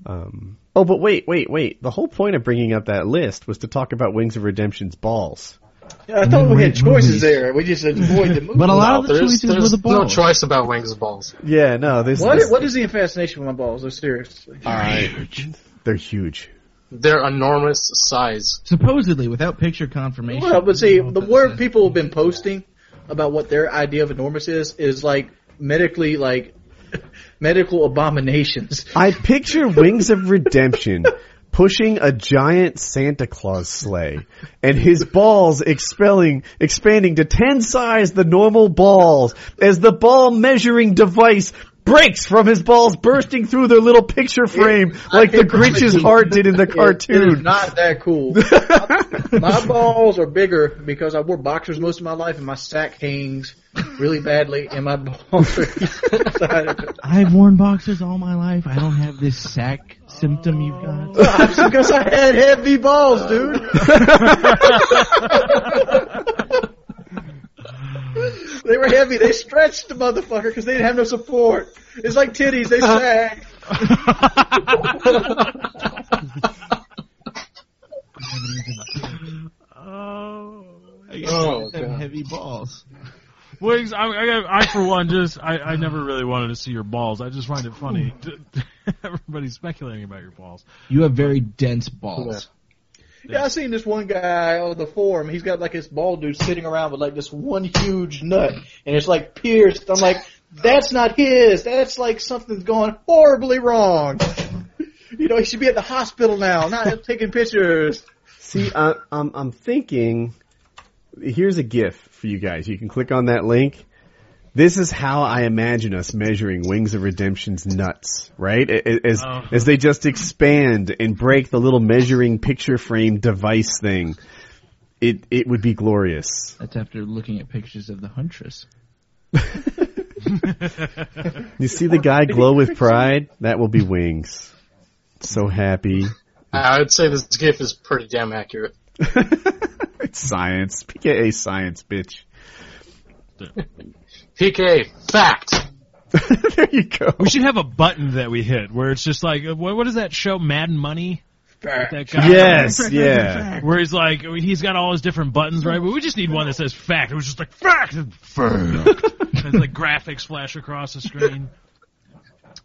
um. Oh, but wait, wait, wait. The whole point of bringing up that list was to talk about Wings of Redemption's balls. Yeah, I thought we had Wait, movies. choices there. We just avoid the movie. But a lot No, of the there's, choices there's were the no balls. choice about wings balls. Yeah, no, this. what, this what is the fascination with my balls? Though, seriously. They're huge. Their enormous size. Supposedly, without picture confirmation. Well, but see, Oh, the that's word it. people have been posting about what their idea of enormous is is like medically like medical abominations. I picture Wings of Redemption pushing a giant Santa Claus sleigh and his balls expelling expanding to 10 size the normal balls as the ball measuring device breaks from his balls bursting through their little picture frame like the Grinch's heart did in the It is cartoon. not that cool. my balls are bigger because I wore boxers most of my life and my sack hangs really badly and my balls are I've worn boxers all my life. I don't have this sack symptom you've got. because I had heavy balls, dude. they were heavy. They stretched the motherfucker because they didn't have no support. It's like titties. They sag. Oh, Them heavy balls. Wings, I, I, I for one just I, I never really wanted to see your balls. I just find it funny. Everybody's speculating about your balls. You have very dense balls. Yeah, I seen this one guy on the forum. He's got like this bald dude sitting around with like this one huge nut, and it's like pierced. I'm like, that's not his. That's like something's going horribly wrong. You know, he should be at the hospital now, not taking pictures. See, I, I'm I'm thinking. Here's a GIF for you guys. You can click on that link. This is how I imagine us measuring Wings of Redemption's nuts, right? A- a- As Oh. as they just expand and break the little measuring picture frame device thing. It it would be glorious. That's after looking at pictures of the huntress. You see the guy glow with pride? That will be Wings. So happy. I would say this GIF is pretty damn accurate. it's science. PKA science, bitch. PK fact. there you go. We should have a button that we hit where it's just like uh, what, what is that show Mad Money? That guy, Yes, yeah. Where he's like he's got all his different buttons right, but we just need one that says fact. It was just like fact, and fact. and it's like graphics flash across the screen.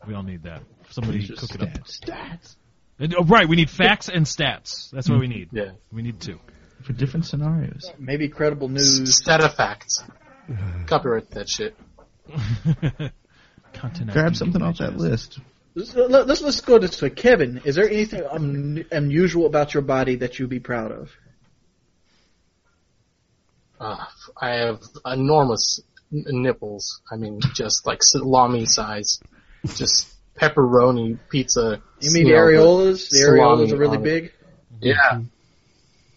We all need that. Somebody Just cook it up. stats. Stats. And- oh, right, we need facts and stats. That's what we need. Yeah. We need two. For different scenarios. Maybe credible news. Stat of facts. Copyright that shit. Content Grab something off that list. Let's, let's let's go to so Kevin. Is there anything un, unusual about your body that you'd be proud of? Uh, I have enormous n- nipples. I mean, just like salami size. Just pepperoni pizza. You mean know, the areolas? The salami areolas are really on it. big. Yeah.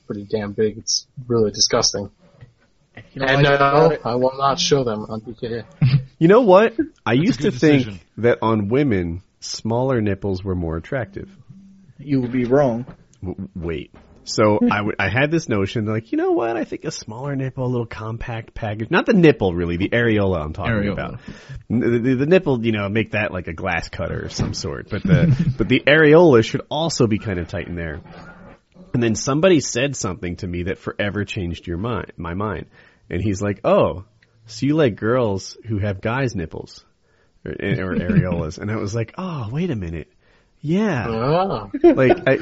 Pretty damn big. It's really disgusting. You don't And uh, like about no, it? I will not show them on PKA. You know what? I used to good think decision. that on women, smaller nipples were more attractive. you would be wrong. W- wait. So I would- I had this notion, like, you know what? I think a smaller nipple, a little compact package, not the nipple really, the areola I'm talking Areola. about. N- The, the, nipple, you know, make that like a glass cutter of some sort, but the, but the areola should also be kind of tight in there. And then somebody said something to me that forever changed your mind, my mind. And he's like, oh, so you like girls who have guys' nipples or, or areolas. and I was like, oh, wait a minute. Yeah Oh. like I,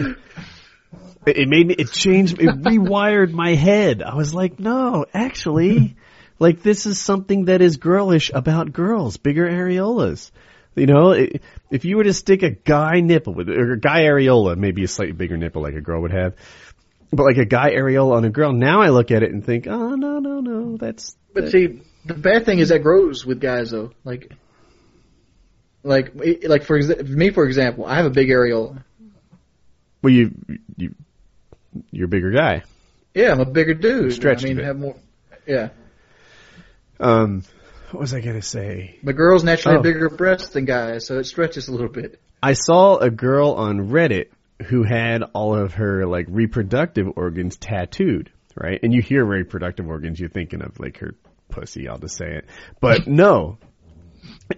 it it made me it changed it rewired my head i was like no actually like this is something that is girlish about girls bigger areolas you know i if you were to stick a guy nipple with or a guy areola maybe a slightly bigger nipple like a girl would have but like a guy areola on a girl now i look at it and think oh no no no that's But see, the bad thing is that grows with guys though. Like, like, it- like for exa- me, for example, I have a big areola. well you you you're a bigger guy Yeah, I'm a bigger dude. Stretched I mean, a bit. have more. Yeah, um what was i going to say but girls naturally Oh. have bigger breasts than guys, so it stretches a little bit. I saw a girl on Reddit who had all of her like reproductive organs tattooed, right? And you hear reproductive organs, you're thinking of like her pussy, I'll just say it. But no.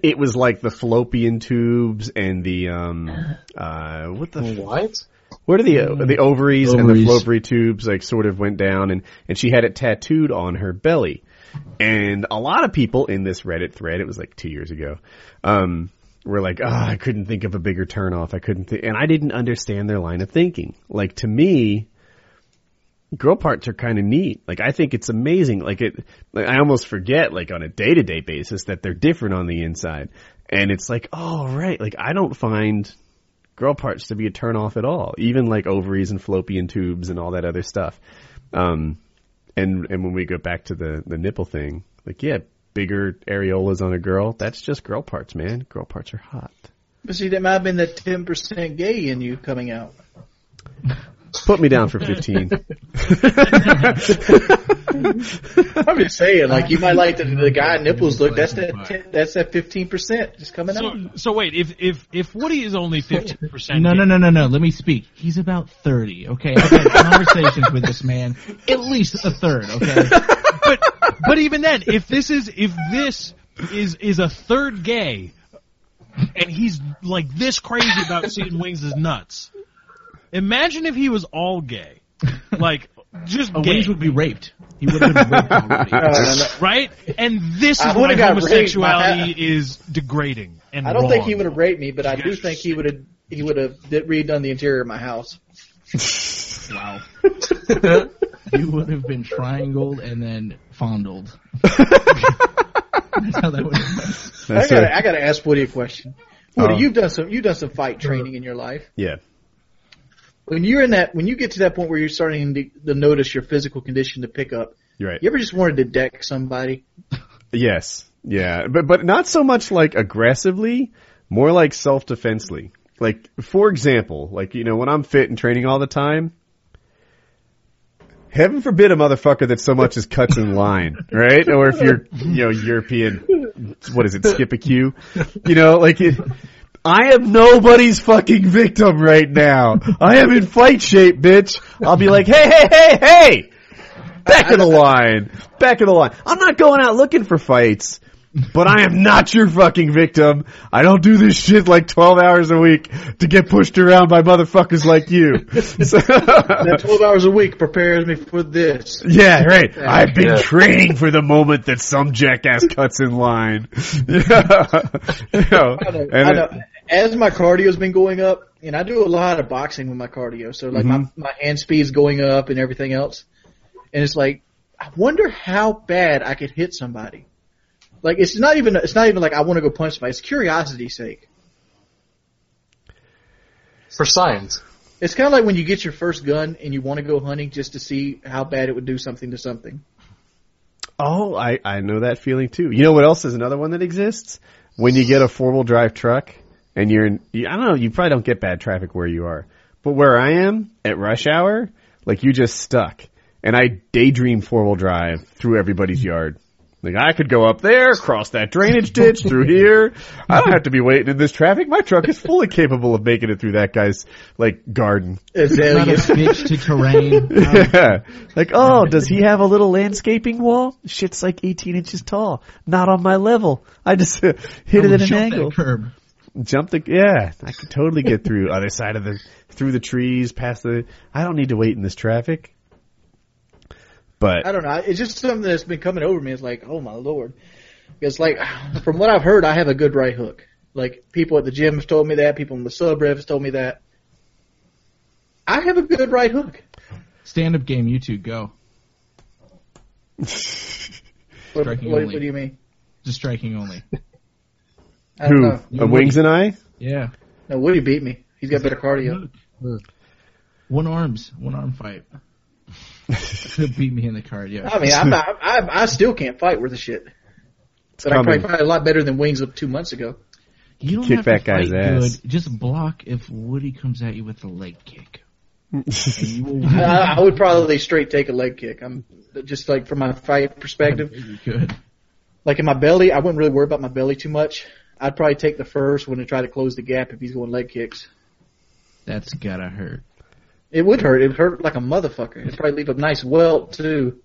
It was like the fallopian tubes and the um uh what the f- What? what are the uh, the ovaries, and the Ovaries. fallopian tubes like sort of went down and and she had it tattooed on her belly. And a lot of people in this Reddit thread, it was like 2 years ago, um were like, "Ah, I couldn't think of a bigger turnoff. I couldn't think." And I didn't understand their line of thinking. Like to me, girl parts are kind of neat. Like I think it's amazing. Like it like I almost forget like on a day-to-day basis that they're different on the inside. And it's like, "Oh, right. Like I don't find girl parts to be a turnoff at all, even like ovaries and fallopian tubes and all that other stuff. Um, and and when we go back to the the nipple thing, like yeah, bigger areolas on a girl, that's just girl parts, man. Girl parts are hot. But see, that might have been that ten percent gay in you coming out. Put me down for fifteen. I'm just saying, like you might like the, the guy nipples look. That's that. 10, that's that fifteen percent just coming So, out. so wait, if if if Woody is only fifteen percent, No, no, no, no, no. Let me speak. He's about 30, okay? I've had conversations with this man at least a third, okay? but but even then, if this is if this is is a third gay, and he's like this crazy about seeing wings as nuts. Imagine if he was all gay, like just Oh, gay, Wings would be raped. He would have been raped already. No, no, no. right? And this I is why would've got raped by homosexuality that. is degrading and I don't think he wrong. would have raped me, but I do think he would have. He would have redone the interior of my house. Wow. you would have been triangled and then fondled. That's how that would have been. I That's gotta, a- I gotta ask Woody a question. Woody, Oh. you've done some, you've done some fight training in your life. yeah. When you're in that, when you get to that point where you're starting to, to notice your physical condition to pick up, You're right. you ever just wanted to deck somebody? Yes. Yeah. But but not so much like aggressively, more like self defensively. Like for example, like you know, when I'm fit and training all the time, heaven forbid a motherfucker that so much as cuts in line, right? Or if you're you know, European what is it, skip a queue? You know, like it I am nobody's fucking victim right now. I am in fight shape, bitch. I'll be like, hey, hey, hey, hey! Back of the line. Back of the line. I'm not going out looking for fights, but I am not your fucking victim. I don't do this shit like 12 hours a week to get pushed around by motherfuckers like you. That So, 12 hours a week prepares me for this. yeah, right. I've been Yeah. training for the moment that some jackass cuts in line. Yeah. You know, I know, and I it- know. As my cardio's been going up, and I do a lot of boxing with my cardio, so like Mm-hmm. my, my hand speed's going up and everything else. And it's like, I wonder how bad I could hit somebody. Like it's not even it's not even like I want to go punch somebody. It's curiosity's sake. For science. It's kind of like when you get your first gun and you want to go hunting just to see how bad it would do something to something. Oh, I, I know that feeling too. You know what else is another one that exists? When you get a four wheel drive truck and you're in, you, I don't know, you probably don't get bad traffic where you are, but where I am at rush hour, like you just stuck. And I daydream four wheel drive through everybody's yard. Like I could go up there, cross that drainage ditch through here. I don't have to be waiting in this traffic. My truck is fully capable of making it through that guy's like garden. Not a Azaleas. bitch to terrain. Yeah. Like, oh, does he have a little landscaping wall? Shit's like 18 inches tall. Not on my level. I just uh, hit Oh, it at an Jump that angle. curb. Jump the, yeah, I could totally get through other side of the, through the trees, past the, I don't need to wait in this traffic. I But, don't know. It's just something that's been coming over me. It's like, oh my lord. It's like, from what I've heard, I have a good right hook. Like people at the gym have told me that. People in the sub rev have told me that. I have a good right hook. Stand up game, you two, go. What, what, Striking what only. do you mean? Just striking only. I don't who? know. A wings and I? Yeah. No, Woody beat me. He's got better cardio. One arms, one arm fight. Could beat me in the cardio. I mean, I'm not, I, I still can't fight worth a shit. But I coming. probably fight a lot better than Wings of two months ago. You don't Kick have to that guy's fight ass. good. Just block if Woody comes at you with a leg kick. And you will I, I would probably straight take a leg kick. I'm just like from my fight perspective. you could. like in my belly, I wouldn't really worry about my belly too much. I'd probably take the first one and try to close the gap if he's going leg kicks. That's gotta hurt. It would hurt. It would hurt like a motherfucker. It'd probably leave a nice welt too.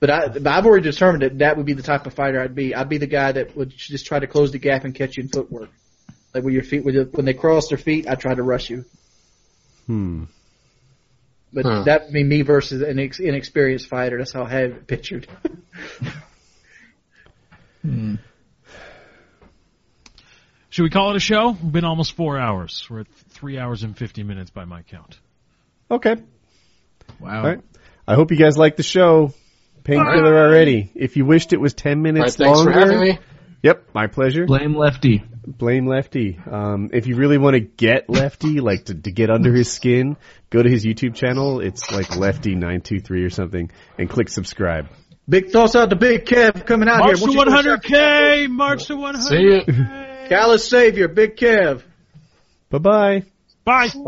but I, but I've already determined that that would be the type of fighter I'd be. I'd be the guy that would just try to close the gap and catch you in footwork. Like when your feet, when, your, when they cross their feet, I try to rush you. Hmm. But Huh. that'd be me versus an ex- inexperienced fighter. That's how I have it pictured. Should we call it a show? We've been almost four hours. We're at three hours and fifty minutes by my count. Okay. Wow. All right. I hope you guys like the show. Painkiller already. If you wished it was 10 All right, minutes thanks longer. for having me. Yep, my pleasure. Blame Lefty. Blame Lefty. Um, if you really want to get Lefty, like to, to get under his skin, go to his YouTube channel. It's like Lefty923 or something and click subscribe. Big thoughts out to Big Kev coming out March here. to Won't you go 100k. March to 100. See you. Dallas Savior, Big Kev. Bye bye. Bye.